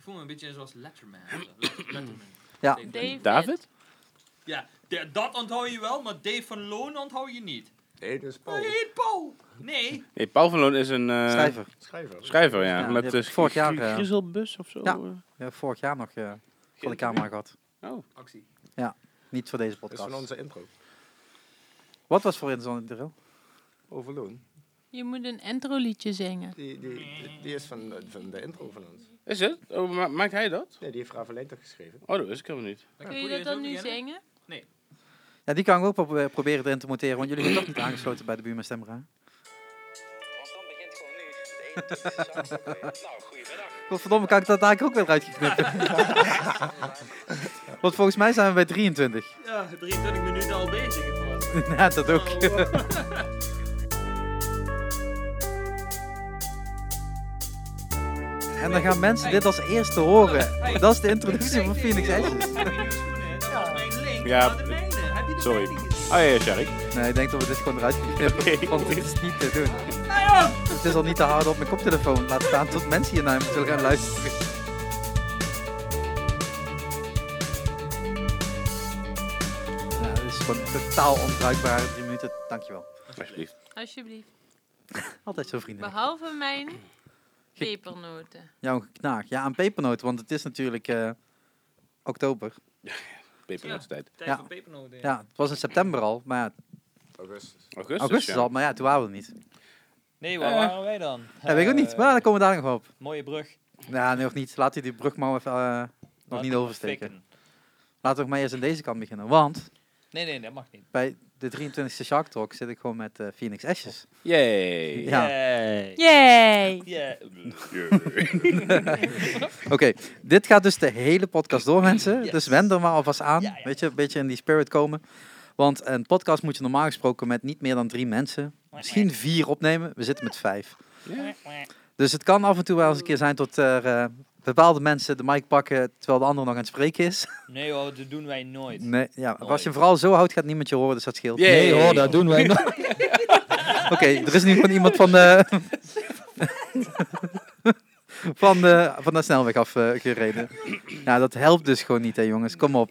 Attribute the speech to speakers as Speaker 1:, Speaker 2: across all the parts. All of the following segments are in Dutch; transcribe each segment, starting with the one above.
Speaker 1: voel me een beetje zoals Letterman. Letterman.
Speaker 2: Ja.
Speaker 1: Dave.
Speaker 3: David.
Speaker 4: David?
Speaker 1: Ja, de- dat onthoud je wel, maar Dave van Loon onthoud je niet.
Speaker 5: Nee, dat is Paul.
Speaker 1: Nee, Paul! Nee,
Speaker 4: Nee, Paul van Loon is een eh,
Speaker 2: Schrijver.
Speaker 5: Schrijver.
Speaker 4: schrijver, ja.
Speaker 2: Ja, die
Speaker 4: met
Speaker 2: heb
Speaker 4: de
Speaker 2: ik vorig jaar, eh,
Speaker 4: Griezelbus of zo.
Speaker 2: Ja.
Speaker 4: eh.
Speaker 2: Ja, vorig jaar nog eh voor de camera gehad.
Speaker 4: Oh.
Speaker 1: actie.
Speaker 2: Niet voor deze
Speaker 5: Dat is van
Speaker 2: podcast.
Speaker 5: onze intro.
Speaker 2: Wat was voor interessant in de drill?
Speaker 5: Overloon.
Speaker 3: Je moet een intro liedje zingen.
Speaker 5: Die, die, die, die is van, eh, van de intro van ons.
Speaker 4: Is het? Oh, ma- maakt hij dat?
Speaker 5: Nee, die heeft Ravelijn toch geschreven?
Speaker 4: Oh, dat wist ik helemaal niet.
Speaker 1: Dan
Speaker 3: Kun
Speaker 1: probeer
Speaker 3: je
Speaker 1: het
Speaker 3: dat dan
Speaker 1: ook
Speaker 3: nu
Speaker 1: beginnen.
Speaker 3: zingen?
Speaker 2: Ja, die kan ik ook wel probe- proberen erin te monteren, want jullie zijn toch niet aangesloten bij de buurman Stemra.
Speaker 6: Want dan begint gewoon nu de ene toets is aan. Nou, goedemiddag.
Speaker 2: Godverdomme, kan ik dat eigenlijk ook weer uitgeknippen? want volgens mij zijn we bij 23.
Speaker 1: Ja, 23 minuten al bezig. Het was.
Speaker 2: ja, dat ook. En dan gaan mensen dit als eerste horen. Dat is de introductie van Phoenix Ashes.
Speaker 1: Dat was mijn link,
Speaker 4: Ja,
Speaker 1: maar de mijne. Heb je de
Speaker 4: sorry.
Speaker 1: mijne gezien?
Speaker 4: Oh ja, ja, Sherry.
Speaker 2: Nee, ik denk dat we dit gewoon eruit knippen. Want dit is niet te doen.
Speaker 1: Nee, joh.
Speaker 2: Het is al niet te houden op mijn koptelefoon. Laat staan tot mensen hier naar me zullen gaan luisteren. Ja, dit is gewoon totaal onbruikbare drie minuten. Dankjewel.
Speaker 4: Alsjeblieft.
Speaker 3: Alsjeblieft.
Speaker 2: Altijd zo vriendelijk.
Speaker 3: Behalve mijn pepernoten.
Speaker 2: Jouw knaak. Ja, een pepernoot, want het is natuurlijk eh, oktober.
Speaker 4: Pepernootstijd.
Speaker 1: Tijd
Speaker 2: Ja.
Speaker 1: voor pepernoten.
Speaker 2: Ja, het was in september al, maar ja,
Speaker 5: Augustus.
Speaker 4: Augustus,
Speaker 2: augustus
Speaker 4: ja.
Speaker 2: al. Maar ja, toen waren we er niet.
Speaker 1: Nee, waar
Speaker 4: Eh.
Speaker 1: waren wij dan?
Speaker 2: Ja, weet ik ook niet,
Speaker 1: Eh.
Speaker 2: maar daar komen we daar nog wel op.
Speaker 1: Mooie brug.
Speaker 2: Nou, nee, nog niet. Laat u die brug maar even, eh, nog niet oversteken. Laten we maar eerst aan deze kant beginnen. Want
Speaker 1: Nee, nee, dat mag niet.
Speaker 2: bij de 23e Shark Talk zit ik gewoon met eh, Phoenix Ashes.
Speaker 4: Yay.
Speaker 2: Ja.
Speaker 1: Yay.
Speaker 3: Yay!
Speaker 1: Yeah.
Speaker 2: Oké, dit gaat dus de hele podcast door, mensen.
Speaker 1: Yes.
Speaker 2: Dus wend er maar alvast aan.
Speaker 1: Ja, ja.
Speaker 2: Weet je, een beetje in die spirit komen. Want een podcast moet je normaal gesproken met niet meer dan drie mensen. Misschien vier opnemen. We zitten met vijf. Dus het kan af en toe wel eens een keer zijn tot er eh, bepaalde mensen de mic pakken terwijl de ander nog aan het spreken is.
Speaker 1: Nee hoor, dat doen wij nooit.
Speaker 2: Nee, Oh, ja. Als je hem vooral zo houdt, gaat niemand je horen, dus dat scheelt.
Speaker 4: Yay.
Speaker 7: Nee hoor, dat doen wij nog.
Speaker 2: Oké, er is nu gewoon iemand van de... van, de, van de snelweg af eh, gereden. Nou, dat helpt dus gewoon niet, hè jongens. Kom op.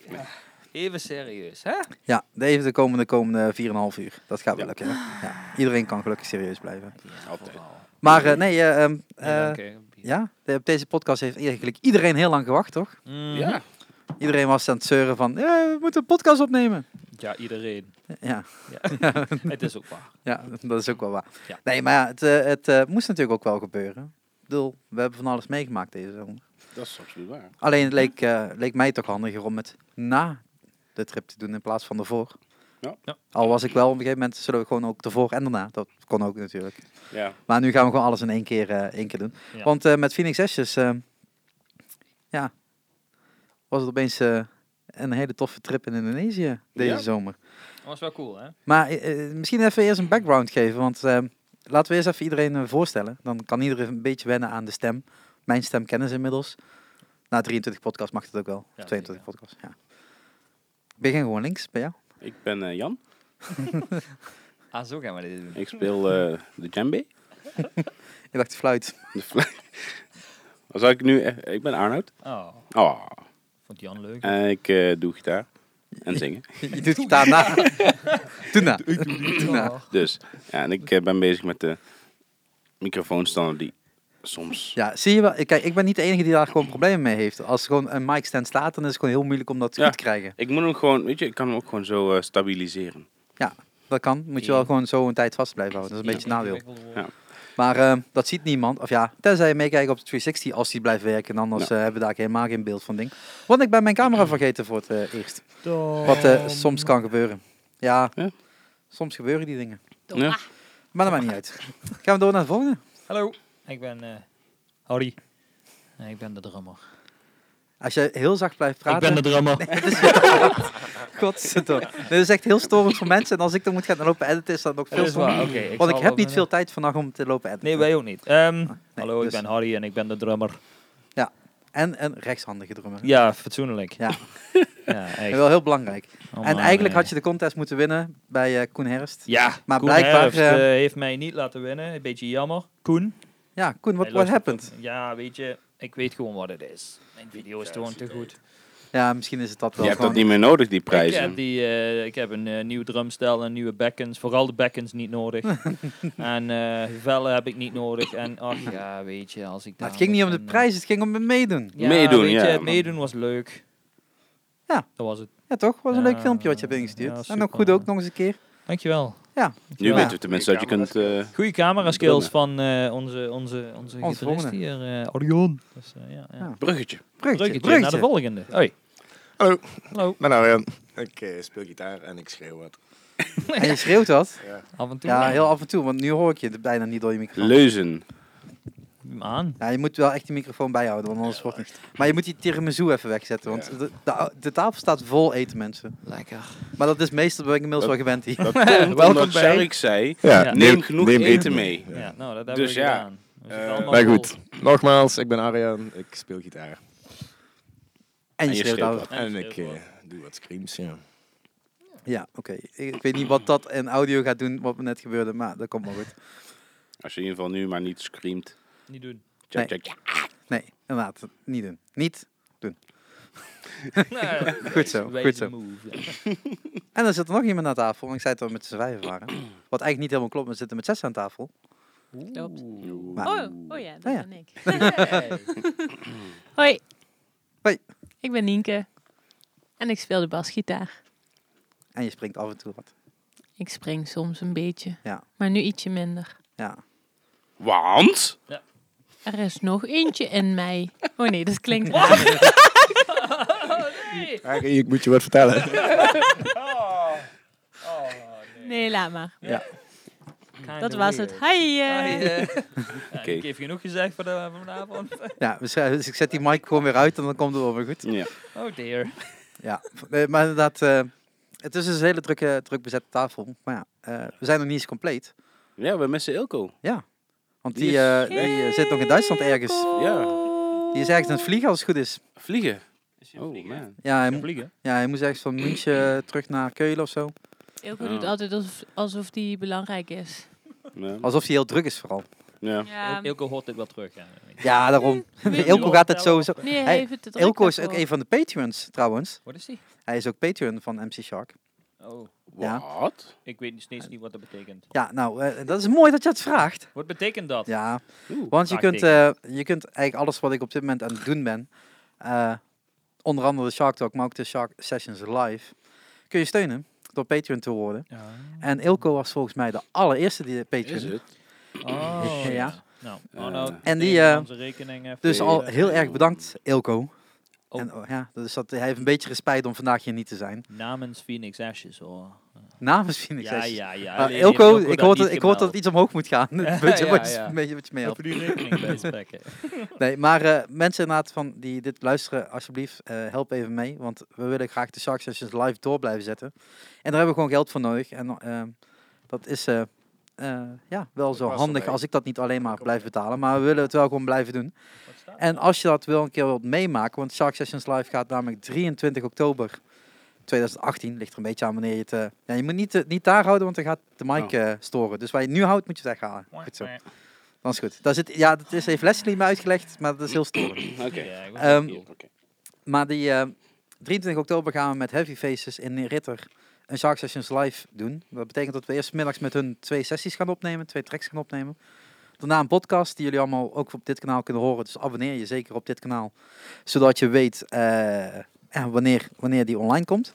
Speaker 1: Even serieus, hè?
Speaker 2: Ja, even de komende, komende 4,5 uur. Dat gaat wel
Speaker 4: Ja.
Speaker 2: lukken. hè? Ja. Iedereen kan gelukkig serieus blijven.
Speaker 4: Altijd.
Speaker 2: Maar eh, nee, eh, ehm, eh,
Speaker 1: Oké.
Speaker 2: ja, de- op deze podcast heeft eigenlijk iedereen heel lang gewacht, toch?
Speaker 4: Ja.
Speaker 2: Iedereen was aan het zeuren van, "Eh, we moeten een podcast opnemen.
Speaker 1: Ja, iedereen.
Speaker 2: Ja,
Speaker 1: Het is ook waar.
Speaker 2: ja dat is ook wel waar.
Speaker 1: Ja.
Speaker 2: Nee, maar ja, het, eh, het eh, moest natuurlijk ook wel gebeuren. Ik bedoel, we hebben van alles meegemaakt deze zomer.
Speaker 4: Dat is absoluut waar.
Speaker 2: Alleen het leek, eh, leek mij toch handiger om het na de trip te doen in plaats van ervoor.
Speaker 4: Ja.
Speaker 1: Ja.
Speaker 2: Al was ik wel op een gegeven moment, zullen we gewoon ook ervoor en daarna. Dat kon ook natuurlijk.
Speaker 4: Ja.
Speaker 2: Maar nu gaan we gewoon alles in één keer, eh, één keer doen.
Speaker 1: Ja.
Speaker 2: Want eh, met Phoenix Ashes, eh, ja, was het opeens eh, een hele toffe trip in Indonesië deze
Speaker 4: Ja.
Speaker 2: zomer.
Speaker 1: Dat was wel cool, hè?
Speaker 2: Maar eh, eh, misschien even eerst een background geven, want eh, laten we eerst even iedereen eh, voorstellen. Dan kan iedereen een beetje wennen aan de stem. Mijn stem kennen ze inmiddels. Na 23 podcast mag dat ook wel.
Speaker 1: Ja,
Speaker 2: of 22 podcast, ja. Begin gewoon links bij jou.
Speaker 4: Ik ben eh, Jan.
Speaker 1: Ah, zo gaan we dit doen.
Speaker 4: Ik speel eh, de djembe.
Speaker 2: Ik dacht fluit.
Speaker 4: De fluit. Dan zal ik nu... eh, Ik ben Arnoud.
Speaker 1: Oh,
Speaker 4: Oh.
Speaker 1: vond Jan leuk.
Speaker 4: En ik eh, doe gitaar. En zingen.
Speaker 2: Je doet gitaar na. Doe na. Doe na.
Speaker 4: Dus. Ja, en ik eh, ben bezig met de microfoonstanden die soms...
Speaker 2: Ja, zie je wel. Kijk, ik ben niet de enige die daar gewoon problemen mee heeft. Als er gewoon een mic stand staat, dan is het gewoon heel moeilijk om dat
Speaker 4: Ja.
Speaker 2: goed te krijgen.
Speaker 4: Ik moet hem gewoon... Weet je, ik kan hem ook gewoon zo eh, stabiliseren.
Speaker 2: Dat kan. Moet je wel gewoon zo een tijd vast blijven houden. Dat is een beetje een nadeel. Maar eh, dat ziet niemand. Of ja, tenzij je meekijkt op de 360 als die blijft werken. En anders
Speaker 4: Ja.
Speaker 2: eh, hebben we daar helemaal geen beeld van ding. Want ik ben mijn camera vergeten voor het eh, eerst. Wat eh, soms kan gebeuren. Ja,
Speaker 4: Ja.
Speaker 2: soms gebeuren die dingen.
Speaker 4: Ja.
Speaker 3: ah.
Speaker 2: Maar dat maakt niet uit. Gaan we door naar de volgende.
Speaker 1: Hallo, ik ben eh Harry. En ik ben de drummer.
Speaker 2: Als je heel zacht blijft praten.
Speaker 1: drummer.
Speaker 2: Het is weer te laat. Godverdomme. Dit is echt heel storend voor mensen. En als ik dan moet gaan lopen editen, is dat nog
Speaker 1: Dat
Speaker 2: veel
Speaker 1: is
Speaker 2: storender.
Speaker 1: waar, oké. zal
Speaker 2: Want ik heb
Speaker 1: wel
Speaker 2: niet
Speaker 1: mijn-
Speaker 2: veel tijd vandaag om te lopen editen.
Speaker 1: Nee, wij ook niet. Ehm, hallo,
Speaker 2: dus-
Speaker 1: ik ben Harry en ik ben de drummer.
Speaker 2: En een rechtshandige drummer.
Speaker 1: Ja, fatsoenlijk.
Speaker 2: Ja.
Speaker 1: ja echt.
Speaker 2: Wel heel belangrijk.
Speaker 1: Oh,
Speaker 2: en
Speaker 1: man,
Speaker 2: eigenlijk
Speaker 1: eh.
Speaker 2: had je de contest moeten winnen bij eh, Koen Herst.
Speaker 1: Ja,
Speaker 2: Maar
Speaker 1: Koen
Speaker 2: blijkbaar,
Speaker 1: Herfst,
Speaker 2: eh,
Speaker 1: eh, heeft mij niet laten winnen. Een beetje jammer. Koen.
Speaker 2: Ja, Koen, wat
Speaker 1: Hij
Speaker 2: what
Speaker 1: luistert
Speaker 2: happened?
Speaker 1: ook- Ja, weet je, Ik weet gewoon wat het is. Mijn video is gewoon te goed.
Speaker 2: Ja, misschien is het dat wel.
Speaker 4: Je hebt dat
Speaker 2: gewoon-
Speaker 4: niet meer nodig, die
Speaker 1: Ik
Speaker 4: prijzen.
Speaker 1: heb, die, eh, ik heb een eh, nieuw drumstel en nieuwe bekkens. Vooral de bekkens niet nodig. en eh, vellen heb ik niet nodig. En ach ja, weet je, als ik
Speaker 2: Maar
Speaker 1: daar
Speaker 2: het ging niet om de
Speaker 1: begin, eh,
Speaker 2: prijs, het ging om het meedoen.
Speaker 1: Ja,
Speaker 4: Meedoen,
Speaker 1: weet je,
Speaker 4: ja,
Speaker 1: het
Speaker 4: man.
Speaker 1: meedoen was leuk.
Speaker 2: Ja.
Speaker 1: Dat was het.
Speaker 2: Ja, toch? Was een
Speaker 1: Ja,
Speaker 2: leuk filmpje wat je hebt
Speaker 1: ja,
Speaker 2: ingestuurd. en
Speaker 1: super.
Speaker 2: ook goed ook nog eens een keer.
Speaker 1: Dankjewel.
Speaker 4: nu
Speaker 2: Ja.
Speaker 4: weten we tenminste dat je
Speaker 5: Goeie
Speaker 4: kunt... eh,
Speaker 1: Goede camera skills van eh, onze, onze, onze
Speaker 2: Onze
Speaker 1: gitarist
Speaker 2: volgende.
Speaker 1: hier, eh, Orion. Dus, eh, ja, ja.
Speaker 2: Ja.
Speaker 4: bruggetje.
Speaker 2: Bruggetje,
Speaker 1: Bruggetje naar de
Speaker 2: bruggetje.
Speaker 1: volgende. Hoi.
Speaker 5: Hallo.
Speaker 1: Hallo.
Speaker 5: Maar nou, eh, ik eh, speel gitaar en ik schreeuw wat.
Speaker 2: En je schreeuwt dat?
Speaker 5: Ja.
Speaker 1: Af en toe.
Speaker 2: Ja, heel af en toe, want nu hoor ik je er bijna niet door je microfoon.
Speaker 4: Leuzen.
Speaker 1: Hem aan.
Speaker 2: Ja, Nou, je moet wel echt die microfoon bijhouden, want anders wordt het... Maar je moet die tiramisu even wegzetten, want de, de, de tafel staat vol eten, mensen.
Speaker 1: Lekker.
Speaker 2: Maar dat is meestal, ben ik inmiddels wel gewend hier.
Speaker 4: Dat komt
Speaker 1: Welkom
Speaker 4: omdat
Speaker 1: bij.
Speaker 4: Shark zei,
Speaker 5: Ja,
Speaker 1: Ja.
Speaker 4: neem genoeg eten mee.
Speaker 1: Ja.
Speaker 5: Ja.
Speaker 1: nou, dat hebben
Speaker 4: Dus
Speaker 1: we
Speaker 4: ja.
Speaker 1: gedaan. We zitten
Speaker 4: Eh,
Speaker 1: allemaal
Speaker 5: Maar
Speaker 1: vol.
Speaker 5: goed, nogmaals, ik ben Arjan, ik speel gitaar.
Speaker 2: En je
Speaker 4: je
Speaker 2: schreeuwt
Speaker 4: schreeuwt
Speaker 2: af.
Speaker 1: En
Speaker 5: En
Speaker 1: ik
Speaker 5: ik
Speaker 1: schreeuw
Speaker 5: eh, doe wat screams, ja.
Speaker 2: Ja, oké. Ik, ik weet niet wat dat en audio gaat doen, wat net gebeurde, maar dat komt wel goed.
Speaker 4: Als je in ieder geval nu maar niet screamt.
Speaker 1: Niet doen.
Speaker 4: Check,
Speaker 2: Nee.
Speaker 4: check.
Speaker 2: Nee, inderdaad, niet doen. Niet.
Speaker 1: Nee,
Speaker 2: Goed zo,
Speaker 1: wijze
Speaker 2: goed zo.
Speaker 1: move, ja.
Speaker 2: En dan zit er nog iemand aan tafel, want ik zei dat we met z'n vijven waren. Wat eigenlijk niet helemaal klopt, maar we zitten met zes aan tafel.
Speaker 3: Klopt.
Speaker 2: Maar-
Speaker 3: Oh, oh ja, dat
Speaker 2: Ah ja.
Speaker 3: ben ik. Hoi.
Speaker 2: Hoi.
Speaker 3: Ik ben Nienke. En ik speel de basgitaar.
Speaker 2: En je springt af en toe wat.
Speaker 3: Ik spring soms een beetje.
Speaker 2: Ja.
Speaker 3: Maar nu ietsje minder.
Speaker 2: Ja.
Speaker 4: Want?
Speaker 3: Er is nog eentje in mij. Oh nee, dat klinkt
Speaker 5: Harry, ik moet je wat vertellen.
Speaker 3: Nee, laat maar.
Speaker 1: Kinda
Speaker 3: Dat was
Speaker 1: weird.
Speaker 3: het. Hi. eh.
Speaker 1: Hi, eh. Ja,
Speaker 4: Oké.
Speaker 1: Ik heb genoeg gezegd voor de, vanavond.
Speaker 2: Ja, dus, eh, dus ik zet die mic gewoon weer uit en dan komt het wel weer goed.
Speaker 4: Ja.
Speaker 1: Oh dear.
Speaker 2: Ja, nee, maar inderdaad, eh, het is dus een hele drukke, druk bezette tafel. Maar ja, eh, we zijn nog niet eens compleet.
Speaker 4: ja, we missen Ilko.
Speaker 2: Want die,
Speaker 4: Die is-
Speaker 2: eh, die eh, zit nog in Duitsland ergens.
Speaker 4: Ja.
Speaker 2: Die is ergens aan het vliegen als het goed is.
Speaker 4: Vliegen. Oh man.
Speaker 2: Ja, hij, mo-
Speaker 1: Vliegen.
Speaker 2: ja, hij moest ergens van München eh, terug naar Keulen of zo.
Speaker 3: Ilko
Speaker 4: Ja.
Speaker 3: doet altijd alsof, alsof die belangrijk is.
Speaker 4: Ja.
Speaker 2: Alsof hij heel druk is vooral.
Speaker 4: Ja.
Speaker 3: Ja.
Speaker 1: Ilko hoort dit wel terug. Ja.
Speaker 2: Ja, daarom.
Speaker 3: Nee.
Speaker 2: Ilko gaat het sowieso.
Speaker 3: Nee, hij
Speaker 2: Hey,
Speaker 3: heeft het te druk
Speaker 2: Ilko is ook
Speaker 3: daarvoor.
Speaker 2: een van de patrons trouwens.
Speaker 1: Wat is die?
Speaker 2: Hij is ook patron van MC Shark.
Speaker 1: Oh,
Speaker 2: Ja.
Speaker 4: Wat?
Speaker 1: ik weet dus steeds niet wat dat betekent.
Speaker 2: Ja, nou, eh, dat is mooi dat je het vraagt.
Speaker 1: Wat betekent dat?
Speaker 2: Ja,
Speaker 4: Oeh.
Speaker 2: want
Speaker 1: Ah,
Speaker 2: je kunt,
Speaker 1: vraagteken.
Speaker 2: eh, je kunt eigenlijk alles wat ik op dit moment aan het doen ben, eh, onder andere de Shark Talk, maar ook de Shark Sessions Live, kun je steunen door patron te worden. En Ilko was volgens mij de allereerste die
Speaker 4: Is
Speaker 2: patron.
Speaker 4: het?
Speaker 1: Oh,
Speaker 2: Ja.
Speaker 1: ja. Nou, oh, nou,
Speaker 4: En
Speaker 1: tegen
Speaker 2: die, eh,
Speaker 1: onze rekening even,
Speaker 2: Dus al
Speaker 1: eh,
Speaker 2: heel erg bedankt, Ilko.
Speaker 1: Oh.
Speaker 2: En, oh, ja, dus dat, hij heeft een beetje respijt om vandaag hier niet te zijn.
Speaker 1: Namens Phoenix Ashes hoor.
Speaker 2: Namens Phoenix
Speaker 1: Ja,
Speaker 2: Sessions.
Speaker 1: ja, ja.
Speaker 2: Maar
Speaker 1: Alleen heeft
Speaker 2: Ilko, Ah, ik
Speaker 1: dat
Speaker 2: hoor,
Speaker 1: niet
Speaker 2: dat, ik hoor dat het
Speaker 1: gemeld.
Speaker 2: iets omhoog moet gaan. Een beetje
Speaker 1: Ja,
Speaker 2: wat je-
Speaker 1: ja.
Speaker 2: een beetje wat je mee helpt.
Speaker 1: Even die rekening bijspreken.
Speaker 2: Nee, maar eh, mensen inderdaad van die dit luisteren, alsjeblieft, eh, help even mee. Want we willen graag de Shark Sessions live door blijven zetten. En daar hebben we gewoon geld voor nodig. En eh, dat is eh, eh, ja, wel zo
Speaker 5: past wel
Speaker 2: handig
Speaker 5: bij.
Speaker 2: als ik dat niet alleen maar blijf betalen. Maar we willen het wel gewoon blijven doen. En als je dat wil een keer wilt meemaken, want Shark Sessions live gaat namelijk 23 oktober 2018. Ligt er een beetje aan wanneer je het... eh, ja, je moet niet, eh, niet daar houden, want dan gaat de mic eh, storen. Dus waar je het nu houdt, moet je het weghalen. Goed zo. Dan is goed. Daar zit, ja, dat is, heeft Leslie me uitgelegd, maar dat is heel storend.
Speaker 4: Oké.
Speaker 2: Ehm,
Speaker 4: Oké.
Speaker 2: maar die eh, 23 oktober gaan we met Heavy Faces in Ritter een Shark Sessions live doen. Dat betekent dat we eerst 's middags met hun twee sessies gaan opnemen, twee tracks gaan opnemen. Daarna een podcast die jullie allemaal ook op dit kanaal kunnen horen. Dus abonneer je zeker op dit kanaal, zodat je weet eh, ja, wanneer, wanneer die online komt.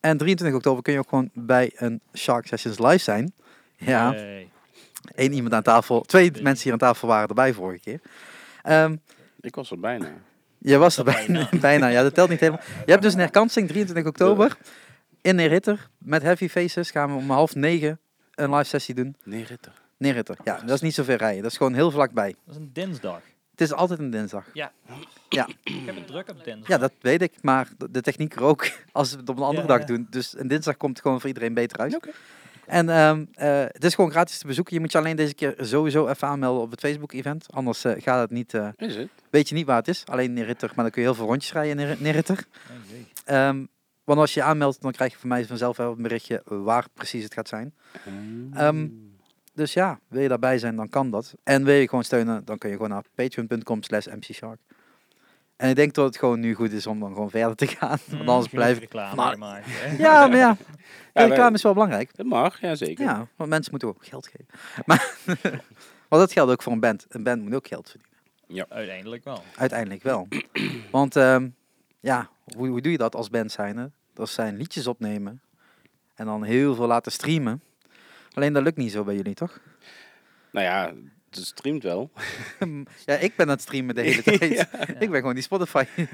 Speaker 2: En 23 oktober kun je ook gewoon bij een Shark Sessions live zijn. Ja.
Speaker 1: Hey.
Speaker 2: Eén iemand aan tafel, twee mensen hier aan tafel waren erbij vorige keer. Ehm,
Speaker 4: Ik was er bijna.
Speaker 2: je was er bijna. bijna, ja, dat telt niet helemaal. Je hebt dus een herkansing 23 oktober in Neeritter. Met Heavy Faces gaan we om half negen een live sessie doen.
Speaker 4: Nee, Ritter.
Speaker 2: Neeritter, ja, dat is niet zo ver rijden. Dat is gewoon heel vlakbij.
Speaker 1: Dat is een dinsdag.
Speaker 2: Het is altijd een dinsdag.
Speaker 1: Ik heb het druk op dinsdag.
Speaker 2: Ja, dat weet ik, maar de- de techniek er ook als we het op een andere
Speaker 1: Ja,
Speaker 2: dag
Speaker 1: ja.
Speaker 2: doen. Dus een dinsdag komt het gewoon voor iedereen beter uit.
Speaker 4: Oké.
Speaker 2: En ehm, eh, het is gewoon gratis te bezoeken. Je moet je alleen deze keer sowieso even aanmelden op het Facebook-event. Anders eh, gaat het niet, eh,
Speaker 4: Is het?
Speaker 2: weet je niet waar het is. Alleen Neeritter, maar dan kun je heel veel rondjes rijden in Neer- Neeritter.
Speaker 1: Oh, jee.
Speaker 2: Ehm, want als je je aanmeldt, dan krijg je van mij vanzelf wel een berichtje waar precies het gaat zijn. Ehm, dus ja, wil je daarbij zijn, dan kan dat. En wil je gewoon steunen, dan kun je gewoon naar patreon.com slash mcshark. En ik denk dat het gewoon nu goed is om dan gewoon verder te gaan. Want anders
Speaker 1: Genoeg
Speaker 2: blijf ik...
Speaker 1: reclame
Speaker 2: Nou,
Speaker 1: gemaakt.
Speaker 2: Ja, maar ja.
Speaker 4: wij-
Speaker 2: Kijk, reclame is wel belangrijk.
Speaker 4: Dat mag, ja zeker.
Speaker 2: Ja, want mensen moeten ook geld geven. Maar, want dat geldt ook voor een band. Een band moet ook geld verdienen.
Speaker 1: Uiteindelijk wel.
Speaker 2: Uiteindelijk wel. Want ehm, ja, hoe, hoe doe je dat als band zijnde? Dat zijn liedjes opnemen en dan heel veel laten streamen. Alleen dat lukt niet zo bij jullie, toch?
Speaker 4: Nou ja, het streamt wel.
Speaker 2: Ja, ik ben aan het streamen de hele tijd. Ik ben gewoon die Spotify.
Speaker 4: Ja,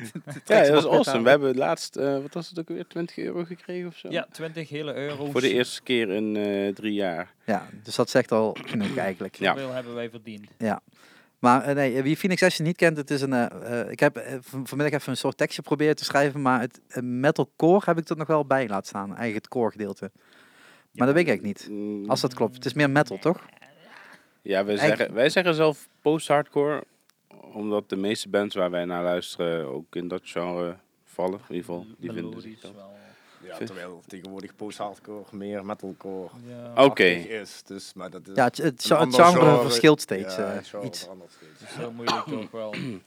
Speaker 4: dat is awesome. We hebben laatst, eh, wat was het ook weer, 20 euro gekregen of zo?
Speaker 1: Ja, 20 hele euro's.
Speaker 4: Voor de eerste keer in eh, drie jaar.
Speaker 2: Ja, dus dat zegt al genoeg eigenlijk.
Speaker 4: Ja.
Speaker 1: Hoeveel hebben wij verdiend?
Speaker 2: Maar eh, nee, wie Phoenix Session niet kent, het is een. eh, eh, ik heb eh, van- vanmiddag even een soort tekstje proberen te schrijven, maar het eh, metalcore heb ik er nog wel bij laten staan. Eigenlijk het core gedeelte. Maar dat weet ik eigenlijk niet.
Speaker 4: Mm,
Speaker 2: Als dat klopt. Het is meer metal, toch?
Speaker 4: Ja, wij
Speaker 2: Eigenlijk-
Speaker 4: zeggen, wij zeggen zelf post-hardcore, omdat de meeste bands waar wij naar luisteren ook in dat genre vallen. In ieder geval, die vinden
Speaker 1: Mm, Melodisch
Speaker 4: zichzelf.
Speaker 1: wel.
Speaker 5: Ja, terwijl tegenwoordig post-hardcore meer metalcore
Speaker 1: Ja.
Speaker 4: Oké,
Speaker 5: is. Dus, maar dat is
Speaker 2: Ja, het, het,
Speaker 5: een
Speaker 2: het
Speaker 5: ander
Speaker 2: genre, verschilt steeds
Speaker 5: Ja,
Speaker 2: eh,
Speaker 5: het genre
Speaker 2: iets.
Speaker 5: verandert steeds.
Speaker 1: Zo moeilijk toch wel.
Speaker 5: Geen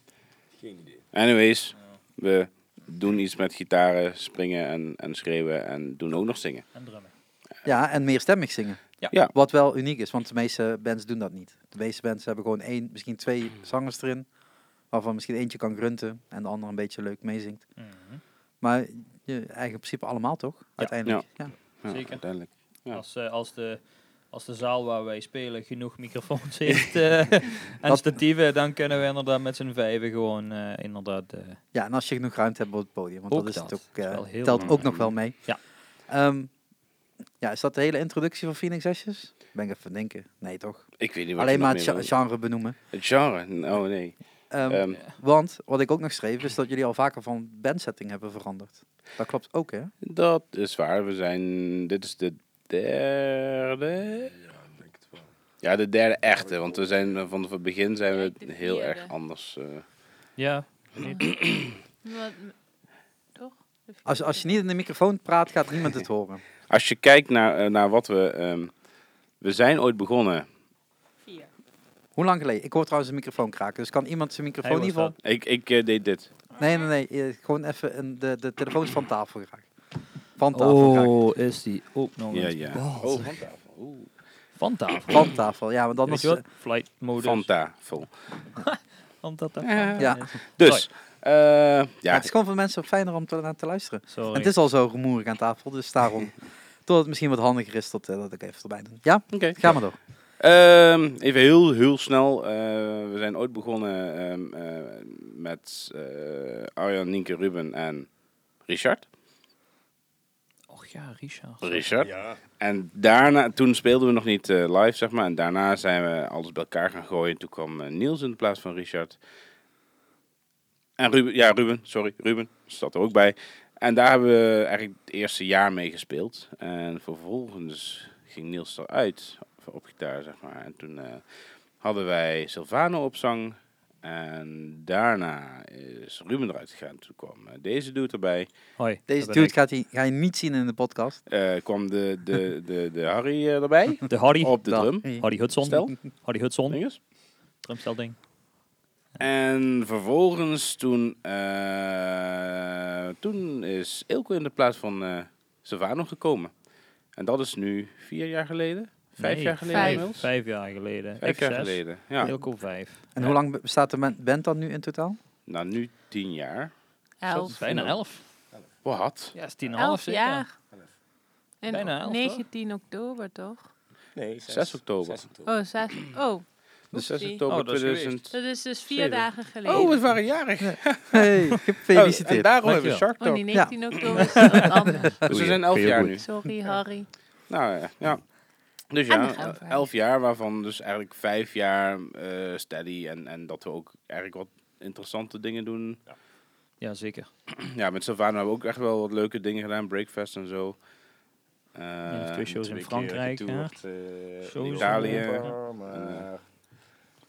Speaker 5: idee.
Speaker 4: anyways, we doen iets met gitaren, springen en, en schreeuwen en doen ook nog zingen.
Speaker 1: En drummen.
Speaker 2: Ja, en meer stemmig zingen.
Speaker 1: Ja.
Speaker 4: Ja.
Speaker 2: Wat wel uniek is, want de meeste bands doen dat niet. De meeste bands hebben gewoon één, misschien twee zangers erin. Waarvan misschien eentje kan grunten en de ander een beetje leuk meezingt.
Speaker 1: Mhm.
Speaker 2: Maar je, eigenlijk in principe allemaal toch? Uiteindelijk. Ja.
Speaker 4: Ja,
Speaker 1: Zeker.
Speaker 4: Uiteindelijk. Ja.
Speaker 1: Als, eh, als, de, als de zaal waar wij spelen genoeg microfoons heeft eh, en
Speaker 2: Dat-
Speaker 1: statieven, dan kunnen we inderdaad met z'n vijven gewoon eh, inderdaad... eh,
Speaker 2: Ja, en als je genoeg ruimte hebt op het podium. Want
Speaker 1: Ook
Speaker 2: dat is
Speaker 1: dat.
Speaker 2: het ook,
Speaker 1: Dat is
Speaker 2: eh,
Speaker 1: wel heel
Speaker 2: telt ook
Speaker 4: belangrijk.
Speaker 2: nog wel mee.
Speaker 1: Ja.
Speaker 2: Ehm, ja, is dat de hele introductie van Phoenix Ashes? Ben ik even aan het denken. Nee, toch?
Speaker 4: Ik weet niet wat je
Speaker 2: Alleen
Speaker 4: nog
Speaker 2: maar het
Speaker 4: meer
Speaker 2: gen-
Speaker 4: wil.
Speaker 2: genre benoemen.
Speaker 4: Het genre, oh nee.
Speaker 2: Ehm,
Speaker 4: Ehm,
Speaker 2: Want, wat ik ook nog schreef, is dat jullie al vaker van bandsetting hebben veranderd. Dat klopt ook, hè?
Speaker 4: Dat is waar. We zijn. Dit is de derde.
Speaker 5: Ja, ik denk het wel.
Speaker 4: Ja, de derde echte. Want we zijn eh, vanaf het begin zijn
Speaker 3: Ja,
Speaker 4: we
Speaker 3: de
Speaker 4: heel
Speaker 3: vierde.
Speaker 4: erg anders. eh.
Speaker 1: ja,
Speaker 3: Wat- Toch?
Speaker 2: Als, als je niet in de microfoon praat, gaat niemand het horen.
Speaker 4: Als je kijkt naar, eh, naar wat we. ehm, we zijn ooit begonnen.
Speaker 3: Vier.
Speaker 2: Hoe lang geleden? Ik hoor trouwens een microfoon kraken, dus kan iemand zijn microfoon in
Speaker 1: Hij
Speaker 2: ieder
Speaker 1: was
Speaker 2: geval...
Speaker 4: Ik, ik eh, deed dit.
Speaker 2: Nee, nee, nee. eh, Gewoon even een, de, de telefoon is van tafel geraakt. Van tafel
Speaker 1: Oh.
Speaker 2: geraakt.
Speaker 1: is die ook nog
Speaker 4: Ja,
Speaker 1: eens
Speaker 4: ja. Oh, van tafel. Oeh.
Speaker 1: Van tafel.
Speaker 2: Van tafel, ja, want
Speaker 1: Weet
Speaker 2: anders...
Speaker 1: je wat? Flight modus.
Speaker 4: Van tafel.
Speaker 1: Want dat dat
Speaker 4: Ja.
Speaker 1: van
Speaker 2: Ja.
Speaker 1: is.
Speaker 4: Dus. eh,
Speaker 2: Ja,
Speaker 4: ja,
Speaker 2: het is gewoon voor mensen fijner om te, naar te luisteren.
Speaker 1: Sorry.
Speaker 2: En het is al zo rumoerig aan tafel, dus daarom. Tot het misschien wat handiger is dat, eh, dat ik even erbij doe. Ja,
Speaker 4: oké.
Speaker 2: ga maar door.
Speaker 4: Ehm, even heel, heel snel. eh, we zijn ooit begonnen ehm, eh, met eh, Arjan, Nienke, Ruben en Richard.
Speaker 1: Och ja, Richard.
Speaker 4: Richard.
Speaker 5: Ja,
Speaker 4: En daarna, toen speelden we nog niet eh, live, zeg maar. En daarna zijn we alles bij elkaar gaan gooien. Toen kwam eh, Niels in de plaats van Richard. En Ruben, ja, Ruben, sorry, Ruben, staat er ook bij. En daar hebben we eigenlijk het eerste jaar mee gespeeld. En vervolgens ging Niels eruit op gitaar, zeg maar. En toen eh, hadden wij Silvano op zang. En daarna is Ruben eruit gegaan. Toen kwam eh, deze dude erbij.
Speaker 1: Hoi.
Speaker 2: Deze
Speaker 1: dat ben
Speaker 2: dude gaat hij, ga je niet zien in de podcast.
Speaker 4: Eh, kwam de, de, de, de Harry eh, erbij
Speaker 1: ik. De Harry.
Speaker 4: op de
Speaker 2: Dag.
Speaker 4: drum.
Speaker 1: Harry Hudson.
Speaker 4: Stel.
Speaker 1: Harry Hudson.
Speaker 4: dinges.
Speaker 1: Drumstelding.
Speaker 4: En vervolgens toen, eh, toen is Ilko in de plaats van eh Savano gekomen. En dat is nu vier jaar geleden? Vijf
Speaker 1: Nee,
Speaker 4: jaar geleden
Speaker 3: vijf.
Speaker 4: inmiddels?
Speaker 1: Vijf jaar geleden.
Speaker 4: Vijf jaar
Speaker 1: F6,
Speaker 4: geleden, ja.
Speaker 1: Wilco vijf.
Speaker 2: En
Speaker 1: Ja.
Speaker 2: hoe lang be- bestaat de men- band dan nu in totaal?
Speaker 4: Nou, nu tien jaar.
Speaker 1: Elf.
Speaker 3: Elf.
Speaker 1: Bijna elf.
Speaker 4: Wat?
Speaker 1: Ja, is tien en een half
Speaker 3: Elf
Speaker 1: zeker.
Speaker 3: jaar. En
Speaker 1: Bijna elf, toch?
Speaker 3: 19 oktober, toch?
Speaker 5: nee, 6,
Speaker 4: 6 oktober.
Speaker 3: Oh, zes. Oh,
Speaker 4: Dus
Speaker 3: Oepsie.
Speaker 4: 6
Speaker 1: Oh,
Speaker 4: oktober
Speaker 1: dat is
Speaker 4: 2000.
Speaker 3: dat is dus vier
Speaker 4: Zeven.
Speaker 3: dagen geleden.
Speaker 4: Oh, we waren jarig.
Speaker 2: Hey,
Speaker 4: Oh, en
Speaker 2: gefeliciteerd.
Speaker 4: daarom hebben
Speaker 1: Dankjewel.
Speaker 4: we Shark
Speaker 3: Oh,
Speaker 4: Talk.
Speaker 3: die 19 oktober is wat anders.
Speaker 4: Dus we zijn elf
Speaker 5: Heel
Speaker 4: jaar
Speaker 5: goed.
Speaker 4: nu.
Speaker 3: Sorry, Harry.
Speaker 4: Nou ja, ja. Dus
Speaker 3: En we
Speaker 4: ja,
Speaker 3: gaan
Speaker 4: eh,
Speaker 3: verder.
Speaker 4: elf jaar, waarvan dus eigenlijk vijf jaar eh, steady en, en dat we ook eigenlijk wat interessante dingen doen.
Speaker 1: Ja, zeker.
Speaker 4: Ja, met Savano hebben we ook echt wel wat leuke dingen gedaan, Breakfast en zo. Eh,
Speaker 1: twee shows in Frankrijk. hè. Sowieso.
Speaker 4: Italië.
Speaker 5: eh, Maar, eh,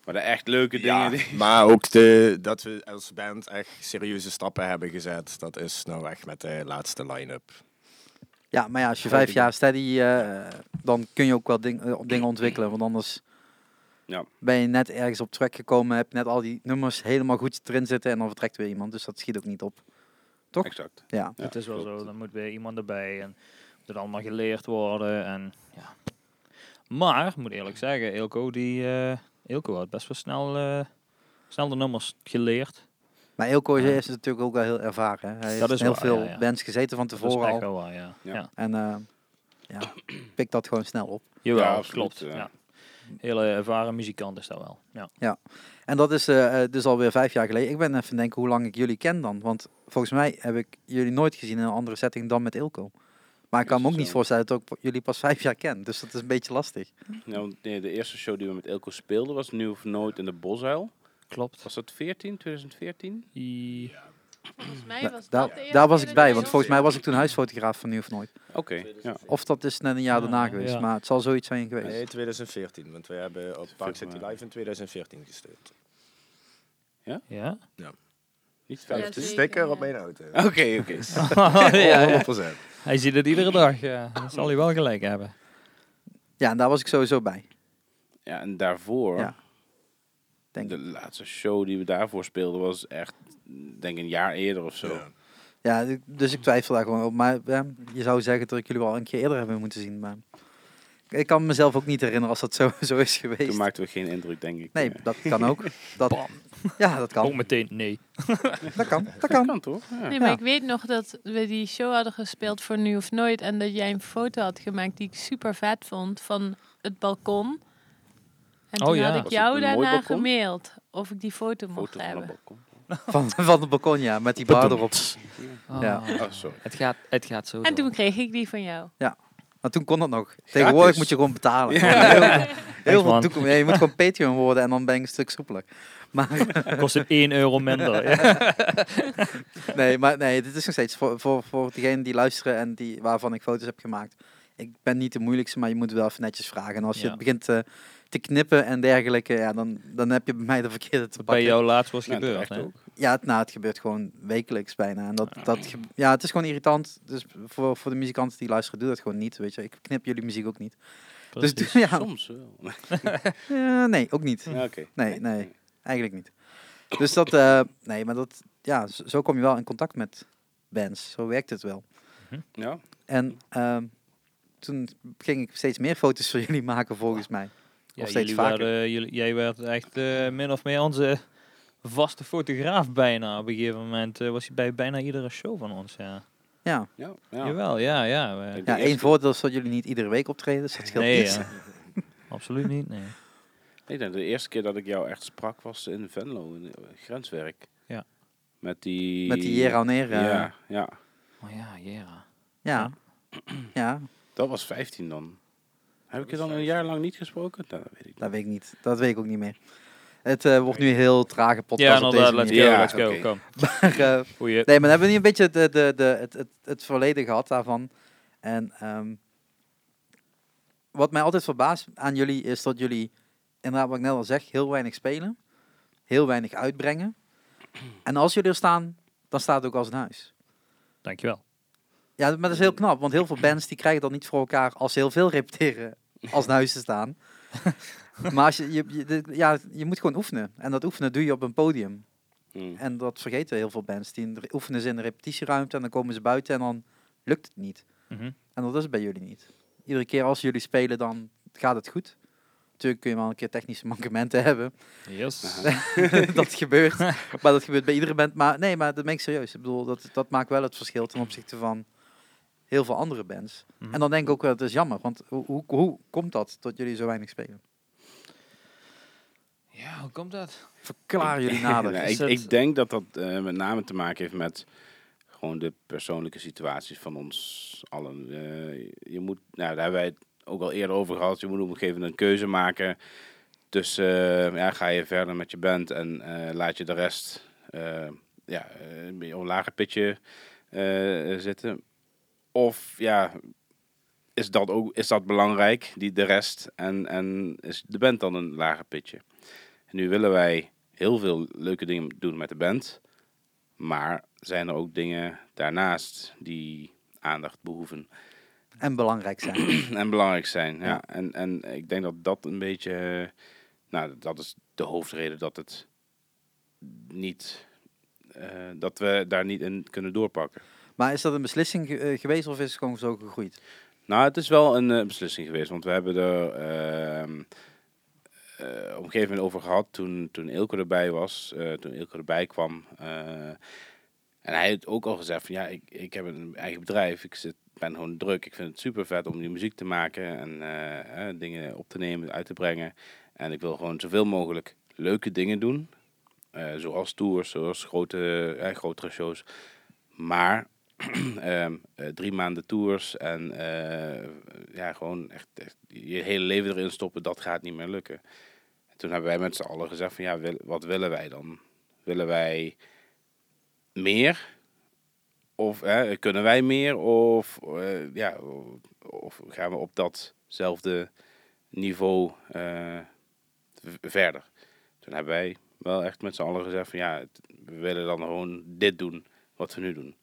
Speaker 4: Maar de echt leuke dingen.
Speaker 5: ja,
Speaker 4: die-
Speaker 5: maar ook de, dat we als band echt serieuze stappen hebben gezet. Dat is nou echt met de laatste line-up.
Speaker 2: Ja, maar ja, als je vijf jaar steady, eh, dan kun je ook wel ding, eh, dingen ontwikkelen. Want anders
Speaker 4: Ja.
Speaker 2: Ben je net ergens op track gekomen, heb je net al die nummers helemaal goed erin zitten en dan vertrekt weer iemand. Dus dat schiet ook niet op. Toch?
Speaker 4: Exact.
Speaker 2: Ja.
Speaker 4: Ja,
Speaker 1: het is wel
Speaker 4: klopt.
Speaker 1: zo, dan moet weer iemand erbij en moet het allemaal geleerd worden. En, ja. Maar, ik moet eerlijk zeggen, Ilko, die, eh, Ilko had best wel snel, eh, snel de nummers geleerd.
Speaker 2: Maar Eelco
Speaker 1: Ja.
Speaker 2: is natuurlijk ook wel heel ervaren. hè. Hij heeft
Speaker 1: Dat is
Speaker 2: heel
Speaker 1: waar,
Speaker 2: veel
Speaker 1: ja, ja.
Speaker 2: bands gezeten van
Speaker 1: Dat is
Speaker 2: tevoren
Speaker 1: echt
Speaker 2: al.
Speaker 1: wel waar, ja.
Speaker 4: Ja.
Speaker 1: ja.
Speaker 2: En eh ja, pik dat gewoon snel op.
Speaker 1: Jawel,
Speaker 4: Ja, absoluut,
Speaker 1: klopt.
Speaker 4: ja.
Speaker 1: Ja. Hele ervaren muzikant is dat wel. Ja.
Speaker 2: En dat is eh, eh, dus alweer vijf jaar geleden. Ik ben even denken hoe lang ik jullie ken dan. Want volgens mij heb ik jullie nooit gezien in een andere setting dan met Ilko. Maar ik kan
Speaker 4: Is
Speaker 2: me ook
Speaker 4: zo.
Speaker 2: niet voorstellen dat ik po- jullie pas vijf jaar ken. Dus dat is een beetje lastig.
Speaker 4: Ja, want, Nou, nee, de eerste show die we met Elko speelden was Nieuw of Nooit in de Bosuil.
Speaker 1: Klopt.
Speaker 4: Was dat 14, 2014?
Speaker 3: Volgens mij
Speaker 2: Da-
Speaker 3: was
Speaker 2: daar-
Speaker 3: dat de
Speaker 2: daar was
Speaker 3: eerste keer
Speaker 2: ik
Speaker 3: dat
Speaker 2: bij,
Speaker 3: hij
Speaker 2: want
Speaker 3: ons-
Speaker 2: volgens mij was ik toen huisfotograaf van Nu of Nooit.
Speaker 4: Oké, ja.
Speaker 2: Of dat is net een jaar
Speaker 1: Ja,
Speaker 2: daarna geweest,
Speaker 1: ja.
Speaker 2: maar het zal zoiets zijn geweest.
Speaker 5: Nee, 2014. Want we hebben op Park City
Speaker 4: maar-
Speaker 5: Live in 2014 gestuurd.
Speaker 1: Ja?
Speaker 4: Niet
Speaker 3: Ja, zeker,
Speaker 4: 15.
Speaker 5: Sticker op
Speaker 3: ja.
Speaker 5: mijn auto.
Speaker 4: Oké, oké.
Speaker 1: Oh, ja, ja.
Speaker 5: 100%.
Speaker 1: Hij ziet het iedere dag. Ja. Dat zal hij wel gelijk hebben.
Speaker 2: Ja, en daar was ik sowieso bij.
Speaker 4: Ja, en daarvoor,
Speaker 2: Ja, Denk
Speaker 4: de laatste show die we daarvoor speelden was echt, denk een jaar eerder of zo.
Speaker 5: Ja.
Speaker 2: Ja, d- dus ik twijfel daar gewoon op. Maar ja, je zou zeggen dat ik jullie wel een keer eerder hebben moeten zien. Maar ik kan mezelf ook niet herinneren als dat zo, zo is
Speaker 4: Toen
Speaker 2: geweest.
Speaker 4: maakten we geen indruk, denk ik.
Speaker 2: Nee,
Speaker 4: Eh,
Speaker 2: dat kan ook. Dat, ja, dat
Speaker 1: Ook
Speaker 2: kan.
Speaker 1: meteen nee.
Speaker 2: Dat kan. Dat
Speaker 4: dat
Speaker 2: kan.
Speaker 4: kan toch? Ja.
Speaker 3: Nee, maar
Speaker 2: Ja.
Speaker 3: ik weet nog dat we die show hadden gespeeld voor Nu of Nooit. En dat jij een foto had gemaakt die ik super vet vond van het balkon. En
Speaker 1: Oh
Speaker 3: toen
Speaker 1: ja.
Speaker 3: had ik
Speaker 4: Was
Speaker 3: jou
Speaker 4: het een mooi
Speaker 3: daarna
Speaker 4: balkon?
Speaker 3: gemaild of ik die foto mocht
Speaker 4: Foto van het
Speaker 3: hebben.
Speaker 4: balkon.
Speaker 2: Van, van de balkon, ja, met die bar erop. Ja.
Speaker 4: Oh,
Speaker 5: Ah,
Speaker 4: sorry.
Speaker 1: Het, gaat, het gaat zo.
Speaker 3: En toen kreeg ik die van jou.
Speaker 2: Maar toen kon dat nog. Tegenwoordig moet je gewoon betalen. Heel, heel veel
Speaker 1: man.
Speaker 2: toekomst. Ja, je moet gewoon Patreon worden en dan ben ik een stuk soepeler. Maar
Speaker 1: kost het 1 euro minder. Ja.
Speaker 2: Nee, maar nee, dit is nog steeds voor, voor, voor degenen die luisteren en die, waarvan ik foto's heb gemaakt. Ik ben niet de moeilijkste, maar je moet wel even netjes vragen. En als je
Speaker 1: Ja.
Speaker 2: het begint eh, te knippen en dergelijke, ja, dan, dan heb je bij mij de verkeerde te
Speaker 1: Bij
Speaker 2: pakken.
Speaker 1: jou laatst was
Speaker 4: Nou,
Speaker 1: gebeurd.
Speaker 4: terecht
Speaker 1: hè?
Speaker 4: ook.
Speaker 2: Ja, het, nou, het gebeurt gewoon wekelijks bijna. En
Speaker 1: Ah.
Speaker 2: dat, dat ge- ja, het is gewoon irritant. Dus voor, voor de muzikanten die luisteren, doe dat gewoon niet. Weet je. Ik knip jullie muziek ook niet.
Speaker 1: Precies.
Speaker 2: Dus doe- ja,
Speaker 4: Soms wel.
Speaker 2: eh, nee, ook niet.
Speaker 4: Ja, oké.
Speaker 2: Nee, nee, eigenlijk niet. Dus dat, eh, nee, maar dat, ja, zo zo kom je wel in contact met bands. Zo werkt het wel.
Speaker 4: Ja,
Speaker 2: En ehm, toen ging ik steeds meer foto's voor jullie maken, volgens mij.
Speaker 1: Ja,
Speaker 2: Of steeds
Speaker 1: jullie
Speaker 2: vaker.
Speaker 1: werden- eh, jullie- jij werd echt eh, min of meer onze vaste fotograaf bijna. Op een gegeven moment eh, was hij bij bijna iedere show van ons. Ja.
Speaker 2: Ja,
Speaker 4: ja, ja.
Speaker 1: Jawel, ja, ja. we-
Speaker 4: Ik-
Speaker 2: ja
Speaker 4: De
Speaker 2: één
Speaker 4: eerste-
Speaker 2: voordeel is dat jullie niet iedere week optreden, dus dat scheelt
Speaker 1: nee,
Speaker 2: iets.
Speaker 1: ja. Absoluut niet, nee.
Speaker 4: Ik denk de eerste keer dat ik jou echt sprak was in Venlo, in eh, grenswerk.
Speaker 1: Ja.
Speaker 4: Met die...
Speaker 2: Met die Jera Onera.
Speaker 4: Ja, ja.
Speaker 1: Maar Oh ja, Jera.
Speaker 2: Ja. ja,
Speaker 4: Dat was 15 dan. Heb ik je dan een jaar lang niet gesproken? Nou, dat weet ik niet.
Speaker 2: dat weet ik niet. Dat weet ik ook niet meer. Het eh, wordt nu een heel trage
Speaker 1: Ja,
Speaker 2: podcast op
Speaker 1: inderdaad,
Speaker 2: deze
Speaker 1: let's go,
Speaker 2: manier.
Speaker 4: Ja,
Speaker 1: let's go,
Speaker 4: oké.
Speaker 1: kom.
Speaker 2: Maar, eh,
Speaker 1: Goeie.
Speaker 2: Nee, maar dan hebben we niet een beetje de, de, de, het, het, het verleden gehad daarvan. En ehm, wat mij altijd verbaast aan jullie is dat jullie, inderdaad wat ik net al zeg, heel weinig spelen. Heel weinig uitbrengen. En als jullie er staan, dan staat het ook als een huis.
Speaker 1: Dankjewel.
Speaker 2: Ja, maar dat is heel knap, want heel veel bands die krijgen dat niet voor elkaar als ze heel veel repeteren als een huis te staan. maar als je, je, je- de- ja, je moet gewoon oefenen. En dat oefenen doe je op een podium.
Speaker 4: Hm.
Speaker 2: En dat vergeten heel veel bands. Die re- oefenen ze in de repetitieruimte en dan komen ze buiten en dan lukt het niet.
Speaker 1: Mhm.
Speaker 2: En dat is bij jullie niet. Iedere keer als jullie spelen, dan gaat het goed. Natuurlijk kun je wel een keer technische mankementen hebben.
Speaker 1: Yes.
Speaker 2: dat gebeurt. Maar dat gebeurt bij iedere band. Maar nee, maar dat meen ik serieus. Ik bedoel, dat, dat maakt wel het verschil ten opzichte van heel veel andere bands.
Speaker 1: Mhm.
Speaker 2: En dan denk ik ook wel, het is jammer. Want hoe, hoe, hoe komt dat, dat jullie zo weinig spelen?
Speaker 1: Ja, hoe komt dat?
Speaker 2: Verklaar jullie
Speaker 4: Ja,
Speaker 2: nader.
Speaker 1: is
Speaker 4: ik,
Speaker 1: het-
Speaker 4: ik denk dat dat eh, met name te maken heeft met gewoon de persoonlijke situaties van ons allen. Eh, je moet, nou, daar hebben wij het ook al eerder over gehad. Je moet op een gegeven moment een keuze maken. tussen eh, ja, ga je verder met je band en eh, laat je de rest eh, ja, eh, een beetje op een lager pitje eh, eh, zitten. Of ja, is dat ook is dat belangrijk, die, de rest, en, en is de band dan een lager pitje? En nu willen wij heel veel leuke dingen doen met de band, maar zijn er ook dingen daarnaast die aandacht behoeven
Speaker 2: En belangrijk zijn.
Speaker 4: en belangrijk zijn. Ja.
Speaker 2: Ja.
Speaker 4: En, en ik denk dat dat een beetje eh, Nou, dat is de hoofdreden dat het niet. eh, dat we daar niet in kunnen doorpakken.
Speaker 2: Maar is dat een beslissing ge- eh, geweest of is het gewoon zo gegroeid?
Speaker 4: Nou, het is wel een eh, beslissing geweest, want we hebben er ehm, eh, op een gegeven moment over gehad toen, toen Ilko erbij was, eh, toen Ilko erbij kwam. eh, en hij heeft ook al gezegd van ja, ik, ik heb een eigen bedrijf, ik zit, ben gewoon druk, ik vind het super vet om die muziek te maken en eh, eh, dingen op te nemen, uit te brengen. En ik wil gewoon zoveel mogelijk leuke dingen doen, eh, zoals tours, zoals grote, eh, grotere shows. Maar ehm, eh, drie maanden tours en eh, ja, gewoon echt, echt je hele leven erin stoppen, dat gaat niet meer lukken. En toen hebben wij met z'n allen gezegd van ja, wil- wat willen wij dan? Willen wij meer? Of hè, kunnen wij meer? Of, eh, ja, of gaan we op datzelfde niveau eh, v- verder? Toen hebben wij wel echt met z'n allen gezegd van ja, het- we willen dan gewoon dit doen, wat we nu doen.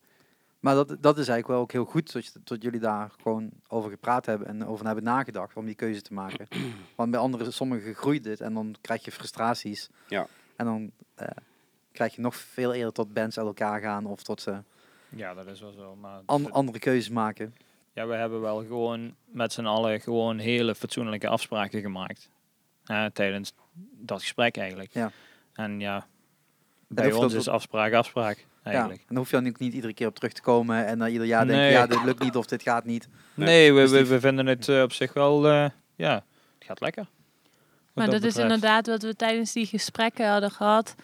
Speaker 2: Maar dat, dat is eigenlijk wel ook heel goed dat, je- dat jullie daar gewoon over gepraat hebben en over hebben nagedacht om die keuze te maken. Want bij anderen, sommigen groeit dit en dan krijg je frustraties.
Speaker 4: Ja.
Speaker 2: En dan eh, krijg je nog veel eerder tot bands uit elkaar gaan of tot ze
Speaker 1: Ja, dat is wel zo. Maar
Speaker 2: an- andere keuzes maken.
Speaker 1: Ja, we hebben wel gewoon met z'n allen gewoon hele fatsoenlijke afspraken gemaakt. Eh, tijdens dat gesprek eigenlijk.
Speaker 2: Ja.
Speaker 1: En ja, bij
Speaker 2: hoeft
Speaker 1: ons
Speaker 2: dat-
Speaker 1: is afspraak afspraak eigenlijk.
Speaker 2: Ja. En dan hoef je dan ook niet iedere keer op terug te komen en dan ieder jaar denk
Speaker 1: Nee.
Speaker 2: je, ja, dit lukt niet of dit gaat niet.
Speaker 4: Nee,
Speaker 1: Nee, we,
Speaker 2: dus die-
Speaker 1: we, we vinden het eh, op zich wel, eh, ja, het gaat lekker. Wat
Speaker 3: Maar dat, is
Speaker 1: betreft.
Speaker 3: inderdaad wat we tijdens die gesprekken hadden gehad.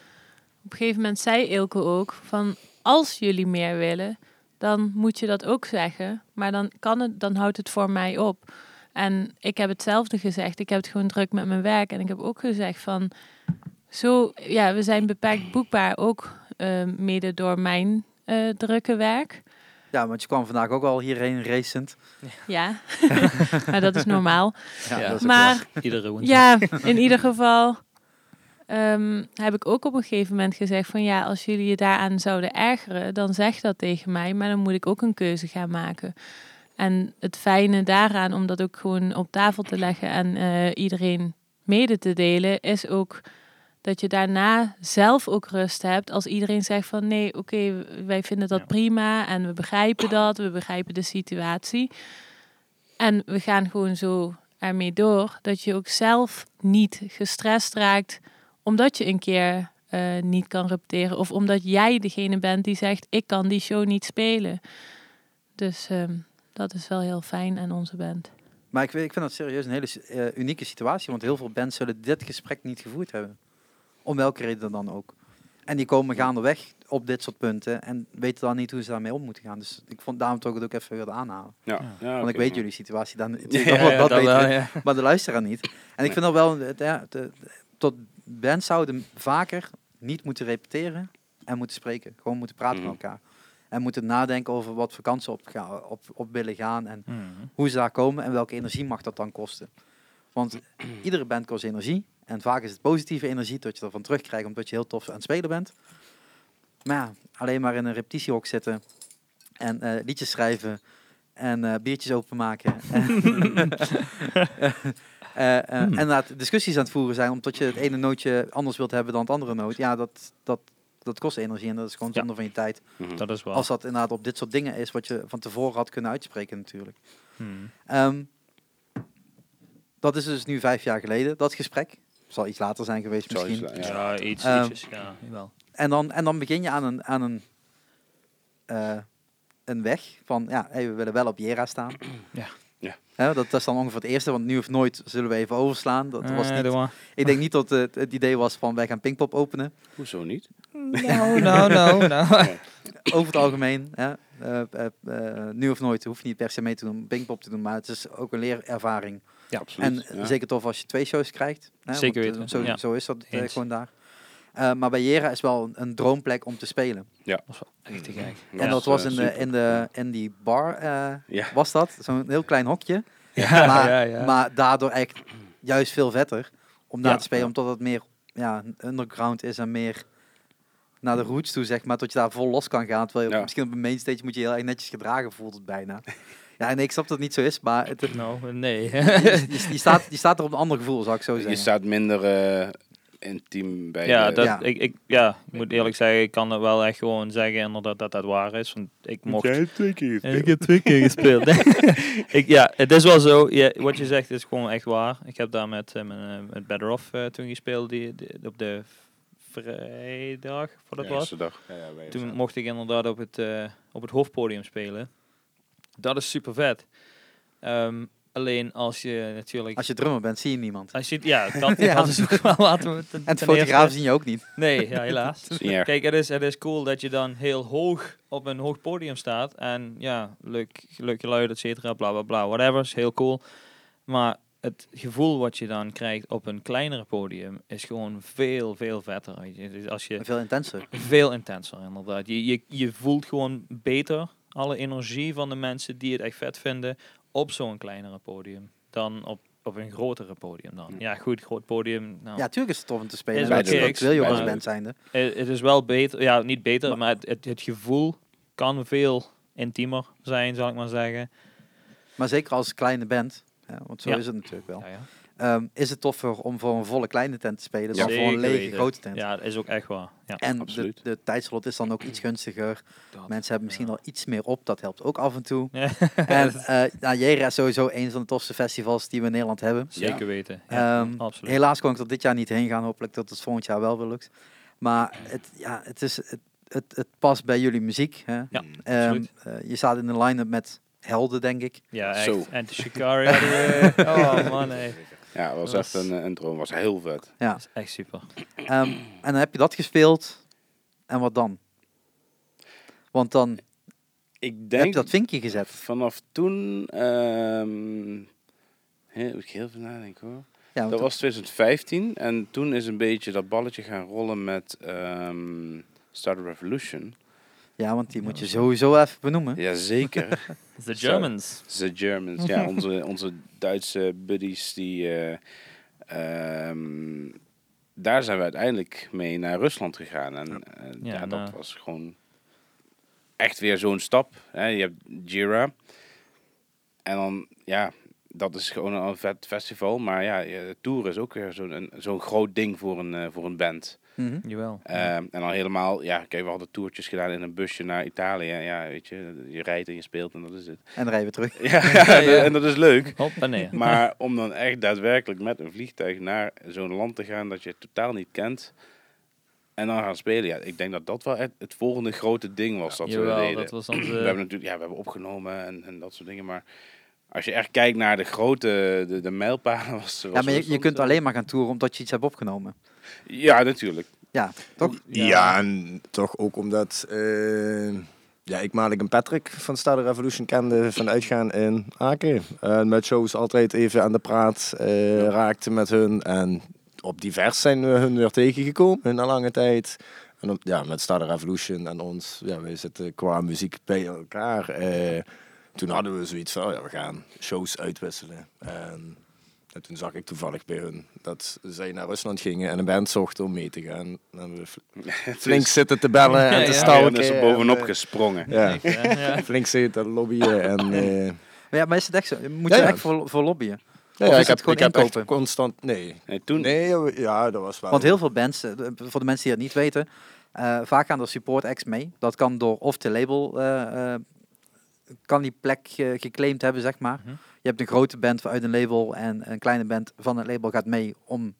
Speaker 3: Op een gegeven moment zei Ilke ook van als jullie meer willen, dan moet je dat ook zeggen. Maar dan kan het, dan houdt het voor mij op. En ik heb hetzelfde gezegd. Ik heb het gewoon druk met mijn werk. En ik heb ook gezegd van zo, ja, we zijn beperkt boekbaar ook eh, mede door mijn eh, drukke werk.
Speaker 2: Ja, want je kwam vandaag ook al hierheen racend.
Speaker 3: Ja, maar dat is normaal.
Speaker 2: Ja,
Speaker 1: Ja.
Speaker 2: dat is ook
Speaker 3: Maar
Speaker 2: wel-
Speaker 1: Iedere woensdag.
Speaker 3: Ja, in ieder geval ehm, heb ik ook op een gegeven moment gezegd van ja, als jullie je daaraan zouden ergeren, dan zeg dat tegen mij, maar dan moet ik ook een keuze gaan maken. En het fijne daaraan om dat ook gewoon op tafel te leggen en eh, iedereen mede te delen, is ook dat je daarna zelf ook rust hebt als iedereen zegt van nee, oké, wij vinden dat
Speaker 1: Ja.
Speaker 3: prima en we begrijpen dat, we begrijpen de situatie. En we gaan gewoon zo ermee door dat je ook zelf niet gestrest raakt omdat je een keer eh, niet kan repeteren of omdat jij degene bent die zegt ik kan die show niet spelen. Dus ehm, dat is wel heel fijn aan onze band.
Speaker 2: Maar ik, weet- ik vind dat serieus een hele si- eh, unieke situatie, want heel veel bands zullen dit gesprek niet gevoerd hebben. Om welke reden dan ook. En die komen gaandeweg op dit soort punten en weten dan niet hoe ze daarmee om moeten gaan. Dus ik vond daarom dat ik het ook even wilde aanhalen.
Speaker 4: Ja,
Speaker 1: Ja.
Speaker 4: ja,
Speaker 2: Want ik
Speaker 4: oké,
Speaker 2: weet
Speaker 4: ja.
Speaker 2: jullie situatie dan
Speaker 4: Ja,
Speaker 2: natuurlijk allemaal wat
Speaker 1: dat
Speaker 2: beter,
Speaker 1: wel, ja.
Speaker 2: maar de luisteraar niet. En ik vind dat wel, het, ja, het, eh, tot bands zouden vaker niet moeten repeteren en moeten spreken. Gewoon moeten praten
Speaker 4: Mhm.
Speaker 2: met elkaar. En moeten nadenken over wat vakantie op, ga- op, op willen gaan en
Speaker 1: Mhm.
Speaker 2: hoe ze daar komen en welke energie mag dat dan kosten. Want iedere band kost energie. En vaak is het positieve energie dat je ervan terugkrijgt omdat je heel tof aan het spelen bent. Maar ja, alleen maar in een repetitiehok zitten en eh, liedjes schrijven en eh, biertjes openmaken. Eh, eh, eh, En laat discussies aan het voeren zijn omdat je het ene nootje anders wilt hebben dan het andere noot. Ja, dat, dat, dat kost energie en dat is gewoon
Speaker 1: Ja.
Speaker 2: zonde van je tijd.
Speaker 4: Mhm.
Speaker 1: Dat is wel.
Speaker 2: Als dat inderdaad op dit soort dingen is wat je van tevoren had kunnen uitspreken natuurlijk.
Speaker 1: Hmm.
Speaker 2: Ehm, dat is dus nu vijf jaar geleden, dat gesprek. Zal iets later zijn geweest
Speaker 4: Zou je
Speaker 2: misschien.
Speaker 4: zeggen, ja.
Speaker 1: Ja, iets,
Speaker 2: Ehm,
Speaker 1: ietsjes, ja, jawel.
Speaker 2: En dan, en dan begin je aan een, aan een, eh, een weg van, ja, hey, we willen wel op Jera staan.
Speaker 1: Ja.
Speaker 4: Ja.
Speaker 2: Hè, dat, dat is dan ongeveer het eerste, want nu of nooit zullen we even overslaan. Dat was
Speaker 1: Eh,
Speaker 2: niet,
Speaker 1: doe maar.
Speaker 2: ik denk niet dat het, het idee was van, wij gaan Pinkpop openen.
Speaker 4: Hoezo niet?
Speaker 1: Nou, nou, nou, nou.
Speaker 2: Over het algemeen, hè, eh, eh, eh, nu of nooit, hoef je niet per se mee te doen, Pinkpop te doen, maar het is ook een leerervaring.
Speaker 1: Ja,
Speaker 2: En
Speaker 4: absoluut. ja.
Speaker 2: zeker tof als je twee shows krijgt. Hè,
Speaker 1: Zeker
Speaker 2: want, eh,
Speaker 1: weten,
Speaker 2: Zo,
Speaker 1: ja.
Speaker 2: zo is dat eh,
Speaker 1: Eens.
Speaker 2: gewoon daar. Eh, maar bij Jera is wel een, een droomplek om te spelen.
Speaker 1: Echt te gek.
Speaker 2: en dat
Speaker 4: is,
Speaker 2: was
Speaker 4: eh,
Speaker 2: in, de,
Speaker 4: super.
Speaker 2: in, de, in die bar, eh,
Speaker 4: Ja.
Speaker 2: was dat. Zo'n heel klein hokje.
Speaker 1: Ja,
Speaker 2: maar,
Speaker 1: ja, ja.
Speaker 2: maar daardoor echt juist veel vetter om daar
Speaker 4: Ja,
Speaker 2: te spelen.
Speaker 4: ja.
Speaker 2: Omdat het meer ja, underground is en meer naar de roots toe, zeg maar, tot je daar vol los kan gaan. Terwijl je
Speaker 4: Ja.
Speaker 2: misschien op een mainstage moet je heel erg netjes gedragen, voelt het bijna. Ja, nee, ik snap dat het niet zo is, maar het,
Speaker 1: Nou, nee.
Speaker 2: je, je staat, je staat er op een ander gevoel, zou ik zo
Speaker 4: Je
Speaker 2: zeggen.
Speaker 4: staat minder eh, intiem bij
Speaker 1: ja,
Speaker 4: de-
Speaker 1: dat,
Speaker 2: Ja.
Speaker 1: Ik, ik, ja, ik moet eerlijk zeggen, ik kan het wel echt gewoon zeggen inderdaad dat dat waar is. Want ik mocht... Eh, Ik heb twee keer gespeeld. ik, ja, het is wel zo. Ja, wat je zegt is gewoon echt waar. Ik heb daar met, eh, mijn, eh, met Better Off eh, toen gespeeld die, die- op de vrijdag, voor dat
Speaker 4: de
Speaker 1: was.
Speaker 4: eerste dag.
Speaker 5: Ja, ja, wij
Speaker 1: Toen
Speaker 5: zijn-
Speaker 1: mocht ik inderdaad op het, eh, op het hoofdpodium spelen. Dat is super vet. Ehm, alleen als je natuurlijk...
Speaker 2: Als je drummer bent, zie je niemand.
Speaker 1: als je, ja, dat,
Speaker 2: Ja.
Speaker 1: dat is ook wel laten we het ten-
Speaker 2: En de
Speaker 1: ten
Speaker 2: fotograaf
Speaker 1: eerste-
Speaker 2: zien je ook niet.
Speaker 1: Nee, ja, helaas.
Speaker 4: Zie je.
Speaker 1: Kijk, het is, het is cool dat je dan heel hoog op een hoog podium staat. En ja, leuk, leuk geluid, et cetera, bla bla bla, whatever. Is heel cool. Maar het gevoel wat je dan krijgt op een kleinere podium is gewoon veel, veel vetter. Weet je. Dus Als je
Speaker 2: Veel intenser.
Speaker 1: veel intenser, inderdaad. Je, je, je voelt gewoon beter alle energie van de mensen die het echt vet vinden op zo'n kleinere podium dan op, op een grotere podium dan. Ja, goed, groot podium. Nou,
Speaker 2: Ja, tuurlijk is het tof om te spelen.
Speaker 1: Is
Speaker 2: en
Speaker 4: wel
Speaker 2: dat- dat
Speaker 4: kiks,
Speaker 2: wil je ook
Speaker 4: maar-
Speaker 2: als band zijnde.
Speaker 1: eh, Het is wel beter, ja, niet beter, maar, het, het, het gevoel kan veel intiemer zijn, zal ik maar zeggen.
Speaker 2: Maar zeker als kleine band, hè, want zo
Speaker 1: Ja.
Speaker 2: is het natuurlijk wel.
Speaker 1: Ja, ja.
Speaker 2: Ehm, is het toffer om voor een volle kleine tent te spelen dan voor een
Speaker 1: Zeker
Speaker 2: lege
Speaker 1: weten.
Speaker 2: grote tent.
Speaker 1: ja, dat is ook echt waar. Ja.
Speaker 2: En de,
Speaker 4: absoluut.
Speaker 2: de tijdslot is dan ook iets gunstiger.
Speaker 1: Dat,
Speaker 2: Mensen hebben misschien
Speaker 1: ja.
Speaker 2: al iets meer op, dat helpt ook af en toe.
Speaker 1: Ja,
Speaker 2: en eh nou, Jera is sowieso een van de tofste festivals die we in Nederland hebben.
Speaker 1: Zeker weten. Ja,
Speaker 2: Ehm,
Speaker 1: absoluut.
Speaker 2: Helaas kon ik er dit jaar niet heen gaan. Hopelijk dat het volgend jaar wel weer lukt. Maar het, ja, het, is, het, het, het past bij jullie muziek. Hè?
Speaker 1: Ja,
Speaker 5: Hmm.
Speaker 2: Ehm,
Speaker 1: absoluut.
Speaker 2: eh, je staat in een line-up met helden, denk ik.
Speaker 1: ja, echt.
Speaker 4: Zo.
Speaker 1: En de Shikari. hadden we- oh man, hey.
Speaker 4: Ja, was
Speaker 1: Dat
Speaker 4: echt een, een droom. Was heel vet.
Speaker 2: Ja.
Speaker 1: Dat is echt super.
Speaker 2: Ehm, en dan heb je dat gespeeld. En wat dan? Want dan
Speaker 4: Ik
Speaker 2: heb je
Speaker 4: denk
Speaker 2: dat vinkje gezet.
Speaker 4: vanaf toen... ehm hè, moet ik heel veel nadenken hoor.
Speaker 2: Ja, want
Speaker 4: Dat was 2015 en toen is een beetje dat balletje gaan rollen met ehm Start a Revolution.
Speaker 2: ja, want die moet je sowieso even benoemen.
Speaker 4: Jazeker.
Speaker 1: The Germans.
Speaker 4: The Germans, ja, onze, onze Duitse buddies die... eh, ehm, daar zijn we uiteindelijk mee naar Rusland gegaan. En eh,
Speaker 1: Ja,
Speaker 4: ja, dat
Speaker 1: nou.
Speaker 4: was gewoon echt weer zo'n stap. Hè. Je hebt Jira. En dan, ja, dat is gewoon een vet festival. Maar ja, ja, de Tour is ook weer zo'n een- zo'n groot ding voor een, eh, voor een band.
Speaker 2: Mhm.
Speaker 1: Jawel.
Speaker 4: Ehm, en al helemaal, ja, kijk, we hadden toertjes gedaan in een busje naar Italië. Ja, weet je, je rijdt en je speelt en dat is het.
Speaker 2: En dan rijden we terug.
Speaker 4: Ja,
Speaker 1: ja.
Speaker 4: en dat is leuk.
Speaker 1: Hop en neer.
Speaker 4: Maar om dan echt daadwerkelijk met een vliegtuig naar zo'n land te gaan dat je totaal niet kent. En dan gaan spelen. Ja, ik denk dat dat wel echt het volgende grote ding was dat we
Speaker 1: Jawel,
Speaker 4: deden.
Speaker 1: dat was onze...
Speaker 4: We hebben natuurlijk, ja, we hebben opgenomen en, en dat soort dingen. Maar als je echt kijkt naar de grote, de, de mijlpalen was. was
Speaker 2: Ja, maar je, je
Speaker 4: Rusland,
Speaker 2: kunt
Speaker 4: eh,
Speaker 2: alleen maar gaan toeren omdat je iets hebt opgenomen.
Speaker 4: Ja, natuurlijk.
Speaker 2: Ja, toch?
Speaker 5: Ja. en toch ook omdat... eh, ja, ik Malik en Patrick van Star Revolution kende van uitgaan in Aken. En met shows altijd even aan de praat eh, raakte met hun. En op divers zijn we hun weer tegengekomen na lange tijd. En op- ja, met Star Revolution en ons, ja, wij zitten qua muziek bij elkaar. Eh, toen hadden we zoiets van, oh ja, we gaan shows uitwisselen. En, en toen zag ik toevallig bij hun dat zij naar Rusland gingen en een band zocht om mee te gaan. En we hebben fl- Dus flink zitten te bellen en
Speaker 1: Ja,
Speaker 5: te
Speaker 1: ja.
Speaker 5: stalken.
Speaker 4: is er
Speaker 5: en,
Speaker 4: bovenop
Speaker 5: eh,
Speaker 4: gesprongen.
Speaker 5: Ja,
Speaker 1: Ja.
Speaker 5: flink zitten te lobbyen en... eh,
Speaker 2: Maar, ja, maar is het echt zo? Je Moet
Speaker 5: Ja,
Speaker 2: je
Speaker 5: ja.
Speaker 2: echt voor, voor lobbyen?
Speaker 5: ja,
Speaker 2: Of
Speaker 5: nou ja,
Speaker 2: is het
Speaker 5: ik heb,
Speaker 2: gewoon
Speaker 5: ik heb echt
Speaker 2: inkopen?
Speaker 5: constant... Nee.
Speaker 4: En toen,
Speaker 5: Nee, we- ja, dat was wel...
Speaker 2: Want heel veel bands, eh, voor de mensen die dat niet weten, eh, vaak gaan er support acts mee. Dat kan door of de label eh, eh, kan die plek eh, geclaimd hebben, zeg maar.
Speaker 1: Mhm.
Speaker 2: Je hebt een grote band uit een label en een kleine band van het label gaat mee om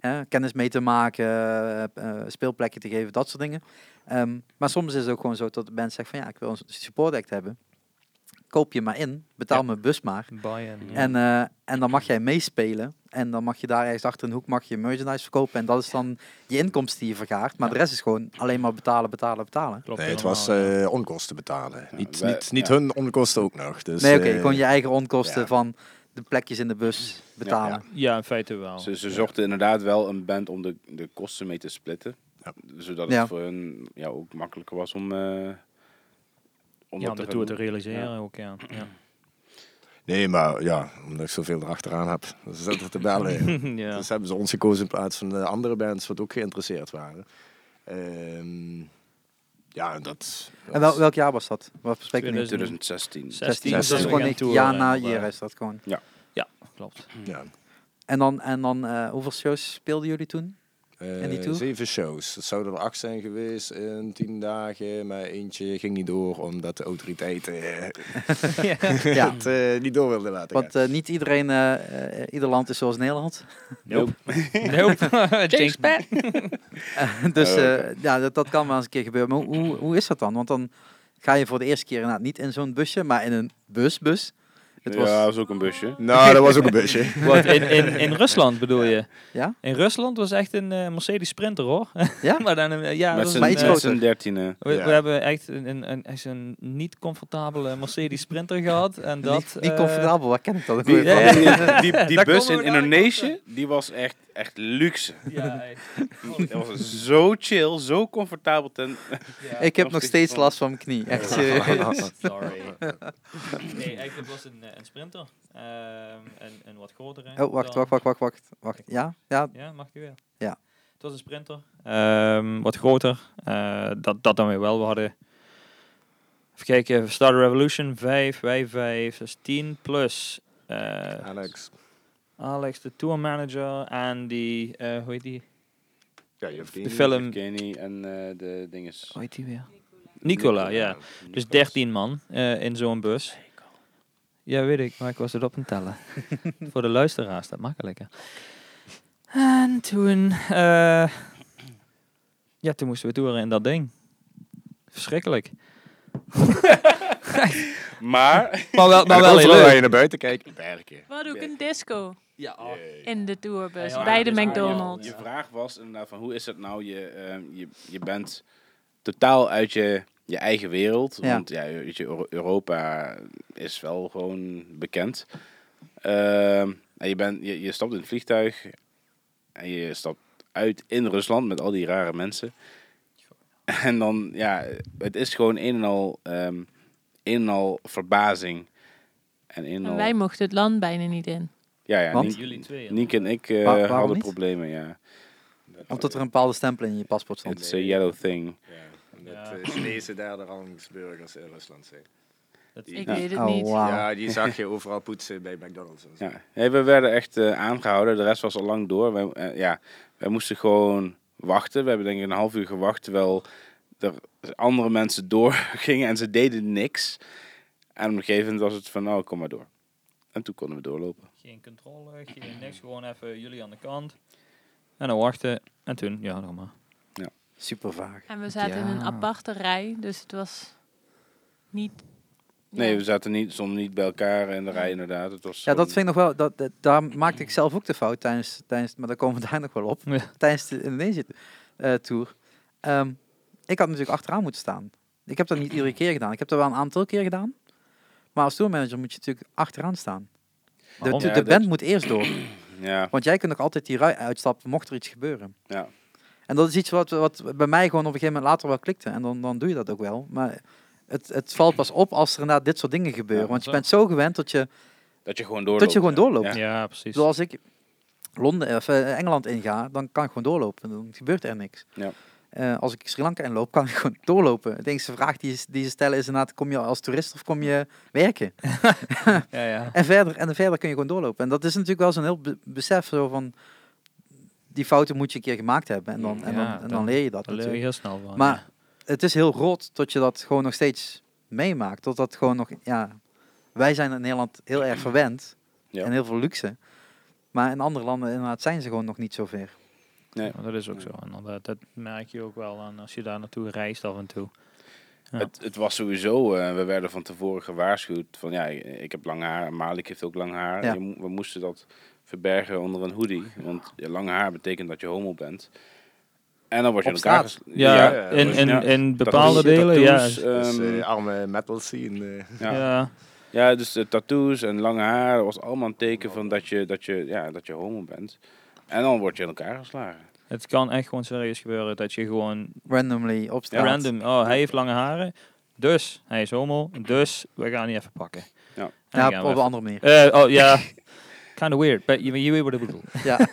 Speaker 2: hè, kennis mee te maken, eh, eh, speelplekken te geven, dat soort dingen. Ehm, maar soms is het ook gewoon zo dat de band zegt van ja, ik wil een support act hebben. Koop je maar in, betaal
Speaker 1: Ja.
Speaker 2: mijn bus maar.
Speaker 1: Bayern.
Speaker 2: En, eh, en dan mag jij meespelen. En dan mag je daar ergens achter een hoek mag je merchandise verkopen. En dat is dan je inkomsten die je vergaart. Maar de rest is gewoon alleen maar betalen, betalen, betalen.
Speaker 1: Klopt
Speaker 5: Nee, het
Speaker 1: helemaal,
Speaker 5: was
Speaker 1: ja.
Speaker 5: eh, onkosten betalen. niet
Speaker 4: wij-
Speaker 5: niet, niet
Speaker 4: ja.
Speaker 5: hun onkosten ook nog. Dus,
Speaker 2: Nee, oké,
Speaker 5: eh,
Speaker 2: gewoon je eigen onkosten
Speaker 5: ja.
Speaker 2: van de plekjes in de bus betalen.
Speaker 1: Oh, Ja, in feite wel.
Speaker 4: Ze, ze zochten inderdaad wel een band om de, de kosten mee te splitten.
Speaker 5: Ja.
Speaker 4: Zodat
Speaker 2: Ja.
Speaker 4: het voor hun ja, ook makkelijker was om, eh, om
Speaker 1: Ja, om
Speaker 4: dat
Speaker 1: de
Speaker 4: te
Speaker 1: tour te
Speaker 4: gaan
Speaker 1: realiseren ook, ja. Ja,
Speaker 5: Nee, maar ja, omdat ik zoveel erachteraan heb. Ze zitten te bellen.
Speaker 1: ja.
Speaker 5: Dus hebben ze ons gekozen in plaats van de andere bands wat ook geïnteresseerd waren. Ehm, ja, dat...
Speaker 2: En wel, welk jaar was dat? Wat bespreken we nu?
Speaker 1: 2000.
Speaker 4: 2016.
Speaker 1: 16,
Speaker 2: Dus dat is
Speaker 5: Zestien.
Speaker 2: gewoon
Speaker 1: een
Speaker 2: echt jaar na jaar is dat gewoon.
Speaker 1: Klopt.
Speaker 5: Ja.
Speaker 2: En dan, en dan eh, hoeveel shows speelden jullie toen?
Speaker 5: Eh,
Speaker 2: En die toe?
Speaker 5: Zeven shows. Dat zouden er acht zijn geweest in tien dagen. Maar eentje ging niet door omdat de autoriteiten eh,
Speaker 2: ja,
Speaker 5: het eh, niet door wilden laten.
Speaker 2: want eh, niet iedereen, eh, eh, ieder land is zoals Nederland.
Speaker 4: Nope.
Speaker 1: Nope. Jinx bad.
Speaker 4: Oh,
Speaker 2: dus eh, ja, dat, dat kan wel eens een keer gebeuren. Maar hoe, hoe, hoe is dat dan? Want dan ga je voor de eerste keer inderdaad niet in zo'n busje, maar in een busbus. Het was,
Speaker 4: Ja, was ook een busje.
Speaker 5: gaan. Nou, dat was ook een busje.
Speaker 1: Wat, in, in, in Rusland bedoel je?
Speaker 2: Ja.
Speaker 1: In Rusland was echt een eh, Mercedes Sprinter hoor.
Speaker 2: Ja?
Speaker 1: maar dan, eh, ja,
Speaker 4: Met
Speaker 1: dat was
Speaker 4: z'n-
Speaker 2: maar
Speaker 1: een,
Speaker 2: iets
Speaker 1: eh,
Speaker 4: met
Speaker 2: groter.
Speaker 4: z'n dertiende.
Speaker 1: we, we
Speaker 5: Ja.
Speaker 1: hebben echt een, een, een, echt een niet comfortabele Mercedes Sprinter gehad. En dat,
Speaker 2: niet, niet
Speaker 1: eh,
Speaker 2: comfortabel, waar ken ik dat ook
Speaker 4: Die,
Speaker 2: weer van?
Speaker 1: Ja,
Speaker 4: die, die, die
Speaker 1: Daar
Speaker 4: bus
Speaker 1: komen
Speaker 4: in
Speaker 1: we dadelijk
Speaker 4: Indonesië, die was echt, echt luxe.
Speaker 1: ja, echt.
Speaker 4: Oh, Dat was zo chill, zo comfortabel. Ten,
Speaker 1: Ja.
Speaker 2: Ik heb
Speaker 4: Nog
Speaker 2: nog
Speaker 4: steeds
Speaker 2: steeds
Speaker 4: van-
Speaker 2: last van mijn knie. Echt serieus.
Speaker 1: Sorry. Nee, echt, het was een, eh, een Sprinter. Ehm een, een wat grotere.
Speaker 2: Oh, wacht,
Speaker 1: dan-
Speaker 2: wacht, wacht, wacht, wacht. wacht. Ja, ja,
Speaker 1: Ja, mag ik weer?
Speaker 2: Ja.
Speaker 1: Het was een sprinter. Ehm, wat groter. Eh, dat, dat dan weer wel. We hadden... Even kijken. Star Revolution 5, wij 5. Dat is 10 plus. eh,
Speaker 5: Alex.
Speaker 1: Alex, de tour manager. En die... eh, hoe heet die?
Speaker 5: Ja, je hebt
Speaker 1: De film.
Speaker 4: Kenny en eh, de dinges.
Speaker 1: Hoe heet die weer? Nicola, ja. Dus 13 man eh, in zo'n bus. Ja, weet ik, maar ik was het op aan het tellen. Voor de luisteraars, dat makkelijker. En toen... eh, ja, toen moesten we toeren in dat ding. Verschrikkelijk.
Speaker 4: Maar,
Speaker 1: Maar wel, maar wel heel
Speaker 5: Overal waar je
Speaker 1: leuk.
Speaker 5: naar buiten kijkt. Berken.
Speaker 3: We hadden ook een disco
Speaker 1: Oh.
Speaker 3: in de tourbus
Speaker 1: Ja,
Speaker 3: bij de
Speaker 1: dus
Speaker 4: je-
Speaker 3: McDonald's.
Speaker 4: Je vraag was inderdaad van hoe is dat nou? Je, ehm, je, je bent totaal uit je, je eigen wereld.
Speaker 2: Ja.
Speaker 4: Want ja, weet je, Euro- Europa is wel gewoon bekend. Ehm, en je, bent je, je stapt in het vliegtuig en je stapt uit in Rusland met al die rare mensen. En dan, ja, het is gewoon een en al, ehm, een en al verbazing. En een en
Speaker 3: En
Speaker 4: al...
Speaker 3: wij mochten het land bijna niet in.
Speaker 4: ja, ja,
Speaker 2: Want?
Speaker 4: Nienke-
Speaker 1: Jullie twee. ja.
Speaker 4: Nienke en ik eh,
Speaker 2: Wa- waarom
Speaker 4: hadden
Speaker 2: niet?
Speaker 4: problemen, ja.
Speaker 2: Omdat er een bepaalde stempel in je paspoort stond.
Speaker 4: It's a yellow thing.
Speaker 5: Ja,
Speaker 1: Ja.
Speaker 5: omdat eh, Chinezen derde rangsburgers in Rusland zijn.
Speaker 1: Dat-
Speaker 3: Ik
Speaker 4: Ja.
Speaker 3: weet het
Speaker 2: Oh,
Speaker 3: niet.
Speaker 2: wauw.
Speaker 5: Ja, die zag je overal poetsen bij McDonald's. En zo.
Speaker 4: Ja. Nee, we werden echt eh, aangehouden. De rest was al lang door. Wij, eh, ja, wij moesten gewoon wachten. We hebben denk ik een half uur gewacht, terwijl er andere mensen doorgingen en ze deden niks. En op een gegeven moment was het van, nou, kom maar door. En toen konden we doorlopen.
Speaker 1: Geen controle, geen niks. Gewoon even jullie aan de kant. En dan wachten. En toen, ja, nog maar.
Speaker 2: Super vaag.
Speaker 3: En we zaten in een
Speaker 1: Ja.
Speaker 3: aparte rij, dus het was niet...
Speaker 4: Nee,
Speaker 3: Ja.
Speaker 4: we zaten niet, stonden niet bij elkaar in de rij inderdaad. Het was
Speaker 2: Ja, dat
Speaker 4: gewoon-
Speaker 2: vind ik nog wel. Dat, dat- daar maakte ik zelf ook de fout tijdens, tijdens maar daar komen we daar nog wel op.
Speaker 1: Ja.
Speaker 2: Tijdens de Indonesië eh, tour. Ehm, ik had natuurlijk achteraan moeten staan. Ik heb dat niet iedere keer gedaan. Ik heb dat wel een aantal keer gedaan. Maar als tourmanager moet je natuurlijk achteraan staan. De,
Speaker 1: Waarom?
Speaker 2: de,
Speaker 4: Ja,
Speaker 2: de
Speaker 4: dat-
Speaker 2: band moet eerst door.
Speaker 4: Ja,
Speaker 2: Want jij kunt nog altijd die rui uitstappen, mocht er iets gebeuren.
Speaker 4: ja.
Speaker 2: En dat is iets wat, wat bij mij gewoon op een gegeven moment later wel klikte. En dan, dan doe je dat ook wel. Maar het, het valt pas op als er inderdaad dit soort dingen gebeuren.
Speaker 4: Ja,
Speaker 2: Want je
Speaker 1: zo.
Speaker 2: bent zo gewend dat je,
Speaker 4: Dat je gewoon doorloopt.
Speaker 2: dat je gewoon doorloopt.
Speaker 4: Ja.
Speaker 1: Ja, precies.
Speaker 2: Zoals ik Londen of eh, Engeland inga, dan kan ik gewoon doorlopen. Dan gebeurt er niks.
Speaker 4: Ja.
Speaker 2: Eh, als ik Sri Lanka inloop, kan ik gewoon doorlopen. De enige vraag die, is- die ze stellen is inderdaad, kom je als toerist of kom je werken?
Speaker 1: Ja, ja.
Speaker 2: En verder, en verder kun je gewoon doorlopen. En dat is natuurlijk wel zo'n heel be- besef zo van, die fouten moet je een keer gemaakt hebben. En dan, en
Speaker 1: Mm. Ja,
Speaker 2: dan, en dan,
Speaker 1: dan-
Speaker 2: leer je dat
Speaker 1: Daar leer je
Speaker 2: natuurlijk.
Speaker 1: heel snel van.
Speaker 2: Maar het is heel rot dat je dat gewoon nog steeds meemaakt. Dat dat gewoon nog, ja, wij zijn in Nederland heel erg verwend
Speaker 4: Ja.
Speaker 2: en heel veel luxe. Maar in andere landen inderdaad zijn ze gewoon nog niet zo ver.
Speaker 1: Ja, dat is ook zo. En eh, dat, dat merk je ook wel aan als je daar naartoe reist af en toe. Ja.
Speaker 4: Het, het was sowieso, eh, we werden van tevoren gewaarschuwd van ja, ik heb lang haar, Malik heeft ook lang haar.
Speaker 2: Ja.
Speaker 4: Je mo- we moesten dat verbergen onder een hoodie, want ja, lang haar betekent dat je homo bent. En dan word je
Speaker 2: Op
Speaker 4: in elkaar
Speaker 2: straat.
Speaker 4: ges-
Speaker 1: Ja,
Speaker 5: ja,
Speaker 1: in,
Speaker 5: dus
Speaker 1: in,
Speaker 4: ja,
Speaker 1: in bepaalde
Speaker 4: tattoos,
Speaker 1: delen, ja.
Speaker 4: tattoos,
Speaker 5: Dus
Speaker 4: ehm,
Speaker 5: eh, arme metal scene. eh
Speaker 4: ja. Ja.
Speaker 1: ja.
Speaker 4: dus de tattoos en lang haar, dat was allemaal een teken van dat je, dat je, ja, dat je homo bent. En dan word je in elkaar geslagen.
Speaker 1: Het kan echt gewoon serieus gebeuren dat je gewoon
Speaker 2: Randomly op straat.
Speaker 1: random... Oh, hij heeft lange haren, dus hij is homo, dus we gaan die even pakken.
Speaker 4: Ja.
Speaker 1: En die
Speaker 2: Ja,
Speaker 1: gaan
Speaker 2: op
Speaker 1: we
Speaker 2: op een andere manier.
Speaker 1: even- Eh, oh, ja. Kind of weird, but you, you weet what I bedoel.
Speaker 2: Ja.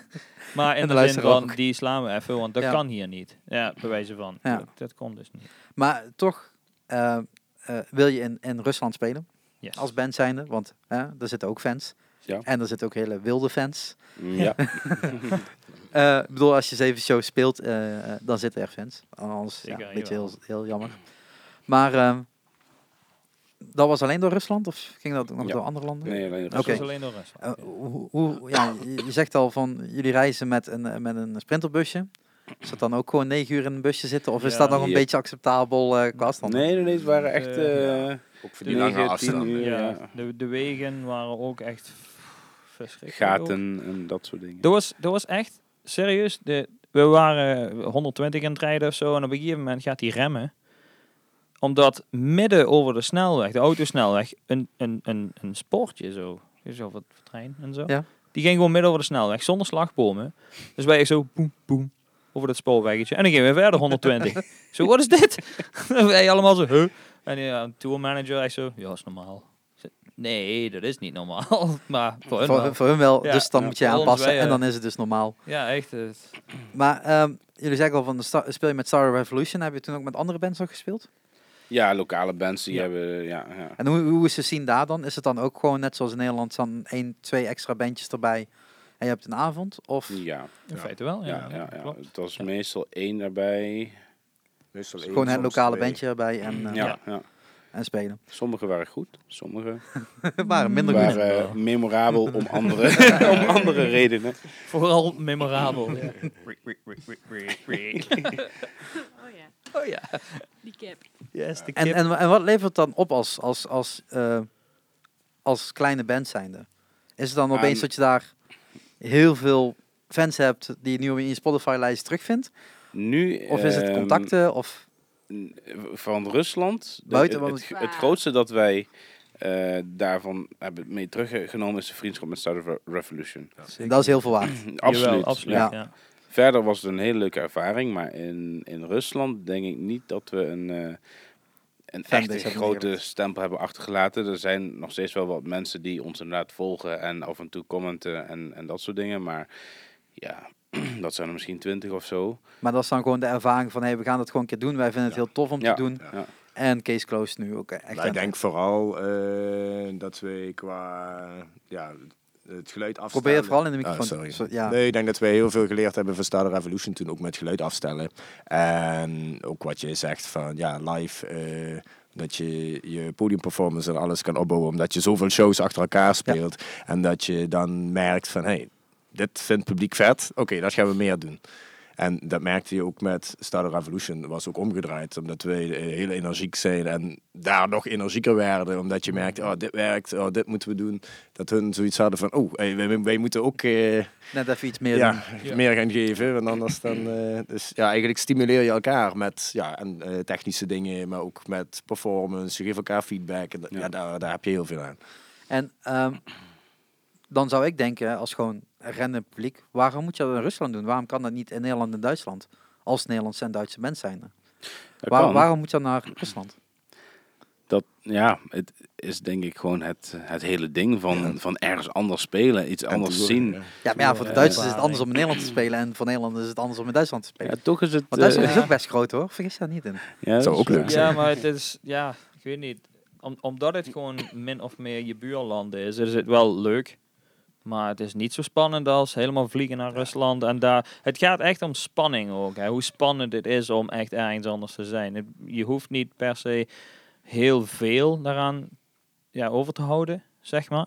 Speaker 1: Maar in de
Speaker 2: En de
Speaker 1: zin
Speaker 2: luisteraar
Speaker 1: van,
Speaker 2: ook.
Speaker 1: die slaan we even, want dat
Speaker 2: Ja.
Speaker 1: kan hier niet. Ja, bewijzen van.
Speaker 2: Ja.
Speaker 1: Dat, dat kon dus niet.
Speaker 2: Maar toch eh, eh, wil je in, in Rusland spelen
Speaker 1: Yes. Dus
Speaker 2: als band zijnde, want hè, er zitten ook fans.
Speaker 4: Ja.
Speaker 2: En er zitten ook hele wilde fans.
Speaker 4: Ja.
Speaker 2: Eh, ik bedoel, als je zeven shows speelt, eh, eh, dan zitten er fans. Anders
Speaker 1: Zeker,
Speaker 2: ja, een beetje heel,
Speaker 1: jawel.
Speaker 2: heel jammer. Maar ehm, dat was alleen door Rusland of ging dat ook nog
Speaker 4: Ja.
Speaker 2: door andere landen?
Speaker 4: Nee, alleen
Speaker 1: Dus
Speaker 2: Oké.
Speaker 1: dat is
Speaker 4: Rusland.
Speaker 1: alleen door Rusland.
Speaker 2: Eh, hoe, hoe- ja, je je zegt al van jullie reizen met een, eh, met een sprinterbusje. Is dat dan ook gewoon negen uur in een busje zitten? Of is
Speaker 1: Ja.
Speaker 2: dat nog een
Speaker 4: Ja.
Speaker 2: beetje acceptabel eh, qua afstand?
Speaker 4: Nee, nee, deze waren echt
Speaker 1: Eh,
Speaker 4: eh
Speaker 5: Ook voor die lange
Speaker 4: 9, 10
Speaker 5: afstand.
Speaker 4: uur.
Speaker 1: ja,
Speaker 4: ja.
Speaker 1: De, de wegen waren ook echt verschrikkelijk.
Speaker 4: Gaten en dat soort dingen.
Speaker 1: Dat was, dat was echt serieus. De, we waren 120 aan het rijden of zo. En op een gegeven moment gaat hij remmen. Omdat midden over de snelweg, de autosnelweg, een, een, een, een spoortje zo. Zo wat trein en zo.
Speaker 2: Ja.
Speaker 1: Die ging gewoon midden over de snelweg, zonder slagbomen. Dus wij echt zo boem, boem, over dat spoorweggetje. En dan gingen we verder 120. zo, wat is dit? En wij allemaal zo, huh? En ja, een tourmanager echt zo, ja, dat is normaal. Ik zei, Nee, dat is niet normaal. maar voor hun wel.
Speaker 2: Voor, voor hun wel,
Speaker 1: Ja,
Speaker 2: dus dan
Speaker 4: ja,
Speaker 2: moet je
Speaker 1: voor ons
Speaker 2: aanpassen
Speaker 1: wij, eh,
Speaker 2: en dan is het dus normaal.
Speaker 1: Ja, echt. het-
Speaker 2: Maar ehm, jullie zeggen al van de sta- speel je met Star Revolution, heb je toen ook met andere bands nog gespeeld?
Speaker 4: Ja, lokale bands die
Speaker 1: Ja.
Speaker 4: hebben... Ja, ja.
Speaker 2: En hoe, hoe is de scene daar dan? Is het dan ook gewoon net zoals in Nederland, dan één, twee extra bandjes erbij en je hebt een avond? Of
Speaker 4: Ja,
Speaker 1: In
Speaker 5: Ja.
Speaker 1: feite wel,
Speaker 4: ja,
Speaker 1: ja.
Speaker 4: ja, ja.
Speaker 1: klopt.
Speaker 4: Het was
Speaker 1: Ja.
Speaker 4: meestal één daarbij.
Speaker 5: Meestal één,
Speaker 2: gewoon het
Speaker 5: soms
Speaker 2: lokale
Speaker 5: twee.
Speaker 2: bandje erbij en, eh,
Speaker 4: Mm, Ja, ja.
Speaker 2: en spelen?
Speaker 4: Sommige waren goed, sommige
Speaker 2: maar minder goed.
Speaker 4: waren
Speaker 5: eh,
Speaker 1: Ja.
Speaker 4: memorabel om andere, om andere redenen.
Speaker 1: Vooral memorabel.
Speaker 3: Oh ja,
Speaker 1: Oh ja. eh,
Speaker 3: die cap.
Speaker 1: Yes, de
Speaker 2: En,
Speaker 1: kip.
Speaker 2: en, en wat levert het dan op als, als, als, eh, als kleine band zijnde? Is het dan opeens
Speaker 4: Aan-
Speaker 2: dat je daar heel veel fans hebt die je nu in je Spotify-lijst terugvindt?
Speaker 4: Nu,
Speaker 2: Of is het
Speaker 4: ehm,
Speaker 2: contacten? Of,
Speaker 4: n- van Rusland. De-
Speaker 2: Buiten
Speaker 4: het,
Speaker 2: wat-
Speaker 4: het, het grootste dat wij eh, daarvan hebben mee teruggenomen is de vriendschap met Star Re- Revolution.
Speaker 2: dat is heel veel waard.
Speaker 4: Absoluut.
Speaker 1: Jawel, absoluut.
Speaker 4: Ja.
Speaker 1: Ja.
Speaker 4: Verder was het een hele leuke ervaring, maar in, in Rusland denk ik niet dat we een, eh een
Speaker 2: Fanbase
Speaker 4: echte
Speaker 2: hebben
Speaker 4: grote
Speaker 2: neergezet.
Speaker 4: stempel hebben achtergelaten. Er zijn nog steeds wel wat mensen die ons inderdaad volgen en af en toe commenten en, en dat soort dingen. Maar ja, dat zijn er misschien twintig of zo.
Speaker 2: Maar dat is dan gewoon de ervaring van, hey, we gaan dat gewoon een keer doen. Wij vinden het heel tof om
Speaker 4: Ja.
Speaker 2: te doen.
Speaker 4: Ja.
Speaker 2: En Case Close nu ook eh, echt.
Speaker 5: Maar ik denk vooral eh, dat we qua ja, het geluid afstellen...
Speaker 2: Probeer vooral in de
Speaker 5: Ah,
Speaker 2: microfoon.
Speaker 5: sorry.
Speaker 2: Zo- ja.
Speaker 5: Nee, ik denk dat wij heel veel geleerd hebben van Star Revolution toen ook met geluid afstellen. En ook wat je zegt van ja, live. eh, dat je je podiumperformance en alles kan opbouwen. Omdat je zoveel shows achter elkaar speelt. En dat je dan merkt van hé, hey, dit vindt het publiek vet. Oké, dat gaan we meer doen. En dat merkte je ook met Star Revolution. was ook omgedraaid. Omdat wij eh, heel energiek zijn. En daar nog energieker werden. Omdat je merkte, oh, dit werkt. Oh, dit moeten we doen. Dat hun zoiets hadden van, oh, hey, wij, wij moeten ook... eh,
Speaker 2: Net even iets meer doen.
Speaker 5: ja, meer gaan geven. Want anders dan. eh, dus ja, eigenlijk stimuleer je elkaar met ja, en, eh, technische dingen, maar ook met performance. Je geeft elkaar feedback. En dat- ja.
Speaker 4: Ja.
Speaker 5: daar, daar heb je heel veel aan.
Speaker 2: En ehm, dan zou ik denken, als gewoon random publiek, waarom moet je dat in Rusland doen? Waarom kan dat niet in Nederland en Duitsland? Als Nederlandse en Duitse mensen zijn.
Speaker 4: Dat
Speaker 2: Waar,
Speaker 4: kan.
Speaker 2: waarom moet je dan naar Rusland?
Speaker 4: Dat, ja, het is denk ik gewoon het, het hele ding van, van ergens anders spelen, iets anders zien.
Speaker 5: Ja.
Speaker 2: Ja, maar ja,
Speaker 4: eh,
Speaker 2: voor de Duitsers is het anders om in Nederland te spelen en voor Nederlanders is het anders om in Duitsland te
Speaker 4: Ja,
Speaker 2: spelen.
Speaker 4: toch is het...
Speaker 2: Want Duitsland
Speaker 4: eh,
Speaker 2: is ook best groot hoor, vergis daar niet in.
Speaker 4: ja, dus, eh, dat
Speaker 5: Zou
Speaker 4: is
Speaker 5: ook leuk
Speaker 4: waar.
Speaker 1: ja, maar het is, ja, ik weet niet. Om, omdat het gewoon min of meer je buurland is, is het wel leuk. Maar het is niet zo spannend als helemaal vliegen naar Rusland. En daar, het gaat echt om spanning ook. Hè. Hoe spannend het is om echt ergens anders te zijn. Het- je hoeft niet per se heel veel daaraan ja, over te houden, zeg maar.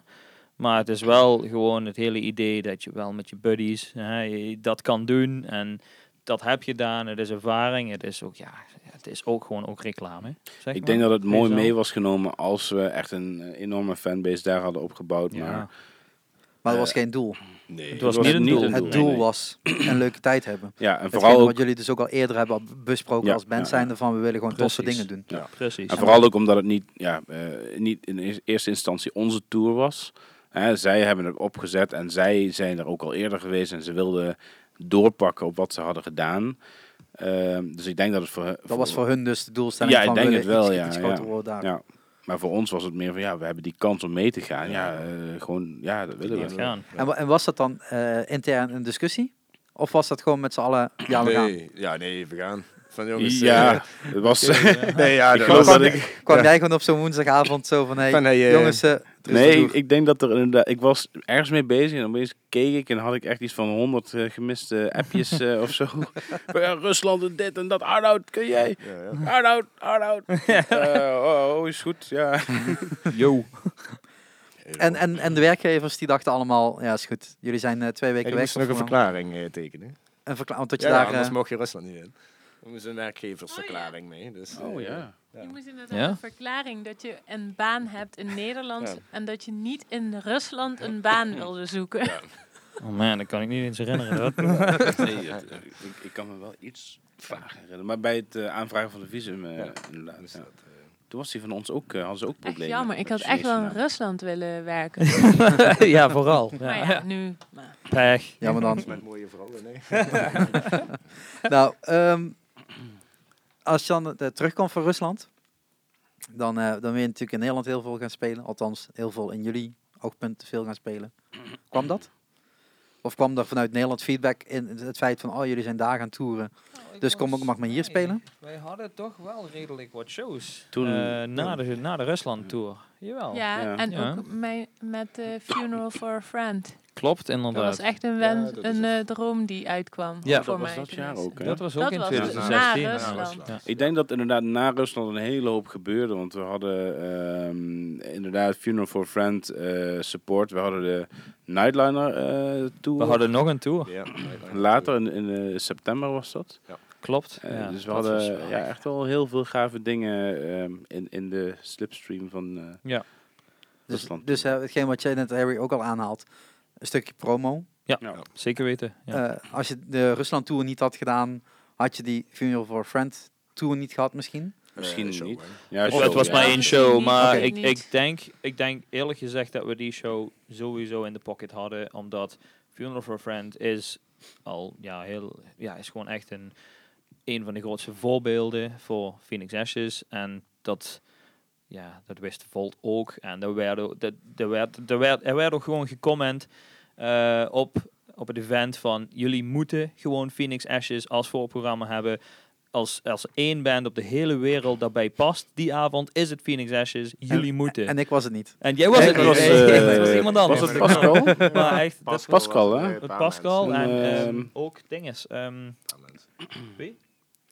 Speaker 1: Maar het is wel gewoon het hele idee dat je wel met je buddies hè, je dat kan doen. En dat heb je gedaan. Het is ervaring. Het is ook, ja, het is ook gewoon ook reclame. Zeg
Speaker 4: Ik
Speaker 1: maar.
Speaker 4: denk dat het mooi
Speaker 1: Deze
Speaker 4: mee
Speaker 1: al.
Speaker 4: was genomen als we echt een eh, enorme fanbase daar hadden opgebouwd.
Speaker 1: Ja.
Speaker 4: Maar
Speaker 2: Maar dat was geen doel.
Speaker 5: Nee.
Speaker 1: Het was niet een doel.
Speaker 4: een
Speaker 2: Het
Speaker 4: nee,
Speaker 2: doel
Speaker 4: nee.
Speaker 2: was een leuke tijd hebben.
Speaker 4: Ja, en
Speaker 2: Vooral
Speaker 4: vooral ook,
Speaker 2: wat jullie dus ook al eerder hebben besproken
Speaker 4: Ja,
Speaker 2: als band
Speaker 4: ja, ja.
Speaker 2: zijnde van we willen gewoon toffe
Speaker 1: Precies.
Speaker 2: dingen doen.
Speaker 1: Precies.
Speaker 4: en vooral ook omdat het niet, ja, eh, niet in eers- eerste instantie onze tour was. Hè, zij hebben het opgezet en zij zijn er ook al eerder geweest en ze wilden doorpakken op wat ze hadden gedaan. Ehm, dus ik denk dat het voor,
Speaker 2: Dat was voor hun dus de doelstelling
Speaker 4: Ja, ik
Speaker 2: van
Speaker 4: denk
Speaker 2: we
Speaker 4: het
Speaker 2: willen
Speaker 4: wel,
Speaker 2: iets-
Speaker 4: ja,
Speaker 2: iets
Speaker 4: ja.
Speaker 2: groter worden daar.
Speaker 4: Ja. Maar voor ons was het meer van ja, we hebben die kans om mee te gaan. Ja, eh, gewoon, ja, dat willen we.
Speaker 1: gaan.
Speaker 2: En, wa- en was dat dan eh, intern een discussie? Of was dat gewoon met z'n allen, ja, we gaan?
Speaker 5: nee, ja, nee, we gaan. Van jongens, eh,
Speaker 4: ja, het was...
Speaker 5: nee, ja, dat
Speaker 4: geloof
Speaker 5: was
Speaker 4: dat ik-
Speaker 5: dat ik.
Speaker 2: Kwam
Speaker 5: Ja.
Speaker 2: jij gewoon op zo'n woensdagavond zo van, hey,
Speaker 5: Van, hey, eh,
Speaker 2: jongens, eh, terug
Speaker 4: nee,
Speaker 2: naartoe.
Speaker 4: ik, ik denk dat er inderdaad... Ik was ergens mee bezig en opeens keek ik en had ik echt iets van 100 eh, gemiste appjes eh, of zo. Van, ja, Rusland en dit en dat. Arnoud, kun jij?
Speaker 5: Ja, ja.
Speaker 4: Arnoud, Arnoud. Eh, oh, oh, is goed, ja.
Speaker 1: Yo.
Speaker 2: En, en, en de werkgevers die dachten allemaal, ja is goed, jullie zijn eh, twee
Speaker 5: En
Speaker 2: weken
Speaker 5: die
Speaker 2: weg.
Speaker 5: moesten nog een
Speaker 2: of gewoon-
Speaker 5: verklaring eh, tekenen.
Speaker 2: een verklaring. Want dat je
Speaker 5: Ja,
Speaker 2: daar...
Speaker 5: anders
Speaker 2: eh,
Speaker 5: mocht je Rusland niet in. We moesten een werkgeversverklaring mee. Dus, eh,
Speaker 4: Oh ja.
Speaker 3: Je moest inderdaad
Speaker 1: Ja?
Speaker 3: een verklaring dat je een baan hebt in Nederland
Speaker 5: Ja.
Speaker 3: en dat je niet in Rusland een baan wilde zoeken.
Speaker 1: Oh man, dat kan ik niet eens herinneren. Dat.
Speaker 4: Nee, het- eh, ik, ik kan me wel iets vaag herinneren. Maar bij het eh, aanvragen van de visum, eh,
Speaker 5: Ja.
Speaker 4: inderdaad.
Speaker 5: Dus
Speaker 4: ja.
Speaker 5: dat, eh,
Speaker 4: Toen was die van ons ook, eh, hadden ze ook
Speaker 3: Echt
Speaker 4: problemen.
Speaker 3: jammer, ik
Speaker 4: met
Speaker 3: had
Speaker 4: de
Speaker 3: echt wel in
Speaker 4: Chinese naam.
Speaker 3: Rusland willen werken.
Speaker 1: ja, vooral.
Speaker 3: Maar
Speaker 1: Ja.
Speaker 3: ja, nu. Maar.
Speaker 1: Pech.
Speaker 2: ja, maar dan.
Speaker 5: Met mooie vrouwen, nee.
Speaker 2: nou, ehm, als Jan eh, terugkomt van Rusland, dan, eh, dan wil je natuurlijk in Nederland heel veel gaan spelen. Althans, heel veel in jullie oogpunt veel gaan spelen. Kwam dat? Of kwam er vanuit Nederland feedback in het feit van, oh, jullie zijn daar gaan toeren.
Speaker 1: Nou,
Speaker 2: Dus kom ook, mag maar hier spelen.
Speaker 1: Wij hadden toch wel redelijk wat shows.
Speaker 4: Toen-
Speaker 1: Toen, na, de, na de Rusland tour. Jawel.
Speaker 3: Ja,
Speaker 4: Oh. Ja.
Speaker 3: en
Speaker 1: Ja.
Speaker 3: ook mij- met eh, Funeral for a Friend.
Speaker 1: Klopt,
Speaker 3: Dat was
Speaker 1: inderdaad.
Speaker 3: echt een, wens,
Speaker 5: dat is
Speaker 3: een
Speaker 5: ook-
Speaker 3: eh, droom die uitkwam
Speaker 1: Ja.
Speaker 3: voor
Speaker 4: Dat was
Speaker 3: mij.
Speaker 4: dat jaar
Speaker 3: tenminste.
Speaker 4: ook, hè?
Speaker 1: Dat was ook
Speaker 3: Dat
Speaker 1: in
Speaker 3: was
Speaker 5: het, na
Speaker 1: 2016.
Speaker 3: Rusland.
Speaker 1: Ja.
Speaker 4: Ik denk dat inderdaad na Rusland een hele hoop gebeurde. Want we hadden ehm, inderdaad Funeral for a Friend eh, support. We hadden de Nightliner eh tour.
Speaker 1: We hadden nog een tour.
Speaker 5: Ja,
Speaker 4: Later, in, in eh, september was dat.
Speaker 1: Klopt.
Speaker 4: Eh,
Speaker 1: ja,
Speaker 4: dus we
Speaker 1: dat was wel
Speaker 4: hadden ja,
Speaker 1: echt-
Speaker 4: echt wel heel veel gave dingen ehm, in, in de slipstream van... eh,
Speaker 1: Ja.
Speaker 2: Dus,
Speaker 4: Rusland.
Speaker 2: dus eh, hetgeen wat jij net, Harry, ook al aanhaalt. Een stukje promo.
Speaker 1: Zeker weten. Ja.
Speaker 2: Eh, als je de Rusland Tour niet had gedaan, had je die Funeral for a Friend Tour niet gehad misschien?
Speaker 4: Misschien
Speaker 5: Eh, zo,
Speaker 4: niet.
Speaker 5: hè.
Speaker 4: ja,
Speaker 1: Het,
Speaker 4: zo,
Speaker 1: het Oh, was
Speaker 4: ja.
Speaker 1: maar één show,
Speaker 3: Niet,
Speaker 1: maar
Speaker 2: oké.
Speaker 1: ik, ik,
Speaker 3: Niet.
Speaker 1: denk, ik denk eerlijk gezegd dat we die show sowieso in de pocket hadden. Omdat Funeral for a Friend is al ja, heel, ja, is gewoon echt een, een van de grootste voorbeelden voor Phoenix Ashes. En dat, ja, dat wist Volt ook. En er werd, ook- dat- er werd, er werd, er werd ook gewoon gecomment eh, op, op het event van jullie moeten gewoon Phoenix Ashes als voorprogramma hebben als, als één band op de hele wereld daarbij past, die avond is het Phoenix Ashes. Jullie moeten. En,
Speaker 2: En ik was het niet.
Speaker 1: jij was
Speaker 4: Nee,
Speaker 1: het
Speaker 4: ik
Speaker 1: niet.
Speaker 4: was,
Speaker 1: Nee,
Speaker 4: eh,
Speaker 1: het was iemand
Speaker 4: was
Speaker 1: anders.
Speaker 4: het Pascal?
Speaker 1: Maar echt, dat
Speaker 4: Pascal, Pascal, hè?
Speaker 1: was Pascal en
Speaker 5: Eh,
Speaker 4: Ehm,
Speaker 1: ehm, ook dinges. ehm, Wie?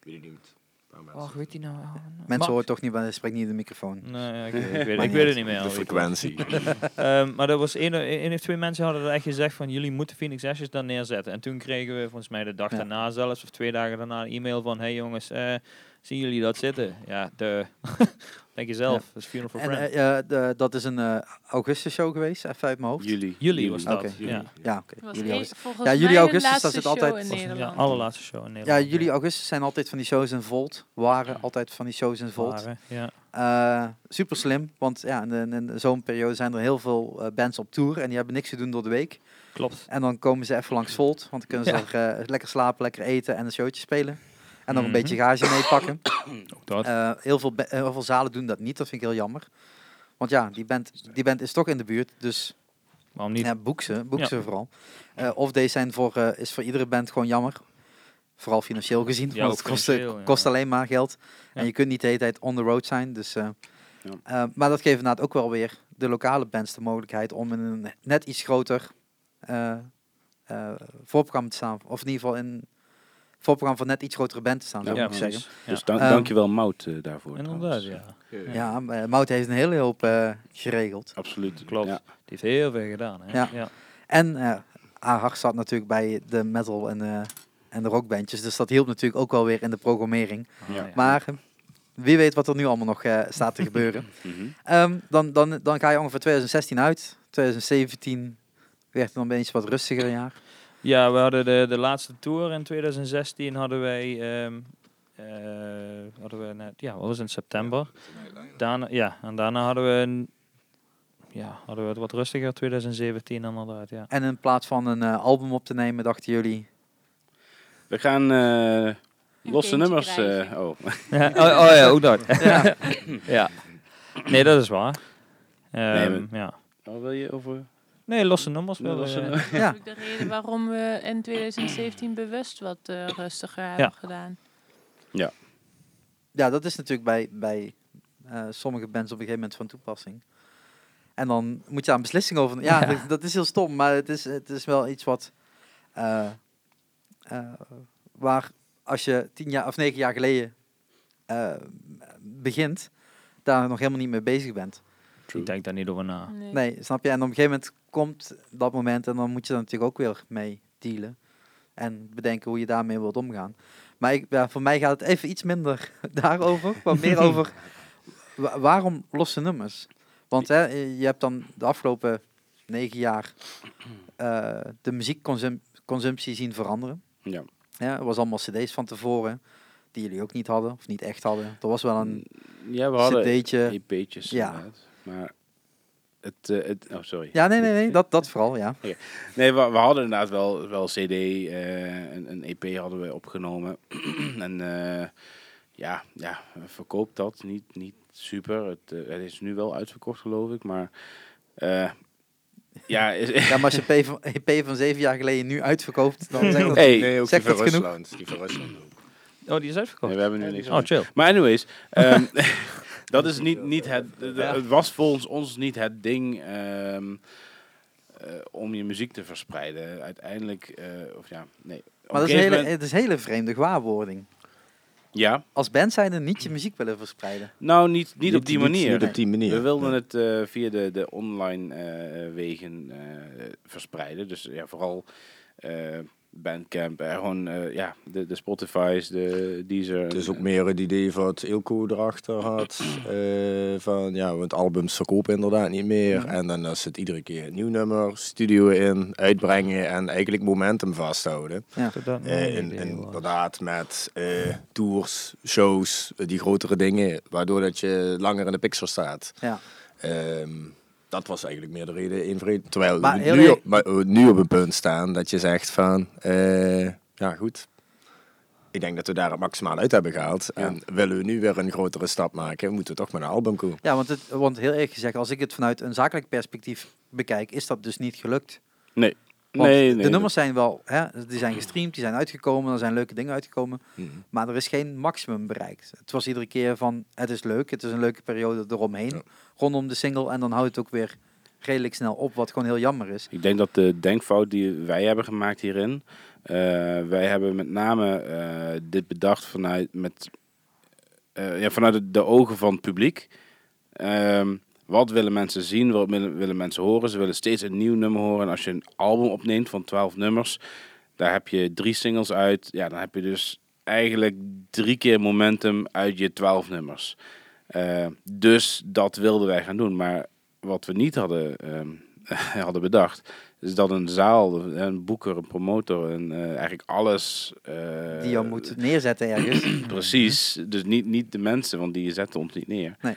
Speaker 5: Weet ik niet. Een paar mensen.
Speaker 1: oh, weet die nou? Oh, nou,
Speaker 2: Mensen
Speaker 1: Mark.
Speaker 2: horen toch niet, want hij spreekt niet in de microfoon.
Speaker 1: Nee, ik, ik weet,
Speaker 2: Maar
Speaker 1: ik
Speaker 2: niet
Speaker 1: weet het niet meer.
Speaker 5: De
Speaker 1: alweer.
Speaker 5: frequentie.
Speaker 1: Ehm, maar er was één, één of twee mensen hadden er echt gezegd van jullie moeten Phoenix Ashes dan neerzetten. En toen kregen we volgens mij de dag
Speaker 2: Ja.
Speaker 1: daarna zelfs, of twee dagen daarna, een e-mail van hey jongens, eh, zien jullie dat zitten? Ja, de denk je zelf, dat is Funeral for
Speaker 2: En
Speaker 1: Friends.
Speaker 2: eh, eh, de- dat is een eh augustus show geweest, even uit mijn hoofd.
Speaker 4: Jullie. Nou,
Speaker 1: jullie was dat,
Speaker 2: Oké.
Speaker 1: ja.
Speaker 2: Ja, oké.
Speaker 3: Het was
Speaker 2: Jullie
Speaker 3: één-
Speaker 2: augustus.
Speaker 3: volgens
Speaker 2: Ja, jullie
Speaker 3: mij de
Speaker 2: augustus, dat
Speaker 3: laatste
Speaker 2: zit
Speaker 3: show
Speaker 2: altijd-
Speaker 3: in
Speaker 1: Ja,
Speaker 3: Nederland.
Speaker 1: allerlaatste show in
Speaker 2: Ja,
Speaker 1: Nederland.
Speaker 2: jullie augustus zijn altijd van die shows in Volt. Waren altijd van die shows in Volt.
Speaker 1: Mm. Waren, Ja.
Speaker 2: Eh, super slim, want ja, in, in- in zo'n periode zijn er heel veel eh, bands op tour en die hebben niks te doen door de week.
Speaker 1: Klopt.
Speaker 2: En dan komen ze even langs Volt, want dan kunnen ze er, eh, lekker slapen, lekker eten en een showtje spelen. En nog een
Speaker 1: Mhm.
Speaker 2: beetje gage meepakken.
Speaker 1: Ook dat.
Speaker 2: Eh, heel, veel ba- heel veel zalen doen dat niet, dat vind ik heel jammer. Want ja, die band, die band is toch in de buurt, dus
Speaker 1: Waarom niet?
Speaker 2: Ja, boek ze, boek
Speaker 1: Ja.
Speaker 2: ze vooral. Eh, of deze zijn voor, eh, is voor iedere band gewoon jammer. Vooral financieel gezien,
Speaker 1: Ja,
Speaker 2: want
Speaker 1: ook
Speaker 2: het kost, eh,
Speaker 1: financieel, ja.
Speaker 2: kost alleen maar geld. En
Speaker 1: Ja.
Speaker 2: je kunt niet de hele tijd on the road zijn. Dus, eh,
Speaker 4: Ja.
Speaker 2: eh, maar dat geeft inderdaad ook wel weer de lokale bands de mogelijkheid om in een net iets groter eh, eh, voorprogramma te staan. Of in ieder geval in voorprogramma van net iets grotere band te staan, zou
Speaker 4: Ja,
Speaker 2: ik moeten zeggen.
Speaker 1: precies.
Speaker 4: Dus dank,
Speaker 2: Ehm,
Speaker 4: dankjewel Mout eh, daarvoor.
Speaker 1: Inderdaad,
Speaker 4: trouwens.
Speaker 1: ja.
Speaker 2: Ja, maar, eh, Mout heeft een hele hoop eh, geregeld.
Speaker 4: Absoluut.
Speaker 1: Klopt.
Speaker 4: Ja.
Speaker 1: Die heeft heel veel gedaan. Hè?
Speaker 2: Ja. En eh haar hart zat natuurlijk bij de metal en, eh, en de rockbandjes. Dus dat hielp natuurlijk ook wel weer in de programmering.
Speaker 1: Ah,
Speaker 4: Ja.
Speaker 1: ja.
Speaker 2: Maar eh, wie weet wat er nu allemaal nog eh, staat te gebeuren.
Speaker 4: Mhm.
Speaker 2: Ehm, dan, dan, dan ga je ongeveer 2016 uit. 2017 werd het dan een beetje wat rustiger jaar.
Speaker 1: Ja, we hadden de, de laatste tour in 2016 hadden wij, ehm, eh, hadden we net, ja, wat was het, in september. Daarna, ja, en daarna hadden we een, ja, hadden we het wat rustiger 2017 inderdaad, ja.
Speaker 2: En in plaats van een eh, album op te nemen, dachten jullie...
Speaker 4: We gaan eh, losse
Speaker 3: kindje
Speaker 4: nummers. eh,
Speaker 3: krijgen.
Speaker 4: oh.
Speaker 1: ja oh, oh ja, ook dat.
Speaker 2: Ja,
Speaker 1: ja. Nee, dat is waar. Ehm,
Speaker 4: Nee, we-
Speaker 1: ja.
Speaker 4: oh, wil je over?
Speaker 1: Nee, losse nummers wel.
Speaker 4: Losse
Speaker 1: eh.
Speaker 4: nummers.
Speaker 3: Dat
Speaker 2: Ja.
Speaker 3: is ook de reden waarom we in 2017 bewust wat eh, rustiger hebben
Speaker 1: Ja.
Speaker 3: gedaan.
Speaker 2: ja, dat is natuurlijk bij, bij eh, sommige bands op een gegeven moment van toepassing. En dan moet je daar een beslissing over. Ja, Dat, dat is heel stom, maar het is, het is wel iets wat. eh, eh, waar als je tien jaar of negen jaar geleden eh, begint, daar nog helemaal niet mee bezig bent.
Speaker 1: Ik denk daar niet over na.
Speaker 3: Nee.
Speaker 2: Nee, snap je? En op een gegeven moment komt dat moment en dan moet je daar natuurlijk ook weer mee dealen. En bedenken hoe je daarmee wilt omgaan. Maar ik, ja, voor mij gaat het even iets minder daarover, maar meer over wa- waarom losse nummers? Want hè, je hebt dan de afgelopen negen jaar eh, de muziekconsumptie zien veranderen.
Speaker 4: Ja.
Speaker 2: Ja, er was allemaal cd's van tevoren, die jullie ook niet hadden, of niet echt hadden. Er was wel een
Speaker 4: Ja, Mm, we hadden E
Speaker 2: cd'tje.
Speaker 4: EP'tjes
Speaker 2: Ja.
Speaker 4: inderdaad. Maar het, eh, het... Oh, sorry.
Speaker 2: Ja, nee, nee, nee, dat, dat vooral, ja.
Speaker 4: Nee, we, we hadden inderdaad wel, wel CD, eh een, een EP hadden we opgenomen. en eh, ja, ja, verkoopt dat niet, niet super. Het, eh, het is nu wel uitverkocht, geloof ik. Maar eh, ja, is,
Speaker 2: Ja, maar als je EP van, EP van zeven jaar geleden nu uitverkoopt, dan zeg dat...
Speaker 4: Hey,
Speaker 5: nee, ook
Speaker 2: zeg
Speaker 5: die van
Speaker 2: dat genoeg?
Speaker 5: Rusland. Die van Rusland ook.
Speaker 1: Oh, die is uitverkocht.
Speaker 4: nee, we hebben nu niks
Speaker 1: Oh,
Speaker 4: aan.
Speaker 1: chill.
Speaker 4: Maar anyways, ehm, dat is niet, niet het, de- de-
Speaker 1: Ja.
Speaker 4: het was volgens ons niet het ding ehm, eh, om je muziek te verspreiden. Uiteindelijk, eh, of ja, nee. Op
Speaker 2: Maar
Speaker 4: een
Speaker 2: dat is een
Speaker 4: gegeven
Speaker 2: hele,
Speaker 4: moment-
Speaker 2: het is hele vreemde gewaarwording.
Speaker 4: Ja,
Speaker 2: Als band zijnde niet je muziek willen verspreiden.
Speaker 4: nou niet, niet op die manier.
Speaker 5: Niet op die manier.
Speaker 4: We wilden
Speaker 5: Nee.
Speaker 4: het eh, via de, de online eh, wegen eh, verspreiden. Dus ja, vooral eh, Bandcamp, eh, gewoon eh, ja, de, de Spotify's, de Deezer. Eh,
Speaker 5: Het is ook meer het idee wat Ilko erachter had. eh, van ja, want albums verkopen inderdaad niet meer. En dan is het iedere keer een nieuw nummer, studio in, uitbrengen en eigenlijk momentum vasthouden.
Speaker 1: Dat dat
Speaker 5: Eh,
Speaker 1: mijn
Speaker 5: in-
Speaker 1: idee was.
Speaker 5: inderdaad met eh, tours, shows, eh, die grotere dingen. Waardoor dat je langer in de picture staat.
Speaker 2: Ja.
Speaker 5: Ehm, dat was eigenlijk meer de reden. één voor één. Terwijl
Speaker 2: Maar
Speaker 5: we
Speaker 2: heel
Speaker 5: nu,
Speaker 2: e-
Speaker 5: op, maar we nu op een punt staan dat je zegt van... eh, ja, goed. Ik denk dat we daar het maximaal uit hebben gehaald. En willen we nu weer een grotere stap maken, moeten we toch met een album komen.
Speaker 2: Ja, want, het, want heel eerlijk gezegd, als ik het vanuit een zakelijk perspectief bekijk, is dat dus niet gelukt.
Speaker 4: Nee.
Speaker 2: Want
Speaker 4: nee, nee.
Speaker 2: de nummers zijn wel, hè, die zijn gestreamd, die zijn uitgekomen, er zijn leuke dingen uitgekomen,
Speaker 4: Mhm.
Speaker 2: maar er is geen maximum bereikt. Het was iedere keer van, het is leuk, het is een leuke periode eromheen,
Speaker 5: Ja.
Speaker 2: rondom de single, en dan houdt het ook weer redelijk snel op, wat gewoon heel jammer is.
Speaker 4: Ik denk dat de denkfout die wij hebben gemaakt hierin. eh, wij hebben met name eh, dit bedacht vanuit, met, eh, ja, vanuit de, de ogen van het publiek. Ehm, wat willen mensen zien? Wat willen, willen mensen horen? Ze willen steeds een nieuw nummer horen. En als je een album opneemt van 12 nummers, daar heb je drie singles uit. Ja, dan heb je dus eigenlijk drie keer momentum uit je 12 nummers. Eh, dus dat wilden wij gaan doen. Maar wat we niet hadden, ehm, hadden bedacht, is dat een zaal, een boeker, een promotor en eh, eigenlijk alles. eh,
Speaker 2: Die je moet neerzetten ergens.
Speaker 4: Precies, dus niet, niet de mensen, want die zetten ons niet neer.
Speaker 2: Nee.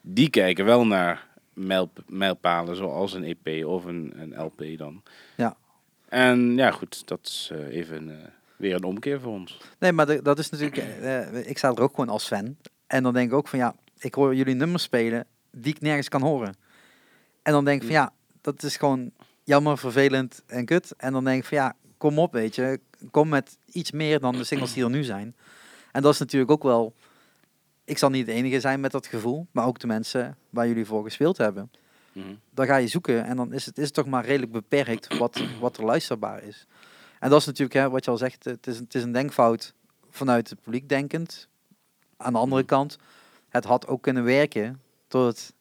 Speaker 4: Die kijken wel naar mijl, mijlpalen zoals een EP of een, een LP dan.
Speaker 2: Ja.
Speaker 4: En ja, goed, dat is eh, even eh, weer een omkeer voor ons.
Speaker 2: Nee, maar de- dat is natuurlijk. eh, ik sta er ook gewoon als fan. En dan denk ik ook van ja, ik hoor jullie nummers spelen die ik nergens kan horen. En dan denk ik van ja, dat is gewoon jammer, vervelend en kut. En dan denk ik van ja, kom op, weet je. Kom met iets meer dan de singles die er nu zijn. En dat is natuurlijk ook wel. Ik zal niet de enige zijn met dat gevoel, maar ook de mensen waar jullie voor gespeeld hebben. Dan ga je zoeken en dan is het, is het toch maar redelijk beperkt wat, wat er luisterbaar is. En dat is natuurlijk hè, wat je al zegt, het is, een- het is een denkfout vanuit het publiek denkend. Aan de
Speaker 4: Mm.
Speaker 2: andere kant, het had ook kunnen werken tot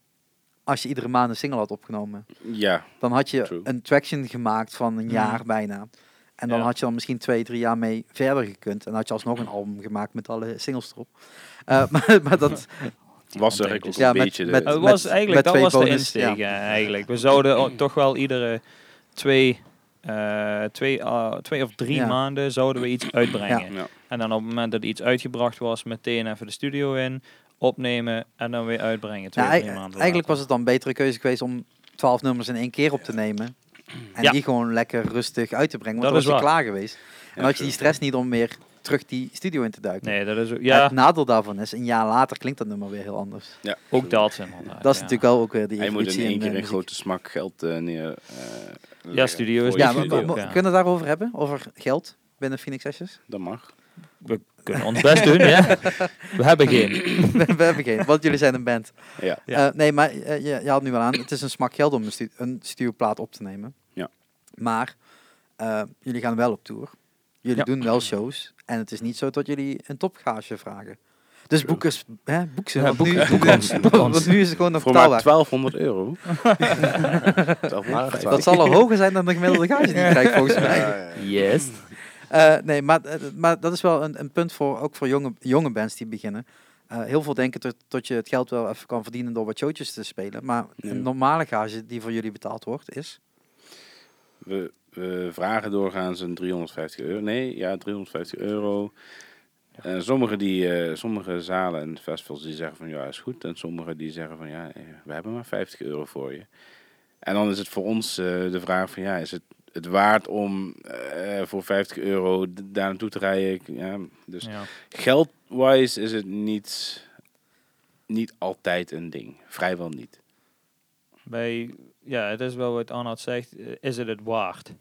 Speaker 2: als je iedere maand een single had opgenomen.
Speaker 4: Ja,
Speaker 2: Dan had je
Speaker 4: True. Mm.
Speaker 2: een traction gemaakt van een jaar bijna. En dan
Speaker 4: Ja.
Speaker 2: had je dan misschien twee, drie jaar mee verder gekund. En dan had je alsnog een album gemaakt met alle singles erop. Eh, maar, maar dat,
Speaker 4: was er eigenlijk ook
Speaker 2: Ja,
Speaker 4: een
Speaker 2: met-
Speaker 4: beetje
Speaker 2: met-
Speaker 4: de...
Speaker 1: Het was
Speaker 2: met
Speaker 1: eigenlijk, dat
Speaker 2: twee
Speaker 1: was de
Speaker 2: bonus,
Speaker 1: insteek
Speaker 2: ja.
Speaker 1: eh, eigenlijk. We zouden o- toch wel iedere twee, eh, twee, ah, twee of drie
Speaker 2: Ja.
Speaker 1: maanden zouden we iets uitbrengen.
Speaker 4: Ja.
Speaker 1: En dan op het moment dat iets uitgebracht was, meteen even de studio in, opnemen en dan weer uitbrengen. Twee
Speaker 2: nou,
Speaker 1: of
Speaker 2: ei-
Speaker 1: drie maanden
Speaker 2: eigenlijk was
Speaker 1: later.
Speaker 2: het dan een betere keuze geweest om twaalf nummers in één keer op te nemen. En
Speaker 1: Ja.
Speaker 2: die gewoon lekker rustig uit te brengen. Want
Speaker 1: Dat
Speaker 2: dan was
Speaker 1: is
Speaker 2: je
Speaker 1: waar.
Speaker 2: klaar geweest. En
Speaker 4: Ja,
Speaker 2: had je die stress niet om weer terug die studio in te duiken.
Speaker 1: Nee, dat is ook...
Speaker 2: Het
Speaker 1: Ja,
Speaker 2: nadeel daarvan is, een jaar later klinkt dat nummer weer heel anders.
Speaker 1: ook dat inderdaad.
Speaker 2: dat is
Speaker 1: ja.
Speaker 2: natuurlijk wel ook weer die
Speaker 4: Hij moet
Speaker 2: evolutie
Speaker 4: in één keer
Speaker 2: eh,
Speaker 4: een
Speaker 2: muziek.
Speaker 4: grote smak geld eh, neer. eh, leggen
Speaker 1: Ja, studio is
Speaker 4: voor
Speaker 2: Ja,
Speaker 4: je
Speaker 1: maar-
Speaker 4: studio.
Speaker 1: maar-
Speaker 2: maar,
Speaker 1: ja.
Speaker 2: kunnen we het daarover hebben? Over geld binnen Phoenix Sessions?
Speaker 4: Dat mag.
Speaker 1: We kunnen ons best doen, ja. We hebben geen.
Speaker 2: we, we hebben geen, want jullie zijn een band.
Speaker 4: Ja.
Speaker 1: Ja.
Speaker 2: Eh, nee, maar eh, je, je haalt nu wel aan. Het is een smak geld om een, stu- een studioplaat op te nemen.
Speaker 4: Ja.
Speaker 2: Maar eh, jullie gaan wel op tour. Jullie
Speaker 1: Ja.
Speaker 2: doen wel shows. En het is niet zo dat jullie een topgage vragen. Dus boek, eens, hè, boek ze.
Speaker 1: Ja,
Speaker 2: want
Speaker 1: boek-
Speaker 2: nu,
Speaker 1: boek
Speaker 2: nu-
Speaker 1: ons, boek ons.
Speaker 2: Want nu is het gewoon nog
Speaker 4: Voor maar
Speaker 2: betaalbaar.
Speaker 4: 1200 euro.
Speaker 5: Maar-
Speaker 4: 1250.
Speaker 2: Dat zal al hoger zijn dan de gemiddelde gage die je krijgt volgens mij.
Speaker 1: Yes.
Speaker 2: Eh, nee, maar, eh, maar dat is wel een, een punt voor, ook voor jonge, jonge bands die beginnen. Eh, heel veel denken dat, dat je het geld wel even kan verdienen door wat showtjes te spelen. Maar
Speaker 4: Ja.
Speaker 2: een normale gage die voor jullie betaald wordt is...
Speaker 4: We, we vragen doorgaans een 350 euro. Nee, ja, 350 euro. En sommige, die, eh, sommige zalen en festivals die zeggen van ja, is goed. En sommige die zeggen van ja, eh, we hebben maar 50 euro voor je. En dan is het voor ons eh, de vraag van ja, is het, het waard om eh, voor 50 euro d- daar naartoe te rijden? Ik- Ja, dus
Speaker 1: Ja.
Speaker 4: geldwise is het niet, niet altijd een ding. Vrijwel niet.
Speaker 1: Bij, ja, het is wel wat Arnoud zegt. eh, Is het het waard?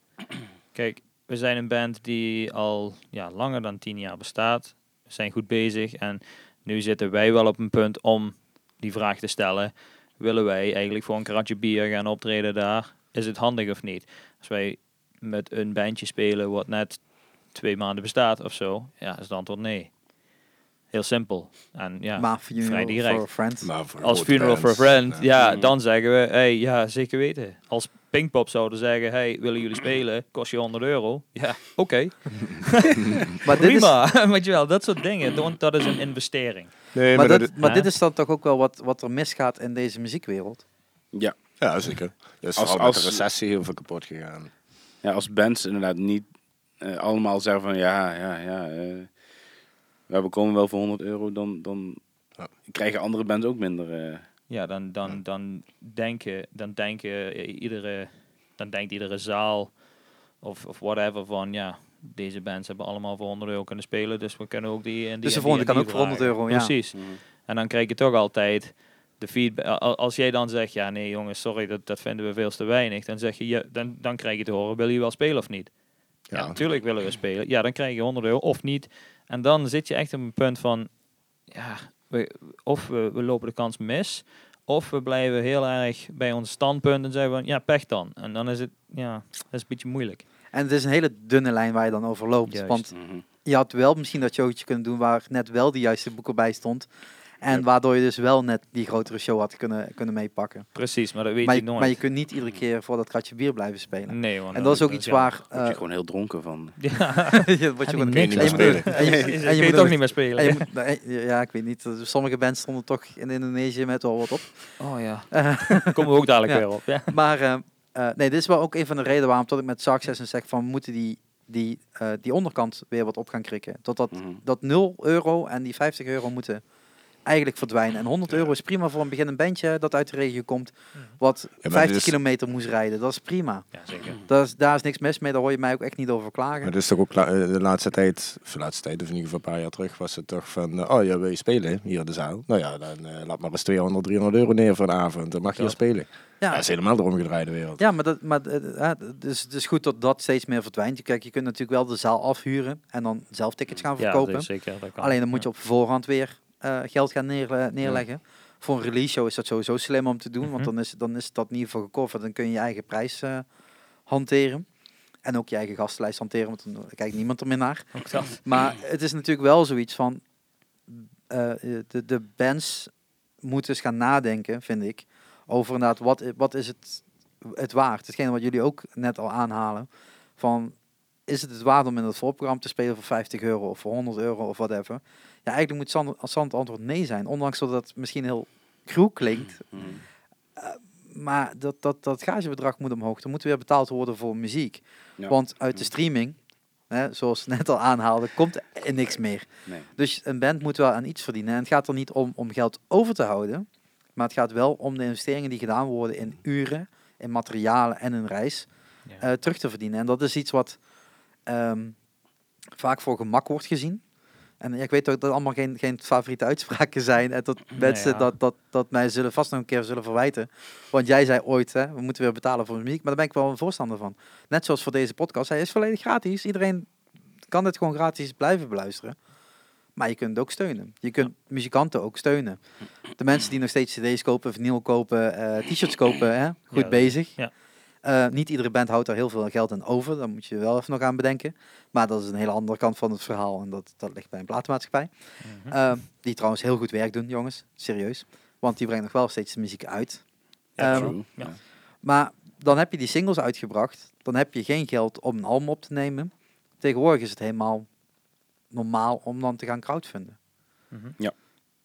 Speaker 1: Kijk, we zijn een band die al ja, langer dan tien jaar bestaat. We zijn goed bezig en nu zitten wij wel op een punt om die vraag te stellen. Willen wij eigenlijk voor een kratje bier gaan optreden daar? Is het handig of niet? Als wij met een bandje spelen wat net twee maanden bestaat of zo, ja, is het antwoord nee. Heel simpel. En ja,
Speaker 2: maar funeral
Speaker 1: vrij direct.
Speaker 2: for a friend.
Speaker 5: Maar voor
Speaker 1: als
Speaker 5: grote
Speaker 1: Funeral for a
Speaker 5: bands,
Speaker 1: Friend,
Speaker 5: ja.
Speaker 1: ja,
Speaker 4: Mm.
Speaker 1: dan zeggen we, hey, ja, zeker weten. Als Pinkpop zouden zeggen, hey, willen jullie spelen? Kost je 100 euro? Ja, oké,
Speaker 2: maar dit is,
Speaker 1: prima. Weet je wel, dat soort dingen. Want dat is een investering.
Speaker 2: maar
Speaker 5: Nee, maar,
Speaker 2: dat,
Speaker 5: dat,
Speaker 2: maar
Speaker 1: hè?
Speaker 2: dit is dan toch ook wel wat, wat er misgaat in deze muziekwereld.
Speaker 4: Ja.
Speaker 5: ja, zeker. Dat is
Speaker 4: Als-
Speaker 5: als,
Speaker 4: als-
Speaker 5: met de recessie heel veel kapot gegaan.
Speaker 4: Ja, als bands inderdaad niet eh, allemaal zeggen van ja, ja, ja. eh we komen wel voor 100 euro, dan, dan
Speaker 5: Ja.
Speaker 4: krijgen andere bands ook minder. eh.
Speaker 1: Ja, dan, dan, dan denken, dan denken eh, i- iedere, dan denkt iedere zaal of, of whatever van, ja, deze bands hebben allemaal voor 100 euro kunnen spelen, dus we kunnen ook die en die.
Speaker 2: Dus de
Speaker 1: en
Speaker 2: volgende
Speaker 1: die en
Speaker 2: kan ook
Speaker 1: die
Speaker 2: voor
Speaker 1: vragen.
Speaker 2: 100 euro, ja. Mhm.
Speaker 1: Precies. En dan krijg je toch altijd de feedback. a- a- Als jij dan zegt, ja nee jongens, sorry, dat, dat vinden we veel te weinig. Dan, zeg je, ja, dan, dan krijg je te horen, wil je wel spelen of niet? Ja.
Speaker 2: Oh.
Speaker 5: Ja.
Speaker 1: natuurlijk willen we spelen. Ja, dan krijg je 100 euro of niet. En dan zit je echt op een punt van, ja, we, of we, we lopen de kans mis. Of we blijven heel erg bij ons standpunt en zeggen van, ja, pech dan. En dan is het, ja, dat is een beetje moeilijk.
Speaker 2: En het is een hele dunne lijn waar je dan over loopt.
Speaker 1: Juist.
Speaker 2: Want
Speaker 4: Mhm.
Speaker 2: je had wel misschien dat showtje kunnen doen waar net wel de juiste boeken bij stond. En waardoor je dus wel net die grotere show had kunnen, kunnen meepakken.
Speaker 1: Precies, maar dat weet
Speaker 2: maar,
Speaker 1: je
Speaker 2: je,
Speaker 1: nooit.
Speaker 2: maar je kunt niet iedere keer voor dat kratje bier blijven spelen.
Speaker 1: nee, nou, want
Speaker 2: en
Speaker 1: dan-
Speaker 2: dat is ook iets
Speaker 1: ja.
Speaker 2: waar...
Speaker 4: Word
Speaker 2: eh,
Speaker 4: je gewoon heel dronken van.
Speaker 1: Ja,
Speaker 2: je wordt
Speaker 1: Heb
Speaker 2: gewoon-
Speaker 1: ik niks
Speaker 2: en je
Speaker 5: aan.
Speaker 2: moet- en je- en je
Speaker 1: je,
Speaker 2: moet
Speaker 1: je
Speaker 2: ook-
Speaker 1: kunt ook niet meer
Speaker 2: en je
Speaker 1: spelen.
Speaker 2: moet- nee, Ja, ik weet niet. Sommige bands stonden toch in Indonesië met wel wat op.
Speaker 1: Oh ja.
Speaker 2: Eh,
Speaker 1: Komen we ook dadelijk
Speaker 2: Ja.
Speaker 1: weer op. Ja.
Speaker 2: maar eh, eh, nee, dit is wel ook een van de redenen waarom tot ik met Success en zeg van we moeten die, die, eh, die onderkant weer wat op gaan krikken. Tot dat,
Speaker 4: Mhm.
Speaker 2: dat 0 euro en die 50 euro moeten eigenlijk verdwijnen. En 100 euro is prima voor een beginnend bandje dat uit de regio komt, wat
Speaker 5: dit
Speaker 2: 50
Speaker 5: is-
Speaker 2: kilometer moest rijden. Dat is prima.
Speaker 1: ja, zeker.
Speaker 2: Dat is, daar is niks mis mee, daar hoor je mij ook echt niet over klagen.
Speaker 5: Maar dat is toch ook la- eh, de laatste tijd, of de laatste tijd, of in ieder geval een paar jaar terug, was het toch van, eh, oh ja, wil je spelen hier in de zaal? Nou ja, dan eh, laat maar eens 200, 300 euro neer voor een avond, dan mag je
Speaker 1: Ja.
Speaker 5: hier spelen. Ja.
Speaker 2: ja,
Speaker 5: Dat is helemaal de omgedraaide wereld.
Speaker 2: ja, maar, dat, maar eh, eh, dus, het is goed dat dat steeds meer verdwijnt. Kijk, je kunt natuurlijk wel de zaal afhuren en dan zelf tickets gaan
Speaker 1: Ja, dus. dat
Speaker 2: verkopen.
Speaker 1: is zeker. Dat kan.
Speaker 2: Alleen dan moet je
Speaker 1: Ja.
Speaker 2: op voorhand weer eh, geld gaan neerle- neerleggen. Voor een release show is dat sowieso slim om te doen, want
Speaker 1: Mhm.
Speaker 2: dan is, dan is dat in ieder geval gecoverd. Dan kun je je eigen prijs eh, hanteren. En ook je eigen gastenlijst hanteren, want dan kijkt niemand er meer naar.
Speaker 1: Ook dat.
Speaker 2: Maar het is natuurlijk wel zoiets van. eh, de, de bands moeten eens gaan nadenken, vind ik. Over inderdaad, wat, i- wat is het, het waard? Hetgeen wat jullie ook net al aanhalen. Van, is het het waard om in dat voorprogramma te spelen voor 50 euro of voor 100 euro of whatever? Ja, eigenlijk moet San- als San het antwoord nee zijn. Ondanks dat dat misschien heel groe klinkt. Eh,
Speaker 4: Mhm.
Speaker 2: Maar dat, dat, dat gagebedrag moet omhoog. Er moet weer betaald worden voor muziek.
Speaker 4: Ja.
Speaker 2: Want uit de streaming, hè, zoals net al aanhaalde, komt er niks meer.
Speaker 4: Nee.
Speaker 2: Dus een band moet wel aan iets verdienen. En het gaat er niet om om geld over te houden. Maar het gaat wel om de investeringen die gedaan worden in uren, in materialen en in reis
Speaker 1: Ja.
Speaker 2: eh, terug te verdienen. En dat is iets wat ehm, vaak voor gemak wordt gezien. En ik weet ook dat het allemaal geen, geen favoriete uitspraken zijn. En dat mensen
Speaker 1: ja.
Speaker 2: dat, dat, dat mij zullen vast nog een keer zullen verwijten. Want jij zei ooit, hè, we moeten weer betalen voor muziek. Maar daar ben ik wel een voorstander van. Net zoals voor deze podcast. Hij is volledig gratis. Iedereen kan het gewoon gratis blijven beluisteren. Maar je kunt het ook steunen. Je kunt muzikanten ook steunen. De mensen die nog steeds cd's kopen, vinyl kopen, eh, t-shirts kopen. Hè, goed
Speaker 1: Ja,
Speaker 2: bezig.
Speaker 1: ja.
Speaker 2: Eh, niet iedere band houdt daar heel veel geld aan over. Daar moet je wel even nog aan bedenken. Maar dat is een hele andere kant van het verhaal. En dat, dat ligt bij een platenmaatschappij.
Speaker 1: Mhm.
Speaker 2: Ehm, die trouwens heel goed werk doen, jongens. Serieus. Want die brengen nog wel steeds de muziek uit.
Speaker 1: Ja,
Speaker 2: Ehm,
Speaker 4: True.
Speaker 1: ja.
Speaker 2: maar dan heb je die singles uitgebracht. Dan heb je geen geld om een album op te nemen. Tegenwoordig is het helemaal normaal om dan te gaan crowdfunden.
Speaker 1: Mhm.
Speaker 4: Ja.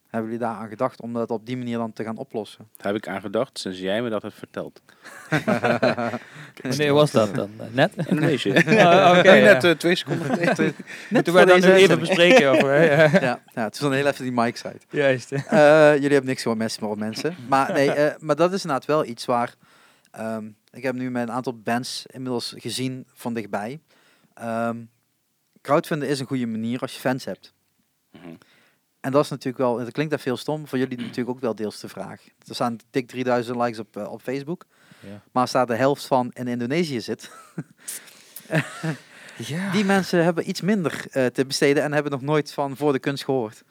Speaker 2: Hebben jullie daar aan gedacht om dat op die manier dan te gaan oplossen?
Speaker 4: Daar heb ik aan gedacht sinds jij me dat hebt verteld.
Speaker 1: Wanneer was dat dan? Net?
Speaker 4: En een beetje.
Speaker 1: Ja, oké, ja.
Speaker 4: Net eh, twee seconden geleden.
Speaker 1: Moeten wij
Speaker 2: voor
Speaker 1: dat nu
Speaker 2: deze
Speaker 1: even bespreken? Of, hè? Ja.
Speaker 2: ja, ja, het is dan heel even die mics uit.
Speaker 1: Juist.
Speaker 2: Eh, jullie hebben niks gehoord, mensen, maar op mensen. Maar, nee, eh, maar dat is inderdaad wel iets waar... ehm, ik heb nu met een aantal bands inmiddels gezien van dichtbij. Ehm crowdfunding is een goede manier als je fans hebt.
Speaker 4: Mhm.
Speaker 2: En dat is natuurlijk wel... Het klinkt daar veel stom. Voor jullie natuurlijk ook wel deels de vraag. Er staan dik 3000 likes op, eh, op Facebook.
Speaker 1: Ja.
Speaker 2: Maar staat de helft van in Indonesië zit.
Speaker 1: Ja.
Speaker 2: Die mensen hebben iets minder eh, te besteden en hebben nog nooit van voor de kunst gehoord.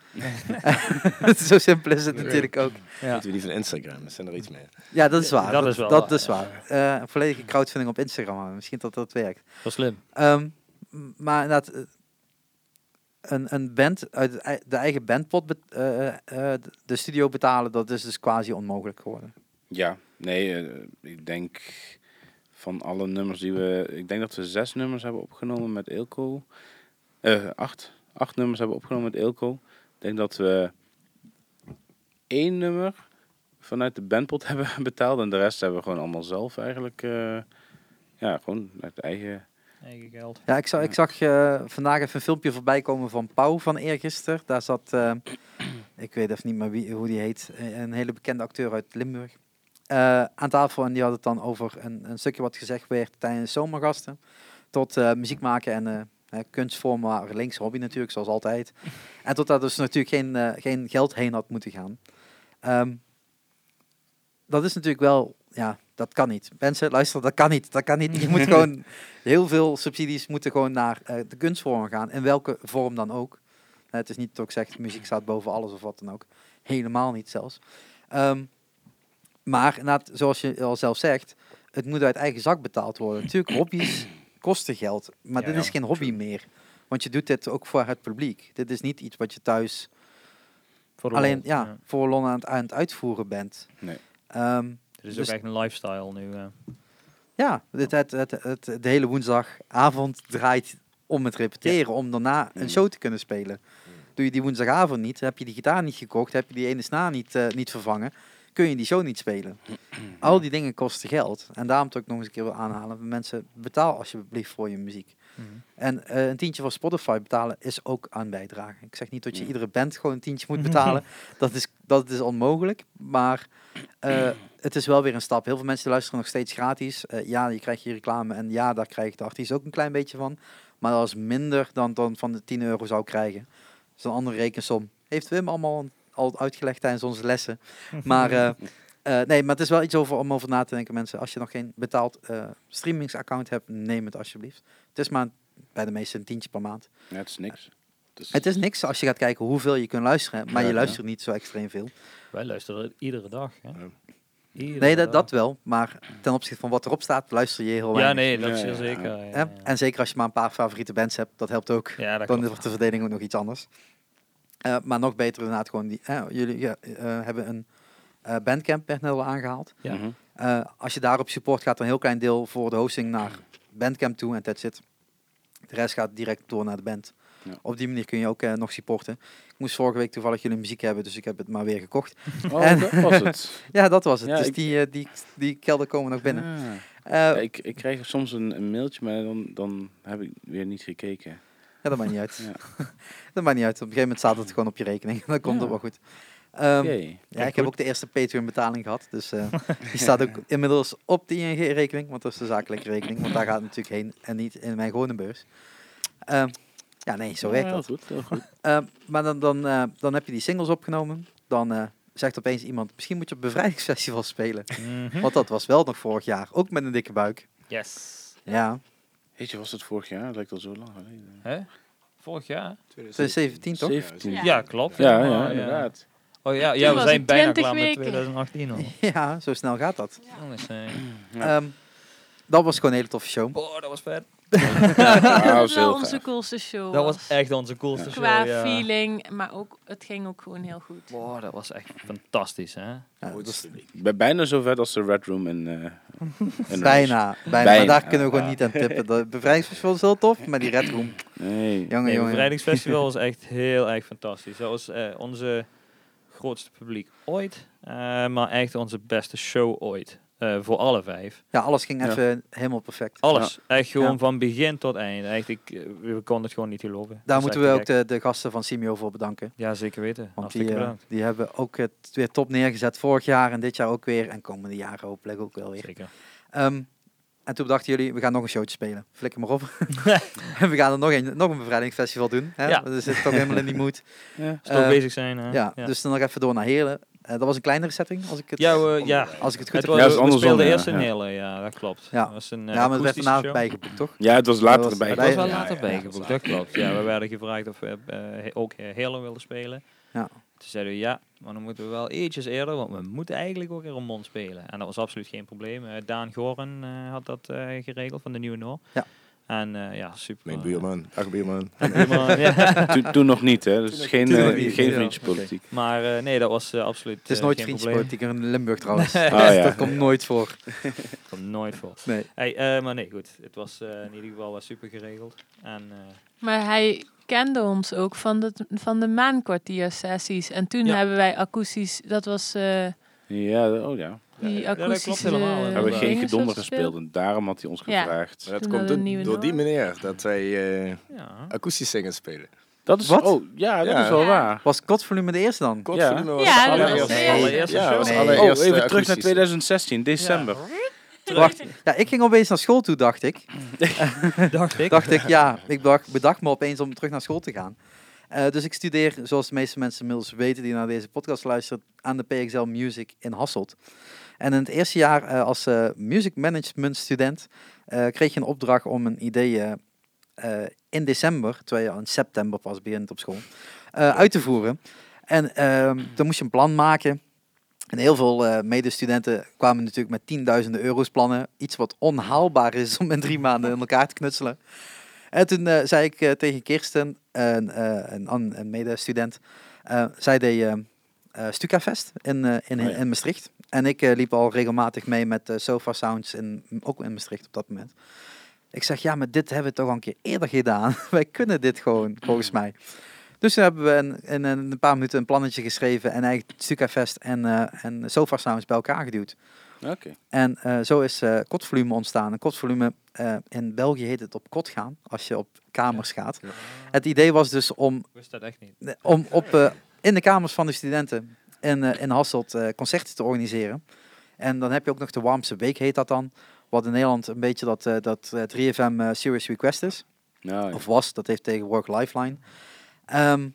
Speaker 2: Zo simpel is het natuurlijk ook.
Speaker 1: Ja.
Speaker 5: Moeten we die van Instagram? Er zijn er iets meer.
Speaker 2: Ja, dat is waar.
Speaker 1: dat
Speaker 2: Dat, dat
Speaker 1: is wel waar,
Speaker 2: is waar. Eh, een volledige crowdfunding op Instagram. houden. Misschien dat dat werkt.
Speaker 1: Wel slim.
Speaker 2: Ehm, m- maar inderdaad, eh, een, een band, uit de ei- de eigen bandpot bet- eh, eh, de- de studio betalen, dat is dus quasi onmogelijk geworden.
Speaker 4: Ja, nee, eh, ik denk van alle nummers die we... Ik denk dat we zes nummers hebben opgenomen met Ilko. Eh, acht. Acht nummers hebben opgenomen met Ilko. Ik denk dat we één nummer vanuit de bandpot hebben betaald. En de rest hebben we gewoon allemaal zelf eigenlijk... eh, ja, gewoon uit eigen...
Speaker 1: Eigen geld.
Speaker 2: Ja, ik, zag ik zag eh, vandaag even een filmpje voorbij komen van Pauw van eergisteren. Daar zat, eh, ik weet even niet meer wie, hoe die heet, eh, een hele bekende acteur uit Limburg. eh, aan tafel en die had het dan over een, een stukje wat gezegd werd tijdens zomergasten. Tot eh, muziek maken en eh, eh, kunstvorm waren links hobby natuurlijk, zoals altijd. En tot daar dus natuurlijk geen, eh, geen geld heen had moeten gaan. Ehm, dat is natuurlijk wel, ja, dat kan niet. Mensen, luister, dat kan niet. Dat kan niet. Je moet gewoon heel veel subsidies moeten gewoon naar eh, de kunstvormen gaan. In welke vorm dan ook. Eh, het is niet dat ik zeg, muziek staat boven alles of wat dan ook. Helemaal niet zelfs. Ehm, maar inderdaad, zoals je al zelf zegt, het moet uit eigen zak betaald worden. Natuurlijk, hobby's kosten geld. Maar
Speaker 1: Ja,
Speaker 2: dit
Speaker 1: ja,
Speaker 2: is geen hobby meer. Want je doet dit ook voor het publiek. Dit is niet iets wat je thuis
Speaker 1: Voor de
Speaker 2: alleen
Speaker 1: lol.
Speaker 2: ja, voor Lon aan het, aan het uitvoeren bent.
Speaker 4: Nee.
Speaker 2: Ehm,
Speaker 1: Het is
Speaker 2: Dus-
Speaker 1: ook echt een lifestyle nu. eh.
Speaker 2: ja, dit, het, het, het, de hele woensdagavond draait om het repeteren, om daarna
Speaker 4: Mm.
Speaker 2: een show te kunnen spelen. Doe je die woensdagavond niet, heb je die gitaar niet gekocht, heb je die ene snaar niet, eh, niet vervangen, kun je die show niet spelen. Al die dingen kosten geld. En daarom dat ik nog eens een keer wil aanhalen, mensen, betaal alsjeblieft voor je muziek.
Speaker 1: Mhm.
Speaker 4: Mm-hmm.
Speaker 2: En eh, een tientje van Spotify betalen is ook aan bijdrage. Ik zeg niet dat je
Speaker 4: Ja.
Speaker 2: iedere band gewoon een tientje moet betalen. dat, is, dat is onmogelijk. Maar eh, het is wel weer een stap. Heel veel mensen luisteren nog steeds gratis. Eh, ja, je krijgt je reclame. En ja, daar krijgt de artiest ook een klein beetje van. Maar dat is minder dan, dan van de 10 euro zou krijgen. Dat is een andere rekensom. Heeft Wim allemaal al uitgelegd tijdens onze lessen. Maar, eh, eh, nee, maar het is wel iets over, om over na te denken, mensen. Als je nog geen betaald eh streamingsaccount hebt, neem het alsjeblieft. Het is maar een bij de meesten een tientje per maand.
Speaker 4: Ja, het is niks. Het is,
Speaker 2: Het is niks als je gaat kijken hoeveel je kunt luisteren, maar je
Speaker 4: Ja, ja.
Speaker 2: luistert niet zo extreem veel.
Speaker 1: Wij luisteren het iedere dag. Hè?
Speaker 5: Ja.
Speaker 1: Iedere
Speaker 2: Nee, dat,
Speaker 1: dag.
Speaker 2: dat wel, maar ten opzichte van wat erop staat, luister je heel
Speaker 1: Ja,
Speaker 2: weinig.
Speaker 1: nee, dat
Speaker 4: Ja,
Speaker 1: is
Speaker 4: ja,
Speaker 1: heel
Speaker 4: ja.
Speaker 1: zeker. Ja, ja,
Speaker 2: Hè? En zeker als je maar een paar favoriete bands hebt, dat helpt ook.
Speaker 1: ja. Ja, dat
Speaker 2: Dan
Speaker 1: klopt.
Speaker 2: wordt de verdeling ook nog iets anders. Eh, maar nog beter inderdaad gewoon, die, eh, jullie ja, eh, hebben een eh, bandcamp, werd net al aangehaald.
Speaker 1: ja.
Speaker 4: Mhm.
Speaker 2: Eh, als je daarop support gaat, een heel klein deel voor de hosting naar Bandcamp toe en that's it. De rest gaat direct door naar de band.
Speaker 4: Ja.
Speaker 2: Op die manier kun je ook eh, nog supporten. Ik moest vorige week toevallig jullie muziek hebben, dus ik heb het maar weer gekocht. En-
Speaker 4: Oh, dat was het.
Speaker 2: Ja, dat was het.
Speaker 4: Ja,
Speaker 2: dus
Speaker 4: ik-
Speaker 2: die, eh, die, die kelder komen nog binnen.
Speaker 4: Ah.
Speaker 2: Eh,
Speaker 4: Ja, ik, ik krijg soms een, een mailtje, maar dan, dan heb ik weer niet gekeken.
Speaker 2: ja, dat maakt niet uit.
Speaker 4: Ja.
Speaker 2: dat maakt niet uit. Op een gegeven moment staat het gewoon op je rekening. Dan komt
Speaker 4: Ja.
Speaker 2: het wel goed. Ehm,
Speaker 4: Jee.
Speaker 2: ja, ik heb ook de eerste Patreon-betaling gehad. Dus eh, die staat ook inmiddels op eh, de ING-rekening. Want dat is de zakelijke rekening. Want daar gaat het natuurlijk heen en niet in mijn gewone beurs. Ehm, Ja, nee, zo werkt
Speaker 4: Ja,
Speaker 2: dat.
Speaker 4: Heel goed, heel goed.
Speaker 2: Eh, maar dan, dan, eh, dan heb je die singles opgenomen. Dan eh, zegt opeens iemand, misschien moet je op bevrijdingsfestival spelen.
Speaker 1: Mhm.
Speaker 2: Want dat was wel nog vorig jaar. Ook met een dikke buik.
Speaker 1: Yes.
Speaker 2: Ja,
Speaker 4: Weet je, was dat vorig jaar? Dat lijkt al zo lang geleden.
Speaker 1: Hè? Vorig jaar?
Speaker 2: 2017 toch?
Speaker 4: 17.
Speaker 1: Ja,
Speaker 4: Ja,
Speaker 1: klopt.
Speaker 4: ja,
Speaker 1: Maar,
Speaker 4: inderdaad.
Speaker 1: Oh ja,
Speaker 3: Toen
Speaker 1: ja we
Speaker 3: was
Speaker 1: zijn
Speaker 3: het
Speaker 1: bijna
Speaker 3: 20
Speaker 1: klaar met
Speaker 3: weken.
Speaker 1: 2018 al.
Speaker 2: Ja, zo snel gaat dat.
Speaker 1: Jongens, eh.
Speaker 4: Ja.
Speaker 2: Ehm, dat was gewoon een hele toffe show.
Speaker 1: Boah, dat was vet.
Speaker 4: Ja,
Speaker 3: dat
Speaker 4: was
Speaker 3: is
Speaker 4: heel
Speaker 3: wel
Speaker 4: gaaf.
Speaker 3: onze coolste show.
Speaker 1: Dat was echt onze coolste show.
Speaker 3: Qua
Speaker 1: Dus ja.
Speaker 3: feeling, maar ook, het ging ook gewoon heel goed.
Speaker 1: Boah, dat was echt fantastisch, hè?
Speaker 5: Oh,
Speaker 2: Ja, dat
Speaker 5: dus
Speaker 2: is
Speaker 4: Ik ben bijna zo vet als de Red Room in... eh, in Rose.
Speaker 2: bijna, bijna. Maar
Speaker 4: Bijna,
Speaker 2: daar kunnen we gewoon
Speaker 4: ja.
Speaker 2: niet aan tippen. Dat bevrijdingsfestival is heel tof, maar die Red Room.
Speaker 4: Nee.
Speaker 1: Nee,
Speaker 2: Jongen,
Speaker 1: het
Speaker 2: jongen.
Speaker 1: bevrijdingsfestival was echt heel erg fantastisch. Dat was eh, onze grootste publiek ooit, eh, maar echt onze beste show ooit. Eh, voor alle vijf.
Speaker 2: Ja, alles ging
Speaker 4: Ja.
Speaker 2: even helemaal perfect.
Speaker 1: Alles. Echt gewoon
Speaker 2: Ja.
Speaker 1: van begin tot eind. Echt, ik, eh, we konden het gewoon niet geloven. Dat
Speaker 2: Daar
Speaker 1: is
Speaker 2: moeten
Speaker 1: echt
Speaker 2: we
Speaker 1: te
Speaker 2: ook
Speaker 1: gek.
Speaker 2: de, de gasten van Simio voor bedanken.
Speaker 1: Ja, zeker weten.
Speaker 2: Want
Speaker 1: Hartstikke
Speaker 2: die, eh,
Speaker 1: bedankt.
Speaker 2: die hebben ook het weer top neergezet vorig jaar en dit jaar ook weer. En komende jaren hopelijk ook wel weer.
Speaker 1: Zeker.
Speaker 2: Ehm, en toen bedachten jullie, we gaan nog een showtje spelen. Flikker maar op. en we gaan er nog een, nog een bevrijdingsfestival doen. Hè?
Speaker 1: Ja.
Speaker 2: We zitten toch helemaal in die mood.
Speaker 4: Ja.
Speaker 1: Dus toch
Speaker 2: Eh,
Speaker 1: bezig zijn, hè?
Speaker 2: Ja, dus dan nog even door naar Helen. Eh, dat was een kleinere setting, als ik het,
Speaker 1: Ja, we, eh, ja.
Speaker 2: als ik het goed
Speaker 1: Het
Speaker 2: heb.
Speaker 1: was,
Speaker 4: Ja, het is
Speaker 1: we
Speaker 4: andersom,
Speaker 1: speelden
Speaker 4: ja,
Speaker 1: eerst een
Speaker 4: ja.
Speaker 1: hele, ja, dat klopt.
Speaker 2: Ja.
Speaker 1: Dat was een, eh,
Speaker 2: ja, maar het werd
Speaker 1: akoestische
Speaker 2: daarna
Speaker 1: show.
Speaker 2: bijgeboekt, toch?
Speaker 4: ja, het was later
Speaker 2: Dat was-
Speaker 4: erbij.
Speaker 1: Het was wel
Speaker 2: Ja,
Speaker 1: later
Speaker 4: ja,
Speaker 1: bijgeboekt, dat klopt. Ja, we werden gevraagd of we eh, ook eh, Helen wilden spelen.
Speaker 2: Ja.
Speaker 1: Toen zeiden we ja, maar dan moeten we wel eetjes eerder, want we moeten eigenlijk ook in Remond spelen. En dat was absoluut geen probleem. Eh, Daan Goren eh, had dat eh, geregeld van de Nieuwe Noor.
Speaker 2: Ja.
Speaker 1: En eh, ja, super.
Speaker 5: Mijn buurman. Ach, buurman.
Speaker 1: Buurman, ja.
Speaker 4: Toen, toen nog niet, hè. Dus geen,
Speaker 2: nog
Speaker 4: eh,
Speaker 2: niet.
Speaker 4: geen
Speaker 2: Ja.
Speaker 4: vriendjespolitiek.
Speaker 1: Maar eh, nee, dat was eh, absoluut
Speaker 2: Het is
Speaker 1: eh,
Speaker 2: nooit
Speaker 1: geen
Speaker 2: vriendjespolitiek in Limburg trouwens.
Speaker 4: Ah, ja.
Speaker 2: Dat komt nooit voor.
Speaker 1: probleem. Komt nooit voor.
Speaker 2: Nee.
Speaker 1: Hey, eh, maar nee, goed. Het was eh, in ieder geval wel super geregeld. En eh,
Speaker 3: Maar hij kende ons ook van de, van de maankwartiersessies. En toen
Speaker 1: Ja.
Speaker 3: hebben wij akoestisch, dat was eh,
Speaker 4: Ja, oh ja.
Speaker 1: Ja,
Speaker 3: die
Speaker 1: dat klopt
Speaker 3: akoestische...
Speaker 1: helemaal.
Speaker 3: eh,
Speaker 1: We
Speaker 4: We hebben
Speaker 1: Ja.
Speaker 3: dingen
Speaker 4: geen
Speaker 3: zoals
Speaker 4: gedonder
Speaker 3: gespeeld.
Speaker 4: gespeeld en daarom had hij ons
Speaker 3: Ja.
Speaker 4: gevraagd.
Speaker 5: Maar dat
Speaker 3: Toen hadden
Speaker 5: komt
Speaker 3: we
Speaker 5: door,
Speaker 3: nieuwe
Speaker 5: door die
Speaker 3: naam.
Speaker 5: meneer dat wij eh
Speaker 1: ja.
Speaker 5: akoestisch zingen spelen.
Speaker 4: Dat is
Speaker 2: Wat?
Speaker 4: Oh, ja, dat
Speaker 5: Ja.
Speaker 4: is wel
Speaker 3: Ja.
Speaker 4: waar.
Speaker 2: Was Kotvolume de eerste dan?
Speaker 5: Kort
Speaker 4: Ja.
Speaker 5: volume was
Speaker 3: Ja,
Speaker 5: het
Speaker 3: dat
Speaker 1: was
Speaker 5: allereerste.
Speaker 1: de allereerste
Speaker 5: Ja, dat was
Speaker 2: show.
Speaker 5: het
Speaker 2: Nee.
Speaker 4: Oh,
Speaker 5: allereerste
Speaker 4: even terug naar
Speaker 5: akoestische.
Speaker 4: 2016, december.
Speaker 2: Wacht, ja, ik ging opeens naar school toe, dacht ik.
Speaker 1: Dacht ik.
Speaker 2: Dacht ik, ja, ik bedacht, bedacht me opeens om terug naar school te gaan. Eh, dus ik studeer, zoals de meeste mensen inmiddels weten die naar deze podcast luisteren, aan de PXL Music in Hasselt. En in het eerste jaar eh, als eh, music management student eh, kreeg je een opdracht om een idee eh, eh, in december, terwijl je in september pas begint op school, eh, uit te voeren. En ehm, dan moest je een plan maken. En heel veel eh, medestudenten kwamen natuurlijk met tienduizenden euro's plannen. Iets wat onhaalbaar is om in drie maanden in elkaar te knutselen. En toen eh, zei ik eh, tegen Kirsten, een, eh, een, an- een medestudent, eh, zij deed eh eh, Stukafest in, eh, in,
Speaker 4: Oh ja.
Speaker 2: in Maastricht. En ik eh, liep al regelmatig mee met eh, Sofa Sounds, in, ook in Maastricht op dat moment. Ik zeg, ja, maar dit hebben we toch al een keer eerder gedaan. Wij kunnen dit gewoon, volgens mij. Dus toen hebben we in, in een paar minuten een plannetje geschreven en eigenlijk Stukafest en, eh en Sofa Sounds bij elkaar geduwd.
Speaker 4: Oké.
Speaker 2: En eh, zo is eh kotvolume ontstaan. En kotvolume, eh, in België heet het op kot gaan, als je op kamers gaat. Het idee was dus om,
Speaker 1: Ik wist dat echt niet.
Speaker 2: om op, eh, in de kamers van de studenten in, eh, in Hasselt eh, concerten te organiseren. En dan heb je ook nog de Warmse Week, heet dat dan. Wat in Nederland een beetje dat, eh, dat eh, 3FM eh, Serious Request is.
Speaker 4: Nou, ja.
Speaker 2: Of was, dat heeft tegenwoordig Lifeline. Ehm,
Speaker 4: Hm.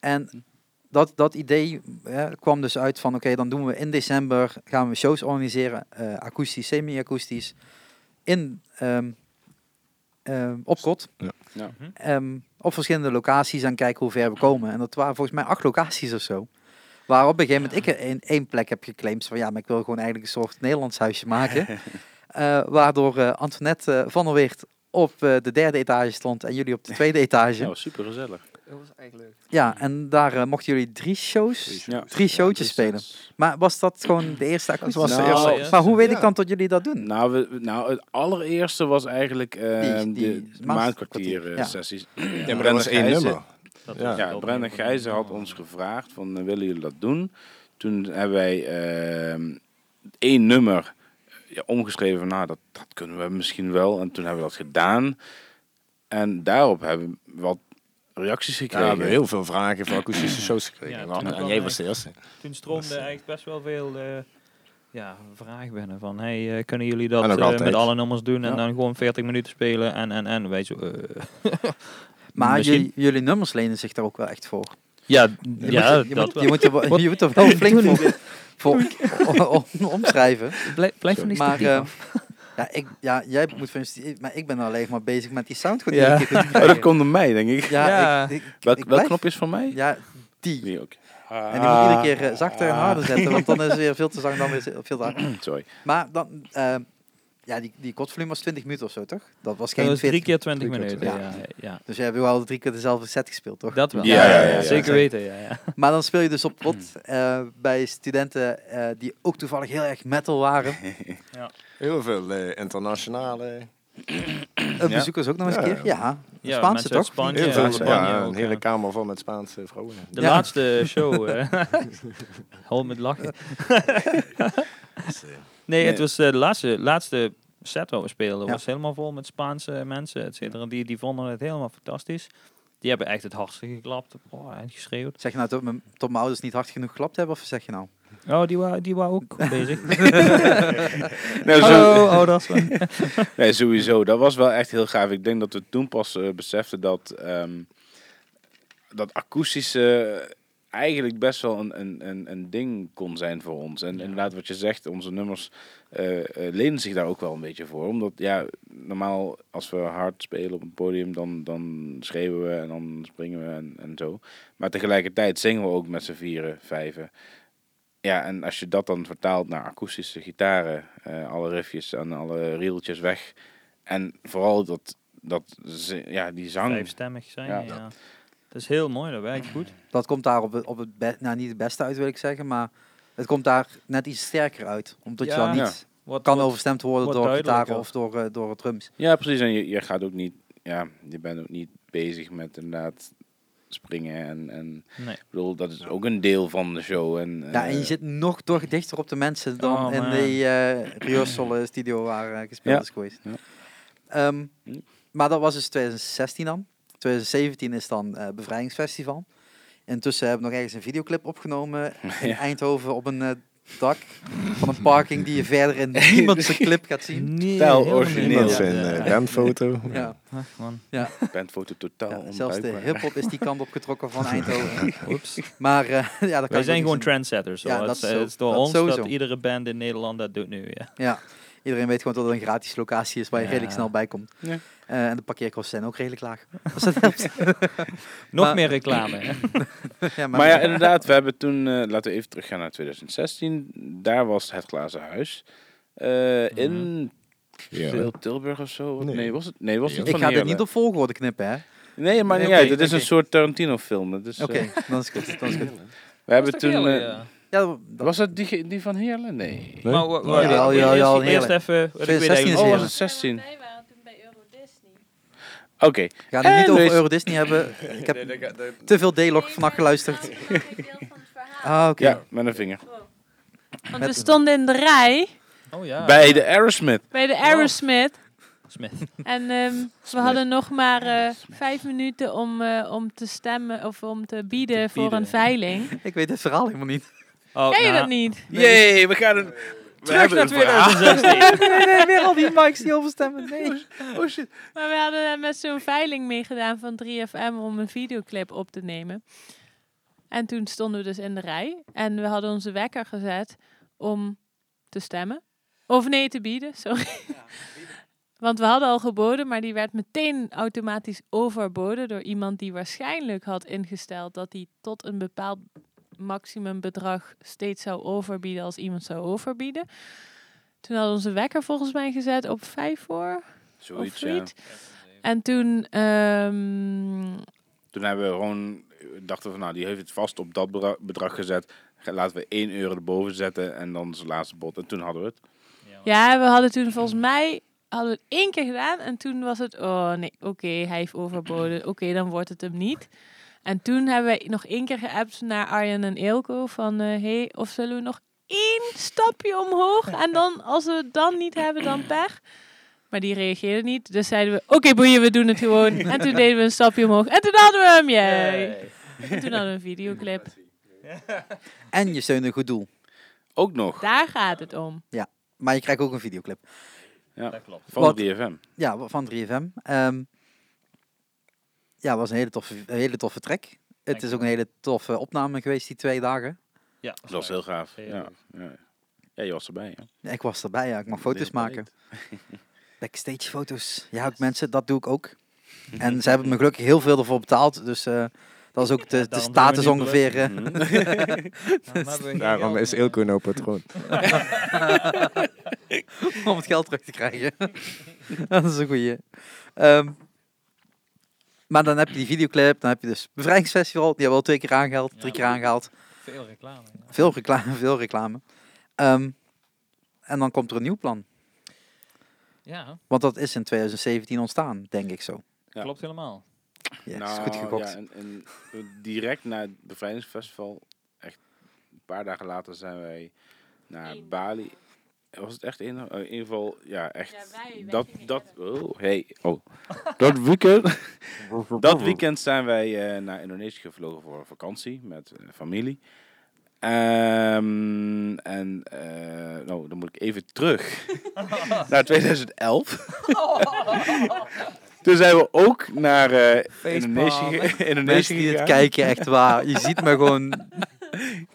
Speaker 2: en dat, dat idee eh, kwam dus uit van, oké, dan doen we in december, gaan we shows organiseren, eh, akoestisch, semi-akoestisch, in, ehm ehm, op kot.
Speaker 5: Ja.
Speaker 4: Ja.
Speaker 1: Mhm.
Speaker 2: Ehm, op verschillende locaties en kijken hoe ver we komen. En dat waren volgens mij acht locaties of zo. Waar op een gegeven moment ik een, één plek heb geclaimd van, ja, maar ik wil gewoon eigenlijk een soort Nederlands huisje maken. Eh, waardoor eh, Antoinette eh, van der Weert op eh, de derde etage stond en jullie op de tweede etage.
Speaker 4: Nou, super gezellig.
Speaker 2: Ja, en daar eh, mochten jullie drie shows,
Speaker 4: Ja.
Speaker 2: drie showtjes spelen. Maar was dat gewoon de eerste akoestische?
Speaker 5: was
Speaker 4: de
Speaker 2: Nou,
Speaker 1: eerste.
Speaker 2: Maar hoe weet ik
Speaker 5: Ja.
Speaker 2: dan dat jullie dat doen?
Speaker 4: Nou, we, nou, het allereerste was eigenlijk eh,
Speaker 2: Die- die
Speaker 4: de
Speaker 2: maand-
Speaker 4: maandkwartier eh,
Speaker 2: ja.
Speaker 4: sessies.
Speaker 5: Ja, maar dat
Speaker 4: Brenna
Speaker 5: was één
Speaker 4: Gijzen.
Speaker 5: nummer.
Speaker 1: Dat
Speaker 5: Ja.
Speaker 1: was
Speaker 4: Ja,
Speaker 1: wel
Speaker 4: Brenna
Speaker 1: bijzonder.
Speaker 4: Gijzen had ons gevraagd van, eh, willen jullie dat doen? Toen hebben wij ehm, één nummer ja, omgeschreven van, nou, dat, dat kunnen we misschien wel. En toen hebben we dat gedaan. En daarop hebben we wat reacties
Speaker 5: Ja, we
Speaker 4: gekregen.
Speaker 5: hebben heel veel vragen voor akoestische shows gekregen.
Speaker 1: Ja,
Speaker 5: Ja,
Speaker 1: toen
Speaker 5: en
Speaker 1: kwam
Speaker 5: jij
Speaker 1: hij.
Speaker 5: was de eerste.
Speaker 1: Toen stroomde eigenlijk best wel veel eh, ja, vragen binnen. Van, hey, eh, kunnen jullie dat
Speaker 5: En ook
Speaker 1: eh,
Speaker 5: altijd.
Speaker 1: met alle nummers doen en
Speaker 4: Ja.
Speaker 1: dan gewoon 40 minuten spelen? En, en, en wij zo... eh,
Speaker 2: Maar
Speaker 1: Misschien-
Speaker 2: jullie- jullie nummers lenen zich daar ook wel echt voor.
Speaker 1: Ja,
Speaker 2: Je
Speaker 1: ja
Speaker 2: moet, je,
Speaker 1: dat
Speaker 2: moet, je, moet er, wel- je moet
Speaker 1: Oh,
Speaker 2: er wel flink voor, voor om- om- omschrijven.
Speaker 1: blijf, blijf van die
Speaker 2: Maar
Speaker 1: statief
Speaker 2: eh,
Speaker 1: af.
Speaker 2: ja, ik, ja, jij moet van maar ik ben alleen maar bezig met die sound goed.
Speaker 1: Ja. Oh,
Speaker 2: Ja, ja,
Speaker 4: Maar Oh, dat komt door mij, denk ik.
Speaker 1: Ja.
Speaker 2: ik, ik, ik
Speaker 4: Welk, welk
Speaker 2: blijf-
Speaker 4: knopje is van mij?
Speaker 2: Ja, die.
Speaker 4: Die ook.
Speaker 2: En die moet
Speaker 5: Ah.
Speaker 2: iedere keer eh, zachter en harder zetten, want dan is het weer veel te zacht, dan weer veel te hard.
Speaker 4: Sorry.
Speaker 2: Maar dan, eh, ja, die, die kotvolume was 20 minuten of zo, toch? Dat was
Speaker 1: Dat
Speaker 2: geen
Speaker 1: was drie
Speaker 2: 40.
Speaker 1: keer 20
Speaker 5: Drie keer
Speaker 1: minuten. Ja. Ja,
Speaker 2: Dus jij hebt wel al drie keer dezelfde set gespeeld, toch?
Speaker 1: Dat wel.
Speaker 4: Ja, ja, ja, ja.
Speaker 1: Zeker weten, ja. ja.
Speaker 2: Maar dan speel je dus op pot
Speaker 5: Hmm.
Speaker 2: eh, bij studenten eh, die ook toevallig heel erg metal waren.
Speaker 5: Heel veel eh, internationale.
Speaker 2: Eh, bezoekers ook nog eens een
Speaker 5: Ja.
Speaker 2: keer. Ja,
Speaker 1: Ja,
Speaker 2: Spaanse
Speaker 1: mensen uit
Speaker 2: toch?
Speaker 1: Spanje.
Speaker 5: Heel veel
Speaker 1: Ja,
Speaker 5: Spanje.
Speaker 1: Spanje
Speaker 5: Ja,
Speaker 1: ook,
Speaker 5: een
Speaker 1: ja.
Speaker 5: hele kamer vol met Spaanse vrouwen.
Speaker 1: De
Speaker 2: Ja.
Speaker 1: laatste show. eh. Hal met lachen. nee, het
Speaker 4: Nee.
Speaker 1: was eh, de laatste, laatste set wat we speelden.
Speaker 2: Ja.
Speaker 1: was helemaal vol met Spaanse mensen, et cetera. Die, die vonden het helemaal fantastisch. Die hebben echt het hardste geklapt oh, en geschreeuwd.
Speaker 2: Zeg je nou dat mijn, dat mijn ouders niet hard genoeg geklapt hebben, of zeg je nou?
Speaker 1: Oh, die waren die waren ook bezig.
Speaker 4: Nee, zo-
Speaker 1: Hallo, ouders. Ja,
Speaker 4: Nee, sowieso. Dat was wel echt heel gaaf. Ik denk dat we toen pas eh, beseften dat, ehm, dat akoestische eigenlijk best wel een, een, een, een ding kon zijn voor ons. En inderdaad, wat je zegt, onze nummers eh, eh, lenen zich daar ook wel een beetje voor. Omdat, ja, normaal als we hard spelen op een podium, dan, dan schreeuwen we en dan springen we en, en zo. Maar tegelijkertijd zingen we ook met z'n vieren, vijven. Ja, en als je dat dan vertaalt naar akoestische gitaren, eh, alle riffjes en alle riedeltjes weg. En vooral dat, dat ze- ja, die zang.
Speaker 1: Vijfstemmig zijn,
Speaker 4: Ja.
Speaker 1: ja. Dat is heel mooi, dat werkt goed.
Speaker 2: Dat komt daar op het, op het be- nou niet het beste uit wil ik zeggen, maar het komt daar net iets sterker uit. Omdat je
Speaker 1: Ja.
Speaker 2: dan niet
Speaker 1: Wat,
Speaker 2: kan
Speaker 1: wat-
Speaker 2: overstemd worden
Speaker 1: wat
Speaker 2: door gitaren
Speaker 1: duidelijker.
Speaker 2: of door, eh, door drums.
Speaker 4: Ja, precies. En je, je gaat ook niet, ja, je bent ook niet bezig met inderdaad springen. En, en
Speaker 1: Nee.
Speaker 4: ik bedoel, dat is ook een deel van de show. En,
Speaker 2: ja, en je
Speaker 4: eh,
Speaker 2: zit nog toch dichter op de mensen dan
Speaker 1: Oh,
Speaker 2: in
Speaker 1: man.
Speaker 2: die eh Riosol studio waar eh, gespeeld
Speaker 4: Ja.
Speaker 2: is geweest.
Speaker 4: Ja.
Speaker 2: Ehm,
Speaker 4: Hm.
Speaker 2: maar dat was dus 2016 dan. 2017 is dan eh, Bevrijdingsfestival. Intussen hebben we nog ergens een videoclip opgenomen in
Speaker 4: Ja.
Speaker 2: Eindhoven op een eh, dak van een parking die je verder in niemand zijn clip gaat zien.
Speaker 1: Nee,
Speaker 4: Totaal
Speaker 1: helemaal niet.
Speaker 4: origineel.
Speaker 5: Niemand
Speaker 4: Ja.
Speaker 5: zijn eh, bandfoto.
Speaker 2: Ja,
Speaker 1: Ach, man.
Speaker 4: bandfoto totaal
Speaker 2: ja, zelfs de
Speaker 4: onbruikbaar.
Speaker 2: hip-hop is die kant opgetrokken van Eindhoven.
Speaker 1: Oeps.
Speaker 2: Maar eh, ja, dat kan
Speaker 1: Wij
Speaker 2: ik
Speaker 1: zijn
Speaker 2: ook
Speaker 1: gewoon
Speaker 2: niet zien.
Speaker 1: trendsetters.
Speaker 2: Ja,
Speaker 1: hoor.
Speaker 2: dat
Speaker 1: het, is, eh,
Speaker 2: zo.
Speaker 1: het is door
Speaker 2: Dat
Speaker 1: ons
Speaker 2: sowieso.
Speaker 1: dat iedere band in Nederland dat doet nu. Ja.
Speaker 2: Ja, iedereen weet gewoon dat het een gratis locatie is waar je
Speaker 1: Ja.
Speaker 2: redelijk snel bij komt.
Speaker 4: Ja.
Speaker 2: Eh, en de parkeerkosten zijn ook redelijk laag. Als dat helpt.
Speaker 1: Nog
Speaker 2: Maar-
Speaker 1: meer reclame. hè.
Speaker 2: ja,
Speaker 4: Maar ja, inderdaad, we hebben toen, eh, laten we even teruggaan naar 2016. Daar was het Glazen Huis. eh, in
Speaker 5: Ja.
Speaker 4: Tilburg of zo.
Speaker 5: Nee.
Speaker 4: Nee, was het? Nee, was het
Speaker 2: ik
Speaker 4: van
Speaker 2: ga dit
Speaker 4: Heerlen?
Speaker 2: niet op volgorde knippen, hè?
Speaker 4: Nee, maar niet
Speaker 1: Nee, oké,
Speaker 4: uit. Het is
Speaker 1: oké.
Speaker 4: een soort Tarantino-film. Dat is, eh,
Speaker 2: Oké, dan is het goed. Dan is het goed.
Speaker 4: we hebben toen. eh,
Speaker 2: Ja, dat-
Speaker 4: Was het die, ge- die van Heerlen? Nee.
Speaker 5: Nee?
Speaker 1: Maar wa- wa-
Speaker 2: Ja, ja,
Speaker 1: eerst-
Speaker 2: ja, ja,
Speaker 1: eerst
Speaker 2: heerlijk.
Speaker 1: even. wat ik weet
Speaker 2: 16 is
Speaker 1: eigenlijk
Speaker 4: Oh,
Speaker 1: niet.
Speaker 4: was
Speaker 2: Heerlen.
Speaker 4: het 16?
Speaker 3: Wij waren toen bij Euro Disney.
Speaker 4: Oké.
Speaker 2: we gaan het niet
Speaker 4: En
Speaker 2: over
Speaker 4: dus-
Speaker 2: Euro Disney hebben. Ik heb te veel D-log vannacht geluisterd. Ah, oké.
Speaker 4: Ja, met een vinger.
Speaker 3: Want we
Speaker 2: Met-
Speaker 3: stonden in de rij
Speaker 1: Oh, ja.
Speaker 4: Bij de Aerosmith.
Speaker 3: bij de Aerosmith.
Speaker 1: Smith.
Speaker 3: En ehm, we hadden nog maar eh, vijf minuten om, eh, om te stemmen of om te bieden,
Speaker 1: Te
Speaker 3: voor
Speaker 1: bieden.
Speaker 3: een veiling.
Speaker 2: Ik weet het verhaal helemaal niet.
Speaker 1: Oh,
Speaker 3: Ken je
Speaker 1: nou,
Speaker 3: dat niet?
Speaker 4: Jee, we gaan een. We
Speaker 1: Terug
Speaker 4: hebben
Speaker 1: naar
Speaker 4: een verhaal.
Speaker 1: 2016.
Speaker 2: Nee, nee, weer al die mics die overstemmen. Nee.
Speaker 4: Oh shit.
Speaker 3: Maar we hadden eh, met zo'n veiling meegedaan van 3FM om een videoclip op te nemen. En toen stonden we dus in de rij. En we hadden onze wekker gezet om te stemmen. Of nee, te bieden, sorry. Want we hadden al geboden, maar die werd meteen automatisch overboden door iemand die waarschijnlijk had ingesteld dat hij tot een bepaald maximumbedrag steeds zou overbieden als iemand zou overbieden. Toen hadden we onze wekker volgens mij gezet op vijf voor
Speaker 4: Zoiets,
Speaker 3: of
Speaker 4: ja.
Speaker 3: zoiets. En toen, ehm,
Speaker 4: Toen hebben we gewoon. Dachten we van, nou, die heeft het vast op dat bedra- bedrag gezet. Ga- Laten we 1 euro erboven zetten en dan zijn laatste bot. En toen hadden we het.
Speaker 3: ja, we hadden toen volgens mij hadden we het één keer gedaan en toen was het, oh nee, oké, hij heeft overboden, oké, dan wordt het hem niet. En toen hebben we nog één keer geappt naar Arjen en Eelco van, eh, hey, of zullen we nog één stapje omhoog? En dan, als we het dan niet hebben, dan pech. Maar die reageerde niet, dus zeiden we, oké boeien, we doen het gewoon. En toen deden we een stapje omhoog en toen hadden we hem, yay!
Speaker 1: Yay.
Speaker 3: En toen hadden we een videoclip.
Speaker 2: En je steunt een goed doel.
Speaker 4: Ook nog.
Speaker 3: Daar gaat het om.
Speaker 2: Maar je krijgt ook een videoclip.
Speaker 4: Ja,
Speaker 1: Dat klopt.
Speaker 4: van
Speaker 2: Wat?
Speaker 4: de DFM.
Speaker 2: Ja, van 3FM. Ehm, Ja, was een hele toffe, een hele toffe trek. Het is ook een hele toffe opname geweest, die twee dagen.
Speaker 1: Ja,
Speaker 4: Dat was heel gaaf.
Speaker 1: Ja.
Speaker 4: Ja, ja. ja je was erbij. Ja.
Speaker 2: Ik was erbij, ja. Ik mag foto's maken. Backstage foto's. Ja, ook mensen, dat doe ik ook. En ze hebben me gelukkig heel veel ervoor betaald. Dus eh, dat is ook de, de
Speaker 1: daarom
Speaker 2: status
Speaker 1: doen we niet
Speaker 2: ongeveer. eh.
Speaker 5: Daarom is Ilko nou patroon.
Speaker 2: eh, om het geld terug te krijgen. dat is een goeie. Ehm, maar dan heb je die videoclip, dan heb je dus Bevrijdingsfestival, die hebben we al twee keer aangehaald, drie keer aangehaald.
Speaker 1: veel reclame.
Speaker 2: Veel reclame, veel reclame. Ehm, en dan komt er een nieuw plan,
Speaker 1: Ja,
Speaker 2: want dat is in 2017 ontstaan, denk ik zo.
Speaker 4: Ja.
Speaker 1: klopt helemaal.
Speaker 2: Ja, is goed gekocht.
Speaker 4: Nou, Ja, en, en direct na het bevrijdingsfestival, echt een paar dagen later zijn wij naar Bali. Was het echt in? eh, In ieder geval, ja, echt.
Speaker 3: Ja, wij- wij
Speaker 4: dat,
Speaker 3: gingen
Speaker 4: dat, oh, hey, oh. dat weekend, Oh. dat weekend zijn wij eh, naar Indonesië gevlogen voor vakantie met eh, familie. Ehm, en, eh, nou, dan moet ik even terug naar 2011. Toen zijn we ook naar eh Indonesië, ge- Indonesië
Speaker 2: Mensen die dit kijken, echt waar. Je ziet me gewoon...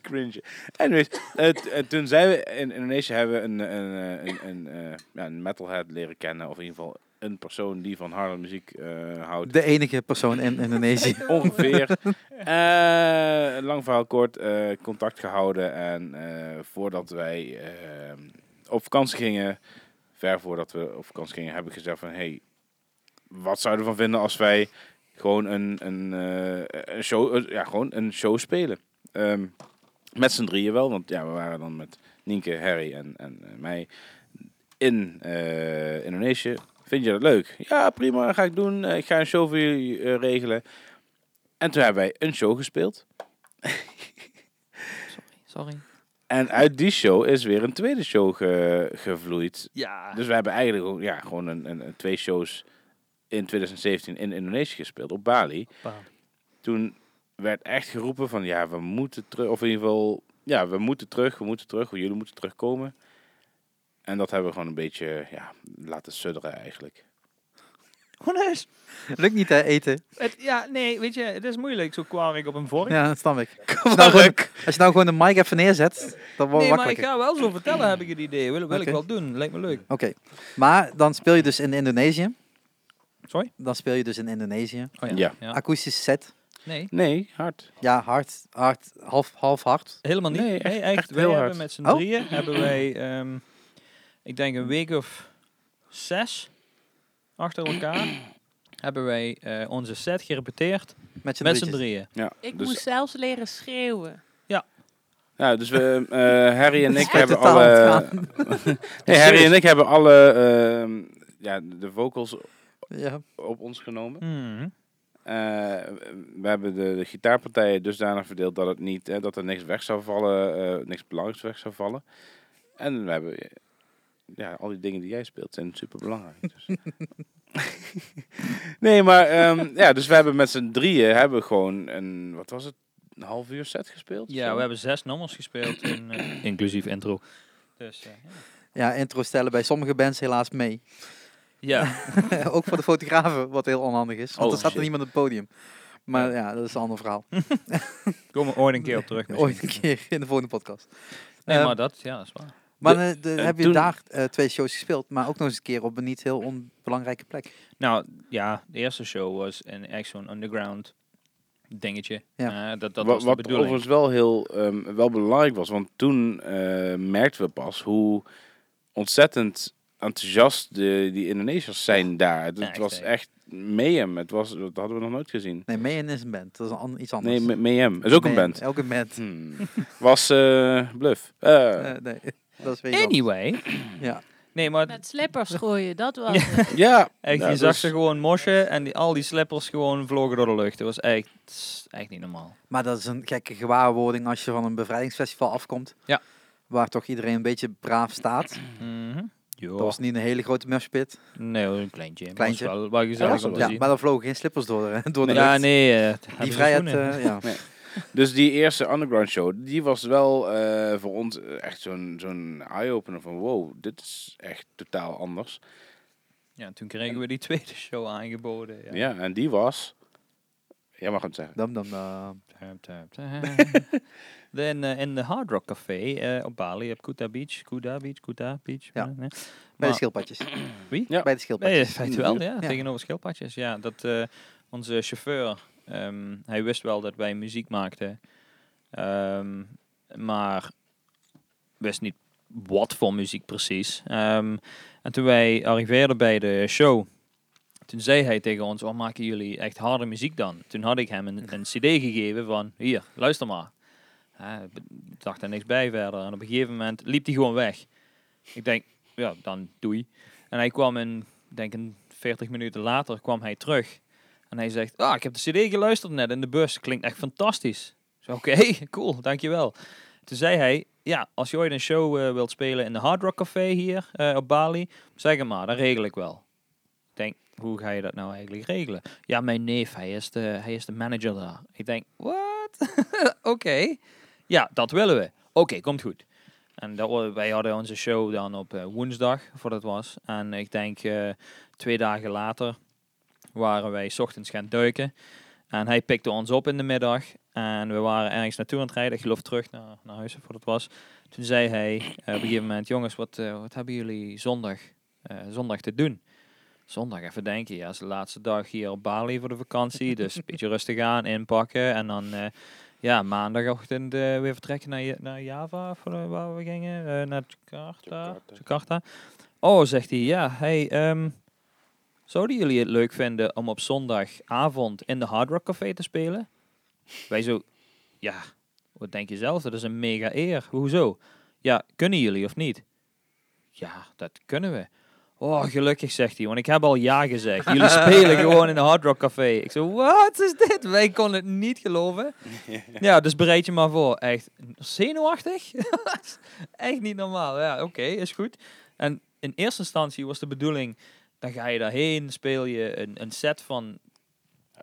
Speaker 4: cringe. Anyways, eh, t- eh, toen zijn we in Indonesië hebben we een, een, eh, een, een, eh, ja, een metalhead leren kennen. Of in ieder geval een persoon die van harde muziek eh, houdt.
Speaker 2: De enige persoon in Indonesië.
Speaker 4: Ongeveer. Eh, lang verhaal kort, eh, contact gehouden. En eh, voordat wij eh, op vakantie gingen, ver voordat we op vakantie gingen, hebben we gezegd van... Hey, wat zouden we ervan vinden als wij gewoon een, een, eh, een show, eh, ja, gewoon een show spelen? Ehm, met z'n drieën wel, want ja, we waren dan met Nienke, Harry en, en eh, mij in eh, Indonesië. Vind je dat leuk? Ja, prima, ga ik doen. Eh, Ik ga een show voor jullie eh, regelen. En toen hebben wij een show gespeeld.
Speaker 1: Sorry.
Speaker 4: En uit die show is weer een tweede show ge- gevloeid.
Speaker 1: Ja.
Speaker 2: Ah.
Speaker 4: Dus we hebben eigenlijk ook, ja, gewoon een, een, een- twee shows in 2017 in Indonesië gespeeld, op Bali. Toen werd echt geroepen van, ja, we moeten terug, of in ieder geval, ja, we moeten terug, we moeten terug, jullie moeten terugkomen. En dat hebben we gewoon een beetje, ja, laten sudderen eigenlijk.
Speaker 1: Honest.
Speaker 2: Lukt niet, hè, eten.
Speaker 1: Het, ja, nee, weet je, het is moeilijk zo kwalijk op een vork.
Speaker 2: Ja, dat snap ik. Als je nou gewoon, als je nou gewoon de mic even neerzet, dan wordt
Speaker 1: Nee,
Speaker 2: het
Speaker 1: maar ik
Speaker 2: wakker.
Speaker 1: ga wel zo vertellen, heb ik het idee. Wil, wil
Speaker 2: Oké.
Speaker 1: ik wel doen, lijkt me leuk.
Speaker 2: Oké, maar dan speel je dus in Indonesië.
Speaker 1: Sorry?
Speaker 2: Dan speel je dus in Indonesië.
Speaker 1: Oh, ja.
Speaker 4: Ja.
Speaker 2: Akoestisch set.
Speaker 1: Nee,
Speaker 4: Nee, hard.
Speaker 2: Ja, hard, hard, half, half hard.
Speaker 1: helemaal niet.
Speaker 4: Nee,
Speaker 1: Nee,
Speaker 4: echt-
Speaker 1: echt,
Speaker 4: echt
Speaker 1: wij
Speaker 4: heel
Speaker 1: hebben
Speaker 4: hard.
Speaker 1: met z'n
Speaker 2: Oh.
Speaker 1: drieën, hebben wij, ehm, ik denk een week of zes achter elkaar, hebben wij eh, onze set gerepeteerd
Speaker 2: Met z'n
Speaker 1: met z'n
Speaker 2: drietjes.
Speaker 1: drieën.
Speaker 4: Ja,
Speaker 3: Ik
Speaker 4: dus,
Speaker 3: moest zelfs leren schreeuwen.
Speaker 4: ja, dus we, eh, Harry en ik
Speaker 2: Uit de
Speaker 4: hebben
Speaker 2: taal
Speaker 4: alle...
Speaker 2: gaan.
Speaker 4: Nee, Harry en ik hebben alle, ehm, ja, de vocals
Speaker 2: Ja.
Speaker 4: op ons genomen.
Speaker 1: Mhm.
Speaker 4: Eh, we hebben de, de gitaarpartijen dusdanig verdeeld dat, het niet, eh, dat er niks weg zou vallen, eh, niks belangrijks weg zou vallen. En we hebben, eh, ja, al die dingen die jij speelt zijn super belangrijk. Dus. nee, maar ehm, ja, dus we hebben met z'n drieën hebben we gewoon een, wat was het, een half uur set gespeeld?
Speaker 1: Ja,
Speaker 4: Zo?
Speaker 1: we hebben zes nummers gespeeld, in, eh, inclusief intro. Dus, eh,
Speaker 2: ja, intro stellen bij sommige bands helaas mee.
Speaker 1: ja.
Speaker 2: Ook voor de fotografen, wat heel onhandig is. Want
Speaker 4: Oh,
Speaker 2: er staat er
Speaker 4: shit.
Speaker 2: niemand op het podium. Maar ja, dat is een ander verhaal.
Speaker 1: Kom er ooit een keer op terug. misschien. Ehm,
Speaker 2: Ooit een keer in de volgende podcast.
Speaker 1: Nee,
Speaker 2: Eh,
Speaker 1: maar dat, ja, dat is waar.
Speaker 2: Maar eh, de-
Speaker 4: eh,
Speaker 2: heb je
Speaker 4: toen-
Speaker 2: daar eh, twee shows gespeeld, maar ook nog eens een keer op een niet heel onbelangrijke plek.
Speaker 1: Nou, ja, de eerste show was een, echt zo'n underground dingetje.
Speaker 2: Ja.
Speaker 1: Ja. dat dat
Speaker 4: Wa-
Speaker 1: was de
Speaker 4: wat
Speaker 1: bedoeling.
Speaker 4: overigens wel heel ehm, wel belangrijk was. Want toen eh, merkten we pas hoe ontzettend enthousiast de, die Indonesiërs zijn daar. Het,
Speaker 1: Ja,
Speaker 4: het
Speaker 1: echt
Speaker 4: was
Speaker 1: zeker.
Speaker 4: echt meem. Het was, dat hadden we nog nooit gezien.
Speaker 2: Nee, Mayen is een band. Dat is een an- iets anders.
Speaker 4: Nee, me- meem. Is ook een
Speaker 2: Mayhem,
Speaker 4: band.
Speaker 2: Ook een band.
Speaker 4: Hmm. Was eh bluff. Eh,
Speaker 2: Eh, nee, dat is weer iets anders.
Speaker 1: Anyway.
Speaker 2: Ja.
Speaker 1: Nee, maar
Speaker 3: Met slippers gooien, dat was het.
Speaker 4: ja.
Speaker 1: echt,
Speaker 4: Ja,
Speaker 1: je
Speaker 4: dus-
Speaker 1: zag ze gewoon moshen en die, al die slippers gewoon vlogen door de lucht. Dat was echt, echt niet normaal.
Speaker 2: Maar dat is een gekke gewaarwording als je van een bevrijdingsfestival afkomt.
Speaker 1: Ja.
Speaker 2: Waar toch iedereen een beetje braaf staat.
Speaker 1: Mhm. Ja.
Speaker 2: Dat was niet een hele grote mushpit.
Speaker 1: Nee, hoor, een kleintje. Maar
Speaker 2: Kleintje.
Speaker 1: was wel, wel gezellig om te
Speaker 2: Ja,
Speaker 1: zien.
Speaker 2: maar daar vlogen geen slippers door, hè, door de
Speaker 1: ja,
Speaker 2: lucht.
Speaker 1: nee. eh, het hebben
Speaker 2: Die
Speaker 1: ze
Speaker 2: vrijheid,
Speaker 1: schoenen.
Speaker 2: eh, ja.
Speaker 4: Dus die eerste underground show, die was wel eh, voor ons echt zo'n zo'n eye-opener van wow, dit is echt totaal anders.
Speaker 1: ja, toen kregen we die tweede show aangeboden. Ja.
Speaker 4: Ja, en die was Jij mag het zeggen.
Speaker 2: Dam, dam, dam.
Speaker 1: Tap, tap, tap. Then uh, in de Hard Rock Café eh, op Bali heb Kuta Beach, Kuta Beach, Kuta Beach.
Speaker 2: Ja.
Speaker 1: eh, nee.
Speaker 2: Bij
Speaker 1: Maar-
Speaker 2: de schildpadjes.
Speaker 1: Wie?
Speaker 2: Bij de
Speaker 4: Ja.
Speaker 1: Nee, in
Speaker 2: schildpadjes.
Speaker 1: feite wel, ja.
Speaker 2: Ja.
Speaker 1: Tegenover schildpadjes. Ja, dat eh, onze chauffeur, ehm, hij wist wel dat wij muziek maakten. Ehm, maar wist niet wat voor muziek precies. Ehm, en toen wij arriveerden bij de show, toen zei hij tegen ons, wat maken jullie echt harde muziek dan? Toen had ik hem een, een cd gegeven van, hier, luister maar. Hij dacht er niks bij verder. En op een gegeven moment liep hij gewoon weg. Ik denk, ja, dan doei. En hij kwam in, ik denk een 40 minuten later, kwam hij terug. En hij zegt, ah, ik heb de cd geluisterd net in de bus. Klinkt echt fantastisch. Ik zei, Oké, cool, dankjewel. Toen zei hij, ja, als je ooit een show eh, wilt spelen in de Hard Rock Café hier eh, op Bali, zeg het maar, dat regel ik wel. Ik denk, hoe ga je dat nou eigenlijk regelen? Ja, mijn neef, hij is de, hij is de manager daar. Ik denk, wat? Oké. Ja, dat willen we. Oké, komt goed. En dat, wa- wij hadden onze show dan op eh, woensdag, voor dat was. En ik denk eh, twee dagen later waren wij 's ochtends gaan duiken. En hij pikte ons op in de middag. En we waren ergens naartoe aan het rijden. Ik geloof terug naar, naar huis, voor dat was. Toen zei hij eh, op een gegeven moment... Jongens, wat, eh, wat hebben jullie zondag, eh, zondag te doen? Zondag even denken. Ja, is de laatste dag hier op Bali voor de vakantie. Dus een beetje rustig aan, inpakken. En dan... eh, ja, maandagochtend eh, weer vertrekken naar, Ja- naar Java, of, eh, waar we gingen, eh, naar Jakarta.
Speaker 4: Jakarta.
Speaker 1: Jakarta. Oh, zegt hij, ja, hey, ehm, zouden jullie het leuk vinden om op zondagavond in de Hard Rock Café te spelen? Wij zo, ja, wat denk je zelf? Dat is een mega eer. Hoezo? Ja, kunnen jullie of niet? Ja, dat kunnen we. Oh, gelukkig, zegt hij, want ik heb al ja gezegd. Jullie spelen gewoon in de Hard Rock Café. Ik zo, wat is dit? Wij konden het niet geloven. Ja, dus bereid je maar voor. Echt zenuwachtig? Echt niet normaal. Ja, oké, is goed. En in eerste instantie was de bedoeling, dan ga je daarheen, speel je een, een set van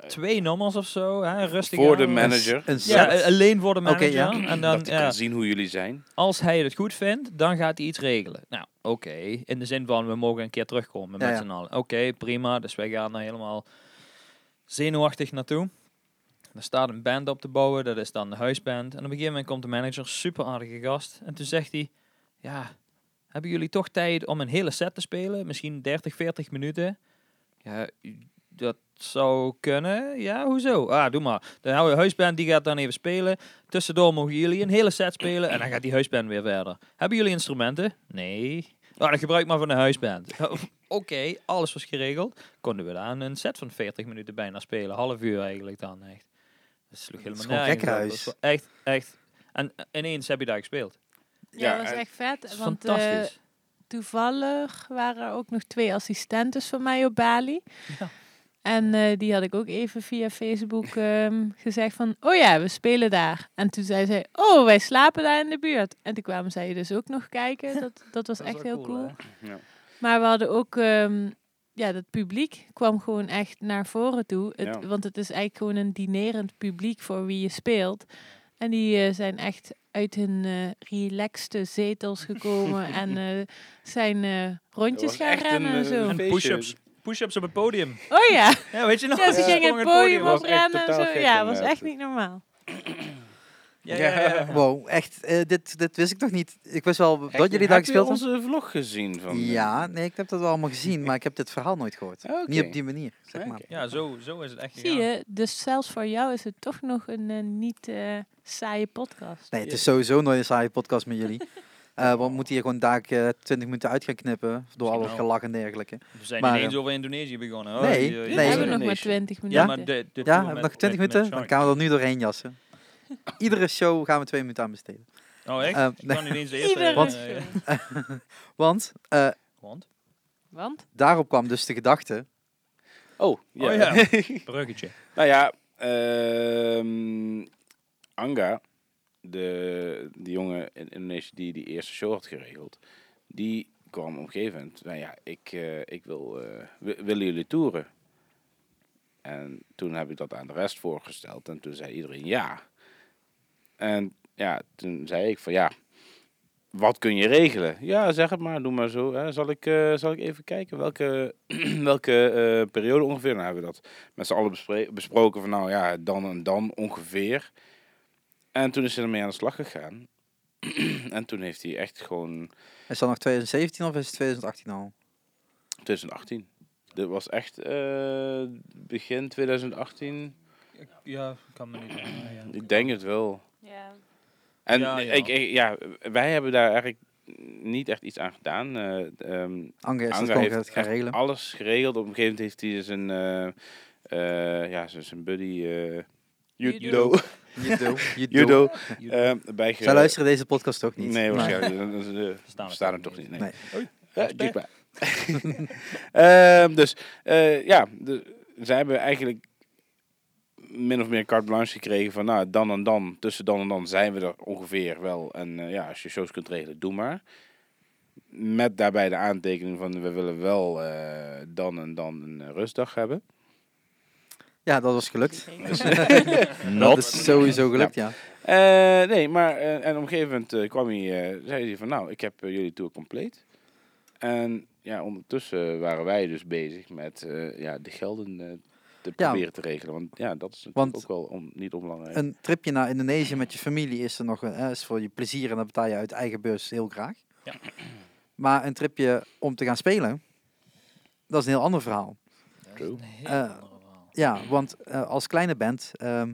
Speaker 1: twee nummers of zo. Hè, rustig
Speaker 4: Eh. Voor de
Speaker 1: aan.
Speaker 4: manager.
Speaker 2: Een
Speaker 1: Ja,
Speaker 2: set.
Speaker 1: eh, alleen voor de
Speaker 2: Oké,
Speaker 1: manager.
Speaker 2: ja.
Speaker 1: En dan,
Speaker 4: Dat hij
Speaker 1: Nou, ja,
Speaker 4: kan zien hoe jullie zijn.
Speaker 1: als hij het goed vindt, dan gaat hij iets regelen. Nou, oké. In de zin van, we mogen een keer terugkomen
Speaker 2: Ja,
Speaker 1: met
Speaker 2: ja.
Speaker 1: z'n allen. Oké, prima. Dus wij gaan er helemaal zenuwachtig naartoe. Er staat een band op te bouwen. Dat is dan de huisband. En op een gegeven moment komt de manager, super aardige gast. En toen zegt hij, ja, hebben jullie toch tijd om een hele set te spelen? Misschien 30, 40 minuten? Ja, u- dat zou kunnen. Ja, hoezo? Ah, doe maar. De oude huisband die gaat dan even spelen. Tussendoor mogen jullie een hele set spelen en dan gaat die huisband weer verder. Hebben jullie instrumenten? Nee. Nou, dan gebruik maar van de huisband. Oh, Oké, alles was geregeld. Konden we dan een set van 40 minuten bijna spelen. Half uur eigenlijk dan echt. Dat sloeg
Speaker 2: is
Speaker 1: helemaal
Speaker 2: gewoon
Speaker 1: nergens op. Dat
Speaker 2: gekkenhuis.
Speaker 1: was wel Echt, echt. En eh, ineens heb je daar gespeeld.
Speaker 3: Ja,
Speaker 4: Ja,
Speaker 3: dat was
Speaker 4: en-
Speaker 3: echt
Speaker 1: Dat
Speaker 3: vet.
Speaker 1: is
Speaker 3: Want eh,
Speaker 1: fantastisch.
Speaker 3: toevallig waren er ook nog twee assistentes van mij op Bali.
Speaker 1: Ja.
Speaker 3: En eh, die had ik ook even via Facebook ehm, gezegd van, oh ja, we spelen daar. En toen zei zij, oh, wij slapen daar in de buurt. En toen kwamen zij dus ook nog kijken. Dat, dat was
Speaker 1: Dat is
Speaker 3: echt
Speaker 1: wel
Speaker 3: heel cool.
Speaker 1: hè?
Speaker 4: Ja.
Speaker 3: Maar we hadden ook, ehm, ja, dat publiek kwam gewoon echt naar voren toe. Het,
Speaker 4: Ja.
Speaker 3: Want het is eigenlijk gewoon een dinerend publiek voor wie je speelt. En die eh, zijn echt uit hun eh, relaxte zetels gekomen en eh, zijn eh, rondjes
Speaker 4: was
Speaker 3: gaan
Speaker 4: echt een,
Speaker 3: rennen en
Speaker 4: eh,
Speaker 3: zo.
Speaker 4: een
Speaker 1: En
Speaker 4: feestje.
Speaker 1: push-ups. Push-ups op het podium.
Speaker 3: Oh ja,
Speaker 1: Ja, weet je nog?
Speaker 3: ja ze gingen
Speaker 1: sprongen
Speaker 3: het
Speaker 1: het
Speaker 3: podium
Speaker 4: was
Speaker 3: op
Speaker 4: echt
Speaker 3: rennen en
Speaker 4: totaal
Speaker 3: zo.
Speaker 4: gek
Speaker 3: Ja, was
Speaker 4: inderdaad.
Speaker 3: echt niet normaal.
Speaker 1: Ja, ja, ja, ja.
Speaker 2: Wow, echt. eh, dit, dit wist ik toch niet. Ik wist wel
Speaker 4: Echt,
Speaker 2: dat jullie daar
Speaker 4: heb je
Speaker 2: gespeeld hebben.
Speaker 4: onze vlog gezien van... eh,
Speaker 2: Ja, nee, ik heb dat wel allemaal gezien, maar ik heb dit verhaal nooit gehoord.
Speaker 4: Oké.
Speaker 2: Niet op die manier, zeg
Speaker 4: Oké.
Speaker 2: maar.
Speaker 1: Ja, zo, zo is het echt
Speaker 3: Zie
Speaker 1: gegaan.
Speaker 3: je, dus zelfs voor jou is het toch nog een eh, niet eh, saaie podcast.
Speaker 2: Nee, het is sowieso nooit een saaie podcast met jullie. Eh, want we moeten hier gewoon daar eh 20 minuten uit gaan knippen door al het
Speaker 1: Misschien wel.
Speaker 2: gelach en dergelijke.
Speaker 1: We zijn
Speaker 2: Maar,
Speaker 1: ineens
Speaker 2: eh,
Speaker 1: over Indonesië begonnen.
Speaker 2: nee,
Speaker 1: je- je-
Speaker 2: nee.
Speaker 3: We hebben nog
Speaker 4: Indonesië.
Speaker 3: maar 20 minuten.
Speaker 1: Ja, maar de, de tour
Speaker 2: Ja, hebben
Speaker 1: met-
Speaker 2: we nog eh, 20
Speaker 1: met-
Speaker 2: minuten?
Speaker 1: met
Speaker 2: Dan gaan we er nu doorheen jassen. Iedere show gaan we twee minuten aan besteden.
Speaker 1: Shark. Oh, echt?
Speaker 2: Eh,
Speaker 1: Ik kan ineens de eerste...
Speaker 3: Iedere
Speaker 1: eh,
Speaker 2: Want-
Speaker 1: eh,
Speaker 2: Want eh,
Speaker 1: Want?
Speaker 3: Want?
Speaker 2: daarop kwam dus de gedachte.
Speaker 4: Oh, ja.
Speaker 1: Oh ja, bruggetje.
Speaker 4: Nou ja, ehm, Anga, de, de jongen in Indonesië die die eerste show had geregeld, die kwam op een gegeven moment. Nou ja, ik, eh, ik wil, eh, wi- willen jullie toeren? En toen heb ik dat aan de rest voorgesteld en toen zei iedereen ja. En ja, toen zei ik van ja, wat kun je regelen? Ja, zeg het maar, doe maar zo. Hè. Zal, ik, eh, zal ik even kijken welke, welke eh, periode ongeveer? Nou hebben we dat met z'n allen bespre- besproken van nou ja, dan en dan ongeveer. En toen is hij ermee aan de slag gegaan. en toen heeft hij echt gewoon
Speaker 2: Is dat nog 2017 of is het 2018 al?
Speaker 4: 2018. Dit was echt eh, begin 2018.
Speaker 1: Ja, kan me niet
Speaker 2: Mm.
Speaker 1: herinneren, ja.
Speaker 4: Ik denk het wel.
Speaker 3: Ja.
Speaker 4: En
Speaker 1: Ja, ja.
Speaker 4: Ik, ik- ja, wij hebben daar eigenlijk niet echt iets aan gedaan. Eh, ehm,
Speaker 2: Anke is dat
Speaker 4: Anga
Speaker 2: gewoon
Speaker 4: heeft
Speaker 2: gaan gaan
Speaker 4: echt
Speaker 2: regelen.
Speaker 4: alles geregeld. Op een gegeven moment heeft hij zijn, eh eh, ja, zijn- zijn buddy eh,
Speaker 3: Judo.
Speaker 4: Judo,
Speaker 2: Judo. Judo.
Speaker 4: judo eh, bij ge-
Speaker 2: Zij luisteren deze podcast ook niet.
Speaker 4: Nee,
Speaker 2: Maar-
Speaker 4: waarschijnlijk. eh, Dan- dan- dan- dan-
Speaker 1: Staan we
Speaker 4: staan er toch niet. Nee.
Speaker 2: Nee.
Speaker 4: Ja, Jigba. Ehm, dus eh, ja, de, zij hebben eigenlijk min of meer carte blanche gekregen van nou, dan en dan, tussen dan en dan zijn we er ongeveer wel. En eh, ja, als je shows kunt regelen, doe maar. Met daarbij de aantekening van we willen wel eh, dan en dan een eh, rustdag hebben.
Speaker 2: Ja, dat was gelukt. Dat
Speaker 1: Not.
Speaker 2: is sowieso gelukt, ja.
Speaker 4: Eh, nee, maar eh, en op een gegeven moment eh, kwam hij, eh, zei hij van nou, ik heb eh, jullie tour compleet. En ja, ondertussen waren wij dus bezig met eh, ja, de gelden eh, te
Speaker 2: Ja.
Speaker 4: proberen te regelen. Want ja, dat is natuurlijk
Speaker 2: Want
Speaker 4: ook wel on- niet onbelangrijk.
Speaker 2: Een tripje naar Indonesië met je familie is er nog een, hè, is voor je plezier en dat betaal je uit eigen beurs heel graag.
Speaker 1: Ja.
Speaker 2: Maar een tripje om te gaan spelen, dat is een heel ander verhaal.
Speaker 4: True.
Speaker 2: Eh, ja, want eh, als kleine band ehm,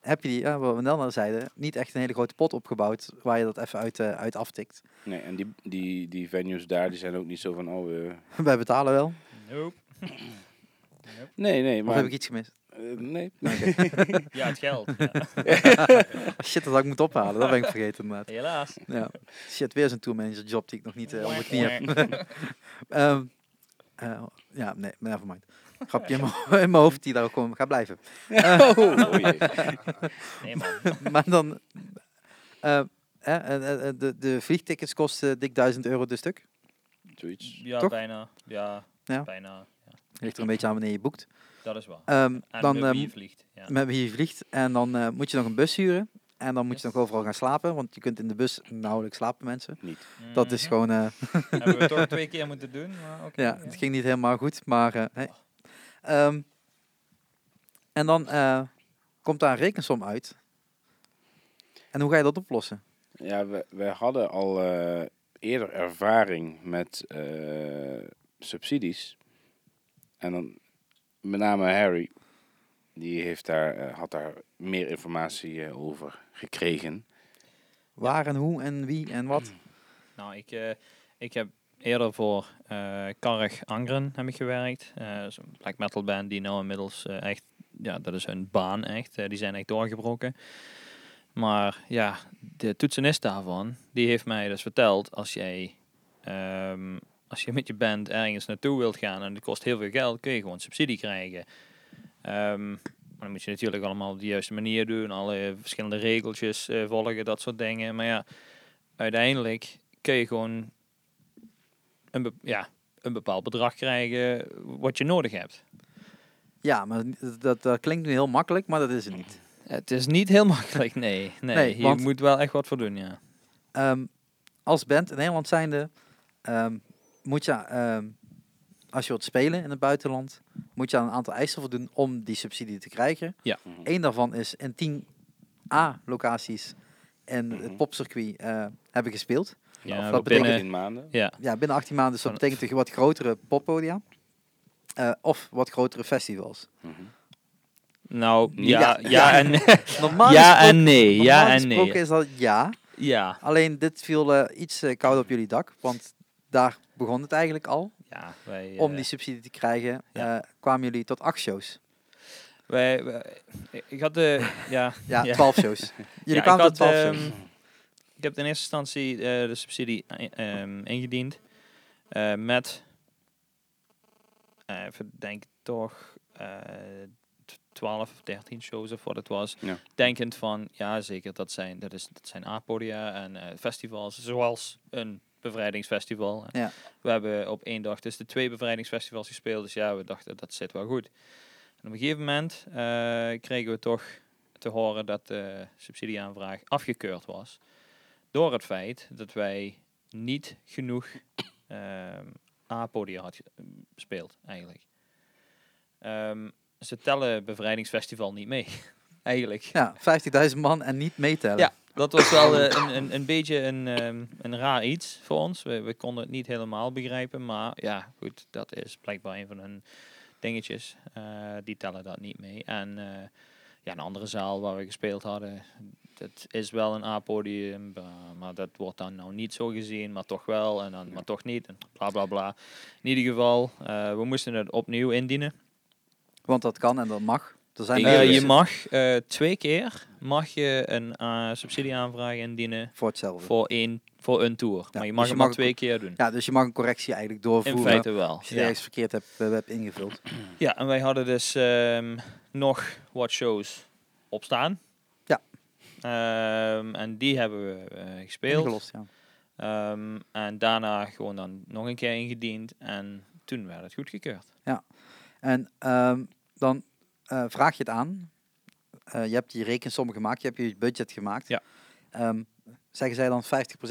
Speaker 2: heb je, die, eh, wat we net al zeiden, niet echt een hele grote pot opgebouwd waar je dat even uit, eh, uit aftikt.
Speaker 4: Nee, en die, die, die venues daar, die zijn ook niet zo van oh, we-
Speaker 2: Wij betalen wel.
Speaker 1: Nope.
Speaker 4: nee, nee,
Speaker 2: Of
Speaker 4: maar
Speaker 2: heb ik iets gemist?
Speaker 4: eh, nee.
Speaker 1: Ja, het geld. ja.
Speaker 2: Oh, Shit, dat had ik moet ophalen. Dat ben ik vergeten inderdaad.
Speaker 1: Helaas.
Speaker 2: Ja. Shit, weer zo'n tourmanager job die ik nog niet eh, onder de knie heb. Ehm, eh, ja, nee, nevermind. Grapje in mijn- in mijn hoofd die daar ook gewoon gaat blijven.
Speaker 4: Oh, oh jee.
Speaker 1: Nee, man.
Speaker 2: Maar dan... eh, eh, eh, eh, de, de vliegtickets kosten dik 1000 euro de stuk.
Speaker 4: Zoiets.
Speaker 1: Ja,
Speaker 2: Toch?
Speaker 1: bijna. Ja,
Speaker 2: Ja.
Speaker 1: bijna.
Speaker 2: Ligt er een beetje aan wanneer je boekt.
Speaker 1: Dat is wel.
Speaker 2: Ehm,
Speaker 1: En
Speaker 2: dan
Speaker 1: dan
Speaker 2: ehm,
Speaker 1: wie vliegt. Ja.
Speaker 2: met wie je vliegt. En dan eh, moet je nog een bus huren. En dan moet je nog overal gaan slapen. Want je kunt in de bus nauwelijks slapen, mensen. Dat is
Speaker 1: Mhm.
Speaker 2: gewoon... eh,
Speaker 1: Hebben we toch twee keer moeten doen. Maar oké,
Speaker 2: Ja, het ging niet helemaal goed, maar... eh, hey. Ehm, en dan eh, komt daar een rekensom uit. En hoe ga je dat oplossen?
Speaker 4: Ja, we, we hadden al eh, eerder ervaring met eh, subsidies. En dan met name Harry, die heeft daar, eh, had daar meer informatie eh, over gekregen.
Speaker 2: Waar en hoe en wie en wat?
Speaker 1: Nou, ik, eh, ik heb eerder voor eh Karg Angren heb ik gewerkt. Eh, is een black metal band die nou inmiddels eh, echt, ja, dat is hun baan echt. Eh, die zijn echt doorgebroken. Maar ja, de toetsenist daarvan, die heeft mij dus verteld, als jij, ehm, als je met je band ergens naartoe wilt gaan en het kost heel veel geld, kun je gewoon subsidie krijgen. Ehm, maar dan moet je natuurlijk allemaal op de juiste manier doen, alle verschillende regeltjes eh, volgen, dat soort dingen. Maar ja, uiteindelijk kun je gewoon een, be- ja, een bepaald bedrag krijgen wat je nodig hebt.
Speaker 2: Ja, maar dat, dat klinkt nu heel makkelijk, maar dat is het niet.
Speaker 1: Het is niet heel makkelijk, nee. nee,
Speaker 2: Nee,
Speaker 1: je
Speaker 2: want-
Speaker 1: moet wel echt wat voor doen, ja.
Speaker 2: Ehm, als band in Nederland zijnde, ehm, moet je, ehm, als je wilt spelen in het buitenland, moet je aan een aantal eisen voldoen om die subsidie te krijgen.
Speaker 1: Ja.
Speaker 4: Mhm.
Speaker 2: Eén daarvan is in 10 A-locaties en het
Speaker 4: Mhm.
Speaker 2: popcircuit eh, hebben gespeeld.
Speaker 1: ja
Speaker 2: dat
Speaker 1: binnen,
Speaker 2: betekent-
Speaker 4: 18 maanden.
Speaker 1: ja,
Speaker 2: Ja, binnen 18 maanden, dus dat
Speaker 1: Van-
Speaker 2: betekent een wat grotere poppodia. eh, of wat grotere festivals.
Speaker 4: Mhm.
Speaker 1: nou, ja, ja,
Speaker 2: Ja,
Speaker 1: en,
Speaker 2: Normaal
Speaker 1: ja
Speaker 2: gesproken-
Speaker 1: en nee,
Speaker 2: normaal
Speaker 1: ja en
Speaker 2: gesproken
Speaker 1: nee.
Speaker 2: is dat ja.
Speaker 1: Ja,
Speaker 2: Alleen dit viel eh, iets eh, koud op jullie dak, want daar begon het eigenlijk al.
Speaker 1: ja, wij,
Speaker 2: Om
Speaker 1: eh,
Speaker 2: die subsidie te krijgen
Speaker 1: Ja.
Speaker 2: eh, kwamen jullie tot acht shows.
Speaker 1: wij, wij- ik had de, ja,
Speaker 2: Ja,
Speaker 1: Ja.
Speaker 2: twaalf shows. Jullie
Speaker 1: Ja,
Speaker 2: kwamen
Speaker 1: ik
Speaker 2: tot
Speaker 1: had,
Speaker 2: twaalf shows.
Speaker 1: ehm, Ik heb in eerste instantie eh, de subsidie i- ehm, ingediend eh, met, eh, even denk toch, eh, t- 12 of 13 shows of wat het was.
Speaker 4: Ja.
Speaker 1: Denkend van, ja zeker, dat zijn, dat is, dat zijn A-podia en eh, festivals, zoals een bevrijdingsfestival.
Speaker 2: Ja.
Speaker 1: We hebben op één dag dus de twee bevrijdingsfestivals gespeeld, dus ja, we dachten dat zit wel goed. En op een gegeven moment eh, kregen we toch te horen dat de subsidieaanvraag afgekeurd was. door het feit dat wij niet genoeg ehm A-podium had gespeeld, eigenlijk. Ehm, ze tellen Bevrijdingsfestival niet mee, eigenlijk.
Speaker 2: Ja, 50.000 man en niet meetellen.
Speaker 1: Ja, dat was wel eh, een, een, een beetje een, ehm, een raar iets voor ons. We, we konden het niet helemaal begrijpen, maar ja, goed, dat is blijkbaar een van hun dingetjes. Eh, die tellen dat niet mee. En eh, ja, een andere zaal waar we gespeeld hadden, dat is wel een A-podium, eh, maar dat wordt dan nou niet zo gezien, maar toch wel, en dan, maar toch niet, en bla bla bla. In ieder geval, eh, we moesten het opnieuw indienen.
Speaker 2: Want dat kan en dat mag. Er zijn
Speaker 1: Eh, je
Speaker 2: regels
Speaker 1: mag eh, twee keer mag je een eh, subsidieaanvraag indienen
Speaker 2: voor hetzelfde.
Speaker 1: voor, één, voor een tour.
Speaker 2: Ja,
Speaker 1: maar je
Speaker 2: dus
Speaker 1: mag
Speaker 2: je
Speaker 1: hem
Speaker 2: mag
Speaker 1: maar twee keer doen.
Speaker 2: Ja, dus je mag een correctie eigenlijk
Speaker 1: In
Speaker 2: doorvoeren
Speaker 1: feite wel.
Speaker 2: als je
Speaker 1: Ja.
Speaker 2: ergens verkeerd hebt, eh, hebt ingevuld.
Speaker 1: ja, en wij hadden dus ehm, nog wat shows opstaan.
Speaker 2: Ja.
Speaker 1: Ehm, en die hebben we eh, gespeeld.
Speaker 2: Ingelost, ja.
Speaker 1: Ehm, en daarna gewoon dan nog een keer ingediend. En toen werd het goedgekeurd.
Speaker 2: En ehm, dan eh, vraag je het aan. Eh, je hebt je rekensom gemaakt, je hebt je budget gemaakt.
Speaker 1: Ja.
Speaker 2: Ehm, zeggen zij dan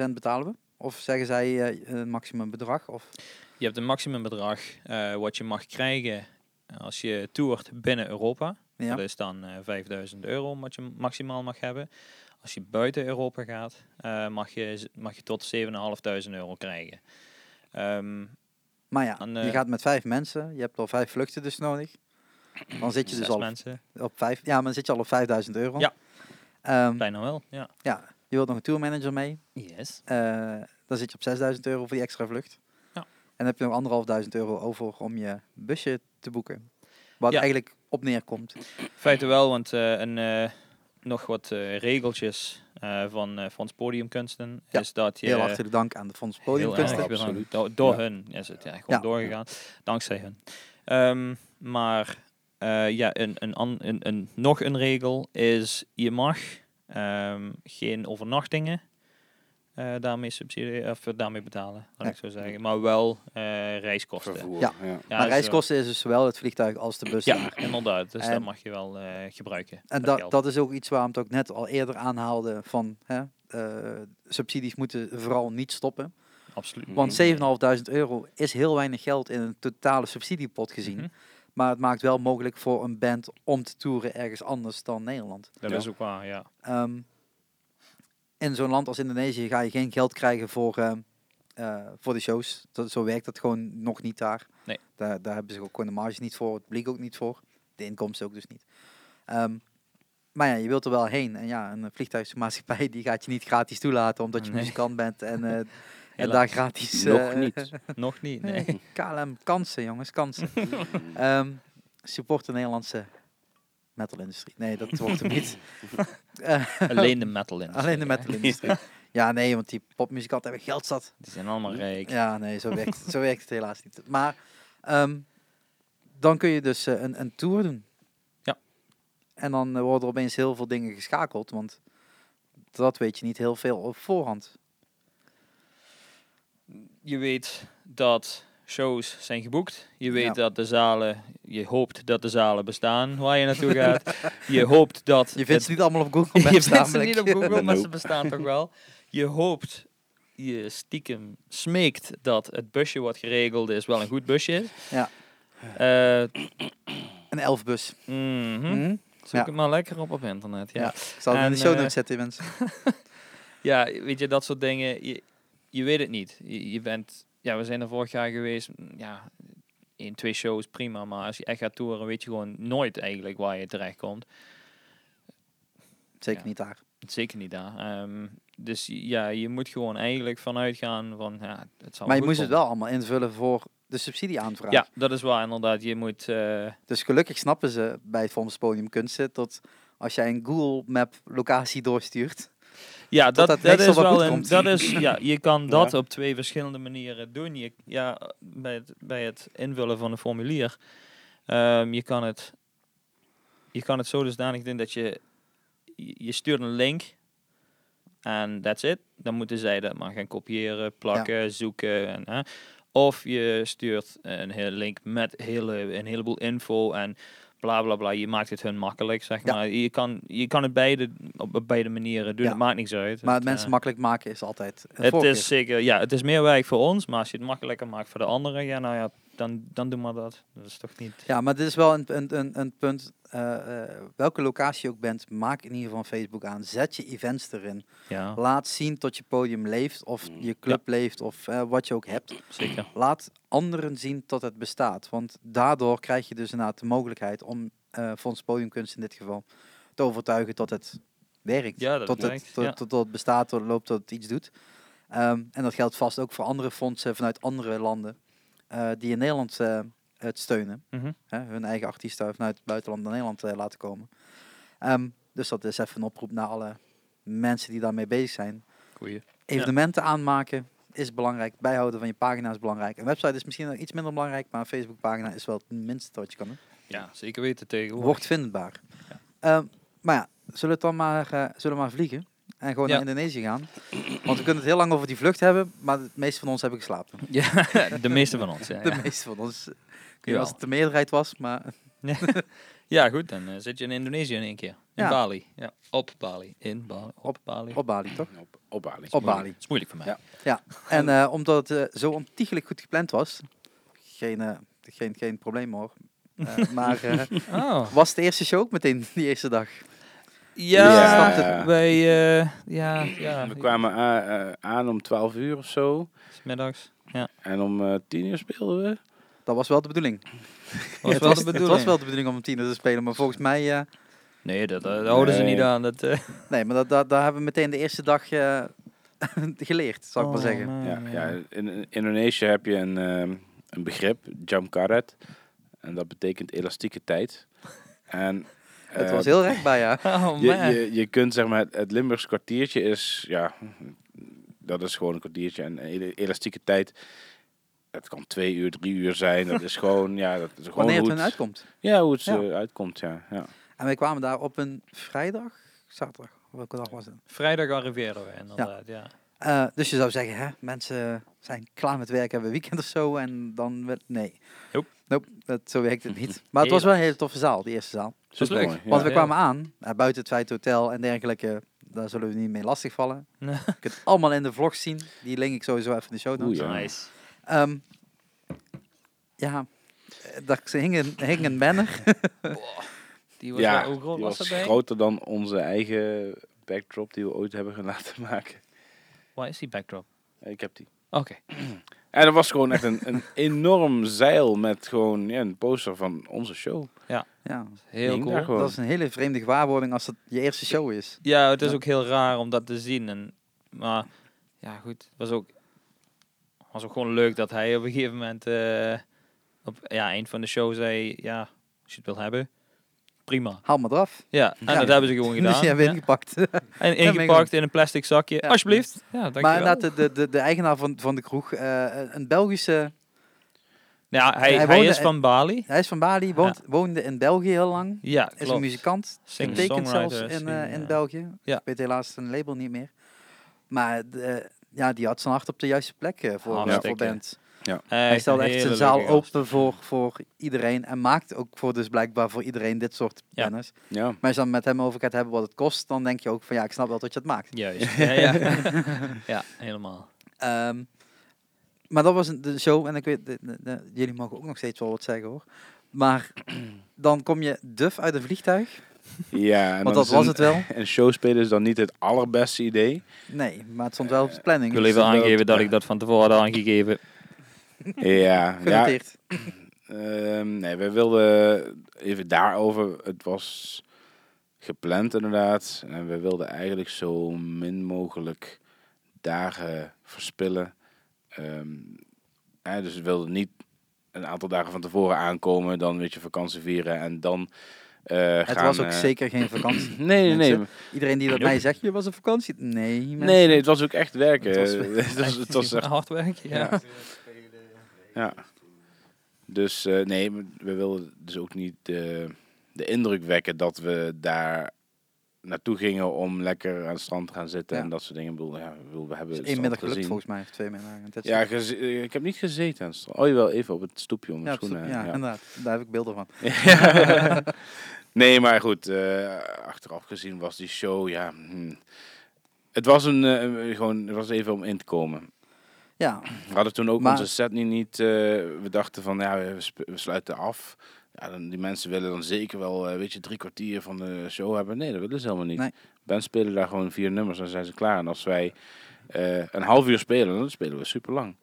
Speaker 2: 50% betalen we? Of zeggen zij eh, een maximum bedrag? Of
Speaker 1: Je hebt een maximumbedrag eh, wat je mag krijgen als je toert binnen Europa.
Speaker 2: Ja.
Speaker 1: Dat is dan eh, 5000 euro wat je maximaal mag hebben. Als je buiten Europa gaat, eh, mag, je, z- mag je tot 7.500 euro krijgen. Ehm,
Speaker 2: Maar ja,
Speaker 1: Dan,
Speaker 2: je
Speaker 1: eh,
Speaker 2: gaat met vijf mensen. Je hebt al vijf vluchten dus nodig. Dan zit je dus
Speaker 1: zes
Speaker 2: al
Speaker 1: mensen,
Speaker 2: op vijf. Ja, maar dan zit je al op 5000 euro.
Speaker 1: Ja.
Speaker 2: Ehm,
Speaker 1: bijna wel. Ja.
Speaker 2: ja. Je wilt nog een tourmanager mee.
Speaker 1: Yes.
Speaker 2: Eh, dan zit je op 6000 euro voor die extra vlucht.
Speaker 1: Ja.
Speaker 2: En dan heb je nog anderhalfduizend euro over om je busje te boeken. Wat
Speaker 1: Ja.
Speaker 2: eigenlijk op neerkomt.
Speaker 1: Feite wel, want eh, een, eh, nog wat eh, regeltjes eh, van eh Fonds Podiumkunsten
Speaker 2: Ja,
Speaker 1: is dat je...
Speaker 2: Heel hartelijk dank aan de Fonds
Speaker 1: Heel
Speaker 2: Podiumkunsten.
Speaker 1: erg bedankt.
Speaker 4: Absoluut.
Speaker 1: Door, door
Speaker 4: Ja.
Speaker 1: hun is het ja, gewoon
Speaker 2: Ja.
Speaker 1: doorgegaan. Dankzij hun. Ehm, maar eh, ja, een, een, an- een, een, nog een regel is: je mag ehm, geen overnachtingen eh, daarmee, subsidie, of eh, daarmee betalen, laat
Speaker 2: Nee.
Speaker 1: ik zo zeggen. Maar wel eh, reiskosten.
Speaker 4: Vervoer.
Speaker 2: Ja.
Speaker 1: Ja,
Speaker 4: ja.
Speaker 2: maar
Speaker 1: dus, eh,
Speaker 2: reiskosten is dus zowel het vliegtuig als de bus.
Speaker 1: Ja, inderdaad. Dus dat
Speaker 2: En-
Speaker 1: mag je wel eh, gebruiken.
Speaker 2: En
Speaker 1: dat
Speaker 2: dat
Speaker 1: geld.
Speaker 2: dat is ook iets waarom het ook net al eerder aanhaalde van hè, eh, subsidies moeten vooral niet stoppen.
Speaker 1: Mhm. Absoluut.
Speaker 2: Want 7.500 euro is heel weinig geld in een totale subsidiepot gezien.
Speaker 1: Mhm.
Speaker 2: Maar het maakt wel mogelijk voor een band om te toeren ergens anders dan Nederland.
Speaker 1: Dat
Speaker 4: Ja.
Speaker 1: is ook waar, ja.
Speaker 2: Ehm, in zo'n land als Indonesië ga je geen geld krijgen voor, ehm, eh, voor de shows. Dat, zo werkt dat gewoon nog niet daar.
Speaker 1: Nee.
Speaker 2: daar. Daar hebben ze ook gewoon de marge niet voor, het publiek ook niet voor. De inkomsten ook dus niet. Ehm, maar ja, je wilt er wel heen. En ja, een vliegtuigmaatschappij die gaat je niet gratis toelaten omdat je
Speaker 1: Nee.
Speaker 2: muzikant bent en, eh, en
Speaker 1: Helaas.
Speaker 2: daar gratis...
Speaker 4: Nog
Speaker 2: eh,
Speaker 4: niet.
Speaker 1: Nog niet, nee.
Speaker 2: Nee, KLM, kansen jongens, kansen. Ehm support de Nederlandse metalindustrie. Nee, dat wordt hem niet. Eh,
Speaker 1: Alleen de metal in.
Speaker 2: alleen de metalindustrie. Ja, nee, want die popmuzikanten hebben geld zat.
Speaker 1: Die zijn allemaal rijk.
Speaker 2: Ja, nee, zo werkt, zo werkt het helaas niet. Maar ehm, dan kun je dus eh, een, een tour doen.
Speaker 1: Ja.
Speaker 2: En dan eh, worden er opeens heel veel dingen geschakeld, want dat weet je niet heel veel op voorhand.
Speaker 1: je weet dat shows zijn geboekt. Je weet
Speaker 2: Ja.
Speaker 1: dat de zalen, je hoopt dat de zalen bestaan waar je naartoe gaat. je hoopt dat.
Speaker 2: Je vindt ze
Speaker 1: het-
Speaker 2: niet allemaal op Google Maps
Speaker 1: je vindt ze
Speaker 2: namelijk.
Speaker 1: niet op Google, maar ze
Speaker 4: Nope.
Speaker 1: bestaan toch wel. Je hoopt, je stiekem smeekt dat het busje wat geregeld is wel een goed busje is.
Speaker 2: Ja.
Speaker 1: Eh,
Speaker 2: Een elfbus.
Speaker 1: mhm.
Speaker 2: Hm?
Speaker 1: Zoek
Speaker 2: Ja.
Speaker 1: het maar lekker op op internet. Ja.
Speaker 2: Ja. Ik zal het in
Speaker 1: En,
Speaker 2: de show
Speaker 1: eh,
Speaker 2: notes zetten, mensen.
Speaker 1: Ja, weet je, dat soort dingen. Je, je weet het niet. Je, je bent, ja, we zijn er vorig jaar geweest. mm, Ja, in twee shows prima. Maar als je echt gaat toeren, weet je gewoon nooit eigenlijk waar je terecht komt.
Speaker 2: Zeker
Speaker 1: Ja.
Speaker 2: niet daar.
Speaker 1: Zeker niet daar. Ehm, dus ja, je moet gewoon eigenlijk vanuit gaan van, ja, het zal
Speaker 2: Maar je
Speaker 1: goed
Speaker 2: moest het
Speaker 1: komen.
Speaker 2: wel allemaal invullen voor de subsidieaanvraag.
Speaker 1: Ja, dat is waar inderdaad. Je moet, eh,
Speaker 2: Dus gelukkig snappen ze bij het Fonds Podium Kunsten dat als jij een Google Map locatie doorstuurt,
Speaker 1: ja, dat,
Speaker 2: dat
Speaker 1: dat,
Speaker 2: meestal
Speaker 1: is
Speaker 2: wel goed
Speaker 1: wel een,
Speaker 2: komt.
Speaker 1: dat is, ja, je kan dat
Speaker 4: Ja.
Speaker 1: op twee verschillende manieren doen. Je, ja, bij het, bij het invullen van een formulier. Ehm, je, kan het, je kan het zo dusdanig doen dat je, je je stuurt een link en that's it. Dan moeten zij dat maar gaan kopiëren, plakken, zoeken. En, hè. Of je stuurt een hele link met hele, een heleboel info en bla bla bla. Je maakt het hun makkelijk, zeg
Speaker 2: Ja.
Speaker 1: maar. Je kan, je kan het beide, op op beide manieren doen.
Speaker 2: Ja.
Speaker 1: Het maakt niks uit.
Speaker 2: Maar het
Speaker 1: eh,
Speaker 2: mensen makkelijk maken is altijd een
Speaker 1: het
Speaker 2: voorkeur.
Speaker 1: is zeker, ja, het is meer werk voor ons, maar als je het makkelijker maakt voor de anderen, ja, nou ja, dan, dan doe maar dat. Dat is toch niet.
Speaker 2: Ja, maar dit is wel een, een, een, een punt. eh, eh, welke locatie je ook bent, maak in ieder geval een Facebook aan. Zet je events erin.
Speaker 1: Ja, Mm.
Speaker 2: Laat zien tot je podium leeft of je club leeft of eh, wat je ook hebt.
Speaker 1: zeker.
Speaker 2: Laat anderen zien tot het bestaat. Want daardoor krijg je dus inderdaad de mogelijkheid om eh Fonds Podiumkunst in dit geval te overtuigen tot het werkt.
Speaker 1: Ja, dat
Speaker 2: tot,
Speaker 1: werkt,
Speaker 2: het, tot,
Speaker 1: ja.
Speaker 2: tot, tot het bestaat, tot het loopt, tot het iets doet. Ehm, en dat geldt vast ook voor andere fondsen vanuit andere landen eh, die in Nederland eh, het steunen.
Speaker 1: Mhm.
Speaker 2: Hè, hun eigen artiesten vanuit het buitenland naar Nederland eh, laten komen. Ehm, dus dat is even een oproep naar alle mensen die daarmee bezig zijn.
Speaker 1: Goeie.
Speaker 2: Evenementen aanmaken is belangrijk. Bijhouden van je pagina is belangrijk. Een website is misschien nog iets minder belangrijk, maar een Facebookpagina is wel het minste wat je kan doen.
Speaker 1: Ja, zeker weten tegenwoordig.
Speaker 2: Wordt vindbaar. Ehm, maar ja, zullen we het dan maar, eh, zullen we maar vliegen en gewoon
Speaker 1: Ja.
Speaker 2: naar Indonesië gaan? Want we kunnen het heel lang over die vlucht hebben, maar de meeste van ons hebben geslapen.
Speaker 1: Ja, de meeste van ons. Ja,
Speaker 2: De
Speaker 1: ja.
Speaker 2: meeste van ons. Ik weet niet
Speaker 1: Jawel.
Speaker 2: als het de meerderheid was, maar
Speaker 1: Ja, goed, dan eh, zit je in Indonesië in één keer. In
Speaker 2: Ja.
Speaker 1: Bali. Ja, op Bali. In Bali. Op Bali.
Speaker 2: op Bali toch?
Speaker 4: Op, op Bali.
Speaker 2: Op Bali.
Speaker 1: Dat is moeilijk voor mij.
Speaker 4: Ja.
Speaker 2: En eh, omdat het eh, zo ontiegelijk goed gepland was, geen, eh, geen, geen probleem hoor. Eh, maar eh,
Speaker 1: Oh.
Speaker 2: was de eerste show ook meteen die eerste dag?
Speaker 1: Ja,
Speaker 4: Ja. snapte.
Speaker 1: wij, eh, ja, ja,
Speaker 4: We kwamen a- eh, aan om 12 uur of zo.
Speaker 1: middags.
Speaker 4: En om eh, 10 uur speelden we.
Speaker 2: Dat was wel de bedoeling.
Speaker 1: Was wel
Speaker 2: het, was,
Speaker 1: de
Speaker 2: het
Speaker 1: bedoeling.
Speaker 2: was wel de bedoeling om om tien uur te spelen, maar volgens mij... eh,
Speaker 1: Nee, dat, eh, daar houden ze
Speaker 4: Nee.
Speaker 1: niet aan. Dat, eh.
Speaker 2: nee, maar dat, dat, daar hebben we meteen de eerste dag eh, geleerd, zou
Speaker 4: Oh,
Speaker 1: Oh,
Speaker 2: ik maar zeggen.
Speaker 4: Ja,
Speaker 1: Mm,
Speaker 4: ja, in, in Indonesië heb je een, ehm, een begrip, jamkaret. En dat betekent elastieke tijd. En,
Speaker 2: het
Speaker 4: eh,
Speaker 2: was heel recht bij ja.
Speaker 1: Oh, man.
Speaker 4: je, je, je kunt zeg maar, het, het Limburgs kwartiertje is, ja, dat is gewoon een kwartiertje. En ele- elastieke tijd, het kan twee uur, drie uur zijn. Dat is gewoon, ja, dat is gewoon
Speaker 2: Wanneer het
Speaker 4: hoe
Speaker 2: hun uitkomt.
Speaker 4: Ja, hoe het
Speaker 2: Ja.
Speaker 4: eh, uitkomt, ja. ja.
Speaker 2: En wij kwamen daar op een vrijdag, zaterdag, welke dag was het?
Speaker 1: Vrijdag arriveren we inderdaad, ja.
Speaker 2: Eh, dus je zou zeggen, hè, mensen zijn klaar met werken, hebben weekend of zo en dan... wel- Nee.
Speaker 1: Nope.
Speaker 2: Nope, dat, zo werkt het niet. Maar het was wel een hele toffe zaal, die eerste zaal.
Speaker 1: Dat is
Speaker 4: Supermooi,
Speaker 1: leuk.
Speaker 4: ja.
Speaker 2: Want we kwamen aan, eh, buiten het feit hotel en dergelijke, daar zullen we niet mee lastigvallen.
Speaker 1: Nee.
Speaker 2: Je kunt het allemaal in de vlog zien, die link ik sowieso even in de show notes.
Speaker 4: Oei, ja.
Speaker 1: Nice.
Speaker 2: Ehm, ja, eh, daar ze hing een, hing een banner.
Speaker 1: Die was
Speaker 4: Ja,
Speaker 1: wel- hoe groot
Speaker 4: die
Speaker 1: was
Speaker 4: was
Speaker 1: dat bij?
Speaker 4: groter dan onze eigen backdrop die we ooit hebben laten maken.
Speaker 1: Waar is die backdrop?
Speaker 4: Ik heb die.
Speaker 1: Oké.
Speaker 4: En dat was gewoon echt een, een enorm zeil met gewoon ja, een poster van onze show.
Speaker 2: Ja,
Speaker 1: Heel
Speaker 4: Hing
Speaker 1: cool.
Speaker 4: daar gewoon.
Speaker 2: dat is een hele vreemde gewaarwording als het je eerste show is.
Speaker 1: Ja, het is
Speaker 2: Ja.
Speaker 1: ook heel raar om dat te zien. En, maar ja, goed. Het was ook, was ook gewoon leuk dat hij op een gegeven moment eh, op ja, een van de shows zei: Ja, als je het wil hebben, prima.
Speaker 2: Haal me eraf.
Speaker 1: Ja, en
Speaker 2: Ja.
Speaker 1: dat hebben ze gewoon
Speaker 2: Dus jij
Speaker 1: gedaan.
Speaker 2: hebt
Speaker 1: ja.
Speaker 2: ingepakt.
Speaker 1: En
Speaker 2: ben ik
Speaker 1: ingepakt in een plastic zakje.
Speaker 2: Ja.
Speaker 1: Alsjeblieft. Ja,
Speaker 2: maar
Speaker 1: dankjewel.
Speaker 2: inderdaad, de, de, de eigenaar van, van de kroeg, eh, een Belgische,
Speaker 1: ja, hij,
Speaker 2: hij
Speaker 1: hij,
Speaker 2: woonde
Speaker 1: is
Speaker 2: in-
Speaker 1: van Bali.
Speaker 2: hij is van Bali, woont, woonde in België heel lang.
Speaker 1: Ja,
Speaker 2: Is
Speaker 1: klopt.
Speaker 2: een muzikant,
Speaker 1: Singer,
Speaker 2: betekent zelfs
Speaker 1: songwriter,
Speaker 2: in, eh,
Speaker 1: singer,
Speaker 2: in
Speaker 1: ja.
Speaker 2: België.
Speaker 1: Ja.
Speaker 2: Ik weet helaas zijn label niet meer. Maar de- eh, ja, die had zijn hart op de juiste plek eh, voor, voor
Speaker 1: Hartstikke.
Speaker 2: band. Hij
Speaker 1: Echt
Speaker 2: stelde
Speaker 1: een
Speaker 2: echt
Speaker 1: hele
Speaker 2: zijn zaal
Speaker 1: leuke gast.
Speaker 2: open voor, voor iedereen. En maakt ook voor dus blijkbaar voor iedereen dit soort
Speaker 1: Ja.
Speaker 2: banners.
Speaker 4: Ja.
Speaker 2: Maar als je dan met hem over gaat hebben wat het kost, dan denk je ook van ja, ik snap wel dat je het maakt.
Speaker 1: Juist. Ja, ja. ja, helemaal.
Speaker 2: Ehm, maar dat was een, de show en ik weet, de- de- de- jullie mogen ook nog steeds wel wat zeggen hoor. Maar dan kom je duf uit een vliegtuig,
Speaker 4: ja en dan
Speaker 2: want dat
Speaker 4: is
Speaker 2: was
Speaker 4: een,
Speaker 2: het wel.
Speaker 4: Een show spelen is dan niet het allerbeste idee.
Speaker 2: Nee, maar het stond wel op de planning. dus,
Speaker 1: Ik wil even
Speaker 4: dat-
Speaker 1: aangeven dat
Speaker 4: ja.
Speaker 1: ik dat van tevoren had aangegeven.
Speaker 2: eh,
Speaker 4: ja, ja
Speaker 2: Genoteerd.
Speaker 4: ehm, nee, we wilden even daarover. Het was gepland inderdaad. En we wilden eigenlijk zo min mogelijk dagen verspillen. Ehm, hè, dus we wilden niet een aantal dagen van tevoren aankomen, dan weet je vakantie vieren en dan. eh
Speaker 2: Het
Speaker 4: gaan,
Speaker 2: was ook
Speaker 4: eh,
Speaker 2: zeker geen vakantie.
Speaker 4: Nee, nee, nee.
Speaker 2: Mensen, Iedereen die dat mij zegt, je was op vakantie. Nee, mensen.
Speaker 4: Nee, nee, het was ook echt werken.
Speaker 2: Het was-
Speaker 4: Het was, het was, echt...
Speaker 1: hard werk. ja.
Speaker 4: Ja. Dus eh, nee, we wilden dus ook niet eh, de indruk wekken dat we daar naartoe gingen om lekker aan het strand te gaan zitten
Speaker 2: Ja.
Speaker 4: en dat soort dingen. Ik bedoel, ja, ik bedoel, we hebben
Speaker 2: Dus
Speaker 4: het
Speaker 2: één
Speaker 4: strand
Speaker 2: middag gelukt
Speaker 4: gezien.
Speaker 2: volgens mij, of twee middagen. Dat is-
Speaker 4: Ja, geze- eh, ik heb niet gezeten aan het strand. Oh, jawel, even op het stoepje om
Speaker 2: Ja,
Speaker 4: mijn
Speaker 2: dat is-
Speaker 4: schoenen.
Speaker 2: ja, inderdaad. Daar heb ik beelden van.
Speaker 4: Ja. nee, maar goed, eh, achteraf gezien was die show, ja. hm. Het was een, eh, gewoon, het was even om in te komen.
Speaker 2: Ja,
Speaker 4: We hadden toen ook
Speaker 2: Maar-
Speaker 4: onze set niet, niet eh, we dachten van, ja, we, sp- we sluiten af. Ja, dan, die mensen willen dan zeker wel, eh, weet je, drie kwartier van de show hebben. Nee, dat willen ze helemaal niet.
Speaker 2: Nee.
Speaker 4: Bands spelen daar gewoon vier nummers, dan zijn ze klaar. En als wij eh, een half uur spelen, dan spelen we super lang.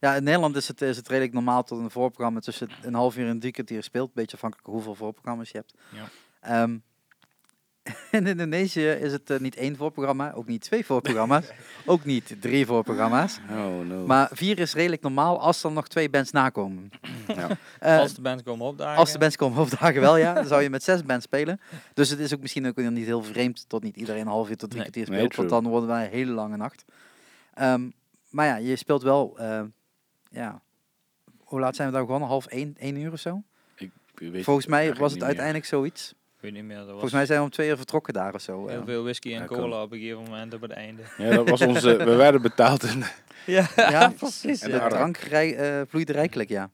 Speaker 2: Ja, in Nederland is het, is het redelijk normaal tot een voorprogramma tussen een half uur en drie kwartier speelt. Een beetje afhankelijk hoeveel voorprogramma's je hebt.
Speaker 1: Ja.
Speaker 2: Ehm, in Indonesië is het eh, niet één voorprogramma, ook niet twee voorprogramma's, ook niet drie voorprogramma's.
Speaker 4: Oh no.
Speaker 2: Maar vier is redelijk normaal als er nog twee bands nakomen.
Speaker 4: Ja.
Speaker 2: Eh,
Speaker 1: als de bands komen opdagen.
Speaker 2: als de bands komen opdagen wel, ja. Dan zou je met zes bands spelen. Dus het is ook misschien ook weer niet heel vreemd tot niet iedereen een half uur tot drie
Speaker 1: Nee.
Speaker 2: kwartier
Speaker 4: Nee,
Speaker 2: speelt. want
Speaker 4: true.
Speaker 2: dan worden wij een hele lange nacht. Ehm, maar ja, je speelt wel, eh, ja... Hoe laat zijn we daar gewoon? Half één, één uur of zo?
Speaker 4: Ik weet
Speaker 2: Volgens mij
Speaker 4: eigenlijk
Speaker 2: was het
Speaker 4: niet meer.
Speaker 2: uiteindelijk zoiets.
Speaker 1: Ik weet niet meer, dat was
Speaker 2: Volgens mij zijn we om twee uur vertrokken daar of zo.
Speaker 1: heel
Speaker 2: eh.
Speaker 1: veel whisky en
Speaker 4: Ja, kan.
Speaker 1: cola op een gegeven moment op het einde.
Speaker 4: Ja, dat was onze. We werden betaald. En,
Speaker 1: Ja,
Speaker 2: Ja,
Speaker 1: precies.
Speaker 2: En
Speaker 4: ja.
Speaker 2: de drank rij- eh, vloeide rijkelijk, ja.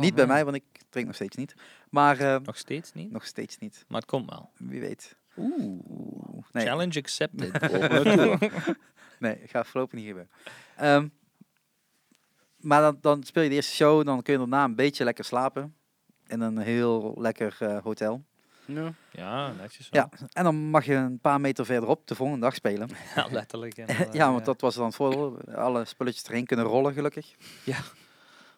Speaker 2: niet bij mij, want ik drink nog steeds niet. Maar eh,
Speaker 1: Oh, Nog steeds niet,
Speaker 2: nog steeds niet.
Speaker 1: maar het komt wel.
Speaker 2: Wie weet. Oeh.
Speaker 1: Challenge accepted.
Speaker 2: Nee, ik ga voorlopig niet gebeuren. Ehm, maar dan, dan speel je de eerste show, dan kun je daarna een beetje lekker slapen. In een heel lekker eh, hotel.
Speaker 4: ja.
Speaker 1: ja, netjes.
Speaker 2: Ja, en dan mag je een paar meter verderop de volgende dag spelen.
Speaker 1: Ja, letterlijk. inderdaad,
Speaker 2: ja, want dat was dan het voordeel. Alle spulletjes erheen kunnen rollen, gelukkig.
Speaker 1: Ja.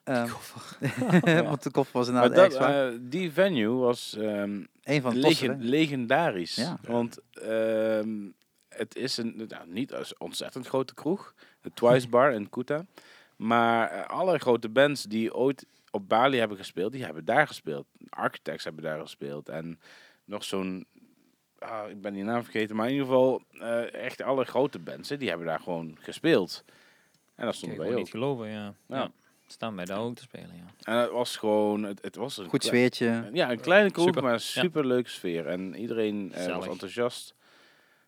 Speaker 2: Ehm, want de koffer was
Speaker 4: Maar
Speaker 2: inderdaad
Speaker 4: dat,
Speaker 2: erg zwaar.
Speaker 4: eh, die venue was ehm,
Speaker 2: Eén van de
Speaker 4: lege-
Speaker 2: tossen, hè?
Speaker 4: legendarisch.
Speaker 2: Ja.
Speaker 4: Want ehm, het is een nou, niet als ontzettend grote kroeg, de Twice Bar in Kuta. Maar eh, alle grote bands die ooit op Bali hebben gespeeld, die hebben daar gespeeld. Architects hebben daar gespeeld. En nog zo'n, ah, ik ben die naam vergeten, maar in ieder geval eh, echt alle grote bands, hè, die hebben daar gewoon gespeeld. En dat
Speaker 1: Kijk,
Speaker 4: stond
Speaker 1: ik
Speaker 4: bij
Speaker 1: wil
Speaker 4: ook.
Speaker 1: niet geloven, ja.
Speaker 4: Ja.
Speaker 1: ja. Staan wij daar ook te spelen, ja.
Speaker 4: En het was gewoon, het, het was een
Speaker 2: Goed
Speaker 4: kle-
Speaker 2: zweertje.
Speaker 4: Ja, een kleine kroeg,
Speaker 1: Super.
Speaker 4: maar een superleuke sfeer. En iedereen eh, was
Speaker 1: Gezellig.
Speaker 4: enthousiast.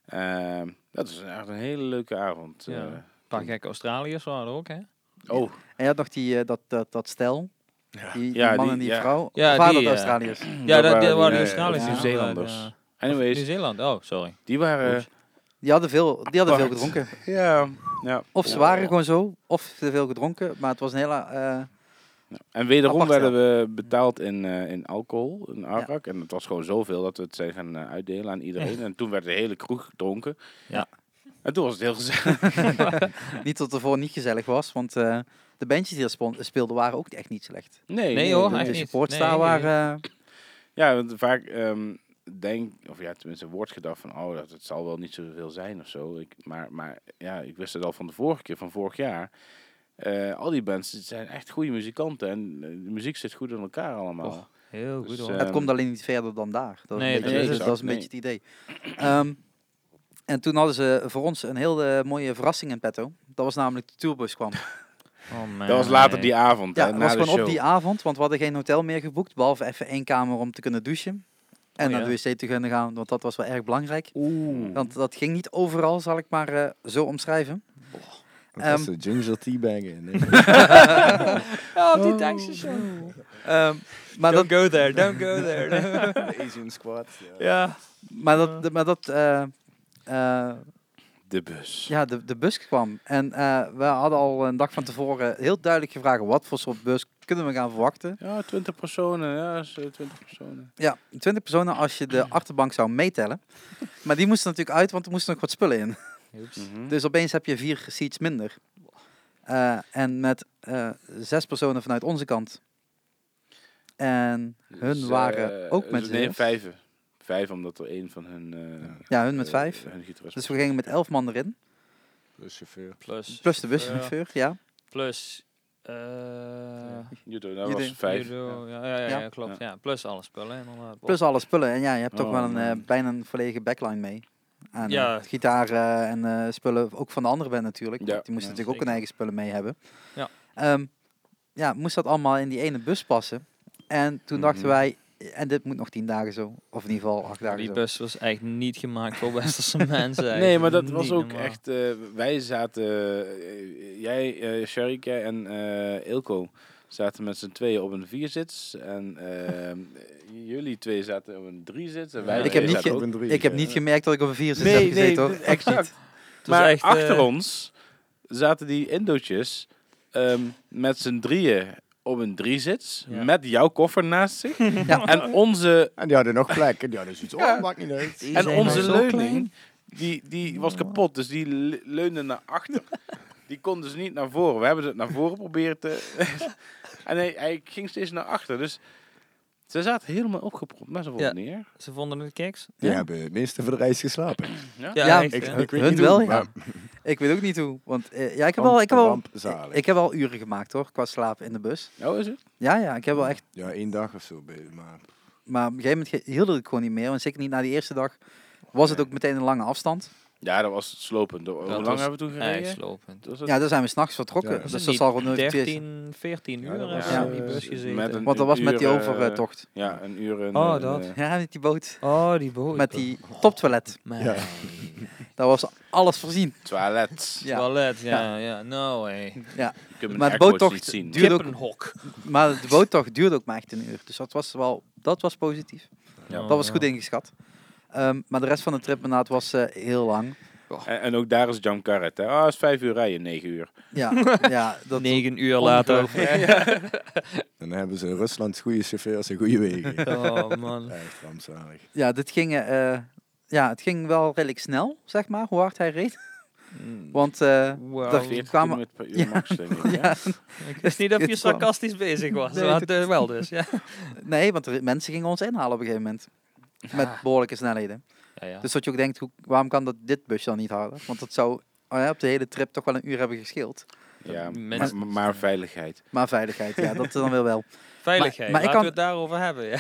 Speaker 4: Ehm, dat is echt een hele leuke avond.
Speaker 1: Ja.
Speaker 4: eh.
Speaker 1: Een paar gekke Australiërs waren er ook, hè?
Speaker 2: En
Speaker 4: oh,
Speaker 2: je had nog die, eh, dat, dat, dat stel. Die, die
Speaker 4: Ja,
Speaker 2: man
Speaker 4: die-
Speaker 2: en die
Speaker 4: ja.
Speaker 2: vrouw.
Speaker 1: Ja,
Speaker 2: of waren
Speaker 1: die,
Speaker 2: dat
Speaker 1: eh,
Speaker 2: Australiërs?
Speaker 1: Ja, dat, dat waren dus
Speaker 4: die,
Speaker 1: die
Speaker 4: eh,
Speaker 1: Australiërs. ja.
Speaker 4: Nieuw-Zeelanders.
Speaker 1: Ja.
Speaker 4: anyways,
Speaker 1: Nieuw-Zeeland, oh, sorry.
Speaker 4: die waren...
Speaker 2: Die hadden veel, die hadden veel
Speaker 4: Apart.
Speaker 2: gedronken.
Speaker 4: Ja, ja.
Speaker 2: Of ze waren gewoon zo, of te veel gedronken. Maar het was een hele... eh,
Speaker 4: En wederom
Speaker 2: Apart,
Speaker 4: werden we betaald in, eh, in alcohol, in Arak. En het was gewoon zoveel dat we het zijn gaan eh, uitdelen aan iedereen. En toen werd de hele kroeg gedronken.
Speaker 1: Ja.
Speaker 4: En toen was het heel gezellig.
Speaker 2: niet dat het ervoor niet gezellig was, want eh, de bandjes die er spon- speelden waren ook echt niet slecht.
Speaker 4: Nee,
Speaker 1: Nee, hoor,
Speaker 4: dat
Speaker 1: echt
Speaker 4: is-
Speaker 2: de
Speaker 1: niet. Nee,
Speaker 2: supportstar
Speaker 1: nee, nee.
Speaker 2: waren... eh,
Speaker 4: Ja, want vaak ehm, denk, of ja, tenminste wordt gedacht van, oh, dat het zal wel niet zoveel zijn of zo. Ik, maar, maar ja, ik wist het al van de vorige keer, van vorig jaar. Eh, al die bands het zijn echt goede muzikanten en eh, de muziek zit goed in elkaar allemaal.
Speaker 1: Och, Heel
Speaker 4: Dus,
Speaker 1: goed,
Speaker 4: eh,
Speaker 1: hoor.
Speaker 2: het komt alleen niet verder dan daar. Dat is
Speaker 1: Nee,
Speaker 2: een beetje,
Speaker 1: nee,
Speaker 2: dus dat is een
Speaker 4: exact,
Speaker 2: beetje het idee. Ehm, en toen hadden ze voor ons een heel eh, mooie verrassing in petto. Dat was namelijk de tourbus kwam.
Speaker 1: Oh, man.
Speaker 4: dat was later die avond,
Speaker 2: Ja,
Speaker 4: hè,
Speaker 2: het
Speaker 4: na
Speaker 2: was
Speaker 4: de
Speaker 2: gewoon op
Speaker 4: show.
Speaker 2: die avond, want we hadden geen hotel meer geboekt, behalve even één kamer om te kunnen douchen. En
Speaker 1: Oh,
Speaker 2: naar
Speaker 1: ja.
Speaker 2: de wc te kunnen gaan, want dat was wel erg belangrijk.
Speaker 4: Oeh.
Speaker 2: Want dat ging niet overal, zal ik maar eh, zo omschrijven.
Speaker 5: Wat was
Speaker 2: Ehm.
Speaker 5: de jungle teabaggen? Nee.
Speaker 1: Oh, die tankstation.
Speaker 2: Ehm, maar, dat,
Speaker 1: Don't go there, don't go there.
Speaker 5: De Asian Squad. Ja.
Speaker 1: ja.
Speaker 2: maar dat, maar dat eh, eh,
Speaker 4: De bus.
Speaker 2: ja, de, de bus kwam. En eh, we hadden al een dag van tevoren heel duidelijk gevraagd, wat voor soort bus kunnen we gaan verwachten?
Speaker 4: Ja, 20 personen, ja, is, eh, 20 personen.
Speaker 2: Ja, 20 personen als je de achterbank zou meetellen. Maar die moesten natuurlijk uit, want er moesten nog wat spullen in.
Speaker 1: Mm.
Speaker 4: Mhm.
Speaker 2: Dus opeens heb je vier seats minder. Eh, en met eh, zes personen vanuit onze kant. En hun
Speaker 4: Dus, eh,
Speaker 2: waren ook met
Speaker 4: Nee,
Speaker 2: zes.
Speaker 4: vijven. Vijf, omdat er één van hun... eh,
Speaker 2: Ja, hun met
Speaker 4: eh,
Speaker 2: vijf.
Speaker 4: hun gitarist
Speaker 2: Dus we gingen met elf man erin.
Speaker 5: Dus chauffeur.
Speaker 1: Plus.
Speaker 2: Plus de buschauffeur, ja.
Speaker 1: Plus. eh
Speaker 4: Judo, dat
Speaker 2: Judo.
Speaker 4: was vijf.
Speaker 1: judo, Ja, ja, ja,
Speaker 2: Ja.
Speaker 1: ja, klopt. Ja. Plus alle spullen inderdaad.
Speaker 2: Plus alle spullen. En ja, je hebt toch
Speaker 4: Oh,
Speaker 2: wel een, eh,
Speaker 4: man.
Speaker 2: bijna een volledige backline mee. Aan
Speaker 1: Ja.
Speaker 2: eh, gitaar eh, en eh, spullen, ook van de andere band natuurlijk.
Speaker 4: Ja,
Speaker 2: want die moesten
Speaker 4: ja,
Speaker 2: natuurlijk ook hun
Speaker 1: zeker.
Speaker 2: eigen spullen mee hebben.
Speaker 1: Ja.
Speaker 2: Ehm, ja, moest dat allemaal in die ene bus passen. En toen dachten
Speaker 4: Mhm.
Speaker 2: wij, En dit moet nog tien dagen zo. Of in ieder geval acht dagen
Speaker 1: Die
Speaker 2: zo.
Speaker 1: bus was echt niet gemaakt voor westerse mensen.
Speaker 4: Nee,
Speaker 1: eigenlijk.
Speaker 4: maar dat was
Speaker 1: Niet
Speaker 4: ook
Speaker 1: normaal.
Speaker 4: echt. eh, wij zaten. eh, jij, eh Sharik, jij en eh Ilko zaten met z'n tweeën op een vierzits. En eh, jullie twee zaten op een driezits. En
Speaker 1: Ja,
Speaker 4: wij
Speaker 2: ik heb
Speaker 4: twee
Speaker 2: niet
Speaker 4: zaten
Speaker 2: ge-
Speaker 4: ook-
Speaker 2: Ik heb niet gemerkt dat ik op een virus
Speaker 4: Nee,
Speaker 2: heb gezeten,
Speaker 4: nee,
Speaker 2: hoor.
Speaker 4: d-
Speaker 2: Echt
Speaker 4: exact.
Speaker 2: niet.
Speaker 1: Het was
Speaker 4: Maar
Speaker 1: echt, eh,
Speaker 4: achter ons zaten die Indootjes ehm, met z'n drieën op een driezits.
Speaker 1: Ja.
Speaker 4: Met jouw koffer naast zich.
Speaker 2: Ja.
Speaker 4: En onze
Speaker 5: En die hadden nog plek. En die hadden zoiets,
Speaker 4: Ja.
Speaker 5: oh, maakt niet uit.
Speaker 1: Die
Speaker 4: En
Speaker 1: zijn
Speaker 4: onze
Speaker 1: nou zo klein.
Speaker 4: leuning, die, die was kapot. Dus die le- leunde naar achter. Die kon dus niet naar voren. We hebben het naar voren proberen te... en hij, hij ging steeds naar achter. Dus ze zaten helemaal opgepropt. Maar ze vonden
Speaker 1: Ja.
Speaker 4: het neer.
Speaker 1: Ze vonden het kiks.
Speaker 5: Die
Speaker 2: Ja.
Speaker 5: hebben het minste voor de reis geslapen.
Speaker 2: Ja,
Speaker 1: echt,
Speaker 5: Ik,
Speaker 1: hè.
Speaker 5: ik weet
Speaker 2: Hun
Speaker 5: niet
Speaker 2: wel,
Speaker 5: hoe,
Speaker 2: ja.
Speaker 5: maar
Speaker 2: Ik weet ook niet hoe. Want eh, ja, ik heb
Speaker 5: Ramp-
Speaker 2: wel, ik heb wel,
Speaker 5: rampzalig.
Speaker 2: ik heb wel uren gemaakt hoor, qua slapen in de bus.
Speaker 4: Nou is het.
Speaker 2: Ja, ja, ik heb wel echt.
Speaker 5: Ja, één dag of zo. Maar
Speaker 2: Maar op een gegeven moment ge- hield het gewoon niet meer. En zeker niet na die eerste dag was het ook meteen een lange afstand.
Speaker 4: Ja, dat was het slopend. Hoe
Speaker 1: Dat
Speaker 4: lang
Speaker 1: was
Speaker 4: hebben we toen gereden?
Speaker 1: Echt slopend.
Speaker 4: Was het-
Speaker 2: Ja, daar zijn we s'nachts vertrokken.
Speaker 5: Ja,
Speaker 1: Was
Speaker 5: Dus
Speaker 2: dus
Speaker 1: het
Speaker 2: dat
Speaker 1: niet
Speaker 2: zal gewoon nooit wezen.
Speaker 1: 13, 14
Speaker 5: Ja,
Speaker 1: uur
Speaker 5: dat
Speaker 1: hebben
Speaker 5: was,
Speaker 1: ze
Speaker 2: eh,
Speaker 1: op die bus
Speaker 4: met
Speaker 1: gezeten.
Speaker 4: een-
Speaker 2: Want dat was met die
Speaker 4: uur, eh,
Speaker 2: overtocht.
Speaker 4: Ja, een uur en...
Speaker 1: Oh,
Speaker 4: en,
Speaker 1: dat.
Speaker 4: eh,
Speaker 2: Ja, met die boot.
Speaker 1: Oh, die boot.
Speaker 2: Met die toptoilet.
Speaker 1: Man.
Speaker 5: Ja.
Speaker 2: Daar was alles voorzien.
Speaker 4: toilet.
Speaker 2: Ja.
Speaker 1: Toilet, ja, ja. No way.
Speaker 2: Ja.
Speaker 4: Je kunt
Speaker 2: Maar
Speaker 4: mijn
Speaker 2: de
Speaker 4: aircodes
Speaker 2: boottocht
Speaker 4: niet zien.
Speaker 2: duurde ook-
Speaker 1: hok.
Speaker 2: Maar de boottocht duurde ook maar echt een uur. Dus dat was wel, dat was positief.
Speaker 4: Oh,
Speaker 2: dat
Speaker 1: Oh,
Speaker 2: was goed ingeschat. Ehm, maar de rest van de trip inderdaad was eh, heel lang.
Speaker 4: En, en ook daar is Jam Carret. hè. Ah, is vijf uur rijden, negen uur.
Speaker 2: Ja, ja dat,
Speaker 1: 9 uur later.
Speaker 5: dan hebben ze in Rusland goede chauffeurs en goede wegen.
Speaker 1: Oh man.
Speaker 5: Echt rampzalig.
Speaker 2: ja, dit ging, eh, eh, ja, het ging wel redelijk snel, zeg maar, hoe hard hij reed. Want eh,
Speaker 1: Wow.
Speaker 2: Dacht-
Speaker 4: 40
Speaker 2: kwamen-
Speaker 4: kilometer per uur max, denk ik. hè.
Speaker 2: ja,
Speaker 1: Ik wist niet of je
Speaker 2: Het kwam.
Speaker 1: sarcastisch bezig was.
Speaker 2: Nee,
Speaker 1: maar
Speaker 2: het-
Speaker 1: eh, wel dus, ja.
Speaker 2: nee, want er- mensen gingen ons inhalen op een gegeven moment. Met behoorlijke snelheden.
Speaker 1: ja, ja.
Speaker 2: Dus dat je ook denkt, hoe, waarom kan dat dit busje dan niet houden? Want dat zou oh ja, op de hele trip toch wel een uur hebben gescheeld.
Speaker 4: Ja, maar,
Speaker 1: Mensen-
Speaker 4: maar- maar veiligheid.
Speaker 2: Maar veiligheid, ja, dat dan wel wel.
Speaker 1: Veiligheid,
Speaker 2: maar ik
Speaker 1: laten
Speaker 2: kan-
Speaker 1: we het daarover hebben. Ja.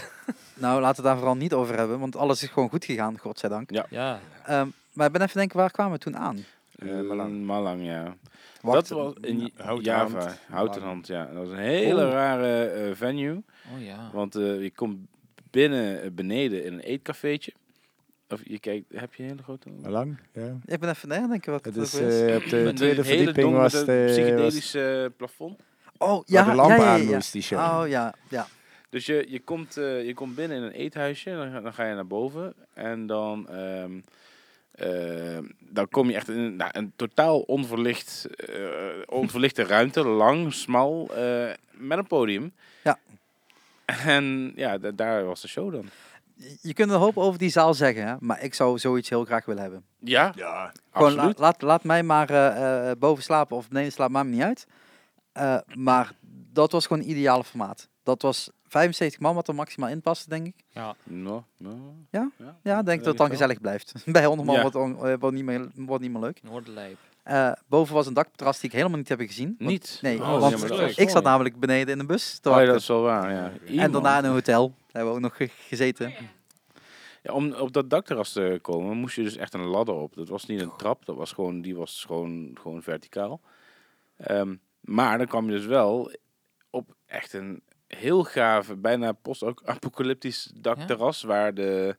Speaker 2: Nou, laten we het daar vooral niet over hebben, want alles is gewoon goed gegaan, godzijdank.
Speaker 1: ja.
Speaker 2: Ehm maar ik ben even denken, waar kwamen we toen aan?
Speaker 5: Eh,
Speaker 4: Malang.
Speaker 5: Malang.
Speaker 4: Malang, ja.
Speaker 2: Wacht,
Speaker 4: dat was in
Speaker 5: nou, Houten
Speaker 4: Java.
Speaker 5: Hand.
Speaker 4: Houten hand, ja. Dat was een hele
Speaker 1: Oeh.
Speaker 4: rare eh, venue.
Speaker 1: Oh ja.
Speaker 4: Want eh, je komt binnen eh, beneden in een eetcafeetje. Of je kijkt, heb je een hele grote...
Speaker 5: Lang, ja.
Speaker 2: Ik ben even nadenken wat
Speaker 5: Het
Speaker 2: het
Speaker 5: is
Speaker 2: is.
Speaker 5: eh, op de
Speaker 4: Met
Speaker 5: tweede
Speaker 4: een hele
Speaker 5: verdieping
Speaker 4: donkere
Speaker 5: was de, was,
Speaker 4: psychedelische eh, plafond.
Speaker 2: oh,
Speaker 5: waar
Speaker 2: ja,
Speaker 5: de lampen
Speaker 2: ja, ja,
Speaker 5: aan
Speaker 2: ja.
Speaker 5: moest, die show.
Speaker 2: Oh ja, ja.
Speaker 4: Dus je, je, komt, eh, je komt binnen in een eethuisje, dan, ga- dan ga je naar boven. En dan, ehm, ehm, dan kom je echt in een- nou, een totaal onverlicht, eh, onverlichte ruimte. Lang, smal, eh, met een podium.
Speaker 2: Ja.
Speaker 4: En ja, da- daar was de show dan.
Speaker 2: Je- Je kunt een hoop over die zaal zeggen, hè? maar ik zou zoiets heel graag willen hebben.
Speaker 4: Ja,
Speaker 5: Ja,
Speaker 2: Gewoon
Speaker 4: absoluut.
Speaker 2: la- laat, laat mij maar eh, eh, boven slapen of beneden slapen, maakt me niet uit. Eh, maar dat was gewoon het ideale formaat. Dat was 75 man wat er maximaal in paste, denk ik.
Speaker 4: No, no.
Speaker 2: Ja? Ja, ik denk dat het dan
Speaker 4: ik wel.
Speaker 2: gezellig blijft. Bij 100 man
Speaker 4: Ja.
Speaker 2: wordt, on- eh, wordt, niet meer, wordt niet meer leuk.
Speaker 1: Noordlijp.
Speaker 2: Eh, boven was een dakterras die ik helemaal niet heb gezien. want-
Speaker 4: Niet?
Speaker 2: Nee,
Speaker 1: Oh,
Speaker 2: want
Speaker 1: jammer,
Speaker 4: dat
Speaker 1: leuk.
Speaker 4: is-
Speaker 2: ik zat namelijk beneden in de bus te
Speaker 4: Oh, ja,
Speaker 2: wachten.
Speaker 4: dat is wel waar, ja.
Speaker 2: en
Speaker 4: Iemand.
Speaker 2: daarna in een hotel. Daar hebben we ook nog ge- gezeten.
Speaker 4: Ja, om op dat dakterras te komen moest je dus echt een ladder op. Dat was niet een trap, dat was gewoon, die was gewoon, gewoon verticaal. Ehm, maar dan kwam je dus wel op echt een heel gaaf, bijna post-apocalyptisch dakterras... waar de,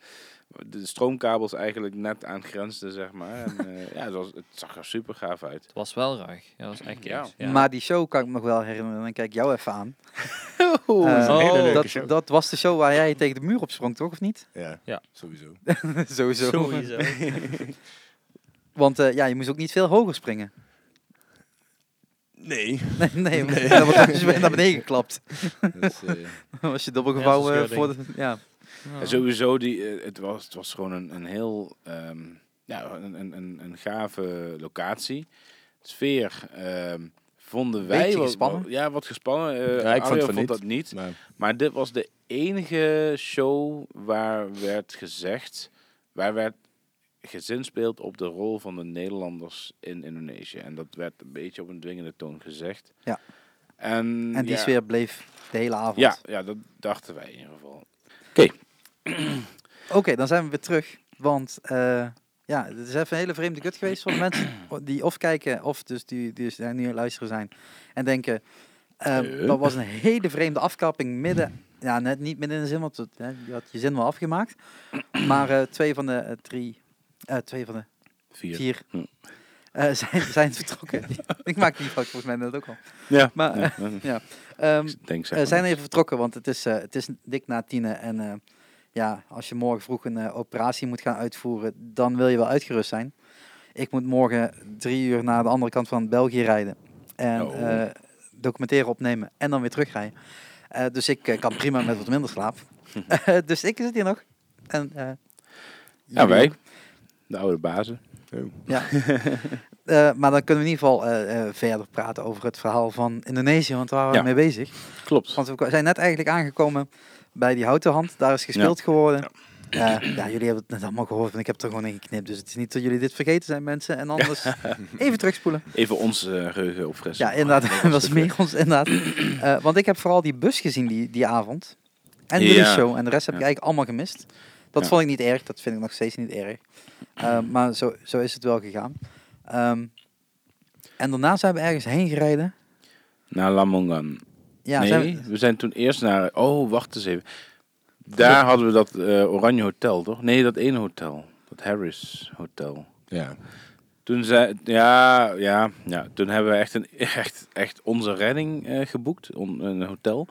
Speaker 4: de stroomkabels eigenlijk net aan grensden, zeg maar. En, eh, ja, het, was, het zag er super gaaf uit.
Speaker 1: Het was wel ruig. Dat was echt
Speaker 4: Ja.
Speaker 1: kiks.
Speaker 2: Maar die show kan ik me nog wel herinneren. Dan kijk ik jou even aan.
Speaker 1: Oh, is een
Speaker 2: Eh,
Speaker 1: hele leuke
Speaker 2: dat,
Speaker 5: show.
Speaker 2: dat was de show waar jij tegen de muur op sprong, toch? Of niet?
Speaker 5: ja,
Speaker 1: Ja.
Speaker 5: sowieso.
Speaker 2: Sowieso.
Speaker 1: Sowieso.
Speaker 2: Want eh, ja, je moest ook niet veel hoger springen.
Speaker 5: Nee.
Speaker 2: Nee, nee. want Dan word je dus weer naar beneden geklapt.
Speaker 5: Dus, eh,
Speaker 2: Dan was je dubbelgevouwen eh, voor
Speaker 1: Hersenschudding.
Speaker 2: de... Ja.
Speaker 4: En sowieso, die, eh, het, was, het was gewoon een, een heel ehm, ja, een, een, een, een gave locatie. De sfeer ehm, vonden wij...
Speaker 2: Beetje
Speaker 4: wel-
Speaker 2: gespannen.
Speaker 4: wel- ja, wat gespannen. Eh
Speaker 5: Ja, ik vond
Speaker 4: Arjo
Speaker 5: van niet.
Speaker 4: dat niet.
Speaker 5: maar,
Speaker 4: Maar dit was de enige show waar werd gezegd... Waar werd gezinspeeld op de rol van de Nederlanders in Indonesië. En dat werd een beetje op een dwingende toon gezegd.
Speaker 2: Ja.
Speaker 4: En,
Speaker 2: En die
Speaker 4: Mm, ja.
Speaker 2: sfeer bleef de hele avond.
Speaker 4: Ja, ja, dat dachten wij in ieder geval.
Speaker 2: Oké, dan zijn we weer terug. Want eh, ja, het is even een hele vreemde kut geweest voor de mensen die of kijken of dus die, die zijn nu aan het luisteren zijn. En denken, ehm,
Speaker 4: Eh?
Speaker 2: dat was een hele vreemde afkapping midden ja, net niet midden in de zin, want het- hè, je had je zin wel afgemaakt. Maar eh, twee van de eh, drie, eh, twee van de
Speaker 4: Vier.
Speaker 2: vier
Speaker 4: Hm.
Speaker 2: eh, zijn, zijn vertrokken. Ik maak die fout volgens mij net ook al.
Speaker 4: Ja.
Speaker 2: Maar,
Speaker 4: ja.
Speaker 2: Ja. Ehm,
Speaker 4: Hm, Denk
Speaker 2: eh, zijn even vertrokken, want het is, eh, het is dik na tienen. En eh, ja, als je morgen vroeg een eh, operatie moet gaan uitvoeren, dan wil je wel uitgerust zijn. Ik moet morgen drie uur naar de andere kant van België rijden. En
Speaker 4: Oh.
Speaker 2: eh, documenteren opnemen en dan weer terugrijden. Eh, dus ik eh, kan prima met wat minder slaap. Eh, dus ik zit hier nog. En, eh,
Speaker 4: Ja, wij. De oude bazen.
Speaker 2: eh, maar dan kunnen we in ieder geval eh, eh, verder praten over het verhaal van Indonesië, want daar waren we
Speaker 4: Ja.
Speaker 2: mee bezig.
Speaker 4: Klopt.
Speaker 2: Want we ko- zijn net eigenlijk aangekomen bij die houten hand. Daar is gespeeld geworden. Eh, Ja. jullie hebben het net allemaal gehoord, want ik heb het er gewoon in geknipt. Dus het is niet dat jullie dit vergeten zijn, mensen. En anders even terugspoelen.
Speaker 4: Even ons eh, geheugen opfrissen.
Speaker 2: Ja, inderdaad. Dat was meer ons, inderdaad. Eh, want ik heb vooral die bus gezien die, die avond. En de
Speaker 4: Ja.
Speaker 2: show. En de rest heb ik
Speaker 4: Ja.
Speaker 2: eigenlijk allemaal gemist. Dat
Speaker 4: Ja.
Speaker 2: vond ik niet erg. Dat vind ik nog steeds niet erg. Eh, maar zo, zo is het wel gegaan. Ehm, en daarna zijn we ergens heen gereden.
Speaker 4: Naar Lamongan.
Speaker 2: Ja,
Speaker 4: nee,
Speaker 2: zijn we-
Speaker 4: we... zijn toen eerst naar... Oh, wacht eens even. Daar hadden we dat eh, Oranje Hotel, toch? Nee, dat ene hotel. Dat Harris Hotel.
Speaker 5: Ja.
Speaker 4: Toen zei... Ja, ja, ja. Toen hebben we echt, een, echt, echt onze redding eh, geboekt. On, een hotel.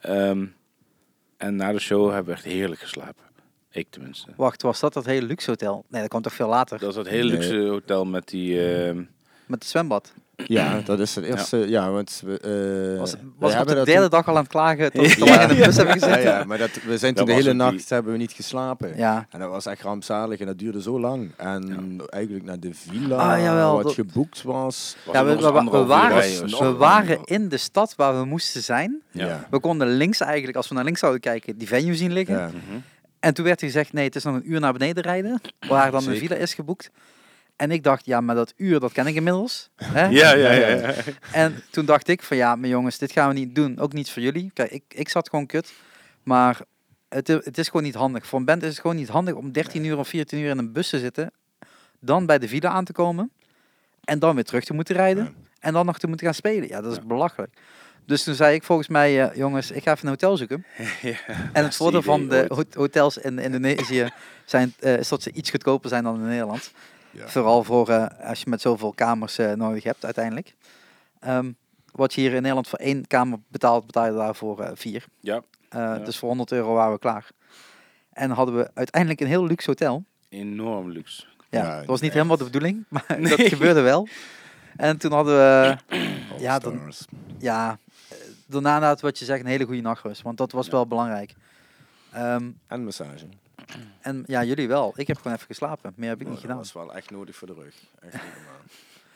Speaker 4: Ehm, en na de show hebben we echt heerlijk geslapen. Ik tenminste.
Speaker 2: Wacht, was dat dat hele luxe hotel? Nee, dat kwam toch veel later.
Speaker 4: Dat is dat hele luxe hotel met die... ehm,
Speaker 2: Met het zwembad.
Speaker 5: ja, dat is het eerste. Ja, want we, eh,
Speaker 2: Was, was
Speaker 5: we
Speaker 2: ik op
Speaker 5: hebben
Speaker 2: de
Speaker 5: dat
Speaker 2: derde
Speaker 5: toen-
Speaker 2: dag al aan het klagen dat ik
Speaker 5: Ja.
Speaker 2: te lang in de bus heb gezeten.
Speaker 5: Ja, ja, maar dat, we zijn
Speaker 4: Dat
Speaker 5: toen de
Speaker 4: was
Speaker 5: hele
Speaker 4: het niet.
Speaker 5: nacht hebben we niet geslapen.
Speaker 2: Ja.
Speaker 5: En dat was echt rampzalig en dat duurde zo lang. En eigenlijk naar de villa,
Speaker 2: Ah, jawel,
Speaker 5: wat
Speaker 2: dat-
Speaker 5: geboekt was.
Speaker 4: was
Speaker 2: Ja,
Speaker 4: nog
Speaker 2: we,
Speaker 4: eens
Speaker 2: we- we
Speaker 4: anderhalf uur rijden
Speaker 2: waren, dus-
Speaker 4: of zo.
Speaker 2: we waren in de stad waar we moesten zijn.
Speaker 4: Ja.
Speaker 5: Ja.
Speaker 2: We konden links eigenlijk, als we naar links zouden kijken, die venue zien liggen.
Speaker 5: Ja.
Speaker 2: En toen werd er gezegd, nee, het is nog een uur naar beneden rijden. Waar dan een
Speaker 5: Zeker.
Speaker 2: villa is geboekt. En ik dacht, ja, maar dat uur, dat ken ik inmiddels. Hè?
Speaker 4: Ja, ja, ja. ja.
Speaker 2: En toen dacht ik van ja, mijn jongens, dit gaan we niet doen. Ook niet voor jullie. Kijk, ik, ik zat gewoon kut. Maar het, i- het is gewoon niet handig. Voor een band is het gewoon niet handig om 13 uur of 14 uur in een bus te zitten. Dan bij de villa aan te komen. En dan weer terug te moeten rijden. En dan nog te moeten gaan spelen. Ja, dat is belachelijk. Dus toen zei ik volgens mij, eh, jongens, ik ga even een hotel zoeken. en het
Speaker 4: beste
Speaker 2: voordeel van
Speaker 4: idee
Speaker 2: de hot-
Speaker 4: ooit.
Speaker 2: hotels in Indonesië zijn, eh, is dat ze iets goedkoper zijn dan in Nederland.
Speaker 5: Ja.
Speaker 2: Vooral voor eh, als je met zoveel kamers eh, nodig hebt uiteindelijk. Ehm, wat je hier in Nederland voor één kamer betaalt, betaal je daarvoor eh, vier.
Speaker 4: Ja.
Speaker 2: Eh, Dus voor 100 euro waren we klaar. En hadden we uiteindelijk een heel luxe hotel.
Speaker 4: Enorm luxe.
Speaker 2: Ja,
Speaker 5: Ja,
Speaker 2: dat was niet helemaal de bedoeling, maar dat gebeurde wel. En toen hadden we, Ja, dan-
Speaker 5: All-stars.
Speaker 2: ja, eh, daarna inderdaad wat je zegt, een hele goede nachtrust. Want dat was wel belangrijk. Ehm,
Speaker 5: En massage.
Speaker 2: en ja, jullie wel. Ik heb gewoon even geslapen. Meer heb ik niet
Speaker 5: Oh, dat
Speaker 2: gedaan.
Speaker 5: was wel echt nodig voor de rug. Echt niet normaal.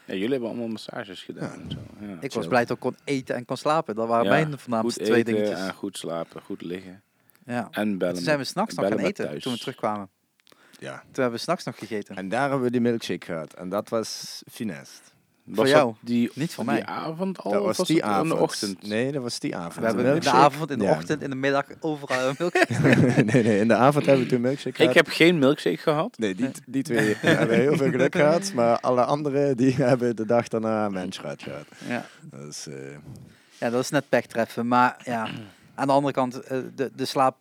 Speaker 4: Ja, jullie hebben allemaal massages gedaan. En zo. Ja.
Speaker 2: Ik was
Speaker 5: zo.
Speaker 2: blij dat ik kon eten en kon slapen. Dat waren
Speaker 4: Ja,
Speaker 2: mijn voornaamste
Speaker 4: goed
Speaker 2: twee
Speaker 4: eten
Speaker 2: dingetjes.
Speaker 4: En goed slapen, goed liggen.
Speaker 2: Ja.
Speaker 4: En bellen.
Speaker 2: Toen zijn we
Speaker 4: met-
Speaker 2: s'nachts nog gaan
Speaker 4: bellen met
Speaker 2: eten,
Speaker 4: thuis.
Speaker 2: toen we terugkwamen.
Speaker 5: Ja.
Speaker 2: Toen hebben we s'nachts nog gegeten.
Speaker 5: En daar hebben we die milkshake gehad. En dat was finest.
Speaker 4: Was
Speaker 2: Voor
Speaker 4: dat
Speaker 2: jou,
Speaker 4: Die,
Speaker 2: niet voor mij.
Speaker 4: Die avond al?
Speaker 5: dat
Speaker 4: of
Speaker 5: Oh, was, die
Speaker 4: het in
Speaker 5: avond.
Speaker 4: de ochtend.
Speaker 5: Nee, dat was die avond.
Speaker 2: we hebben in de
Speaker 5: milkshake-
Speaker 2: avond, in de
Speaker 5: Ja.
Speaker 2: ochtend, in de middag, overal een milkshake.
Speaker 5: nee, nee, in de avond hebben we toen milkshake gehad.
Speaker 4: Ik heb geen milkshake gehad.
Speaker 5: Nee, die, die twee hebben heel veel geluk gehad. Maar alle anderen die hebben de dag daarna een menschraad gehad.
Speaker 2: ja.
Speaker 5: Dat is, eh,
Speaker 2: ja, dat is net pech treffen. Maar ja, aan de andere kant, eh, de, de slaap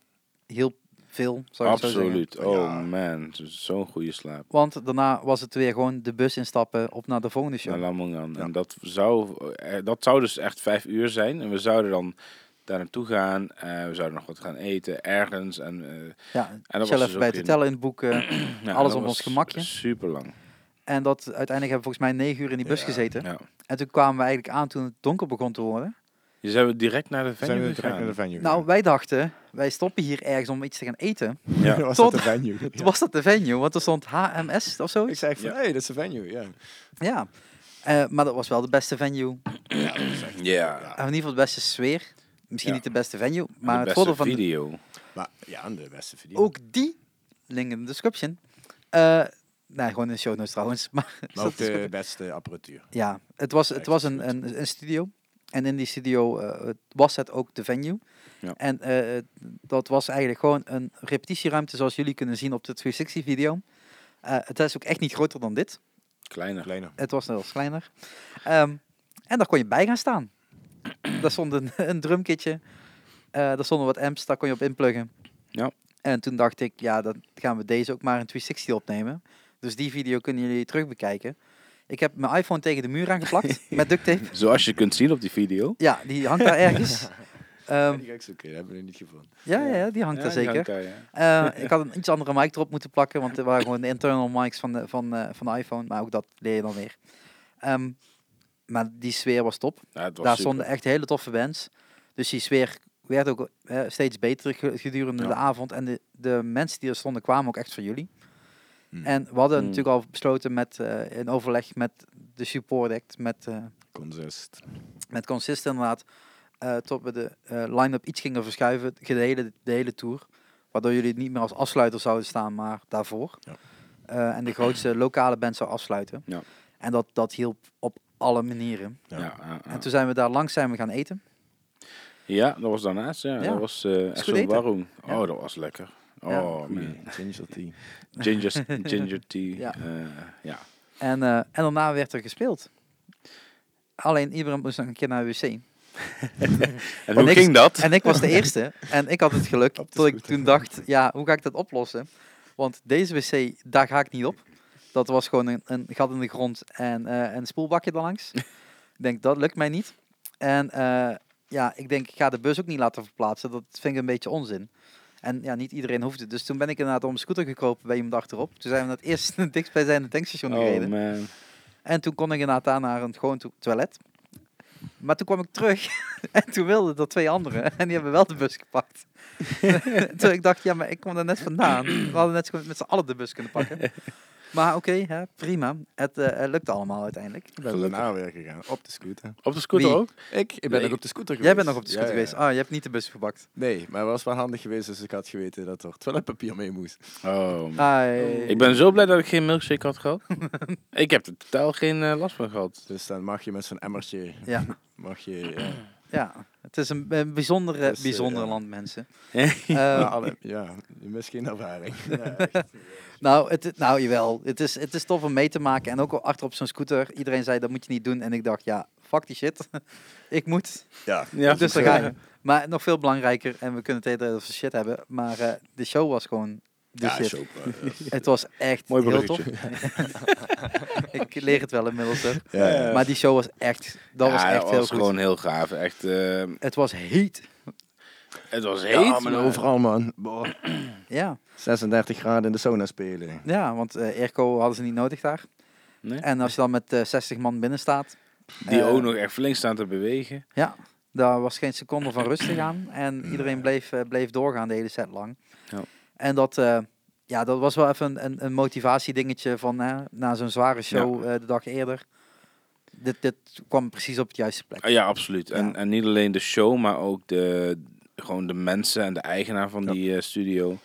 Speaker 2: hielp veel, zou ik zo zeggen.
Speaker 4: Absoluut. Oh
Speaker 5: Ja.
Speaker 4: man, het is zo'n goede slaap.
Speaker 2: Want daarna was het weer gewoon de bus instappen op naar de volgende show.
Speaker 4: Naar Lamongan. En dat zou, eh, dat zou dus echt vijf uur zijn. En we zouden dan daar naartoe gaan. eh, we zouden nog wat gaan eten ergens. En, eh,
Speaker 2: ja,
Speaker 4: was
Speaker 2: zelf
Speaker 4: dus ook
Speaker 2: bij het
Speaker 4: in-
Speaker 2: hotel in het boek. eh,
Speaker 4: nou,
Speaker 2: Alles
Speaker 4: dat
Speaker 2: op
Speaker 4: was
Speaker 2: ons gemakje.
Speaker 4: Super lang.
Speaker 2: en dat uiteindelijk hebben we volgens mij negen uur in die bus
Speaker 5: Ja.
Speaker 2: gezeten.
Speaker 4: Ja.
Speaker 2: En toen kwamen we eigenlijk aan toen het donker begon te worden.
Speaker 4: Dus zijn we direct naar de venue
Speaker 5: zijn we direct
Speaker 4: gegaan.
Speaker 5: naar de venue
Speaker 2: Nou, wij dachten, wij stoppen hier ergens om iets te gaan eten.
Speaker 4: Ja.
Speaker 5: was
Speaker 2: tot-
Speaker 5: dat de venue?
Speaker 2: Toen was dat de venue, want er stond HMS of zo.
Speaker 5: Ik zei van,
Speaker 4: Ja.
Speaker 5: hé, hey, dat is de venue, ja.
Speaker 2: Ja, Eh, maar dat was wel de beste venue. Of
Speaker 4: Ja.
Speaker 2: in ieder geval de beste sfeer. Misschien
Speaker 5: Ja.
Speaker 2: niet de beste venue,
Speaker 4: Maar
Speaker 2: maar
Speaker 4: de
Speaker 2: het
Speaker 4: beste
Speaker 2: voordeel van de-
Speaker 4: video.
Speaker 5: Maar ja, aan de beste verdienen.
Speaker 2: ook die link in de description. Eh nee, gewoon in de show notes trouwens. Maar,
Speaker 5: maar ook eh,
Speaker 2: dat is
Speaker 5: de
Speaker 2: goed.
Speaker 5: beste apparatuur.
Speaker 2: ja, het was, het
Speaker 5: Echt
Speaker 2: was een,
Speaker 5: goed.
Speaker 2: een, een studio. En in die studio eh, was het ook de venue.
Speaker 4: Ja.
Speaker 2: En eh, dat was eigenlijk gewoon een repetitieruimte zoals jullie kunnen zien op de 360 video. Eh, het is ook echt niet groter dan dit.
Speaker 4: Kleiner.
Speaker 5: Kleiner.
Speaker 2: Het was nog wel kleiner. Ehm, en daar kon je bij gaan staan. Daar stond een, een drumkitje, Eh, daar stonden wat amps, daar kon je op inpluggen.
Speaker 4: Ja.
Speaker 2: En toen dacht ik, ja, dan gaan we deze ook maar in 360 opnemen. Dus die video kunnen jullie terug bekijken. Ik heb mijn iPhone tegen de muur aangeplakt met duct tape.
Speaker 4: Zoals je kunt zien op die video.
Speaker 2: Ja, die hangt daar ergens. Ehm,
Speaker 5: die ga ik zoeken, dat hebben we niet gevonden.
Speaker 2: ja, ja, ja, die hangt daar
Speaker 4: Ja, die
Speaker 2: zeker.
Speaker 4: hangt daar, ja.
Speaker 2: Eh, ik had een iets andere mic erop moeten plakken, want er waren gewoon de internal mics van de, van, eh, van de iPhone. Maar ook dat leer je dan weer. Ehm, maar die sfeer was top.
Speaker 4: Ja, het was
Speaker 2: Daar
Speaker 4: super.
Speaker 2: stonden echt hele toffe bands. Dus die sfeer werd ook eh, steeds beter ge- gedurende
Speaker 4: Ja.
Speaker 2: de avond. En de, de mensen die er stonden kwamen ook echt voor jullie. En we hadden
Speaker 4: Hmm.
Speaker 2: natuurlijk al besloten met eh, in overleg met de support act, met, eh
Speaker 5: Consist.
Speaker 2: met Consist inderdaad, eh, tot we de eh, line-up iets gingen verschuiven, de hele, de hele tour. Waardoor jullie niet meer als afsluiter zouden staan, maar daarvoor.
Speaker 5: Ja.
Speaker 2: Eh, en de grootste lokale band zou afsluiten.
Speaker 4: Ja.
Speaker 2: En dat, dat hielp op alle manieren.
Speaker 4: Ja, ja, ja.
Speaker 2: En toen zijn we daar langs zijn we gaan eten.
Speaker 4: Ja, dat was daarnaast. Ja.
Speaker 2: Ja.
Speaker 4: Dat was eh
Speaker 2: goed
Speaker 4: Esso
Speaker 2: eten.
Speaker 4: Warung.
Speaker 2: Ja.
Speaker 4: Oh, dat was lekker. Oh,
Speaker 2: Ja.
Speaker 4: man.
Speaker 5: Ginger tea.
Speaker 4: Ginger, ginger tea.
Speaker 2: Ja.
Speaker 4: Ja. ja.
Speaker 2: En, eh, en daarna werd er gespeeld. Alleen iedereen moest nog een keer naar de wc.
Speaker 4: En
Speaker 2: hoe
Speaker 4: hoe
Speaker 2: niks- ging
Speaker 4: ging dat?
Speaker 2: En ik was de eerste. En ik had het geluk
Speaker 5: Dat is
Speaker 2: dat ik
Speaker 5: goed.
Speaker 2: toen dacht, ja, hoe ga ik dat oplossen? Want deze wc, daar ga ik niet op. Dat was gewoon een, een gat in de grond en eh, een spoelbakje erlangs. ik denk, dat lukt mij niet. En eh, ja, ik denk, ik ga de bus ook niet laten verplaatsen. Dat vind ik een beetje onzin. En ja, niet iedereen hoeft het. Dus toen ben ik inderdaad om een scooter gekropen bij iemand achterop. Toen zijn we naar het eerste dichtstbijzijnde tankstation gereden.
Speaker 4: Oh, man.
Speaker 2: En toen kon ik inderdaad daar naar een gewoon to- toilet. Maar toen kwam ik terug en toen wilden er twee anderen. En die hebben wel de bus gepakt. toen ik dacht, ja, maar ik kom daar net vandaan. We hadden net zo met z'n allen de bus kunnen pakken. Maar oké, hè, prima. Het eh, het lukte allemaal uiteindelijk.
Speaker 5: Ik ben daarna weer gegaan, op de scooter.
Speaker 4: Op de scooter
Speaker 2: Wie?
Speaker 4: ook?
Speaker 5: Ik, ik ben
Speaker 4: Nee.
Speaker 5: nog op de scooter geweest.
Speaker 2: Jij bent nog op de scooter
Speaker 5: Ja, ja.
Speaker 2: geweest. Ah, je hebt niet de bus gepakt.
Speaker 5: Nee, maar het was wel handig geweest als ik had geweten dat er toiletpapier mee moest.
Speaker 4: Oh, man.
Speaker 2: Ai.
Speaker 4: Ik ben zo blij dat ik geen milkshake had gehad. ik heb er totaal geen eh, last van gehad.
Speaker 5: Dus dan mag je met zo'n emmertje,
Speaker 2: Ja,
Speaker 5: mag je...
Speaker 2: Eh.
Speaker 5: Ja,
Speaker 2: ja. Het is een, een bijzonder, eh,
Speaker 5: Dus, eh,
Speaker 2: bijzonder
Speaker 5: ja.
Speaker 2: land, mensen.
Speaker 4: Ja.
Speaker 2: Eh,
Speaker 5: maar Nou, alle, ja misschien ervaring. Ja, echt.
Speaker 2: Nou, het, nou jawel. Het is, het is tof om mee te maken. En ook al achter op zo'n scooter. Iedereen zei, dat moet je niet doen. En ik dacht, ja, fuck die shit. ik moet.
Speaker 5: ja.
Speaker 4: Ja,
Speaker 2: dus daar ga je. Maar nog veel belangrijker. En we kunnen het hele tijd over shit hebben. Maar eh, de show was gewoon de
Speaker 5: Ja,
Speaker 2: shit.
Speaker 5: is ook, eh,
Speaker 2: dus Het was echt
Speaker 4: Mooi
Speaker 2: heel tof. ik leer het wel inmiddels. hoor.
Speaker 5: ja, ja.
Speaker 2: Maar die show was echt, dat was echt heel goed.
Speaker 4: gewoon heel gaaf. Echt, eh,
Speaker 2: Het was heet.
Speaker 4: het was heet.
Speaker 5: Ja, maar overal man. Boah.
Speaker 2: Ja,
Speaker 5: 36 graden in de sauna spelen.
Speaker 2: ja want eh Erco hadden ze niet nodig daar.
Speaker 4: Nee.
Speaker 2: En als je dan met eh, 60 man binnen staat.
Speaker 4: Die
Speaker 2: eh,
Speaker 4: ook nog echt flink staan te bewegen.
Speaker 2: Ja, daar was geen seconde van rustig aan. En iedereen bleef, eh, bleef doorgaan de hele set lang.
Speaker 4: Ja.
Speaker 2: En dat, eh, ja, dat was wel even een, een, een motivatiedingetje van eh, na zo'n zware show eh, de dag eerder. Dit, dit kwam precies op het juiste plek.
Speaker 4: Ah, ja, absoluut. En,
Speaker 2: Ja.
Speaker 4: en niet alleen de show, maar ook de, gewoon de mensen en de eigenaar van die eh, studio.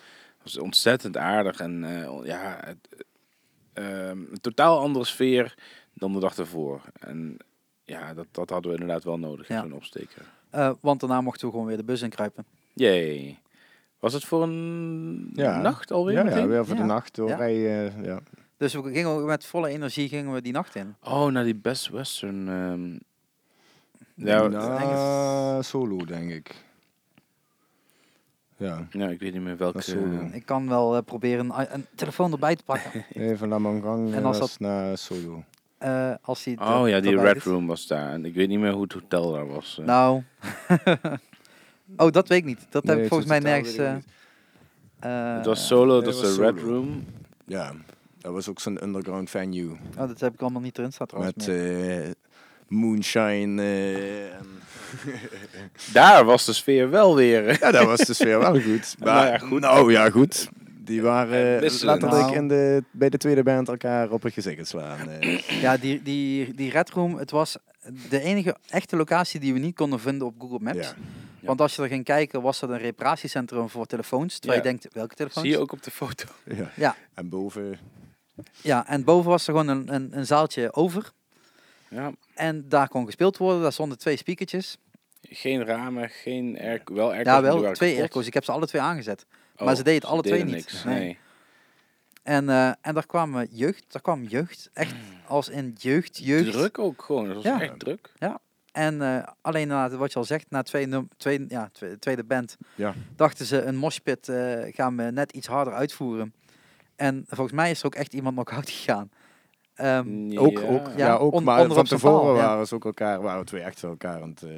Speaker 4: was ontzettend aardig. En eh, on- ja, het, eh, ehm, een totaal andere sfeer dan de dag ervoor. En ja, dat, dat hadden we inderdaad wel nodig,
Speaker 2: Ja.
Speaker 4: zo'n opsteker.
Speaker 2: Eh, want daarna mochten we gewoon weer de bus inkruipen.
Speaker 4: Jee. Was het voor een
Speaker 5: Ja.
Speaker 4: nacht alweer?
Speaker 5: Ja, ja,
Speaker 4: meteen?
Speaker 5: weer voor
Speaker 2: Ja.
Speaker 5: de nacht door.
Speaker 2: Ja.
Speaker 5: Wij, eh, ja.
Speaker 2: Dus we gingen ook met volle energie gingen we die nacht in.
Speaker 4: Oh, naar die Best Western. ehm. ja,
Speaker 5: Na
Speaker 2: Engels.
Speaker 5: eh, solo, denk ik. Ja,
Speaker 4: nou, ik weet niet meer welke.
Speaker 5: Dat is zo, ja.
Speaker 2: Ik kan wel eh, proberen een, i- een telefoon erbij te pakken.
Speaker 5: nee, van Lamangang
Speaker 2: En
Speaker 5: en
Speaker 2: als
Speaker 5: was
Speaker 2: dat-
Speaker 5: eh, naar solo.
Speaker 2: Eh, als die er-
Speaker 4: Oh ja, die
Speaker 2: erbij
Speaker 4: Red
Speaker 2: is.
Speaker 4: Room was daar. En ik weet niet meer hoe het hotel daar was. eh.
Speaker 2: Nou. oh, dat weet ik niet. Dat heb
Speaker 5: Nee,
Speaker 2: ik volgens mij
Speaker 5: het was
Speaker 2: nergens.
Speaker 5: totaal weer
Speaker 2: eh,
Speaker 5: niet.
Speaker 2: eh,
Speaker 4: Het was solo,
Speaker 5: Nee,
Speaker 4: dat is
Speaker 5: het
Speaker 4: de
Speaker 5: was
Speaker 4: Red
Speaker 5: solo.
Speaker 4: Room.
Speaker 5: Ja, dat was ook zo'n underground venue.
Speaker 2: Oh, dat heb ik allemaal niet erin staan trouwens.
Speaker 5: met
Speaker 2: meer.
Speaker 5: eh, moonshine. eh, en-
Speaker 4: Daar was de sfeer wel weer.
Speaker 5: ja, dat was de sfeer wel goed. Maar,
Speaker 4: Nou
Speaker 5: nou
Speaker 4: ja,
Speaker 5: ja,
Speaker 4: goed.
Speaker 5: goed. Die waren
Speaker 4: Eh,
Speaker 5: eh,
Speaker 4: wisselend.
Speaker 5: letterlijk
Speaker 2: Nou.
Speaker 5: in de, bij de tweede band elkaar op het gezicht slaan. eh.
Speaker 2: Ja, die, die, die Red Room, het was de enige echte locatie die we niet konden vinden op Google Maps.
Speaker 5: Ja.
Speaker 2: Want als je er ging kijken, was dat een reparatiecentrum voor telefoons. Terwijl
Speaker 4: Ja.
Speaker 2: je denkt, welke telefoons?
Speaker 4: Zie je ook op de foto.
Speaker 5: Ja.
Speaker 2: Ja.
Speaker 5: En boven.
Speaker 2: Ja, en boven was er gewoon een, een, een zaaltje over.
Speaker 4: Ja,
Speaker 2: En daar kon gespeeld worden. Daar stonden twee speakertjes.
Speaker 4: geen ramen, geen airco, wel airco.
Speaker 2: ja, wel, twee airco's. Ik heb ze alle twee aangezet. maar ze deden alle twee niet.
Speaker 4: Oh, Niks.
Speaker 2: Nee.
Speaker 4: Nee.
Speaker 2: En, eh, en daar kwam
Speaker 4: Hmm.
Speaker 2: jeugd. Daar kwam jeugd. Echt als in jeugd, jeugd.
Speaker 4: Druk ook gewoon. Het was
Speaker 2: Ja.
Speaker 4: echt druk.
Speaker 2: En eh, alleen na, wat je al zegt, na twee num- twee, ja, twee- tweede band,
Speaker 5: Ja.
Speaker 2: dachten ze een moshpit eh, gaan we net iets harder uitvoeren. En volgens mij is er ook echt iemand knock-out gegaan. Ehm,
Speaker 4: Hmm.
Speaker 5: Ook,
Speaker 4: eh,
Speaker 5: ook, ja,
Speaker 2: Ja,
Speaker 5: ook.
Speaker 2: on-
Speaker 5: maar
Speaker 2: onderop
Speaker 5: van
Speaker 2: zijn
Speaker 5: tevoren
Speaker 2: paal, ja.
Speaker 5: waren ze ook elkaar, waren twee echt elkaar aan het eh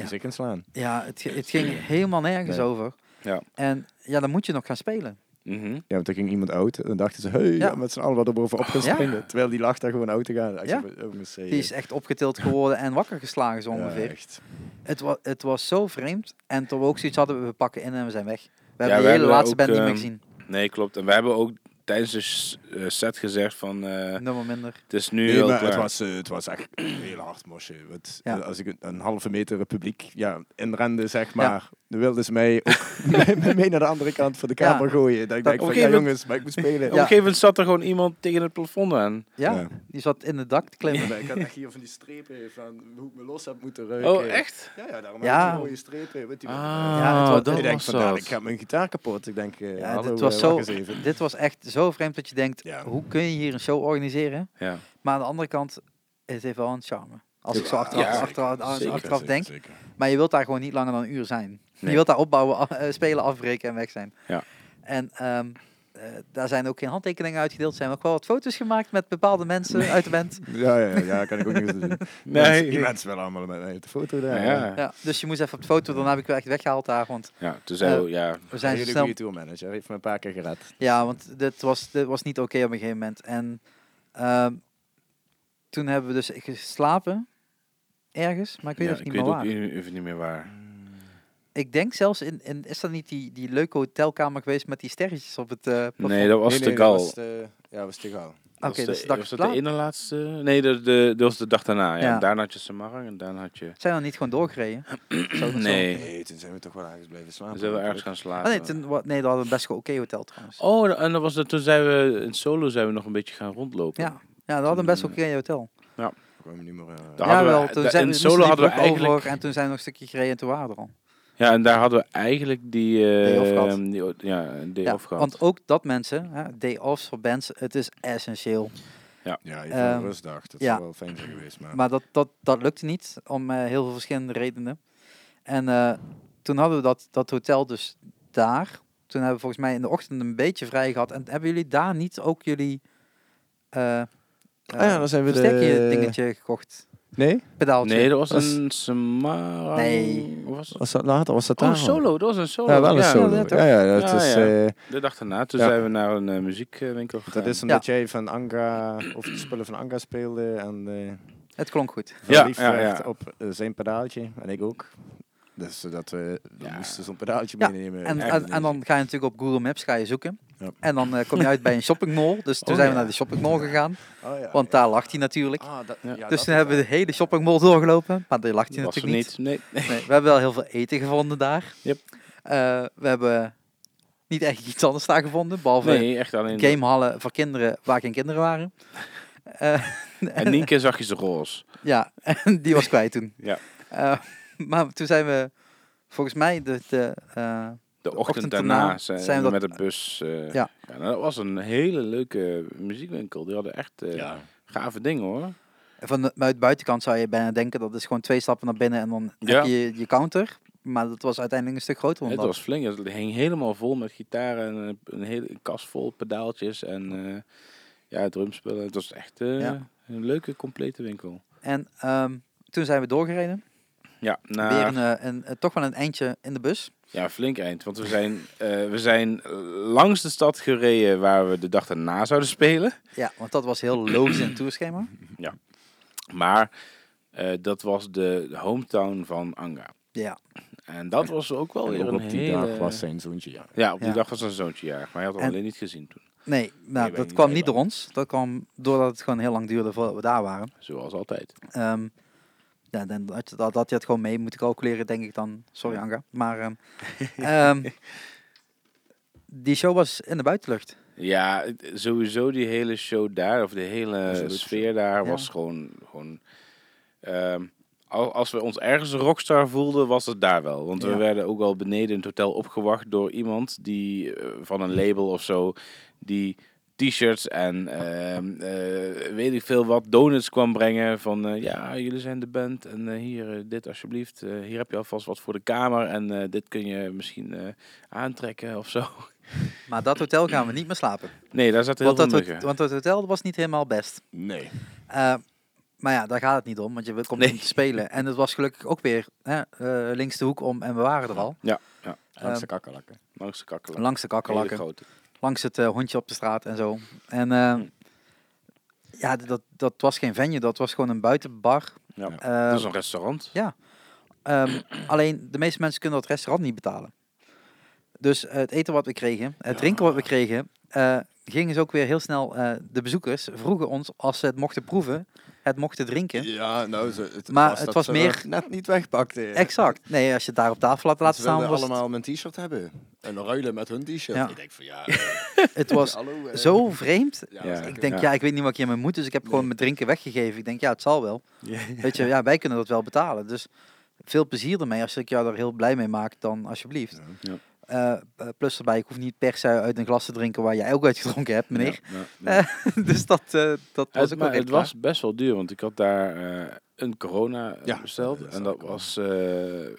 Speaker 5: gezicht inslaan.
Speaker 2: Ja, het, ge- het ging helemaal nergens
Speaker 5: Nee.
Speaker 2: over.
Speaker 4: Ja.
Speaker 2: En ja, dan moet je nog gaan spelen.
Speaker 4: Mhm.
Speaker 5: Ja, want toen ging iemand oud en dan dachten ze, hey,
Speaker 2: Ja. Ah,
Speaker 5: ja. met z'n allen wat er bovenop gaan
Speaker 2: Ja.
Speaker 5: springen. Terwijl die lag daar gewoon oud te gaan. Ik
Speaker 2: Ja.
Speaker 5: zou overigens, eh,
Speaker 2: Die is echt opgetild geworden en wakker geslagen zo
Speaker 5: ja,
Speaker 2: ongeveer.
Speaker 5: echt.
Speaker 2: het, wa het was zo vreemd. En toen we ook zoiets hadden, we pakken in en we zijn weg. We hebben
Speaker 4: we
Speaker 2: de hele
Speaker 4: hebben
Speaker 2: laatste
Speaker 4: ook,
Speaker 2: band niet meer
Speaker 4: ehm,
Speaker 2: gezien.
Speaker 4: Nee, klopt. En we hebben ook tijdens de s- eh, set gezegd van... eh,
Speaker 2: Een nummer minder.
Speaker 4: het is nu
Speaker 5: Nee,
Speaker 4: wel
Speaker 5: maar
Speaker 4: klaar.
Speaker 5: het was, eh, het was echt een heel hard mosje. Want,
Speaker 2: Ja.
Speaker 5: eh, Als ik een, een halve meter publiek ja, inrende, zeg maar, dan wilden ze mij ook mee, mee naar de andere kant van de
Speaker 2: Ja.
Speaker 5: kamer gooien. Dat ik
Speaker 2: Dat
Speaker 5: denk
Speaker 2: op
Speaker 5: van,
Speaker 2: een
Speaker 5: ja
Speaker 2: gegeven
Speaker 5: jongens, maar ik moet spelen.
Speaker 4: Op een gegeven moment zat er gewoon iemand tegen het plafond aan.
Speaker 2: Ja,
Speaker 5: Ja.
Speaker 2: die zat in het dak te klimmen.
Speaker 5: Ik had echt hier van die strepen van hoe ik me los heb moeten ruiken.
Speaker 4: Oh, echt?
Speaker 5: Ja, ja daarom
Speaker 2: Ja.
Speaker 5: heb ik mooie strepen. Weet je wel.
Speaker 2: Ja, het was-
Speaker 4: Ah, dat
Speaker 5: ik denk
Speaker 4: was
Speaker 5: van, nou,
Speaker 4: dat.
Speaker 5: ik heb mijn gitaar kapot. Ik denk, eh
Speaker 2: Ja,
Speaker 5: hallo,
Speaker 2: dit, was
Speaker 5: eh,
Speaker 2: zo,
Speaker 5: wacht eens even.
Speaker 2: dit was echt zo vreemd dat je denkt,
Speaker 5: Ja.
Speaker 2: hoe kun je hier een show organiseren?
Speaker 4: Ja.
Speaker 2: Maar aan de andere kant, het heeft wel een charme. Als ik zo
Speaker 5: Ja,
Speaker 2: achteraf,
Speaker 4: ja,
Speaker 2: achteraf, Ah, achteraf,
Speaker 4: zeker,
Speaker 2: denk.
Speaker 5: zeker.
Speaker 2: Maar je wilt daar gewoon niet langer dan een uur zijn.
Speaker 4: Nee.
Speaker 2: Je wilt daar opbouwen, a- eh, spelen, afbreken en weg zijn.
Speaker 4: Ja.
Speaker 2: En ehm, eh, daar zijn ook geen handtekeningen uitgedeeld. Er zijn ook wel wat foto's gemaakt met bepaalde mensen uit de band.
Speaker 5: Ja, ja, ja, kan ik ook niks aan doen.
Speaker 4: Nee.
Speaker 5: Mensen- Die mensen willen allemaal met mij op de foto daar.
Speaker 4: Ja.
Speaker 2: Ja, dus je moest even op de foto, dan heb ik wel echt weggehaald daar. Want
Speaker 4: Ja, toen zijn we, ja.
Speaker 2: we
Speaker 5: Een
Speaker 2: zijn zo
Speaker 5: hele
Speaker 2: snel.
Speaker 5: goede tourmanager. Heeft me een paar keer gered.
Speaker 2: Ja, want dit was, dit was niet oké op een gegeven moment. En ehm, toen hebben we dus geslapen. Ergens, maar ik weet
Speaker 4: ja,
Speaker 2: het
Speaker 4: ik
Speaker 2: niet
Speaker 4: weet
Speaker 2: meer
Speaker 4: ook
Speaker 2: waar.
Speaker 4: even even niet meer waar.
Speaker 2: Ik denk zelfs in, in is dat niet die, die leuke hotelkamer geweest met die sterretjes op het eh plafond?
Speaker 4: Nee, dat was
Speaker 5: Nee,
Speaker 4: de
Speaker 5: nee, dat
Speaker 4: gal.
Speaker 5: was de- Ja, was de gal.
Speaker 2: Oké,
Speaker 4: Was de-
Speaker 2: dat is de dag
Speaker 4: Was dat de
Speaker 2: later.
Speaker 4: ene laatste? Nee, dat, de, dat was de dag daarna. Ja.
Speaker 2: Ja.
Speaker 4: En Daarna had je Samarang en daarna had je...
Speaker 2: Zijn we dan niet gewoon doorgereden? Zou dat zo?
Speaker 4: Nee,
Speaker 5: Nee, toen zijn we toch wel ergens blijven slapen.
Speaker 4: toen zijn we ergens gaan
Speaker 2: Ah, nee,
Speaker 4: slapen.
Speaker 2: toen, wa- nee, dat hadden we best wel oké hotel trouwens.
Speaker 4: Oh, en dat was dat, toen zijn we in Solo zijn we nog een beetje gaan rondlopen.
Speaker 2: Ja, ja, dat hadden we best wel oké hotel.
Speaker 5: Ik kwam niet meer... eh,
Speaker 4: Daar
Speaker 2: ja,
Speaker 4: hadden we-
Speaker 2: wel, toen
Speaker 4: da-
Speaker 2: zijn we
Speaker 4: in
Speaker 2: moesten
Speaker 4: Solo
Speaker 2: die
Speaker 4: hadden we
Speaker 2: brug over
Speaker 4: eigenlijk-
Speaker 2: en toen zijn we nog een stukje gereden en toen waren we er al.
Speaker 4: Ja, en daar hadden we eigenlijk die... eh,
Speaker 2: Day off gehad.
Speaker 4: die o- ja, een day
Speaker 2: Ja,
Speaker 4: off gehad.
Speaker 2: want ook dat mensen, hè, day offs voor bands, het is essentieel.
Speaker 5: Ja, even
Speaker 2: Ehm,
Speaker 5: een rustdag. Dat
Speaker 2: ja.
Speaker 5: zou wel fijn zijn geweest, maar...
Speaker 2: Maar dat, dat, dat lukte niet, om eh, heel veel verschillende redenen. En eh, toen hadden we dat, dat hotel dus daar. Toen hebben we volgens mij in de ochtend een beetje vrij gehad. En hebben jullie daar niet ook jullie eh eh,
Speaker 5: Ah ja, dan zijn we de-
Speaker 2: versterkje dingetje gekocht?
Speaker 5: Nee?
Speaker 2: Pedaaltje?
Speaker 4: Nee, dat was
Speaker 5: Was-
Speaker 4: een Samarang.
Speaker 2: Nee.
Speaker 4: Of Was het?
Speaker 5: Was dat later? Was dat
Speaker 4: Oh,
Speaker 5: daar al?
Speaker 4: Solo. Dat was een Solo.
Speaker 5: Ja, wel een solo.
Speaker 2: ja,
Speaker 5: Ja,
Speaker 2: toch?
Speaker 5: ja, dat
Speaker 4: Ja,
Speaker 5: is...
Speaker 4: ja.
Speaker 5: eh,
Speaker 4: De dag daarna, toen
Speaker 5: Ja.
Speaker 4: zijn we naar een eh, muziekwinkel gegaan.
Speaker 5: Dat is omdat jij van Anga, of de spullen van Anga speelde en eh
Speaker 2: Het klonk goed.
Speaker 5: van
Speaker 4: Ja,
Speaker 5: Lief
Speaker 4: ja, ja.
Speaker 5: werd op eh, zijn pedaaltje en ik ook. Dus zodat we, we
Speaker 4: Ja.
Speaker 5: moesten zo'n pedaaltje
Speaker 2: Ja,
Speaker 5: meenemen.
Speaker 2: En,
Speaker 5: Echt
Speaker 2: en, en dan ga je natuurlijk op Google Maps ga je zoeken.
Speaker 5: Ja.
Speaker 2: En dan eh, kom je uit bij een shoppingmall. Dus toen
Speaker 4: Oh,
Speaker 2: zijn we
Speaker 4: ja.
Speaker 2: naar de shoppingmall gegaan.
Speaker 5: Oh, ja,
Speaker 2: Want
Speaker 5: ja.
Speaker 2: daar lag hij natuurlijk.
Speaker 5: Ah, dat-
Speaker 4: Ja.
Speaker 5: ja,
Speaker 2: dus
Speaker 5: dat
Speaker 2: toen hebben we de hele shoppingmall doorgelopen. Maar daar lag hij
Speaker 4: was er
Speaker 2: natuurlijk niet.
Speaker 4: niet. Nee.
Speaker 2: Nee, we hebben wel heel veel eten gevonden daar.
Speaker 4: Yep.
Speaker 2: Eh, we hebben niet echt iets anders daar gevonden. Behalve
Speaker 4: Nee, echt alleen. dat.
Speaker 2: gamehallen voor kinderen waar geen kinderen waren. Eh,
Speaker 4: En één keer zag je ze roze.
Speaker 2: ja, en die was kwijt toen.
Speaker 4: Ja.
Speaker 2: Eh, maar toen zijn we volgens mij de, de, eh,
Speaker 4: De
Speaker 2: ochtend
Speaker 4: ochtend
Speaker 2: daarna
Speaker 4: daarna zijn,
Speaker 2: zijn we
Speaker 4: we met
Speaker 2: dat-
Speaker 4: de bus. eh,
Speaker 2: Ja.
Speaker 4: gegaan. En dat was een hele leuke muziekwinkel. Die hadden echt eh,
Speaker 5: Ja.
Speaker 4: gave dingen hoor.
Speaker 2: Van de, uit de buitenkant zou je bijna denken dat is gewoon twee stappen naar binnen en dan
Speaker 4: Ja.
Speaker 2: heb je je counter. Maar dat was uiteindelijk een stuk groter dan
Speaker 4: Het
Speaker 2: dat.
Speaker 4: was flink. Het hing helemaal vol met gitaren en een, een hele kast vol pedaaltjes en eh, ja, drumspullen. Het was echt eh,
Speaker 2: Ja.
Speaker 4: een leuke, complete winkel.
Speaker 2: En ehm, toen zijn we doorgereden.
Speaker 4: Ja, naar...
Speaker 2: Weer een, eh, een, eh, toch wel een eindje in de bus.
Speaker 4: Ja, flink eind. Want we zijn, eh, we zijn eh, langs de stad gereden waar we de dag daarna zouden spelen.
Speaker 2: Ja, want dat was heel logisch in het tourschema.
Speaker 4: Maar eh, dat was de hometown van Anga.
Speaker 2: Ja,
Speaker 4: En dat was ook wel
Speaker 5: En
Speaker 4: weer
Speaker 5: ook
Speaker 4: een
Speaker 5: op die
Speaker 4: hele...
Speaker 5: dag was zijn zoontje, ja.
Speaker 4: Ja, op die
Speaker 2: Ja.
Speaker 4: dag was een zoontje jarig. Maar hij had hem
Speaker 2: En-
Speaker 4: alleen niet gezien toen.
Speaker 2: nee, nou,
Speaker 4: weet
Speaker 2: dat
Speaker 4: niet,
Speaker 2: kwam
Speaker 4: heel
Speaker 2: niet door
Speaker 4: lang.
Speaker 2: ons. Dat kwam doordat het gewoon heel lang duurde voordat we daar waren.
Speaker 4: Zoals altijd.
Speaker 2: Ehm, ja, dan had, je- dat had je het gewoon mee moeten calculeren, denk ik dan. Sorry, Anga. Maar ehm, ehm, die show was in de buitenlucht.
Speaker 4: Ja, het- sowieso die hele show daar, of de hele
Speaker 5: Absoluut.
Speaker 4: sfeer daar,
Speaker 2: Ja.
Speaker 4: was gewoon... gewoon ehm, al- als we ons ergens een rockstar voelden, was het daar wel. Want
Speaker 2: Ja.
Speaker 4: we werden ook al beneden in het hotel opgewacht door iemand die eh, van een label of zo, die t-shirts en ehm, eh, weet ik veel wat, donuts kwam brengen van eh, ja, jullie zijn de band en eh, hier eh, dit alsjeblieft, Eh, hier heb je alvast wat voor de kamer en eh, dit kun je misschien eh, aantrekken of zo.
Speaker 2: Maar dat hotel gaan we niet meer slapen.
Speaker 4: Nee, daar zaten heel
Speaker 2: Want
Speaker 4: veel
Speaker 2: dat,
Speaker 4: muggen.
Speaker 2: hot- want dat hotel was niet helemaal best.
Speaker 5: Nee.
Speaker 2: Eh, maar ja, daar gaat het niet om, want je komt
Speaker 4: Nee.
Speaker 2: niet te spelen. En het was gelukkig ook weer hè, eh, links de hoek om en we waren er al.
Speaker 4: Ja, ja.
Speaker 5: Langs
Speaker 2: Ehm,
Speaker 5: de kakkerlakken.
Speaker 4: Langs de kakkelen.
Speaker 2: langs de
Speaker 4: Hele
Speaker 2: kakkerlakken,
Speaker 4: grote.
Speaker 2: langs het eh, hondje op de straat en zo. En eh,
Speaker 4: Hm.
Speaker 2: ja, d- dat, dat was geen venue, dat was gewoon een buitenbar.
Speaker 4: Ja.
Speaker 2: Eh,
Speaker 4: dat is een restaurant.
Speaker 2: Ehm, alleen de meeste mensen kunnen dat restaurant niet betalen. Dus eh, het eten wat we kregen, het drinken wat we kregen, eh, gingen ze ook weer heel snel. eh, de bezoekers vroegen ons als ze het mochten proeven, het mochten drinken.
Speaker 5: Ja, nou, ze, het
Speaker 2: Maar
Speaker 5: was
Speaker 2: het
Speaker 5: dat
Speaker 2: was
Speaker 5: ze
Speaker 2: meer-
Speaker 5: dat net niet wegpakte.
Speaker 2: Exact. Nee, als je het daar op tafel had laten
Speaker 5: ze wilden
Speaker 2: staan, was
Speaker 5: allemaal mijn t-shirt hebben. En ruilen met hun t-shirt.
Speaker 2: Ja.
Speaker 5: Ik denk van ja,
Speaker 2: het, het was
Speaker 5: hallo. eh,
Speaker 2: zo vreemd.
Speaker 5: ja,
Speaker 4: Ja.
Speaker 5: dat is
Speaker 2: Ik denk, ja, ik weet niet wat ik hiermee moet, dus ik heb gewoon mijn drinken weggegeven. Ik denk, ja, het zal wel. Weet je, ja, wij kunnen dat wel betalen. Dus veel plezier ermee. Als ik jou er heel blij mee maak, dan alsjeblieft.
Speaker 4: Ja.
Speaker 2: Eh, eh, plus erbij, ik hoef niet per se uit een glas te drinken waar jij ook uit gedronken hebt, meneer.
Speaker 4: Ja, ja, ja.
Speaker 2: dus dat, eh, dat was
Speaker 4: Het,
Speaker 2: ook wel
Speaker 4: maar het
Speaker 2: redelijk
Speaker 4: was best wel duur, want ik had daar eh, een corona eh,
Speaker 5: Ja,
Speaker 4: besteld.
Speaker 5: dat is
Speaker 4: en
Speaker 5: wel
Speaker 4: dat was eh,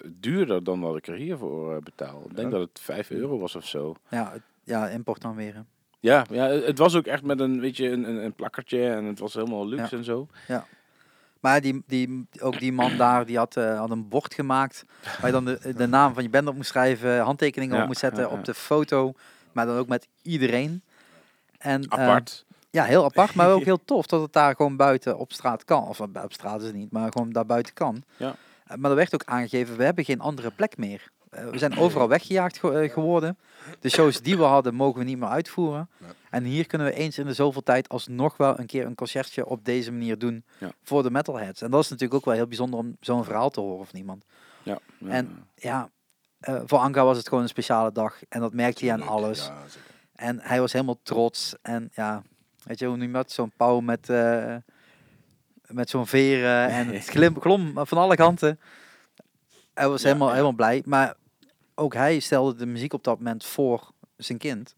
Speaker 4: duurder dan wat ik er hiervoor eh, betaal. Ik denk
Speaker 5: Ja.
Speaker 4: dat het 5 euro was of zo.
Speaker 2: klaar. Ja, het- ja, import dan weer. hè.
Speaker 4: Ja, ja, het was ook echt met een, weet je, een, een, een plakkertje en het was helemaal luxe en zo.
Speaker 2: Maar die, die, ook die man daar, die had, eh, had een bord gemaakt waar je dan de, de naam van je band op moest schrijven, handtekeningen
Speaker 4: Ja,
Speaker 2: op moest zetten
Speaker 4: ja, ja.
Speaker 2: op de foto, maar dan ook met iedereen. En, eh,
Speaker 4: Apart.
Speaker 2: ja, heel apart, maar ook heel tof dat het daar gewoon buiten op straat kan. Of eh, op straat is het niet, maar gewoon daar buiten kan.
Speaker 4: Ja.
Speaker 2: Eh, Maar er werd ook aangegeven, we hebben geen andere plek meer. Eh, we zijn overal weggejaagd ge- eh, geworden. De shows die we hadden, mogen we niet meer uitvoeren.
Speaker 5: Nee.
Speaker 2: En hier kunnen we eens in de zoveel tijd alsnog wel een keer een concertje op deze manier doen
Speaker 4: Ja.
Speaker 2: voor de metalheads. En dat is natuurlijk ook wel heel bijzonder om zo'n verhaal te horen van iemand.
Speaker 4: ja, ja.
Speaker 2: En ja, eh, voor Anka was het gewoon een speciale dag. En dat merkte hij aan alles.
Speaker 5: Ja, zeker.
Speaker 2: En hij was helemaal trots. En ja, weet je hoe nu met zo'n pauw met, eh, met zo'n veren en het glim, glom van alle kanten. Hij was helemaal, helemaal blij. Maar ook hij stelde de muziek op dat moment voor zijn kind.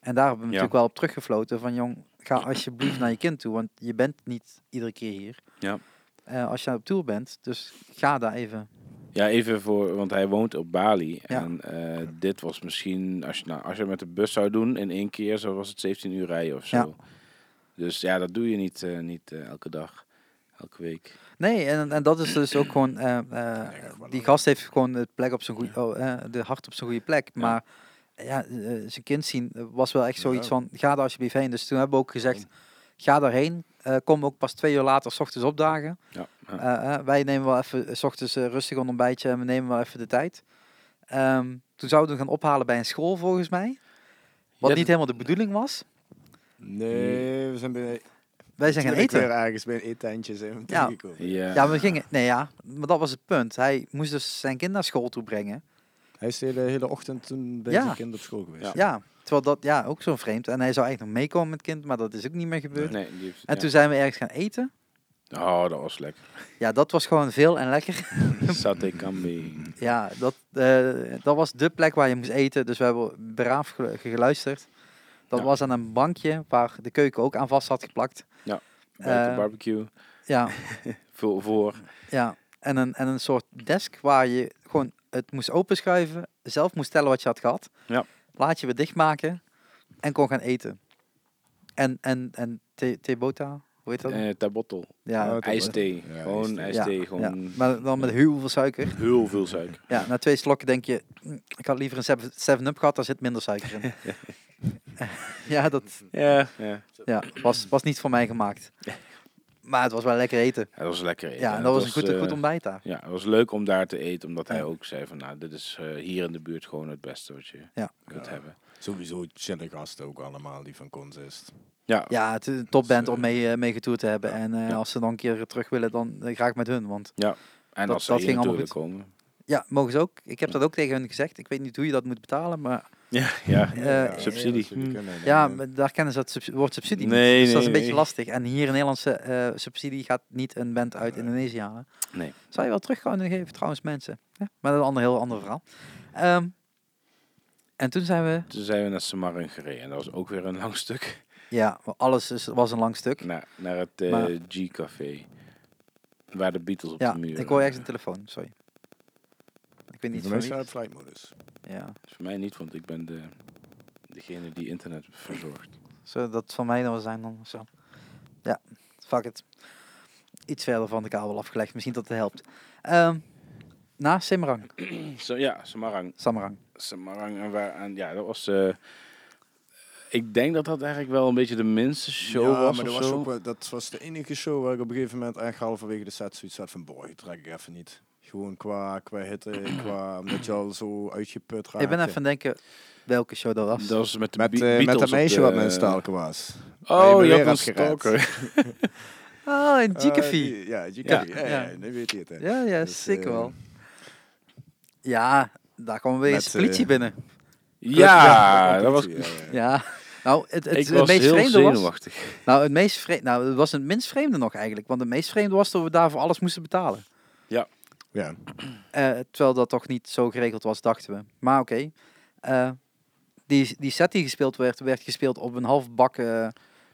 Speaker 2: En daar hebben we
Speaker 4: Ja.
Speaker 2: natuurlijk wel op teruggefloten van jong, ga alsjeblieft naar je kind toe. Want je bent niet iedere keer hier.
Speaker 4: Ja.
Speaker 2: Eh, als je op tour bent, dus ga daar even.
Speaker 4: Ja, even voor, want hij woont op Bali.
Speaker 2: Ja.
Speaker 4: En eh, dit was misschien, als je, nou, als je het met de bus zou doen in één keer, zo was het 17 uur rijden of zo.
Speaker 2: Ja.
Speaker 4: Dus ja, dat doe je niet, eh, niet eh, elke dag, elke week.
Speaker 2: Nee, en, en dat is dus ook gewoon. eh, eh, die gast heeft gewoon het plek op zijn goede, oh, eh, de hart op zijn goede plek.
Speaker 4: Ja.
Speaker 2: Maar ja, eh, zijn kind zien was wel echt zoiets
Speaker 5: Ja.
Speaker 2: van: ga daar alsjeblieft heen. Dus toen hebben we ook gezegd: ga daarheen. eh, kom ook pas twee uur later s ochtends opdagen.
Speaker 4: Ja, ja.
Speaker 2: Eh, eh, wij nemen wel even eh, s ochtends eh, rustig een ontbijtje en we nemen wel even de tijd. Ehm, toen zouden we hem gaan ophalen bij een school volgens mij. Wat
Speaker 4: Ja,
Speaker 2: niet helemaal de bedoeling was.
Speaker 5: Nee,
Speaker 2: Mm.
Speaker 5: we zijn bij
Speaker 2: Wij zijn gaan
Speaker 5: natuurlijk
Speaker 2: eten.
Speaker 5: weer ergens bij een eetentje zijn we
Speaker 2: Ja.
Speaker 5: tegengekomen.
Speaker 4: Ja,
Speaker 2: Ja, we gingen. Nee, ja, maar dat was het punt. Hij moest dus zijn kind naar school toe brengen.
Speaker 5: Hij is de hele, hele ochtend toen bij
Speaker 2: Ja.
Speaker 5: zijn kind op school geweest.
Speaker 4: Ja.
Speaker 2: Ja, terwijl dat ja, ook zo vreemd. En hij zou eigenlijk nog meekomen met het kind, maar dat is ook niet meer gebeurd.
Speaker 4: Nee, die heeft-
Speaker 2: En
Speaker 4: ja.
Speaker 2: toen zijn we ergens gaan eten.
Speaker 4: Oh, dat was lekker.
Speaker 2: Ja, dat was gewoon veel en lekker.
Speaker 4: Saté kambi.
Speaker 2: Ja, dat, eh, dat was de plek waar je moest eten. Dus we hebben braaf gelu- geluisterd. Dat
Speaker 4: Ja.
Speaker 2: was aan een bankje waar de keuken ook aan vast had geplakt.
Speaker 4: Bij de
Speaker 2: Eh,
Speaker 4: barbecue.
Speaker 2: Ja,
Speaker 4: Voor, voor.
Speaker 2: ja. En, een, en een soort desk waar je gewoon het moest openschuiven. Zelf moest tellen wat je had gehad.
Speaker 4: Ja.
Speaker 2: Laatje weer dichtmaken. En kon gaan eten. En, en, en te- Tebota, hoe heet dat?
Speaker 4: eh tabotel.
Speaker 2: ja,
Speaker 5: Oh, tabotel.
Speaker 4: ijsthee.
Speaker 5: Ja,
Speaker 4: gewoon
Speaker 5: ijsthee.
Speaker 4: ijsthee. Gewoon
Speaker 2: ja. Maar dan met heel veel suiker.
Speaker 4: heel veel suiker.
Speaker 2: Ja, na twee slokken denk je, "Mm, ik had liever een 7-up gehad, daar zit minder suiker in. ja, dat
Speaker 4: Ja, ja.
Speaker 2: ja, was, was niet voor mij gemaakt. Maar het was wel lekker eten.
Speaker 4: Ja, dat was lekker eten.
Speaker 2: Ja, en dat was een goed, een
Speaker 4: eh,
Speaker 2: goed ontbijt daar.
Speaker 4: Ja, het was leuk om daar te eten, omdat hij
Speaker 2: Ja.
Speaker 4: ook zei van, nou, dit is eh, hier in de buurt gewoon het beste wat je
Speaker 2: Ja.
Speaker 4: kunt hebben.
Speaker 5: Sowieso chille gasten ook allemaal, die van Consist.
Speaker 4: Ja, ja.
Speaker 2: Ja, het is een topband
Speaker 5: Dus,
Speaker 2: om mee, eh, mee getoerd te hebben. En eh,
Speaker 4: Ja.
Speaker 2: als ze dan een keer terug willen, dan eh, ga ik met hun. Want
Speaker 4: en
Speaker 2: dat-
Speaker 4: als ze
Speaker 2: dat
Speaker 4: hier
Speaker 2: ging
Speaker 4: naartoe
Speaker 2: allemaal
Speaker 4: willen komen.
Speaker 2: ja, mogen ze ook. Ik heb dat ook tegen hun gezegd. Ik weet niet hoe je dat moet betalen, maar
Speaker 4: Ja, ja.
Speaker 2: Eh,
Speaker 4: subsidie.
Speaker 2: ja, maar daar kennen ze dat subs- woord subsidie niet.
Speaker 4: Eh. Nee,
Speaker 2: dus dat is
Speaker 4: nee,
Speaker 2: een
Speaker 4: nee.
Speaker 2: beetje lastig. En hier in Nederlandse eh, subsidie gaat niet een band uit Indonesië halen.
Speaker 4: Nee.
Speaker 2: Zou je wel terug gaan geven trouwens mensen. Ja, maar dat is een ander, heel ander verhaal. Ehm, en toen zijn we...
Speaker 4: Toen zijn we naar Semarang gereden en dat was ook weer een lang stuk.
Speaker 2: Ja, alles is, was een lang stuk.
Speaker 4: Naar, naar het eh,
Speaker 2: Maar-
Speaker 4: G-café. Waar de Beatles op
Speaker 2: Ja,
Speaker 4: de muur
Speaker 2: ik hoor ergens een telefoon, sorry. Ik weet niet
Speaker 5: De
Speaker 2: van
Speaker 5: mensen
Speaker 2: wie.
Speaker 5: uit flightmodus.
Speaker 2: Ja,
Speaker 4: Voor mij niet, want ik ben de, degene die internet verzorgt.
Speaker 2: zou dat van mij dan wel zijn dan of zo. Ja, fuck it. Iets verder van de kabel afgelegd, misschien dat het helpt. Ehm na Semarang.
Speaker 4: Zo, ja, Samarang.
Speaker 2: Samarang.
Speaker 4: Samarang en waar aan... Ja, dat was... eh, ik denk dat dat eigenlijk wel een beetje de minste show
Speaker 5: ja,
Speaker 4: was
Speaker 5: maar dat
Speaker 4: of
Speaker 5: was,
Speaker 4: zo.
Speaker 5: ook, wel- dat was de enige show waar ik op een gegeven moment echt halverwege de set zoiets had van, boy, trek ik even niet. Gewoon qua, qua hitte, qua, omdat je al zo uitgeput raakt.
Speaker 2: Ik ben even aan het denken welke show dat was.
Speaker 4: Dat was met de
Speaker 5: Met,
Speaker 4: Be-
Speaker 5: eh, met
Speaker 4: Beatles
Speaker 5: dat
Speaker 4: op
Speaker 5: meisje
Speaker 4: de-
Speaker 5: wat mijn stalker was. Waar
Speaker 4: Oh,
Speaker 5: me
Speaker 4: je
Speaker 5: weer
Speaker 4: had een
Speaker 5: hebt gered.
Speaker 4: stalker.
Speaker 2: Oh, en
Speaker 5: Eh,
Speaker 2: Jikafie.
Speaker 5: die- Ja, Jikafi.
Speaker 2: Ja.
Speaker 5: Ja, ja,
Speaker 2: Ja.
Speaker 5: nu weet je het. Hè.
Speaker 2: Ja, ja,
Speaker 5: Dus,
Speaker 2: zeker
Speaker 5: eh,
Speaker 2: wel. Ja, daar kwam weer eens
Speaker 5: met,
Speaker 2: de politie
Speaker 5: eh,
Speaker 2: binnen.
Speaker 4: Ja, dat was...
Speaker 2: Ja, nou, het, het,
Speaker 4: ik
Speaker 2: het
Speaker 4: was
Speaker 2: meest
Speaker 4: heel
Speaker 2: vreemde was...
Speaker 4: zenuwachtig.
Speaker 2: Nou, het meest vreemde, nou, het was het minst vreemde nog eigenlijk. Want het meest vreemde was dat we daarvoor alles moesten betalen.
Speaker 5: Ja.
Speaker 2: Eh, terwijl dat toch niet zo geregeld was, dachten we. Maar oké. Eh, die, die set die gespeeld werd, werd gespeeld op een halfbak eh,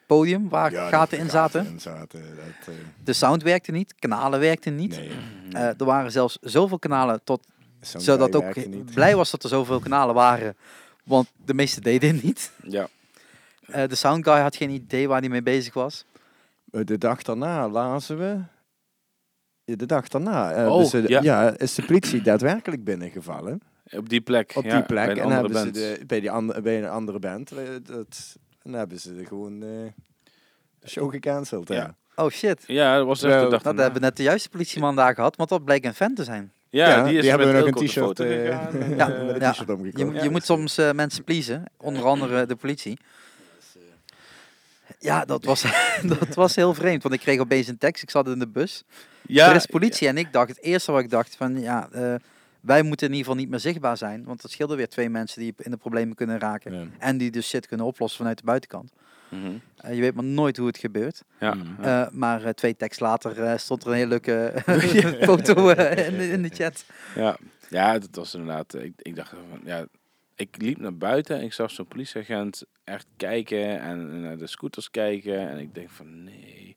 Speaker 2: podium waar
Speaker 5: Ja,
Speaker 2: gaten
Speaker 5: die
Speaker 2: in zaten.
Speaker 5: in zaten, dat, eh,
Speaker 2: De sound werkte niet, kanalen werkten niet.
Speaker 5: nee,
Speaker 2: Eh, er waren zelfs zoveel kanalen, tot,
Speaker 5: zo'n
Speaker 2: zodat
Speaker 5: guy
Speaker 2: ook eh,
Speaker 5: werkte niet.
Speaker 2: blij was dat er zoveel kanalen waren. Want de meeste deden het niet.
Speaker 4: Ja.
Speaker 2: Eh, de sound guy had geen idee waar hij mee bezig was.
Speaker 5: Eh, De dag daarna lazen we. Ja, De dag daarna. eh,
Speaker 4: Oh,
Speaker 5: dus, eh,
Speaker 4: ja.
Speaker 5: ja. is de politie daadwerkelijk binnengevallen
Speaker 4: Op die plek.
Speaker 5: op
Speaker 4: ja,
Speaker 5: die plek.
Speaker 4: bij een
Speaker 5: en
Speaker 4: andere
Speaker 5: hebben ze
Speaker 4: band.
Speaker 5: de, bij, die andere, bij een andere band. eh, Dat, en hebben ze gewoon eh, de show gecanceld.
Speaker 4: Ja.
Speaker 5: Ja.
Speaker 2: Oh shit.
Speaker 4: Ja, dat was echt
Speaker 5: Wel,
Speaker 4: de dag
Speaker 2: Nou, daar
Speaker 4: daarna.
Speaker 2: hebben we net de juiste politieman daar gehad, want dat bleek een fan te zijn.
Speaker 4: Ja,
Speaker 5: Ja,
Speaker 4: die is
Speaker 5: die hebben
Speaker 4: met
Speaker 5: we nog
Speaker 4: Ilko
Speaker 5: een
Speaker 4: op de
Speaker 5: t-shirt,
Speaker 4: foto
Speaker 5: eh,
Speaker 4: gegaan en,
Speaker 2: Ja.
Speaker 4: eh,
Speaker 5: Met een
Speaker 2: Ja.
Speaker 5: t-shirt omgekomen.
Speaker 2: Je, moet- je moet soms eh, mensen pleasen, onder andere de politie. Ja, dat was, dat was heel vreemd, want ik kreeg opeens een tekst. Ik zat in de bus.
Speaker 4: ja,
Speaker 2: er is politie en ik dacht, het eerste wat ik dacht, van ja, eh, wij moeten in ieder geval niet meer zichtbaar zijn. Want dat scheelde weer twee mensen die in de problemen kunnen raken.
Speaker 5: Ja.
Speaker 2: En die dus shit kunnen oplossen vanuit de buitenkant.
Speaker 4: Mhm.
Speaker 2: Eh, je weet maar nooit hoe het gebeurt.
Speaker 4: Ja.
Speaker 2: Eh, maar eh, twee tekst later eh, stond er een hele leuke foto eh, in, de- in de chat.
Speaker 4: ja. ja, dat was inderdaad. eh, Ik, ik dacht van ja. Ik liep naar buiten en ik zag zo'n politieagent echt kijken en naar de scooters kijken. En ik denk van nee.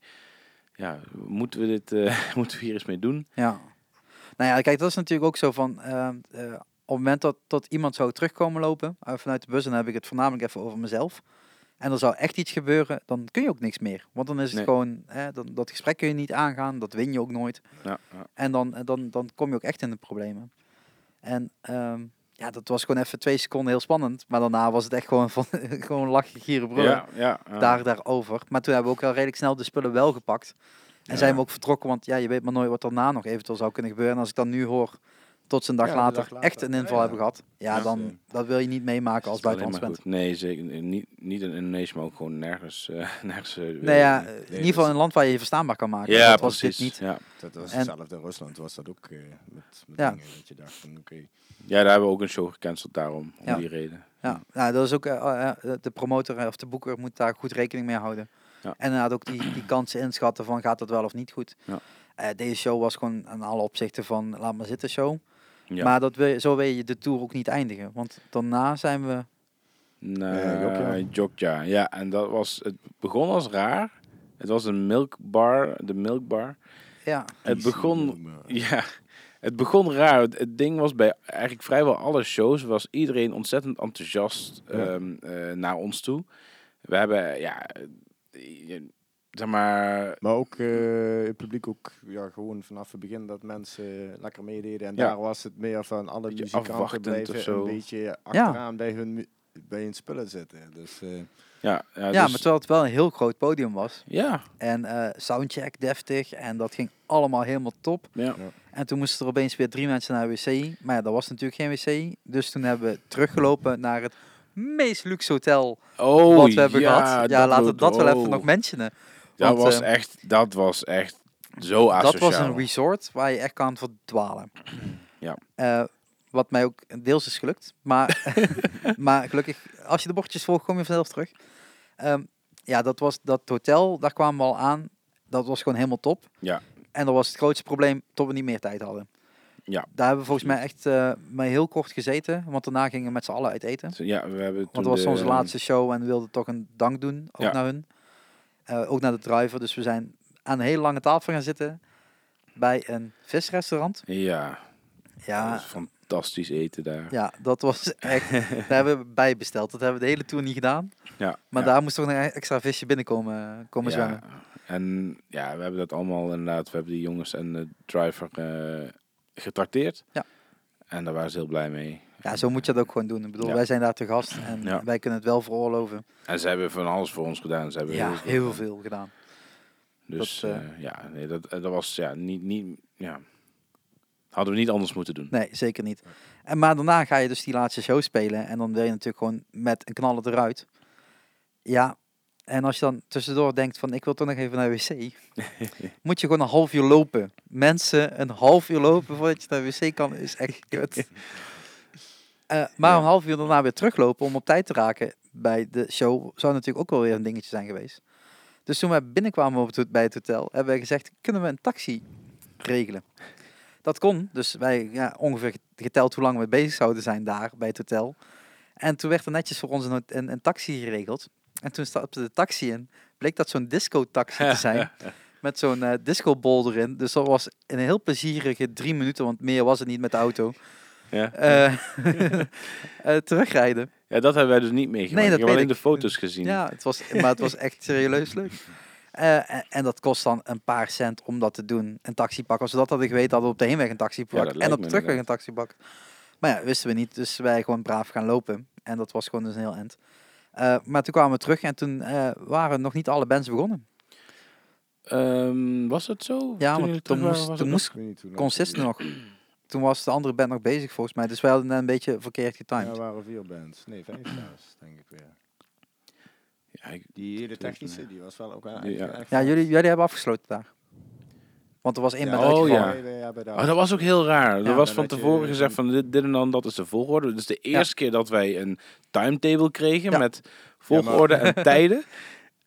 Speaker 4: Ja, moeten we dit eh, moeten we hier eens mee doen?
Speaker 2: Ja. Nou ja, kijk, dat is natuurlijk ook zo van... eh, eh, op het moment dat, dat iemand zou terugkomen lopen eh, vanuit de bus... dan heb ik het voornamelijk even over mezelf. En er zou echt iets gebeuren, dan kun je ook niks meer. Want dan is het
Speaker 4: Nee.
Speaker 2: gewoon... eh, dan, dat gesprek kun je niet aangaan, dat win je ook nooit.
Speaker 4: Ja, ja.
Speaker 2: En dan, eh, dan, dan kom je ook echt in de problemen. En ehm, ja, dat was gewoon even twee seconden heel spannend. Maar daarna was het echt gewoon, van, gewoon lachen, gieren, brullen
Speaker 4: ja, ja, ja.
Speaker 2: daar, daarover. Maar toen hebben we ook wel redelijk snel de spullen wel gepakt. En
Speaker 4: Ja.
Speaker 2: zijn we ook vertrokken, want ja, je weet maar nooit wat daarna nog eventueel zou kunnen gebeuren. En als ik dan nu hoor, tot ze een dag,
Speaker 5: Ja, een
Speaker 2: later,
Speaker 5: dag later.
Speaker 2: echt een inval
Speaker 5: Ja, ja.
Speaker 2: hebben gehad. Ja,
Speaker 5: Ja,
Speaker 2: dan
Speaker 5: zeker.
Speaker 2: dat wil je niet meemaken als
Speaker 4: Is het alleen
Speaker 2: buitenlands
Speaker 4: maar
Speaker 2: bent.
Speaker 4: goed. Nee, zeker niet, niet in Indonesië, maar ook gewoon nergens. eh, nergens eh,
Speaker 2: Nou ja,
Speaker 4: eh,
Speaker 2: in ieder geval een land waar je je verstaanbaar kan maken.
Speaker 4: ja,
Speaker 2: dat was
Speaker 4: precies.
Speaker 2: dit niet.
Speaker 4: Ja.
Speaker 5: Dat was
Speaker 2: En-
Speaker 5: hetzelfde in Rusland. Was dat ook eh, met, met
Speaker 2: Ja.
Speaker 5: dingen dat je dacht van oké.
Speaker 4: ja, daar hebben we ook een show gecanceld daarom. Om
Speaker 2: Ja.
Speaker 4: die reden.
Speaker 2: Ja, nou, dat is ook eh, eh, eh, de promotor eh, of de boeker moet daar goed rekening mee houden.
Speaker 4: Ja.
Speaker 2: En inderdaad ook die, die kansen inschatten van gaat dat wel of niet goed.
Speaker 4: Ja.
Speaker 2: Eh, deze show was gewoon aan alle opzichten van laat maar zitten show.
Speaker 4: Ja.
Speaker 2: Maar dat wil, je- zo wil je de tour ook niet eindigen. Want daarna zijn we.
Speaker 5: Eh, Jokja.
Speaker 4: Nee, Jokja. Ja, en dat was, het begon als raar. Het was een milkbar, de milkbar.
Speaker 2: Ja,
Speaker 4: Het begon,
Speaker 5: Ja.
Speaker 4: ja, het begon raar. Het, het ding was bij eigenlijk vrijwel alle shows, was iedereen ontzettend enthousiast
Speaker 5: Ja.
Speaker 4: ehm, eh, naar ons toe. We hebben, ja, eh, zeg maar,
Speaker 5: Maar ook eh, het publiek ook ja, gewoon vanaf het begin dat mensen lekker meededen. En
Speaker 4: Ja.
Speaker 5: daar was het meer van alle
Speaker 4: Beetje
Speaker 5: muzikanten
Speaker 4: afwachtend
Speaker 5: blijven
Speaker 4: of zo.
Speaker 5: een beetje achteraan bij, hun, mu- bij hun spullen zitten. Dus, eh,
Speaker 4: ja.
Speaker 2: ja
Speaker 4: Ja, dus-
Speaker 2: maar terwijl het wel een heel groot podium was.
Speaker 4: ja,
Speaker 2: En eh, soundcheck deftig. En dat ging allemaal helemaal top.
Speaker 4: ja.
Speaker 2: En toen moesten er opeens weer drie mensen naar de wc. Maar ja, dat was natuurlijk geen wc. Dus toen hebben we teruggelopen naar het meest luxe hotel
Speaker 4: Oh,
Speaker 2: wat we hebben
Speaker 4: ja, oh.
Speaker 2: gehad. Ja, laten we dat wel even nog
Speaker 4: mee.
Speaker 2: mentionen.
Speaker 4: Dat
Speaker 2: want,
Speaker 4: was
Speaker 2: eh,
Speaker 4: echt, dat was echt zo asociaal.
Speaker 2: Dat was een resort waar je echt kan verdwalen.
Speaker 4: Ja.
Speaker 2: Eh, wat mij ook deels is gelukt. Maar, maar gelukkig, als je de bordjes volgt, kom je vanzelf terug. Ehm, ja, dat was dat hotel, daar kwamen we al aan. Dat was gewoon helemaal top.
Speaker 4: Ja.
Speaker 2: En dat was het grootste probleem tot we niet meer tijd hadden.
Speaker 4: Ja.
Speaker 2: Daar hebben we volgens mij echt eh maar heel kort gezeten. Want daarna gingen we met z'n allen uit eten.
Speaker 4: Ja, we hebben toen
Speaker 2: Want dat was
Speaker 4: de-
Speaker 2: onze laatste show en we wilden toch een dank doen, ook
Speaker 4: Ja.
Speaker 2: naar hun. Eh, ook naar de driver. Dus we zijn aan een hele lange tafel gaan zitten bij een visrestaurant.
Speaker 4: Ja, dat
Speaker 2: Ja,
Speaker 4: was fantastisch eten daar.
Speaker 2: ja dat was echt... daar hebben we bij besteld. Dat hebben we de hele tour niet gedaan.
Speaker 4: Ja,
Speaker 2: Maar
Speaker 4: ja.
Speaker 2: daar moest toch nog een extra visje binnenkomen komen
Speaker 4: ja.
Speaker 2: zwemmen.
Speaker 4: En ja, we hebben dat allemaal inderdaad. We hebben die jongens en de driver eh getrakteerd.
Speaker 2: Ja.
Speaker 4: En daar waren ze heel blij mee.
Speaker 2: Ja, zo moet je dat ook gewoon doen. Ik bedoel,
Speaker 4: Ja.
Speaker 2: wij zijn daar te gast en
Speaker 4: Ja.
Speaker 2: wij kunnen het wel veroorloven.
Speaker 4: En ze hebben van alles voor ons gedaan. Ze hebben
Speaker 2: Ja,
Speaker 4: veel-
Speaker 2: heel veel gedaan.
Speaker 4: Dus
Speaker 2: Dat, eh,
Speaker 4: eh, ja, nee, dat, eh, dat was ja, niet, niet, ja. Hadden we niet anders moeten doen.
Speaker 2: Nee, zeker niet. En, maar daarna ga je dus die laatste show spelen en dan wil je natuurlijk gewoon met een knallen eruit. Ja, en als je dan tussendoor denkt van ik wil toch nog even naar de wc, moet je gewoon een half uur lopen. Mensen, een half uur lopen voordat je naar de wc kan, is echt kut. Eh, maar een half uur daarna weer teruglopen om op tijd te raken bij de show zou natuurlijk ook wel weer een dingetje zijn geweest. Dus toen wij binnenkwamen op het, ho- bij het hotel, hebben wij gezegd, kunnen we een taxi regelen? Dat kon, dus wij ja, ongeveer geteld hoe lang we bezig zouden zijn daar bij het hotel. En toen werd er netjes voor ons een, hot- een, een taxi geregeld. En toen stapte de taxi in, bleek dat zo'n disco-taxi te zijn. Met zo'n eh discobol erin. Dus dat was een heel plezierige drie minuten, want meer was het niet met de auto.
Speaker 4: Ja.
Speaker 2: Eh, eh, terugrijden.
Speaker 4: ja, dat hebben wij dus niet meegemaakt.
Speaker 2: Nee, dat
Speaker 4: ik heb alleen
Speaker 2: weet
Speaker 4: de
Speaker 2: ik.
Speaker 4: foto's gezien.
Speaker 2: Ja, het was, maar het was echt serieus leuk. Eh, en, en dat kost dan een paar cent om dat te doen. Een taxi pakken. Als we dat hadden geweten, hadden we op de heenweg een taxi
Speaker 4: dat
Speaker 2: pakken. en
Speaker 4: lijkt
Speaker 2: op
Speaker 4: me
Speaker 2: de terugweg een taxi pakken. Maar ja, wisten we niet. Dus wij gewoon braaf gaan lopen. En dat was gewoon dus een heel end. Eh, maar toen kwamen we terug en toen eh, waren nog niet alle bands begonnen.
Speaker 4: Ehm, was dat zo?
Speaker 2: Ja,
Speaker 4: Toen
Speaker 2: want
Speaker 4: jullie
Speaker 2: toen
Speaker 4: terug waren,
Speaker 2: moest-
Speaker 4: was
Speaker 2: toen
Speaker 4: het
Speaker 2: moest
Speaker 5: Ik weet niet hoe lang.
Speaker 2: Consist nog. Toen was de andere band nog bezig volgens mij. Dus wij hadden net een beetje verkeerd
Speaker 5: Ja, er
Speaker 2: getimed.
Speaker 5: waren vier bands. Nee, vijf zelfs, denk ik weer.
Speaker 4: nog- Ja, ik-
Speaker 5: Die hele
Speaker 4: Tuurlijk,
Speaker 5: technische, die was wel ook wel
Speaker 4: Ja.
Speaker 5: echt- echt-
Speaker 2: Ja, jullie, jullie hebben afgesloten daar. Want er was één
Speaker 5: Ja,
Speaker 2: band
Speaker 4: oh
Speaker 2: uitgevallen.
Speaker 4: ja.
Speaker 5: bij de- ja, bij de-
Speaker 4: Oh, dat was ook heel raar.
Speaker 2: Ja,
Speaker 4: er was
Speaker 5: dan
Speaker 4: van
Speaker 5: had je-
Speaker 4: tevoren gezegd van dit, dit en dan, dat is de volgorde. Dus de eerste keer dat wij een timetable kregen
Speaker 2: Ja.
Speaker 4: met volgorde en tijden.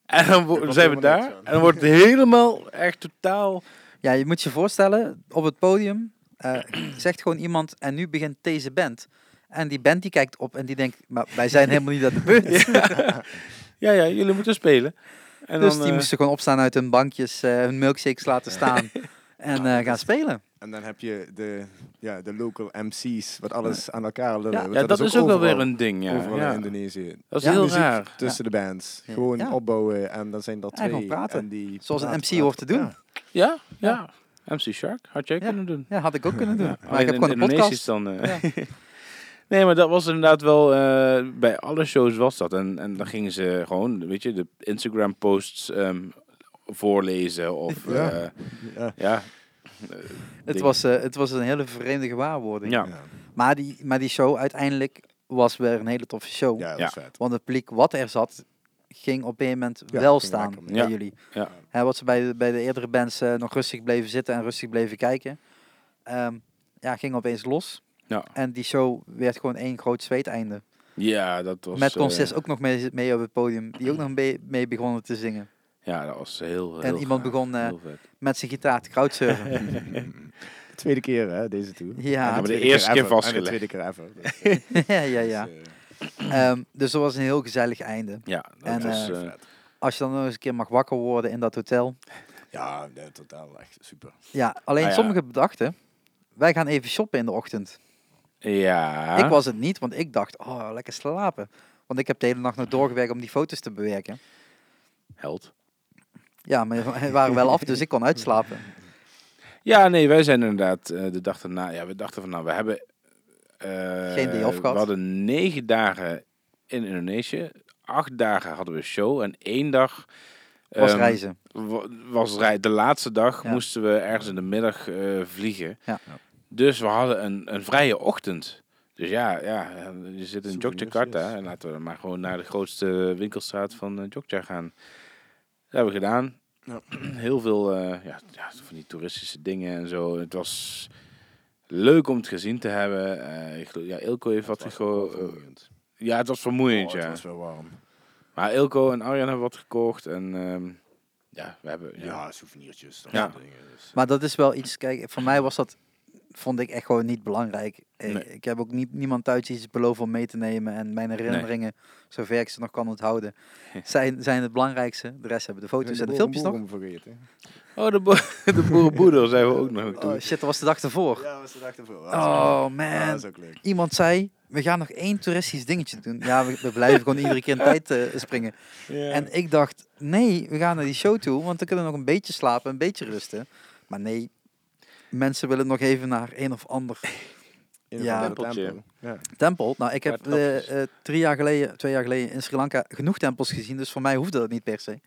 Speaker 4: En dan wo-
Speaker 5: Er was
Speaker 4: zijn we
Speaker 5: helemaal
Speaker 4: daar.
Speaker 5: niks aan.
Speaker 4: En dan wordt het helemaal echt totaal...
Speaker 2: Ja, je moet je voorstellen, op het podium eh, zegt gewoon iemand, en nu begint deze band. En die band die kijkt op en die denkt, maar wij zijn helemaal niet aan de beurt.
Speaker 4: Ja, ja, jullie moeten spelen. En
Speaker 2: dus
Speaker 4: dan,
Speaker 2: die
Speaker 4: eh,
Speaker 2: moesten gewoon opstaan uit hun bankjes, eh, hun milkshakes laten staan en eh, gaan spelen.
Speaker 5: En dan heb je de, ja, de local MC's, wat alles aan elkaar lullen.
Speaker 2: Ja,
Speaker 5: want
Speaker 4: ja, dat, is ook wel
Speaker 5: overal-
Speaker 4: weer een ding. Ja.
Speaker 5: Overal
Speaker 4: Ja.
Speaker 5: in Indonesië.
Speaker 4: Dat is
Speaker 2: Ja,
Speaker 4: heel
Speaker 5: Muziek
Speaker 4: raar.
Speaker 5: tussen de bands.
Speaker 2: Ja.
Speaker 5: Gewoon
Speaker 2: Ja.
Speaker 5: opbouwen en dan zijn er twee.
Speaker 2: gewoon praten.
Speaker 5: en die
Speaker 2: Zoals een
Speaker 5: praten,
Speaker 2: MC hoort te
Speaker 5: praten.
Speaker 2: doen.
Speaker 4: Ja, ja. MC Shark had jij
Speaker 2: Ja.
Speaker 4: kunnen doen.
Speaker 2: Ja, had ik ook kunnen doen. maar
Speaker 4: Alleen
Speaker 2: ik heb gewoon
Speaker 4: in
Speaker 2: een
Speaker 4: Indonesisch
Speaker 2: podcast.
Speaker 4: dan. eh. nee, maar dat was inderdaad wel eh, bij alle shows was dat. En, en dan gingen ze gewoon, weet je, de Instagram posts ehm, voorlezen of
Speaker 5: Ja.
Speaker 4: eh,
Speaker 5: Ja.
Speaker 4: ja.
Speaker 2: Het was, eh, het was een hele vreemde gewaarwording.
Speaker 4: Ja.
Speaker 5: Ja,
Speaker 2: Maar, die, maar die show uiteindelijk was weer een hele toffe show.
Speaker 5: ja, dat
Speaker 4: Ja.
Speaker 5: is vet.
Speaker 2: Want het publiek wat er zat, ging op een moment
Speaker 5: Ja,
Speaker 2: wel
Speaker 5: ging
Speaker 2: staan
Speaker 5: lekker
Speaker 2: bij
Speaker 5: mee.
Speaker 4: Ja,
Speaker 2: jullie.
Speaker 4: ja.
Speaker 2: Hè, wat ze bij de, bij de eerdere bands eh, nog rustig bleven zitten en rustig bleven kijken. Ehm, ja, ging opeens los.
Speaker 4: Ja.
Speaker 2: En die show werd gewoon één groot zweeteinde.
Speaker 4: ja, dat was.
Speaker 2: Met
Speaker 4: eh,
Speaker 2: Consist ook nog mee, mee op het podium. Die ook nog mee, mee begonnen te zingen.
Speaker 4: ja, dat was heel.
Speaker 2: En
Speaker 4: heel
Speaker 2: iemand
Speaker 4: gaaf,
Speaker 2: begon, eh,
Speaker 4: heel vet.
Speaker 2: Met zijn gitaar te crowdsurfen.
Speaker 5: De tweede keer, hè, deze tour.
Speaker 2: Ja.
Speaker 5: En
Speaker 4: maar de
Speaker 5: tweede
Speaker 4: eerste keer
Speaker 5: ever. En
Speaker 4: vastgelegd.
Speaker 5: de tweede keer ever. Dus,
Speaker 2: ja, ja, ja.
Speaker 5: eh,
Speaker 2: Ehm, dus dat was een heel gezellig einde.
Speaker 4: Ja, dat
Speaker 2: en,
Speaker 4: was.
Speaker 2: eh,
Speaker 4: eh,
Speaker 2: Als je dan nog eens een keer mag wakker worden in dat hotel.
Speaker 5: ja, nee, totaal echt super.
Speaker 2: Ja, alleen
Speaker 4: Ah, ja.
Speaker 2: sommigen bedachten... Wij gaan even shoppen in de ochtend.
Speaker 4: eh, ja.
Speaker 2: Ik was het niet, want ik dacht, oh, lekker slapen. Want ik heb de hele nacht nog doorgewerkt om die foto's te bewerken.
Speaker 4: Held.
Speaker 2: Ja, maar we waren wel af, dus ik kon uitslapen.
Speaker 4: Ja, nee, wij zijn inderdaad eh, de dag daarna. Ja, we dachten van nou, we hebben. eh,
Speaker 2: Geen day off gehad.
Speaker 4: We hadden negen dagen in Indonesië. Acht dagen hadden we show en één dag.
Speaker 2: Was
Speaker 4: ehm,
Speaker 2: reizen.
Speaker 4: wa- Was rij. De laatste dag
Speaker 2: Ja.
Speaker 4: moesten we ergens in de middag eh, vliegen.
Speaker 2: Ja.
Speaker 5: Ja.
Speaker 4: Dus we hadden een, een vrije ochtend. Dus ja, ja, je zit in
Speaker 5: Souvenirs,
Speaker 4: Yogyakarta.
Speaker 5: yes.
Speaker 4: En laten we dan maar gewoon naar de grootste winkelstraat van eh, Jogja gaan. Dat hebben we gedaan.
Speaker 5: Ja.
Speaker 4: Heel veel eh, ja, ja, van die toeristische dingen en zo. Het was leuk om het gezien te hebben. Eh, ik geloof- ja, Ilko heeft wat gekocht.
Speaker 5: vermoeiend.
Speaker 4: ja, het was
Speaker 5: Oh,
Speaker 4: vermoeiend,
Speaker 5: het
Speaker 4: eh, ja.
Speaker 5: was wel warm.
Speaker 4: Maar Ilko en Arjan hebben wat gekocht. En ehm, ja, we hebben... Ja,
Speaker 5: Ja, souvenirtjes. Dat
Speaker 4: Ja.
Speaker 5: soort dingen. Dus.
Speaker 2: Maar dat is wel iets, kijk, voor mij was dat vond ik echt gewoon niet belangrijk. Ik,
Speaker 4: Nee.
Speaker 2: ik heb ook niet, niemand thuis iets beloofd om mee te nemen. En mijn herinneringen, zover ik ze nog kan onthouden, zijn, zijn het belangrijkste. De rest hebben de foto's en de filmpjes nog.
Speaker 5: Vergeten.
Speaker 4: Oh, de, bo de boerenboerder zijn we ook nog.
Speaker 2: Oh shit, dat was de dag ervoor.
Speaker 5: Ja, was de dag ervoor.
Speaker 2: Oh
Speaker 5: Ja,
Speaker 2: man.
Speaker 5: dat is ook leuk.
Speaker 2: Iemand zei, we gaan nog één toeristisch dingetje doen. Ja, we, we blijven gewoon iedere keer in tijd eh, springen. En ik dacht, nee, we gaan naar die show toe, want dan kunnen we nog een beetje slapen, een beetje rusten. Maar nee, mensen willen nog even naar een of ander
Speaker 5: In een
Speaker 2: Ja.
Speaker 5: tempeltje.
Speaker 4: Tempeltje.
Speaker 5: Ja.
Speaker 2: tempel. Nou, ik heb
Speaker 4: Waar het grap is.
Speaker 2: eh, eh, drie jaar geleden, twee jaar geleden in Sri Lanka genoeg tempels gezien, dus voor mij hoefde dat niet per se.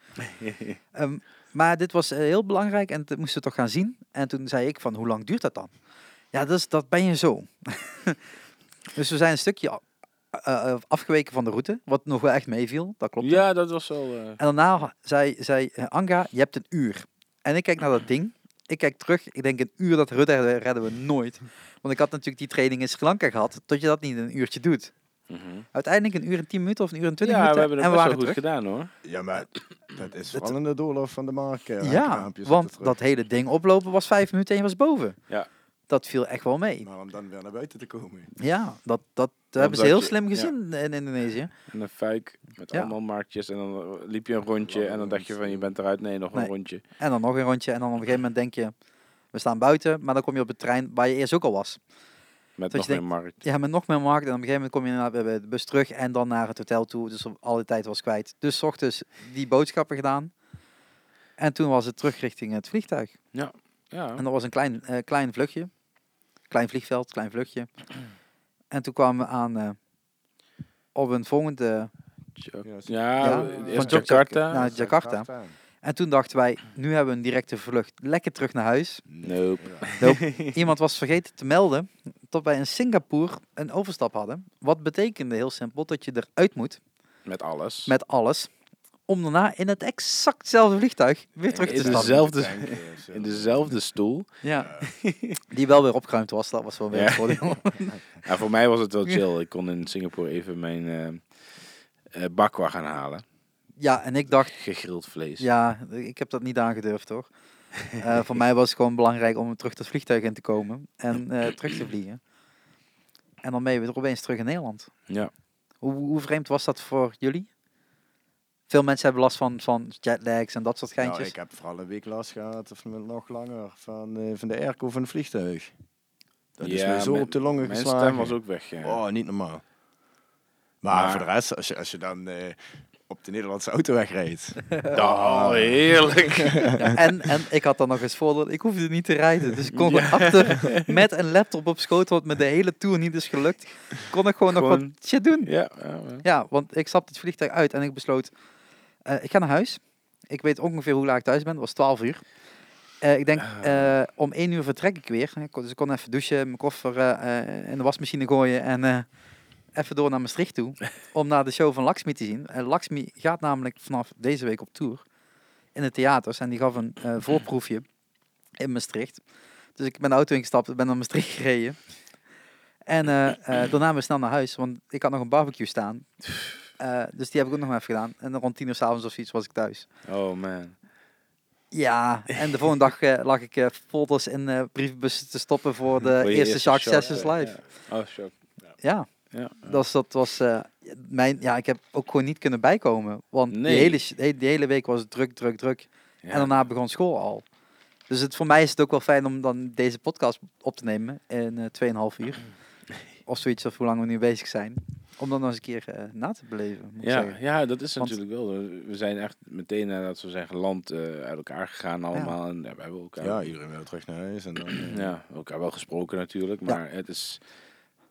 Speaker 2: Ehm, maar dit was eh, heel belangrijk en dat moesten we toch gaan zien. En toen zei ik van, hoe lang duurt dat dan? Ja, dat, is, dat ben je zo. dus we zijn een stukje a- eh, eh, afgeweken van de route, wat nog wel echt meeviel, dat klopt.
Speaker 4: Ja, dat was wel... eh,
Speaker 2: En daarna zei, zei eh, Anga, je hebt een uur. En ik kijk naar dat ding. Ik kijk terug. Ik denk, een uur dat redden, redden we nooit. Want ik had natuurlijk die training in Sri Lanka gehad. Tot je dat niet in een uurtje doet.
Speaker 4: mhm.
Speaker 2: Uiteindelijk een uur en tien minuten of een uur en
Speaker 4: Ja,
Speaker 2: twintig minuten.
Speaker 4: we hebben het
Speaker 2: en we
Speaker 4: best wel
Speaker 2: waren
Speaker 4: goed
Speaker 2: terug.
Speaker 4: gedaan hoor.
Speaker 5: ja, maar dat is vooral in de doorloop van de markt. eh,
Speaker 2: Ja,
Speaker 5: raampjes op de
Speaker 2: want
Speaker 5: terug.
Speaker 2: dat hele ding oplopen was vijf minuten en je was boven.
Speaker 4: Ja.
Speaker 2: Dat viel echt wel mee.
Speaker 5: Maar om dan weer naar buiten te komen.
Speaker 2: Ja, dat, dat hebben ze
Speaker 4: dat
Speaker 2: heel
Speaker 4: je-
Speaker 2: slim
Speaker 4: ja.
Speaker 2: gezien in Indonesië.
Speaker 4: En een fuik met
Speaker 2: Ja.
Speaker 4: allemaal marktjes. En dan eh, liep je een rondje. En dan dacht je van, je bent eruit. Nee, nog een
Speaker 2: Nee.
Speaker 4: rondje.
Speaker 2: En dan nog een rondje. En dan op een gegeven moment denk je, we staan buiten. Maar dan kom je op het trein waar je eerst ook al was. Dat
Speaker 4: Met
Speaker 2: je
Speaker 4: nog meer
Speaker 2: denkt,
Speaker 4: markt.
Speaker 2: Ja, met nog meer markt. En op een gegeven moment kom je naar bij de bus terug en dan naar het hotel toe. Dus al die tijd was kwijt. Dus 's ochtends die boodschappen gedaan. En toen was het terug richting het vliegtuig.
Speaker 4: Ja.
Speaker 2: En dat was een klein, eh, klein vluchtje. Klein vliegveld, klein vluchtje. En toen kwamen we aan eh, op een volgende...
Speaker 4: Ja,
Speaker 5: Ja,
Speaker 4: ja,
Speaker 2: van
Speaker 4: eerst
Speaker 2: Jakarta
Speaker 4: Jakarta.
Speaker 2: naar Jakarta. En toen dachten wij, nu hebben we een directe vlucht. Lekker terug naar huis.
Speaker 4: Nope.
Speaker 2: Iemand was vergeten te melden tot wij in Singapore een overstap hadden. Wat betekende heel simpel dat je eruit moet.
Speaker 4: Met alles.
Speaker 2: met alles. Om daarna in het exactzelfde vliegtuig weer terug te
Speaker 4: in
Speaker 2: stappen.
Speaker 4: dezelfde, in dezelfde stoel.
Speaker 2: Ja. Die wel weer opgeruimd was, dat was wel weer
Speaker 4: Ja.
Speaker 2: een voordeel.
Speaker 4: Ja, voor mij was het wel chill. Ik kon in Singapore even mijn eh, eh, bakwa gaan halen.
Speaker 2: Ja, en ik dacht,
Speaker 4: Gegrild vlees.
Speaker 2: ja, ik heb dat niet aangedurfd hoor. Eh, voor mij was het gewoon belangrijk om terug het vliegtuig in te komen en eh, terug te vliegen. En dan ben je weer opeens terug in Nederland.
Speaker 4: Ja.
Speaker 2: Hoe, hoe vreemd was dat voor jullie? Veel mensen hebben last van, van jetlags en dat soort
Speaker 5: Nou,
Speaker 2: geintjes.
Speaker 5: ik heb vooral een week last gehad, of nog langer, van, eh, van de airco van het vliegtuig. Dat is
Speaker 4: Ja,
Speaker 5: me zo
Speaker 4: mijn-
Speaker 5: op de longen
Speaker 4: Mijn
Speaker 5: geslagen.
Speaker 4: stem was ook weg. eh. Ja.
Speaker 5: Oh, niet normaal. Maar,
Speaker 4: Maar-
Speaker 5: voor de rest, als je, als je dan eh, op de Nederlandse autoweg rijdt.
Speaker 4: Oh, heerlijk.
Speaker 2: Ja, en, en ik had dan nog eens voordeel, ik hoefde niet te rijden. Dus ik kon gewoon achter met een laptop op schoot, wat me de hele tour niet is gelukt, kon ik gewoon, nog
Speaker 4: Gewoon-
Speaker 2: wat shit doen.
Speaker 4: ja, ja, ja.
Speaker 2: Ja, want ik stapte het vliegtuig uit en ik besloot, eh, ik ga naar huis. Ik weet ongeveer hoe laat ik thuis ben, het was 12 uur. Eh, ik denk, eh, om 1 uur vertrek ik weer. Ik kon- Dus ik kon even douchen, mijn koffer eh, eh, in de wasmachine gooien en eh, even door naar Maastricht toe. Om naar de show van Laxmi te zien. En Laxmi gaat namelijk vanaf deze week op tour in de theaters. En die gaf een eh, voorproefje in Maastricht. Dus ik ben de auto ingestapt, ben naar Maastricht gereden. En eh, eh, daarna ben ik snel naar huis, want ik had nog een barbecue staan. Eh, dus die heb ik ook nog maar even gedaan. En dan rond tien uur s'avonds of zoiets was ik thuis.
Speaker 4: Oh
Speaker 2: Eh,
Speaker 4: man.
Speaker 2: Ja, en de volgende dag eh, lag ik eh, folders in eh brievenbussen te stoppen voor de
Speaker 4: Voor je
Speaker 2: eerste Shark
Speaker 4: shot,
Speaker 2: Sessions
Speaker 4: ja,
Speaker 2: Live.
Speaker 4: ja. Oh, shock.
Speaker 2: Ja,
Speaker 4: Ja.
Speaker 2: dus dat was eh, mijn... Ja, ik heb ook gewoon niet kunnen bijkomen. Want
Speaker 4: Nee.
Speaker 2: die, hele, sh- he- die hele week was het druk, druk, druk.
Speaker 4: Ja.
Speaker 2: En daarna begon school al. Dus het, voor mij is het ook wel fijn om dan deze podcast op te nemen in eh 2,5 uur. Of zoiets, of hoe lang we nu bezig zijn. Om dan nog eens een keer eh, na te beleven, moet ik
Speaker 4: Ja,
Speaker 2: zeggen.
Speaker 4: ja, dat is
Speaker 2: Want-
Speaker 4: natuurlijk wel. We zijn echt meteen nadat we zijn geland eh, uit elkaar gegaan allemaal. En we hebben elkaar,
Speaker 5: Ja, iedereen wil terug naar huis. En dan, eh,
Speaker 4: ja, elkaar wel gesproken natuurlijk. Maar het is...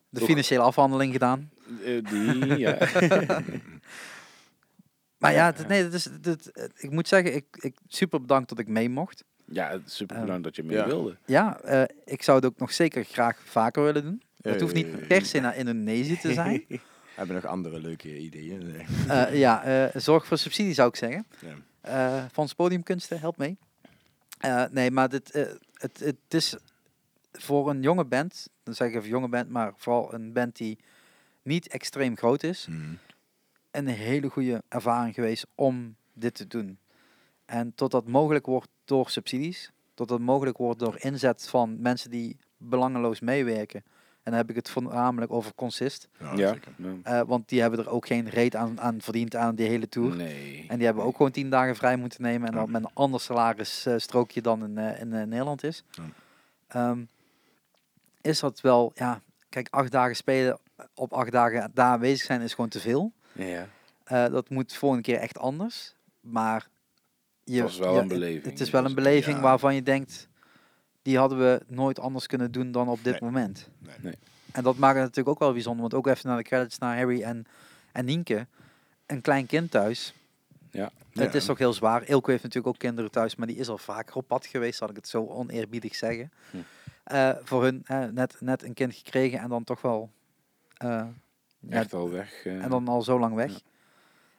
Speaker 2: De financiële afhandeling gedaan.
Speaker 4: eh, die, ja.
Speaker 2: Maar ja, dit- nee, dat is, dit, eh, ik moet zeggen, ik, ik super bedankt dat ik mee mocht.
Speaker 4: ja, het is super belangrijk dat je mee
Speaker 5: Ja.
Speaker 4: wilde.
Speaker 2: Ja, eh, ik zou het ook nog zeker graag vaker willen doen. Het hoeft
Speaker 5: eh,
Speaker 2: niet per se naar Indonesië te zijn.
Speaker 5: Hebben nog andere leuke ideeën? Nee.
Speaker 2: Eh, ja, eh, zorg voor subsidie zou ik zeggen.
Speaker 5: Ja.
Speaker 2: Eh, Fonds Podiumkunsten, help mee. Eh, nee, maar dit, eh, het, het is voor een jonge band, dan zeg ik even jonge band, maar vooral een band die niet extreem groot is,
Speaker 5: Hm.
Speaker 2: een hele goede ervaring geweest om dit te doen. En tot dat mogelijk wordt door subsidies, tot dat mogelijk wordt door inzet van mensen die belangeloos meewerken. En dan heb ik het voornamelijk over Consist.
Speaker 4: Ja.
Speaker 2: Eh, want die hebben er ook geen reet aan, aan verdiend aan die hele tour.
Speaker 4: Nee.
Speaker 2: En die hebben ook gewoon tien dagen vrij moeten nemen. En dan met een ander salarisstrookje dan in, eh, in eh, Nederland is.
Speaker 5: Ja.
Speaker 2: Ehm, is dat wel, ja, kijk, acht dagen spelen op acht dagen daar aanwezig zijn is gewoon te veel.
Speaker 4: Ja.
Speaker 2: Eh, dat moet volgende keer echt anders. Maar je,
Speaker 4: Het was wel
Speaker 2: ja,
Speaker 4: een beleving.
Speaker 2: Het, het is wel een
Speaker 4: Dus-
Speaker 2: beleving
Speaker 5: ja.
Speaker 2: waarvan je denkt, die hadden we nooit anders kunnen doen dan op dit
Speaker 5: Nee.
Speaker 2: moment.
Speaker 5: Nee.
Speaker 4: Nee.
Speaker 2: En dat maakt het natuurlijk ook wel bijzonder. Want ook even naar de credits naar Harry en, en Nienke. Een klein kind thuis.
Speaker 4: Ja.
Speaker 2: Het
Speaker 5: Ja.
Speaker 2: is toch heel zwaar. Ilko heeft natuurlijk ook kinderen thuis, maar die is al vaker op pad geweest, zal ik het zo oneerbiedig zeggen.
Speaker 4: Hm.
Speaker 2: Eh, voor hun eh, net, net een kind gekregen en dan toch wel eh, ja,
Speaker 4: Echt al weg. eh.
Speaker 2: en dan al zo lang weg.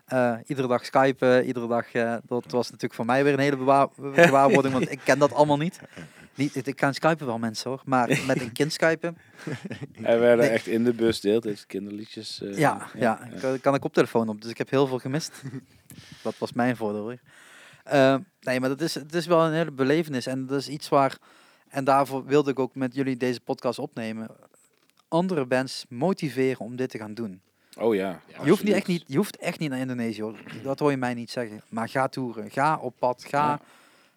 Speaker 2: Eh, iedere dag skypen, iedere dag... eh, dat was natuurlijk voor mij weer een hele bewaar- gewaarwording, want ik ken dat allemaal niet. niet ik kan skypen wel mensen hoor, maar met een kind skypen...
Speaker 4: En we werden
Speaker 2: Nee.
Speaker 4: echt in de bus deelt het kinderliedjes. eh,
Speaker 2: ja, ja, ik kan- kan ik koptelefoon op, dus ik heb heel veel gemist. dat was mijn voordeel weer. Eh, nee, maar dat is, het is wel een hele belevenis en dat is iets waar... En daarvoor wilde ik ook met jullie deze podcast opnemen. Andere bands motiveren om dit te gaan doen.
Speaker 4: Oh ja.
Speaker 2: Je hoeft, niet echt niet, je hoeft echt niet naar Indonesië, hoor. dat hoor je mij niet zeggen. Maar ga toeren, ga op pad, ga.
Speaker 4: Ja.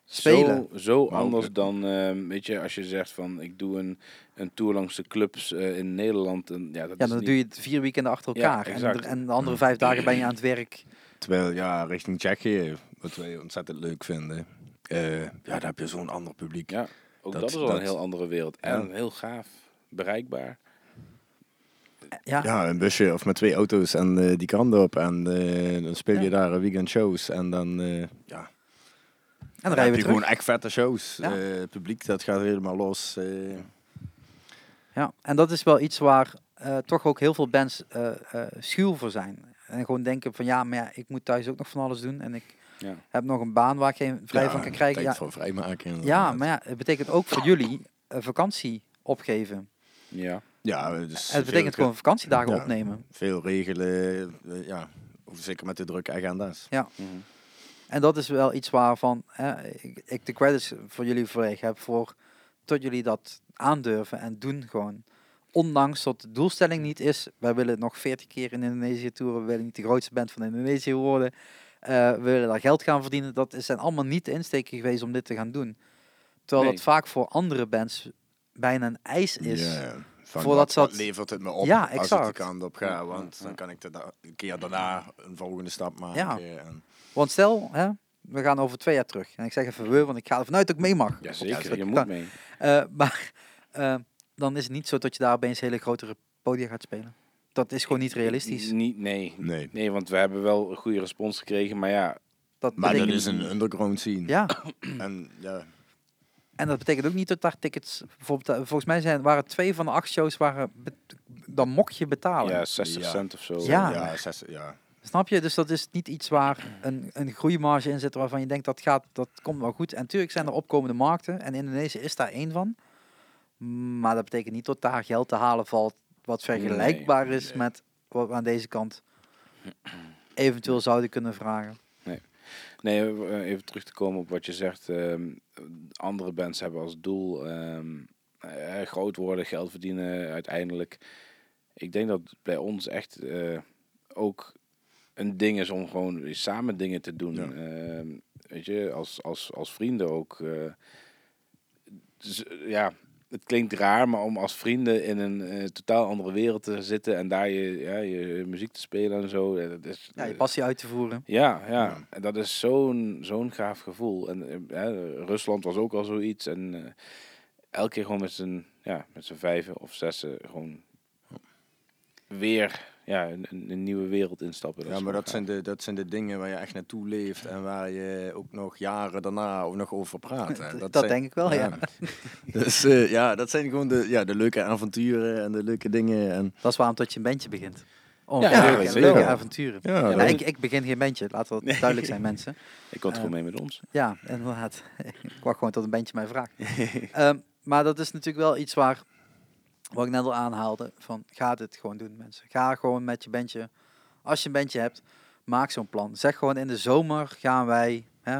Speaker 2: spelen.
Speaker 4: Zo, zo
Speaker 5: Maar ook
Speaker 4: anders
Speaker 5: het-
Speaker 4: dan, ehm, weet je, als je zegt van ik doe een, een tour langs de clubs eh, in Nederland. En, ja, dat
Speaker 2: Ja,
Speaker 4: is
Speaker 2: dan
Speaker 4: niet-
Speaker 2: doe je het vier weekenden achter
Speaker 4: Ja,
Speaker 2: elkaar. en,
Speaker 4: exact.
Speaker 2: er- en de andere vijf dagen ben je aan het werk.
Speaker 5: Terwijl, ja, richting Tsjechië, wat wij ontzettend leuk vinden. eh, ja, daar heb je zo'n ander publiek.
Speaker 4: Ja, ook dat,
Speaker 5: dat-
Speaker 4: is al een
Speaker 5: dat-
Speaker 4: heel andere wereld. En
Speaker 5: Ja.
Speaker 4: heel gaaf, bereikbaar.
Speaker 2: Ja,
Speaker 5: Ja, een busje of met twee auto's en eh, die kant op. En eh, dan speel je
Speaker 2: Ja.
Speaker 5: daar een weekend shows. En dan, eh, ja,
Speaker 2: en dan
Speaker 5: heb
Speaker 2: rijden we
Speaker 5: je
Speaker 2: terug.
Speaker 5: gewoon echt vette shows.
Speaker 2: Ja.
Speaker 5: Eh, het publiek, dat gaat helemaal los. eh.
Speaker 2: Ja. En dat is wel iets waar eh, toch ook heel veel bands eh, eh, schuw voor zijn. En gewoon denken van ja, maar ja, ik moet thuis ook nog van alles doen. En ik
Speaker 4: Ja.
Speaker 2: heb nog een baan waar ik geen vrij
Speaker 5: Ja,
Speaker 2: van kan krijgen.
Speaker 5: tijd
Speaker 2: Ja,
Speaker 5: voor vrijmaken.
Speaker 2: ja,
Speaker 5: inderdaad.
Speaker 2: maar ja, het betekent ook voor jullie eh, vakantie opgeven.
Speaker 4: Ja,
Speaker 5: Ja, dus
Speaker 2: het betekent
Speaker 5: veel-
Speaker 4: eh,
Speaker 2: gewoon vakantiedagen
Speaker 5: Ja.
Speaker 2: opnemen.
Speaker 5: Veel regelen, eh, ja. Of Zeker met de drukke agenda's.
Speaker 4: Mhm.
Speaker 2: En dat is wel iets waarvan hè, ik, ik de credits voor jullie verlegen heb voor tot jullie dat aandurven en doen gewoon. Ondanks dat de doelstelling niet is, wij willen nog 40 keer in Indonesië toeren, we willen niet de grootste band van Indonesië worden, eh, we willen daar geld gaan verdienen. Dat is- zijn allemaal niet de insteken geweest om dit te gaan doen. Terwijl
Speaker 4: Nee.
Speaker 2: dat vaak voor andere bands bijna een eis is.
Speaker 5: Ja, van
Speaker 2: voordat
Speaker 5: wat,
Speaker 2: ze
Speaker 5: wat
Speaker 2: dat-
Speaker 5: levert het me op
Speaker 2: Ja,
Speaker 5: als ik
Speaker 2: exact.
Speaker 5: die kant op ga. Want dan kan ik de da- een keer daarna een volgende stap maken. En,
Speaker 2: Want stel, hè, we gaan over twee jaar terug. En ik zeg even we, want ik ga ervan uit dat ik mee mag.
Speaker 4: ja
Speaker 2: Ja,
Speaker 4: zeker.
Speaker 2: dat
Speaker 4: Je
Speaker 2: kan.
Speaker 4: moet mee.
Speaker 2: Eh, maar eh, dan is het niet zo dat je daar opeens hele grotere podia gaat spelen. Dat is gewoon niet realistisch.
Speaker 4: Niet, nee.
Speaker 5: nee.
Speaker 4: Nee, want we hebben wel een goede respons gekregen. Maar ja,
Speaker 2: Dat
Speaker 5: Maar dat
Speaker 2: betekent,
Speaker 5: is een underground scene.
Speaker 2: ja,
Speaker 5: En ja,
Speaker 2: en dat betekent ook niet dat daar tickets... Bijvoorbeeld, eh, volgens mij zijn, waren twee van de acht shows... Waren be- dan mocht je betalen.
Speaker 4: ja 60
Speaker 5: Ja.
Speaker 4: cent of zo.
Speaker 2: Ja.
Speaker 5: ja, zes, ja.
Speaker 2: Snap je? Dus dat is niet iets waar een, een groeimarge in zit... waarvan je denkt, dat, gaat, dat komt wel goed. En natuurlijk zijn er opkomende markten. En Indonesië is daar één van. Maar dat betekent niet dat daar geld te halen valt... wat vergelijkbaar is
Speaker 5: nee.
Speaker 2: met wat we aan deze kant... eventueel zouden kunnen vragen.
Speaker 4: Nee, eh, even terug te komen op wat je zegt. ehm, andere bands hebben als doel ehm, eh, groot worden, geld verdienen uiteindelijk. Ik denk dat bij ons echt eh, ook een ding is om gewoon samen dingen te doen.
Speaker 5: Ja.
Speaker 4: Ehm, weet je, als, als, als vrienden ook. eh, dus, eh, ja, het klinkt raar, maar om als vrienden in een eh, totaal andere wereld te zitten en daar je, ja, je muziek te spelen en zo. eh, Dat is,
Speaker 2: Ja, je
Speaker 4: eh,
Speaker 2: passie uit te voeren.
Speaker 4: ja, ja.
Speaker 5: Ja.
Speaker 4: En dat is zo'n zo'n gaaf gevoel. En eh, hè, Rusland was ook al zoiets. En eh, elke keer gewoon met z'n ja, met z'n vijven of zessen gewoon weer ja, een, een- een nieuwe wereld instappen.
Speaker 5: ja,
Speaker 4: is
Speaker 5: maar
Speaker 4: wel
Speaker 5: dat
Speaker 4: gaaf.
Speaker 5: zijn, de, dat zijn de dingen waar je echt naartoe leeft en waar je ook nog jaren daarna ook nog over praat. hè.
Speaker 2: Dat
Speaker 5: zijn-
Speaker 2: denk ik wel, ja.
Speaker 5: Dus eh, ja, dat zijn gewoon de, ja, de leuke avonturen en de leuke dingen. En,
Speaker 2: Dat is waarom dat je een bandje begint. Om
Speaker 4: Ja,
Speaker 2: vrolijk en
Speaker 5: zeker.
Speaker 2: leuke avonturen.
Speaker 5: ja,
Speaker 4: dat-
Speaker 2: Ja, ik, ik begin geen bandje, laten we dat duidelijk zijn, mensen.
Speaker 4: Ik kon het
Speaker 2: eh,
Speaker 4: gewoon mee met ons.
Speaker 2: Ja, inderdaad. ik wacht gewoon tot een bandje mij vraagt. Ehm, maar dat is natuurlijk wel iets waar, wat ik net al aanhaalde, van ga dit gewoon doen, mensen. Ga gewoon met je bandje, als je een bandje hebt, maak zo'n plan. Zeg gewoon in de zomer gaan wij hè,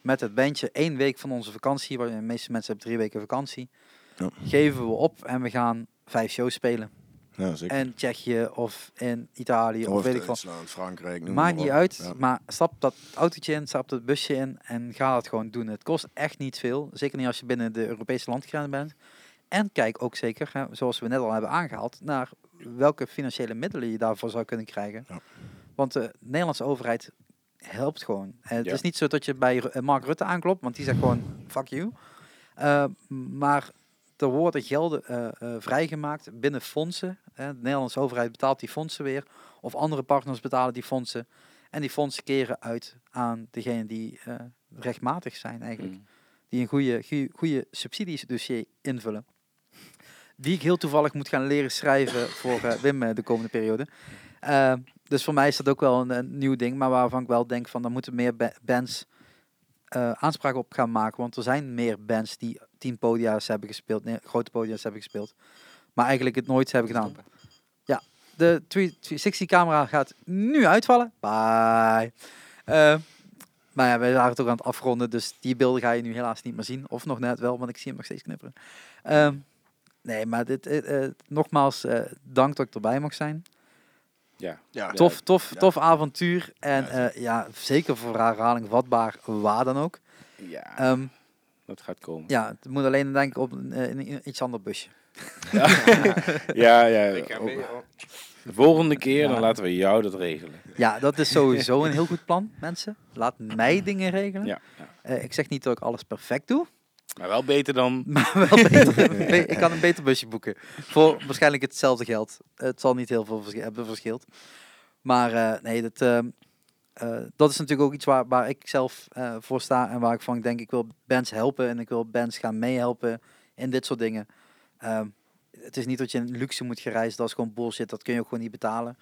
Speaker 2: met het bandje één week van onze vakantie, waar de meeste mensen hebben drie weken vakantie.
Speaker 5: Ja.
Speaker 2: geven we op en we gaan vijf shows spelen.
Speaker 5: Ja, zeker.
Speaker 2: En Tsjechië of in Italië of,
Speaker 5: Of
Speaker 2: weet ik wat.
Speaker 5: Duitsland, Frankrijk, noem
Speaker 2: Maakt
Speaker 5: maar
Speaker 2: niet
Speaker 5: op.
Speaker 2: uit,
Speaker 5: Ja.
Speaker 2: maar stap dat autootje in, stap dat busje in en ga dat gewoon doen. Het kost echt niet veel, zeker niet als je binnen de Europese landgrenzen bent. En kijk ook zeker, hè, zoals we net al hebben aangehaald, naar welke financiële middelen je daarvoor zou kunnen krijgen.
Speaker 5: Ja.
Speaker 2: Want de Nederlandse overheid helpt gewoon. Eh, het
Speaker 4: Ja.
Speaker 2: is niet zo dat je bij Ru- eh, Mark Rutte aanklopt, want die zegt gewoon fuck you. Eh, maar er worden gelden eh, eh, vrijgemaakt binnen fondsen. Hè. De Nederlandse overheid betaalt die fondsen weer. Of andere partners betalen die fondsen. En die fondsen keren uit aan degenen die eh, rechtmatig zijn eigenlijk. Die een goede, goede, goede subsidiesdossier invullen. Die ik heel toevallig moet gaan leren schrijven voor eh, Wim eh, de komende periode. Eh, dus voor mij is dat ook wel een, een nieuw ding. Maar waarvan ik wel denk van, daar moeten meer ba- bands eh, aanspraak op gaan maken. Want er zijn meer bands die tien podia's hebben gespeeld. Nee, grote podia's hebben gespeeld. Maar eigenlijk het nooit hebben gedaan. Ja, de 360 camera gaat nu uitvallen. Bye. Eh, maar ja, we waren het ook aan het afronden. Dus die beelden ga je nu helaas niet meer zien. Of nog net wel, want ik zie hem nog steeds knipperen. Ehm, nee, maar dit, eh, eh, nogmaals, eh, dank dat ik erbij mag zijn.
Speaker 4: Ja.
Speaker 5: Ja.
Speaker 2: Tof, tof,
Speaker 5: ja.
Speaker 2: tof avontuur. En
Speaker 5: Ja,
Speaker 2: eh, ja, zeker voor herhaling vatbaar, waar dan ook.
Speaker 4: Ja,
Speaker 2: Ehm,
Speaker 4: dat gaat komen.
Speaker 2: ja, het moet alleen denk ik op een, eh, in een iets ander busje.
Speaker 4: Ja, ja.
Speaker 6: Ik ga
Speaker 4: ook-
Speaker 6: mee, hoor.
Speaker 4: de volgende keer
Speaker 2: Ja.
Speaker 4: dan laten we jou dat regelen.
Speaker 2: Ja, dat is sowieso een heel goed plan, mensen. Laat mij dingen regelen.
Speaker 4: Ja. ja.
Speaker 2: Eh, ik zeg niet dat ik alles perfect doe,
Speaker 4: Maar wel beter dan.
Speaker 2: maar wel beter, ik kan een beter busje boeken. Voor waarschijnlijk hetzelfde geld. Het zal niet heel veel versche- hebben verschilt. Maar eh, nee, dat, ehm, eh, dat is natuurlijk ook iets waar, waar ik zelf eh, voor sta. En waar ik van denk, ik wil bands helpen. En ik wil bands gaan meehelpen in dit soort dingen. Ehm, het is niet dat je in luxe moet gereizen. Dat is gewoon bullshit. Dat kun je ook gewoon niet betalen.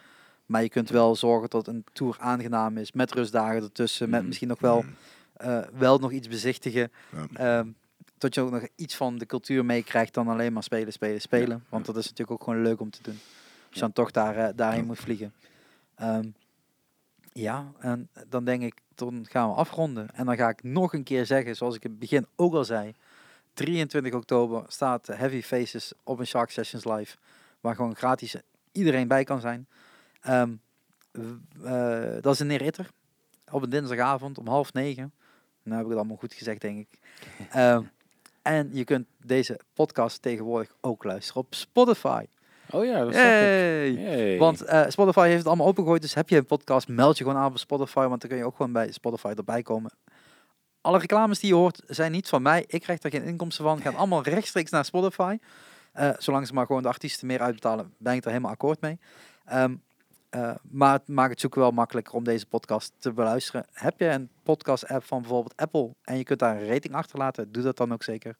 Speaker 2: Maar je kunt wel zorgen dat een tour aangenaam is. Met rustdagen ertussen. Met
Speaker 4: Mhm.
Speaker 2: misschien nog wel, eh, wel nog iets bezichtigen. Ehm, dat je ook nog iets van de cultuur meekrijgt dan alleen maar spelen, spelen, spelen. Want dat is natuurlijk ook gewoon leuk om te doen. Als je dan toch daar, eh, daarheen moet vliegen. Ehm, ja, en dan denk ik, dan gaan we afronden. En dan ga ik nog een keer zeggen, zoals ik in het begin ook al zei. 23 oktober staat Heavy Faces op een Shark Sessions live. Waar gewoon gratis iedereen bij kan zijn. Ehm, w- eh, dat is in Neeritter. Op een dinsdagavond om half negen. Nou heb ik het allemaal goed gezegd, denk ik. Ehm, en je kunt deze podcast tegenwoordig ook luisteren op Spotify.
Speaker 4: Oh ja, dat
Speaker 2: Hey!
Speaker 4: Hey.
Speaker 2: Want eh, Spotify heeft het allemaal opengegooid. Dus heb je een podcast, meld je gewoon aan bij Spotify. Want dan kun je ook gewoon bij Spotify erbij komen. Alle reclames die je hoort zijn niet van mij. Ik krijg daar geen inkomsten van. Gaan allemaal rechtstreeks naar Spotify. Eh, zolang ze maar gewoon de artiesten meer uitbetalen, ben ik daar helemaal akkoord mee. Ehm, eh, maar het maakt het zoeken wel makkelijker om deze podcast te beluisteren. Heb je een podcast-app van bijvoorbeeld Apple en je kunt daar een rating achterlaten, doe dat dan ook zeker.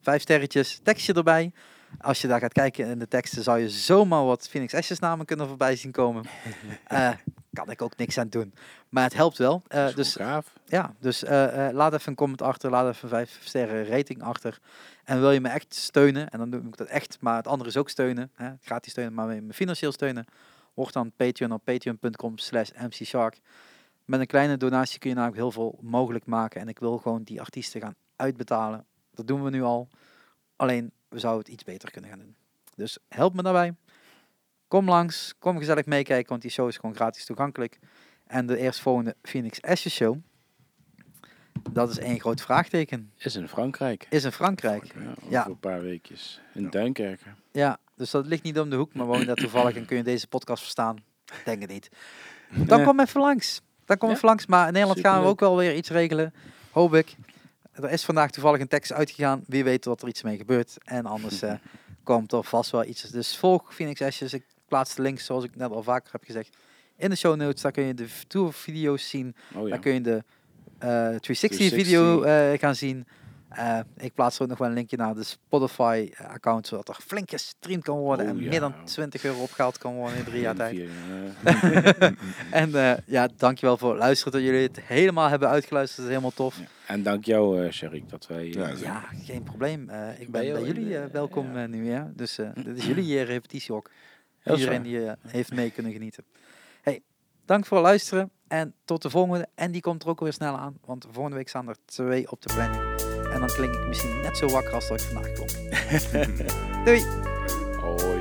Speaker 2: Vijf sterretjes, tekstje erbij. Als je daar gaat kijken in de teksten, zou je zomaar wat Phoenix Ashes namen kunnen voorbij zien komen. Eh, kan ik ook niks aan doen. Maar het helpt wel. Eh,
Speaker 4: Dat is
Speaker 2: dus
Speaker 4: wel gaaf.
Speaker 2: ja, dus eh, eh, laat even een comment achter, laat even een vijf sterren rating achter. En wil je me echt steunen, en dan doe ik dat echt, maar het andere is ook steunen. Hè, gratis steunen, maar wil je me financieel steunen, word dan Patreon op patreon.com slash mcshark. Met een kleine donatie kun je namelijk heel veel mogelijk maken. En ik wil gewoon die artiesten gaan uitbetalen. Dat doen we nu al. Alleen, we zouden het iets beter kunnen gaan doen. Dus help me daarbij. Kom langs, kom gezellig meekijken, want die show is gewoon gratis toegankelijk. En de eerstvolgende Phoenix Ashes show dat is één groot vraagteken.
Speaker 4: Is in Frankrijk.
Speaker 2: Is in Frankrijk.
Speaker 4: Ja, over
Speaker 2: Ja.
Speaker 4: een paar weekjes. In Duinkerken.
Speaker 2: Ja, dus dat ligt niet om de hoek, maar woon je daar toevallig en kun je deze podcast verstaan? Denk het niet.
Speaker 4: Eh,
Speaker 2: Dan kom even langs. Dan kom
Speaker 4: Ja?
Speaker 2: even langs, maar in Nederland gaan we
Speaker 4: Superleuk.
Speaker 2: ook wel weer iets regelen. Hoop ik. Er is vandaag toevallig een tekst uitgegaan. Wie weet wat er iets mee gebeurt. En anders eh, komt er vast wel iets. Dus volg Phoenix Ashes. Ik plaats de links, zoals ik net al vaker heb gezegd, in de show notes. Daar kun je de tourvideo's zien.
Speaker 4: Oh ja.
Speaker 2: Dan kun je de eh 360-video gaan zien. Eh, ik plaats er ook nog wel een linkje naar de Spotify-account, zodat er flink gestreamd kan worden
Speaker 4: Oh
Speaker 2: en
Speaker 4: ja.
Speaker 2: meer dan 20 euro opgehaald kan worden in drie jaar
Speaker 4: In
Speaker 2: tijd.
Speaker 4: vier jaar, eh.
Speaker 2: en eh, ja, dankjewel voor het luisteren dat jullie het helemaal hebben uitgeluisterd. Dat is helemaal tof.
Speaker 4: Ja. En dank jou, eh Sharik, dat wij... eh,
Speaker 5: Ja, zeker.
Speaker 2: Ja, geen probleem. Eh, ik ben
Speaker 4: jou
Speaker 2: bij
Speaker 4: en,
Speaker 2: jullie eh,
Speaker 4: eh,
Speaker 2: welkom
Speaker 4: ja.
Speaker 2: eh, nu, ja. Dus eh, dit is jullie eh, repetitiehok.
Speaker 4: Heel
Speaker 2: Iedereen
Speaker 4: zwaar.
Speaker 2: die eh, heeft mee kunnen genieten. Hey, dank voor het luisteren. En tot de volgende. En die komt er ook weer snel aan. Want volgende week staan er twee op de planning. En dan klink ik misschien net zo wakker als dat ik vandaag klonk. Doei!
Speaker 4: Hoi.